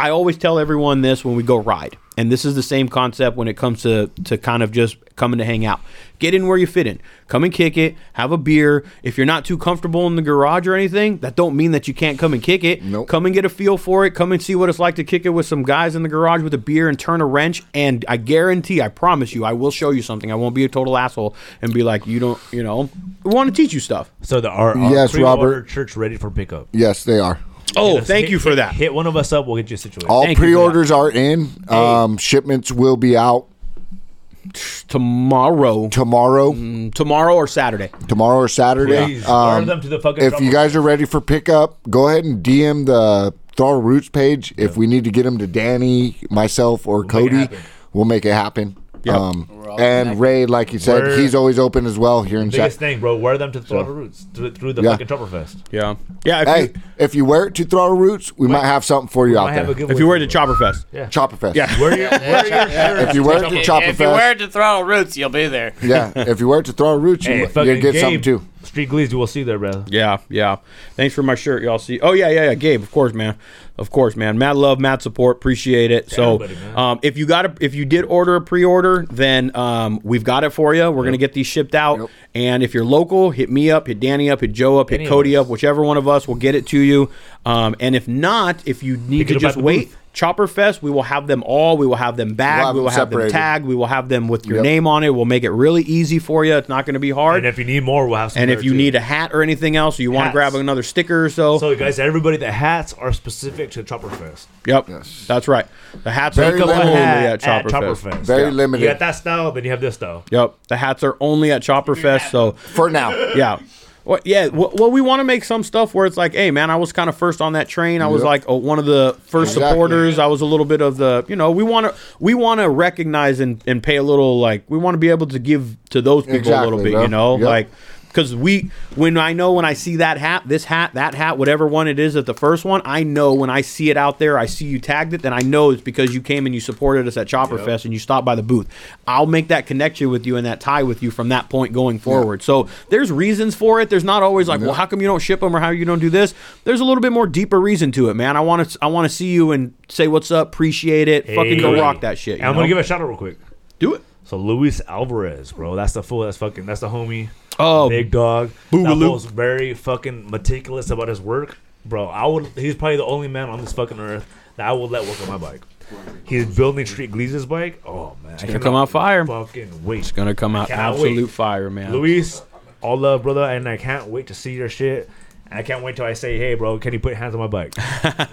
Speaker 5: I always tell everyone this when we go ride, and this is the same concept when it comes to to kind of just coming to hang out. Get in where you fit in. Come and kick it. Have a beer. If you're not too comfortable in the garage or anything, that don't mean that you can't come and kick it.
Speaker 1: Nope.
Speaker 5: Come and get a feel for it. Come and see what it's like to kick it with some guys in the garage with a beer and turn a wrench. And I guarantee, I promise you, I will show you something. I won't be a total asshole and be like, you don't, you know, we want to teach you stuff.
Speaker 3: So the our, our
Speaker 1: Yes,
Speaker 3: pre-order
Speaker 1: Robert.
Speaker 3: church ready for pickup.
Speaker 1: Yes, they are.
Speaker 5: Oh,
Speaker 3: Just
Speaker 5: thank
Speaker 3: hit-
Speaker 5: you for
Speaker 3: hit-
Speaker 5: that.
Speaker 3: Hit one of us up. We'll get you situated.
Speaker 1: All
Speaker 5: Thank you for that.
Speaker 1: pre-orders are in. Um, shipments will be out
Speaker 5: Tomorrow,
Speaker 1: tomorrow,
Speaker 5: tomorrow or Saturday.
Speaker 1: tomorrow or Saturday.
Speaker 3: Please
Speaker 1: Um,
Speaker 3: order them to the fucking.
Speaker 1: if you
Speaker 3: drop.
Speaker 1: guys are ready for pickup, go ahead and DM the Throttle Roots page. If we need to get them to Danny, myself, or
Speaker 3: make it
Speaker 1: Cody,
Speaker 3: happen.
Speaker 1: We'll make it happen.
Speaker 2: Yep.
Speaker 1: Um,
Speaker 4: We're all
Speaker 1: and Ray, like you said,
Speaker 3: We're-
Speaker 1: he's always open as well here in
Speaker 3: Biggest
Speaker 1: Chat.
Speaker 3: thing, bro. Wear them to throw the roots through, through the
Speaker 1: Yeah.
Speaker 3: fucking Chopperfest.
Speaker 2: Yeah, yeah. If,
Speaker 1: Hey,
Speaker 2: you,
Speaker 1: if you wear it to throw roots, we might have something for you out
Speaker 3: I have
Speaker 1: there.
Speaker 3: a good
Speaker 2: if you were at the Chopper Fest,
Speaker 1: Chopper Fest.
Speaker 2: Yeah.
Speaker 3: Wear your, wear your shirt.
Speaker 1: If you wear it to
Speaker 7: If-
Speaker 1: Chopper
Speaker 7: if you wear
Speaker 1: Fest,
Speaker 7: it to throttle roots, you'll be there.
Speaker 1: yeah. If you wear it to throw roots,
Speaker 3: Hey,
Speaker 1: you,
Speaker 3: fucking
Speaker 1: you get something
Speaker 3: Gabe,
Speaker 1: too.
Speaker 3: Street Glees, you will see there, brother.
Speaker 2: Yeah, yeah. Thanks for my shirt, y'all. See, oh yeah, yeah, yeah. Gabe, of course, man, of course, man. Mad love, mad support, appreciate it. so,
Speaker 3: everybody, man.
Speaker 2: um, if you got a, if you did order a pre-order, then um, we've got it for you. We're gonna get these shipped out.
Speaker 1: Yep.
Speaker 2: And if you're local, hit me up, hit Danny up, hit Joe up, hit
Speaker 3: Any of
Speaker 2: Cody
Speaker 3: us.
Speaker 2: up, whichever one of us will get it to you. Um, and if not, if you need
Speaker 3: Pick
Speaker 2: to
Speaker 3: it up at
Speaker 2: just
Speaker 3: the
Speaker 2: wait.
Speaker 3: booth.
Speaker 2: Chopper Fest, we will have them all. We will have them bagged.
Speaker 1: have
Speaker 2: we will
Speaker 1: them
Speaker 2: have them
Speaker 1: separated.
Speaker 2: tagged. We will have them with your
Speaker 1: Yep.
Speaker 2: name on it. We'll make it really easy for you. It's not going to be hard.
Speaker 3: And if you need more, we'll have some.
Speaker 2: And
Speaker 3: there,
Speaker 2: if you
Speaker 3: too.
Speaker 2: need a hat or anything else, or you want to
Speaker 3: Hats.
Speaker 2: grab another sticker or so,
Speaker 3: So, guys, everybody, the hats are specific to Chopperfest.
Speaker 2: yep,
Speaker 1: Yes.
Speaker 2: that's right. The hats
Speaker 1: Very
Speaker 2: are
Speaker 1: little
Speaker 2: only
Speaker 1: hat
Speaker 2: at Chopper, Fest.
Speaker 1: Very
Speaker 2: Yeah.
Speaker 3: You got
Speaker 1: limited
Speaker 3: that style, then you have this style.
Speaker 2: Yep, the hats are only at Chopper Fest. So
Speaker 1: for now.
Speaker 2: yeah, well, yeah. Well, well we want to make some stuff where it's like, hey, man, I was kind of first on that train. I was
Speaker 1: Yep.
Speaker 2: like oh, one of the first
Speaker 1: Exactly.
Speaker 2: supporters. I was a little bit of the, you know, we want to we want to recognize and and pay a little like we want to be able to give to those people a little
Speaker 1: Exactly,
Speaker 2: bit,
Speaker 1: bro.
Speaker 2: you know,
Speaker 1: Yep.
Speaker 2: like. Because we, when I know when I see that hat, this hat, that hat, whatever one it is at the first one, I know when I see it out there, I see you tagged it, then I know it's because you came and you supported us at Chopper Fest and you stopped by the booth. I'll make that connection with you and that tie with you from that point going forward. So there's reasons for it. There's not always like, well, how come you don't ship them or how you don't do this? There's a little bit more deeper reason to it, man. I want to, I want to see you and say what's up, appreciate it, fucking go
Speaker 3: Hey.
Speaker 2: rock that shit. you
Speaker 3: And I'm gonna
Speaker 2: know?
Speaker 3: give a shout out real quick.
Speaker 2: do it.
Speaker 3: So Luis Alvarez, bro, that's the fool. That's fucking. That's the homie.
Speaker 2: Oh,
Speaker 3: big dog. That
Speaker 2: Boogaloo.
Speaker 3: fool's very fucking meticulous about his work, bro. I would. He's probably the only man on this fucking earth that I will let work on my bike. He's building Street Glease's bike. Oh man, it's
Speaker 2: gonna come out fire.
Speaker 3: Fucking wait.
Speaker 2: gonna come out
Speaker 3: Cannot
Speaker 2: absolute
Speaker 3: wait.
Speaker 2: fire, man.
Speaker 3: Luis, all love, brother, and I can't wait to see your shit. And I can't wait till I say, "Hey, bro, can you put hands on my bike?"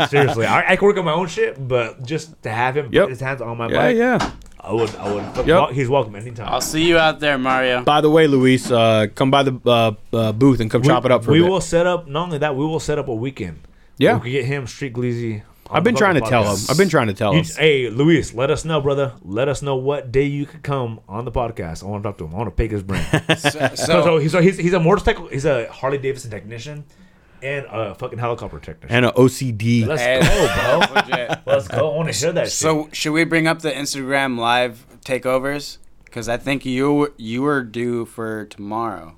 Speaker 3: Seriously, I, I can work on my own shit, but just to have him
Speaker 2: Yep.
Speaker 3: put his hands on my
Speaker 2: yeah,
Speaker 3: bike,
Speaker 2: yeah.
Speaker 3: I would, I would.
Speaker 2: Yep.
Speaker 3: He's welcome anytime.
Speaker 7: I'll see you out there, Mario.
Speaker 2: By the way, Luis, uh, come by the uh, uh, booth and come
Speaker 3: We-
Speaker 2: chop it up for
Speaker 3: we
Speaker 2: a bit.
Speaker 3: will set up. Not only that, we will set up a weekend.
Speaker 2: Yeah.
Speaker 3: we can get him street gleezy.
Speaker 2: I've been trying to tell him. I've been trying to tell
Speaker 3: You,
Speaker 2: him.
Speaker 3: hey, Luis, let us know, brother. Let us know what day you could come on the podcast. I want to talk to him. I want to pick his brain.
Speaker 4: So,
Speaker 3: so, so
Speaker 4: so
Speaker 3: he's, so he's he's a motorcycle. He's a Harley Davidson technician and a fucking helicopter technician.
Speaker 2: And an OCD.
Speaker 3: Let's
Speaker 4: Hey.
Speaker 3: go, bro.
Speaker 4: legit.
Speaker 3: Let's go. I want to share that. shit.
Speaker 4: So should we bring up the Instagram live takeovers? Because I think you you were due for tomorrow.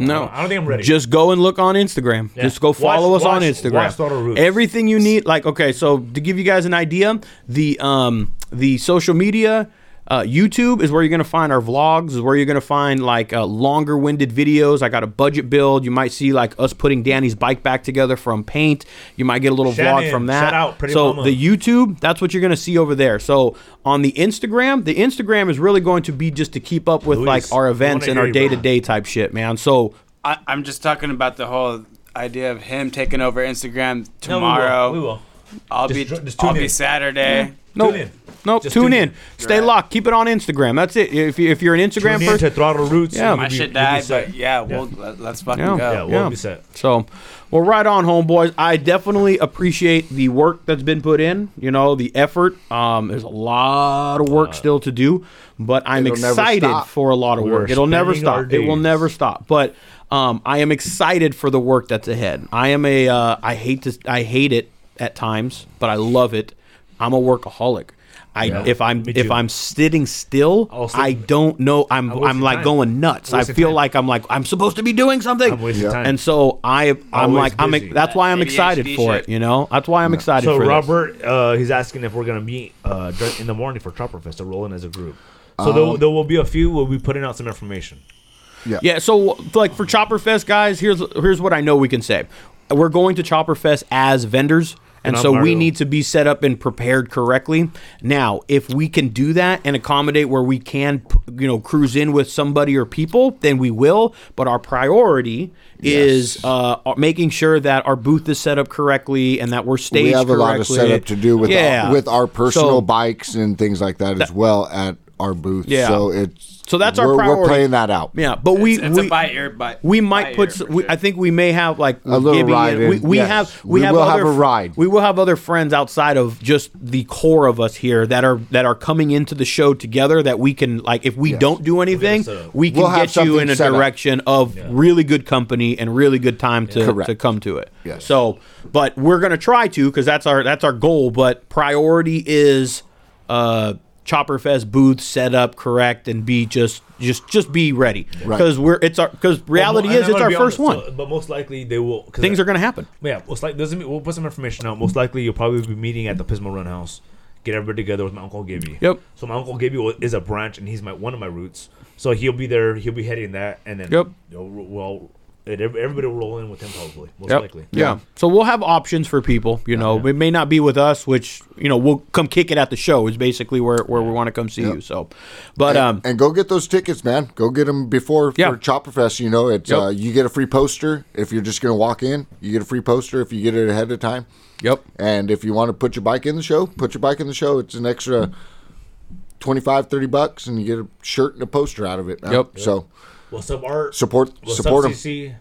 Speaker 2: no,
Speaker 3: I don't think I'm ready.
Speaker 2: Just go and look on Instagram. Just go follow
Speaker 3: Watch-
Speaker 2: us on
Speaker 3: watch-
Speaker 2: Instagram.
Speaker 3: watch Throttle Roots.
Speaker 2: Everything you need, like okay, so to give you guys an idea, the um the social media. Uh, YouTube is where you're gonna find our vlogs. Is where you're gonna find like uh, longer-winded videos. I got a budget build. You might see like us putting Danny's bike back together from paint. You might get a little vlog
Speaker 3: Shannon,
Speaker 2: from that.
Speaker 3: shout out, pretty
Speaker 2: so
Speaker 3: mama.
Speaker 2: the YouTube, that's what you're gonna see over there. So on the Instagram, the Instagram is really going to be just to keep up with
Speaker 3: Luis,
Speaker 2: like our
Speaker 3: we
Speaker 2: events
Speaker 3: wanna
Speaker 2: and
Speaker 3: hear
Speaker 2: our
Speaker 3: you, bro.
Speaker 2: day-to-day type shit, man. So
Speaker 4: I, I'm just talking about the whole idea of him taking over Instagram
Speaker 3: No, we will.
Speaker 4: tomorrow.
Speaker 3: we will.
Speaker 4: I'll
Speaker 3: Just
Speaker 4: be
Speaker 3: dr- just
Speaker 4: I'll
Speaker 3: tune
Speaker 4: be
Speaker 3: in.
Speaker 4: Saturday.
Speaker 2: Nope.
Speaker 3: Tune in.
Speaker 2: Nope.
Speaker 3: Just
Speaker 2: tune,
Speaker 3: tune
Speaker 2: in.
Speaker 3: in.
Speaker 2: Stay
Speaker 4: Right.
Speaker 2: locked. Keep it on Instagram. That's it. If, you, if you're an Instagram
Speaker 3: Tune in
Speaker 2: person,
Speaker 3: to Throttle Roots.
Speaker 2: Yeah.
Speaker 3: and
Speaker 4: My
Speaker 3: you'll be-
Speaker 4: shit
Speaker 3: you'll be
Speaker 4: died,
Speaker 3: set.
Speaker 4: but yeah, we'll Let, let's fucking
Speaker 2: Yeah.
Speaker 4: go.
Speaker 3: yeah, we'll
Speaker 2: Yeah.
Speaker 3: be set.
Speaker 2: so well, right on, homeboys. I definitely appreciate the work that's been put in. You know, the effort. Um, there's a lot of work still to do, but I'm
Speaker 1: It'll never
Speaker 2: excited
Speaker 1: stop.
Speaker 2: for a lot of
Speaker 3: We are
Speaker 2: work. It'll never
Speaker 3: spinning our
Speaker 2: stop. It will
Speaker 3: days.
Speaker 2: never stop. But um, I am excited for the work that's ahead. I am a. Uh, I hate to. I hate it at times, but I love it. I'm a workaholic. I, if I'm
Speaker 3: me
Speaker 2: if
Speaker 3: too.
Speaker 2: I'm sitting still,
Speaker 3: I'll sit-
Speaker 2: I don't know. I'm
Speaker 3: wasting
Speaker 2: I'm like
Speaker 3: time.
Speaker 2: going nuts.
Speaker 3: I'm
Speaker 2: I
Speaker 3: wasting
Speaker 2: feel
Speaker 3: time.
Speaker 2: like I'm like I'm supposed to be doing something.
Speaker 3: I'm wasting time.
Speaker 2: And so I I'm
Speaker 3: Always
Speaker 2: like I'm
Speaker 3: busy.
Speaker 2: that's why I'm
Speaker 4: That
Speaker 2: excited
Speaker 4: ADHD
Speaker 2: for it.
Speaker 4: shit.
Speaker 2: You know that's why I'm excited
Speaker 3: So
Speaker 2: for this.
Speaker 3: Robert, uh, he's asking if we're gonna meet uh, dur- in the morning for Chopperfest to roll in as a group. So
Speaker 2: Uh,
Speaker 3: there, there will be a few. We'll be putting out some information.
Speaker 2: Yeah, so like for Chopper Fest, guys, here's here's what I know we can say. We're going to Chopper Fest as vendors. And
Speaker 3: And
Speaker 2: so
Speaker 3: I'm
Speaker 2: we
Speaker 3: Mario.
Speaker 2: need to be set up and prepared correctly. Now, if we can do that and accommodate where we can, p- you know, cruise in with somebody or people, then we will. But our priority is uh, making sure that our booth is set up correctly and that we're staged
Speaker 1: we have a lot of
Speaker 2: correctly.
Speaker 1: setup to do with
Speaker 2: Yeah.
Speaker 1: our, with our personal
Speaker 2: So-
Speaker 1: bikes and things like that as well at our booth.
Speaker 2: Yeah.
Speaker 1: So it's
Speaker 2: So that's our
Speaker 1: we're, we're
Speaker 2: priority.
Speaker 1: playing that out.
Speaker 2: Yeah, but we
Speaker 7: It's, it's
Speaker 2: we,
Speaker 7: a by ear, by,
Speaker 2: we
Speaker 7: by
Speaker 2: might
Speaker 7: ear
Speaker 2: put. Some,
Speaker 7: for
Speaker 2: we,
Speaker 7: sure.
Speaker 2: I think we may have like
Speaker 1: A little
Speaker 2: Gibby
Speaker 1: ride
Speaker 2: and- We,
Speaker 1: in,
Speaker 2: we
Speaker 1: yes.
Speaker 2: have we,
Speaker 1: We
Speaker 2: have
Speaker 1: will
Speaker 2: other,
Speaker 1: have a ride.
Speaker 2: We will have other friends outside of just the core of us here that are that are coming into the show together. That we can like if we
Speaker 1: Yes.
Speaker 2: don't do anything,
Speaker 3: set up.
Speaker 2: we can
Speaker 1: We'll have
Speaker 2: get you
Speaker 1: something
Speaker 2: in a
Speaker 1: set up.
Speaker 2: direction of really good company and really good time to,
Speaker 1: Correct.
Speaker 2: to come to it.
Speaker 1: Yes.
Speaker 2: So, but we're gonna try to because that's our that's our goal. But priority is uh, Chopper Fest booth set up correct and be just just just be ready
Speaker 1: Right.
Speaker 2: because we're it's our because reality
Speaker 3: And
Speaker 2: is
Speaker 3: I'm
Speaker 2: it's
Speaker 3: gonna
Speaker 2: our
Speaker 3: be
Speaker 2: first
Speaker 3: honest,
Speaker 2: one.
Speaker 3: so- but most likely they will. 'cause
Speaker 2: Things are gonna happen.
Speaker 3: Yeah, most likely doesn't mean we'll put some information out. Most likely you'll probably be meeting at the Pismo Run House. Get everybody together with my uncle Gibby.
Speaker 2: Yep.
Speaker 3: So my uncle Gibby wa- is a branch, and he's my one of my roots. So he'll be there. He'll be heading that, and then
Speaker 2: Yep.
Speaker 3: you'll- Well, it- everybody will roll in with him probably. Most
Speaker 2: Yep.
Speaker 3: likely.
Speaker 2: Yeah. So we'll have options for people. You know, it may not be with us, which you know we'll come kick it at the show. Is basically where where we want to come see you. So, but um,
Speaker 1: and go get those tickets, man. Go get them before
Speaker 2: Yeah.
Speaker 1: for Chopper Fest. You know, it's
Speaker 2: Yep.
Speaker 1: uh, you get a free poster if you're just going to walk in. You get a free poster if you get it ahead of time.
Speaker 2: yep.
Speaker 1: And if you want to put your bike in the show, put your bike in the show. It's an extra 25, 30 bucks, and you get a shirt and a poster out of it. man.
Speaker 2: Yep.
Speaker 1: So
Speaker 3: Well, sub art.
Speaker 1: support
Speaker 3: Well,
Speaker 1: support
Speaker 3: sub
Speaker 1: them.
Speaker 3: CC.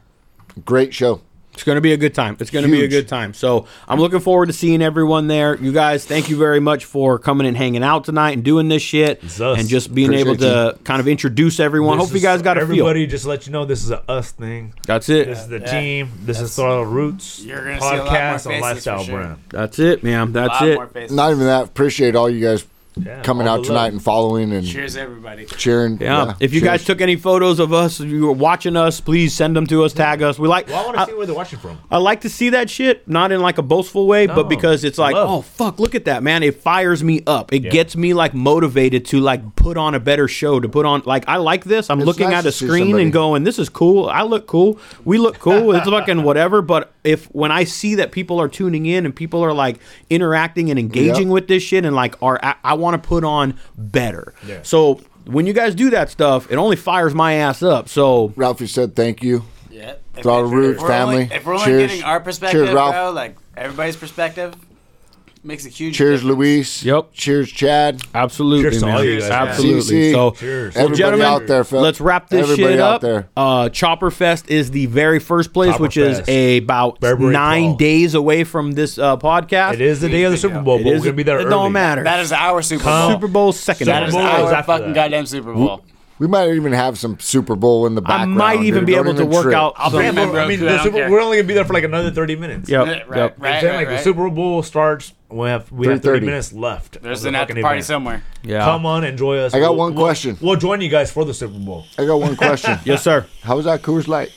Speaker 1: Great show.
Speaker 2: It's going to be a good time. It's going to be a
Speaker 1: Huge.
Speaker 2: good time. So I'm looking forward to seeing everyone there. You guys, thank you very much for coming and hanging out tonight and doing this shit
Speaker 3: us.
Speaker 2: and just being
Speaker 1: Appreciate
Speaker 2: able to kind of introduce everyone.
Speaker 3: This
Speaker 2: Hope you
Speaker 3: is-
Speaker 2: guys got a feel.
Speaker 3: everybody. Just to let you know this is a us thing.
Speaker 2: That's it.
Speaker 3: This is the team. This is our roots.
Speaker 7: You're gonna see a lot more
Speaker 3: podcast
Speaker 7: faces
Speaker 3: on lifestyle
Speaker 7: for sure.
Speaker 3: brand.
Speaker 2: That's it, man.
Speaker 7: A
Speaker 2: That's
Speaker 7: lot
Speaker 2: it.
Speaker 7: more faces.
Speaker 1: Not even that. Appreciate all you guys
Speaker 3: Yeah,
Speaker 1: coming
Speaker 3: all
Speaker 1: out
Speaker 3: the
Speaker 1: tonight
Speaker 3: love.
Speaker 1: and following and
Speaker 7: Cheers, everybody.
Speaker 1: cheering.
Speaker 2: Yeah. If you
Speaker 1: cheers.
Speaker 2: guys took any photos of us, if you were watching us, please send them to us, tag us. We like.
Speaker 3: Well, I want
Speaker 2: I-
Speaker 3: to see where they're watching from.
Speaker 2: I like to see that shit, not in like a boastful way,
Speaker 3: No.
Speaker 2: but because it's like,
Speaker 3: Love.
Speaker 2: oh fuck, look at that man! It fires me up. It
Speaker 3: Yeah.
Speaker 2: gets me like motivated to like put on a better show, to put on like I like this. I'm
Speaker 1: It's
Speaker 2: looking
Speaker 1: nice
Speaker 2: at
Speaker 1: to
Speaker 2: a
Speaker 1: see
Speaker 2: screen
Speaker 1: somebody.
Speaker 2: and going, this is cool. I look cool. We look cool. it's fucking whatever. But if when I see that people are tuning in and people are like interacting and engaging
Speaker 1: Yep.
Speaker 2: with this shit and like are I, I want to put on better.
Speaker 3: Yeah.
Speaker 2: So when you guys do that stuff, it only fires my ass up. So
Speaker 1: Ralphie said thank you.
Speaker 7: Yeah.
Speaker 1: Throttle Roots,
Speaker 7: we're only-
Speaker 1: family.
Speaker 7: if we're only
Speaker 1: Cheers.
Speaker 7: getting our perspective,
Speaker 1: Cheers, Ralph.
Speaker 7: bro, like everybody's perspective, makes a huge
Speaker 1: Cheers,
Speaker 7: difference.
Speaker 1: Luis.
Speaker 2: Yep.
Speaker 1: Cheers, Chad.
Speaker 2: absolutely,
Speaker 3: Cheers to all
Speaker 2: man.
Speaker 3: you guys, man.
Speaker 2: absolutely.
Speaker 1: CC.
Speaker 2: So
Speaker 3: Cheers.
Speaker 2: well,
Speaker 1: Everybody
Speaker 2: gentlemen,
Speaker 1: out there, folks.
Speaker 2: Let's wrap this
Speaker 1: Everybody
Speaker 2: shit
Speaker 1: out
Speaker 2: up.
Speaker 1: there.
Speaker 2: Uh, Chopper Fest is the very first place,
Speaker 3: Chopper
Speaker 2: which is
Speaker 3: Fest.
Speaker 2: a, about
Speaker 3: February
Speaker 2: nine
Speaker 3: 12th.
Speaker 2: days away from this uh, podcast.
Speaker 3: It is the day of the Super Bowl,
Speaker 2: It
Speaker 3: but we're
Speaker 2: is-
Speaker 3: gonna be there.
Speaker 2: It
Speaker 3: early.
Speaker 2: don't matter.
Speaker 7: That is our Super Bowl.
Speaker 3: Come-
Speaker 2: Super Bowl second.
Speaker 3: That
Speaker 7: that is
Speaker 3: Bowl
Speaker 7: our
Speaker 3: is after
Speaker 7: fucking
Speaker 3: that.
Speaker 7: goddamn Super Bowl.
Speaker 1: We might even have some Super Bowl in the
Speaker 2: I
Speaker 1: background.
Speaker 2: might even
Speaker 1: dude.
Speaker 2: be
Speaker 1: Don't
Speaker 2: able to
Speaker 1: even
Speaker 2: work
Speaker 1: trip.
Speaker 2: out.
Speaker 7: I'll
Speaker 2: some-
Speaker 7: bring
Speaker 3: Yeah,
Speaker 7: my
Speaker 3: but, I
Speaker 7: bro
Speaker 3: mean,
Speaker 7: too,
Speaker 3: the
Speaker 7: I don't
Speaker 3: Super,
Speaker 7: care.
Speaker 3: we're only gonna be there for like another thirty minutes.
Speaker 7: Right,
Speaker 2: Yep, yep.
Speaker 7: right, right,
Speaker 3: Saying, like
Speaker 7: right.
Speaker 3: the Super Bowl starts. We have we
Speaker 1: 3:30.
Speaker 3: have thirty minutes left.
Speaker 7: There's
Speaker 3: of the
Speaker 7: an after
Speaker 3: fucking
Speaker 7: party
Speaker 3: event.
Speaker 7: somewhere.
Speaker 2: Yeah.
Speaker 3: Come on, enjoy us.
Speaker 1: I got
Speaker 3: We'll-
Speaker 1: one
Speaker 3: we'll-
Speaker 1: question.
Speaker 3: We'll join you guys for the Super Bowl.
Speaker 1: I got one question.
Speaker 2: Yes, sir.
Speaker 1: How's that Coors Light?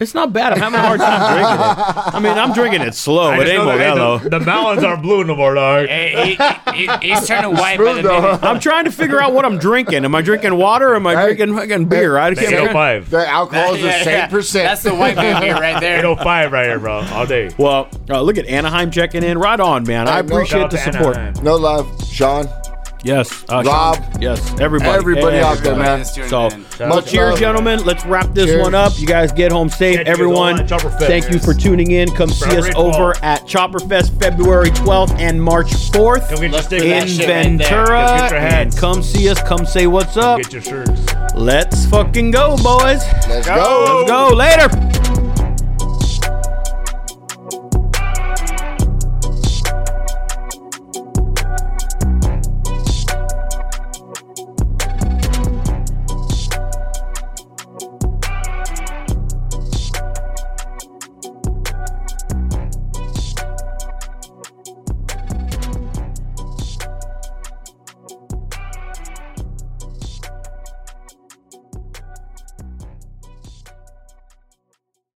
Speaker 2: It's not bad. I'm having a hard time drinking it. I mean, I'm drinking it slow.
Speaker 3: I
Speaker 2: It
Speaker 3: just
Speaker 2: ain't
Speaker 3: know that, hey,
Speaker 2: Modelo.
Speaker 3: the, the mountains are blue no more, dog.
Speaker 7: Hey, he, he, he's turning white by the
Speaker 1: Smooth, though,
Speaker 7: minute.
Speaker 2: I'm trying to figure out what I'm drinking. Am I drinking water? Or am I
Speaker 1: Hey.
Speaker 2: drinking fucking beer? I
Speaker 3: Eight
Speaker 2: can't.
Speaker 3: oh five.
Speaker 1: The alcohol is the
Speaker 7: Yeah,
Speaker 1: same
Speaker 7: yeah.
Speaker 1: percent.
Speaker 7: That's the white man beer right
Speaker 3: Eight
Speaker 7: there.
Speaker 3: oh five right here, bro. All day.
Speaker 2: Well, uh, look at Anaheim checking in. Right on, man. I
Speaker 1: Hey, no
Speaker 2: appreciate
Speaker 1: doubt
Speaker 2: the
Speaker 3: Shout out to
Speaker 2: support.
Speaker 3: Anaheim.
Speaker 1: no love, Sean.
Speaker 2: Yes, uh,
Speaker 1: Rob.
Speaker 2: Sean. Yes, everybody.
Speaker 1: Everybody out there,
Speaker 2: everybody.
Speaker 1: man.
Speaker 7: Just tuning
Speaker 2: So,
Speaker 7: in.
Speaker 2: well,
Speaker 1: Much
Speaker 2: cheers,
Speaker 1: love.
Speaker 2: gentlemen. Let's wrap this
Speaker 1: Cheers.
Speaker 2: one up. You guys get home safe,
Speaker 3: Thank you,
Speaker 2: everyone.
Speaker 3: Lord. Chopper Fest.
Speaker 2: Thank you for tuning in. Come see us
Speaker 3: February
Speaker 2: over
Speaker 3: 12th.
Speaker 2: at Chopper Fest February 12th and March
Speaker 3: Come
Speaker 2: 4th
Speaker 3: get your
Speaker 2: in
Speaker 7: that
Speaker 3: stickers.
Speaker 7: shit right there.
Speaker 2: Ventura.
Speaker 3: Come get your
Speaker 2: and
Speaker 3: hats.
Speaker 2: come see us. Come say what's up.
Speaker 3: Get your shirts.
Speaker 2: Let's fucking go, boys.
Speaker 1: Let's
Speaker 2: Let's go later.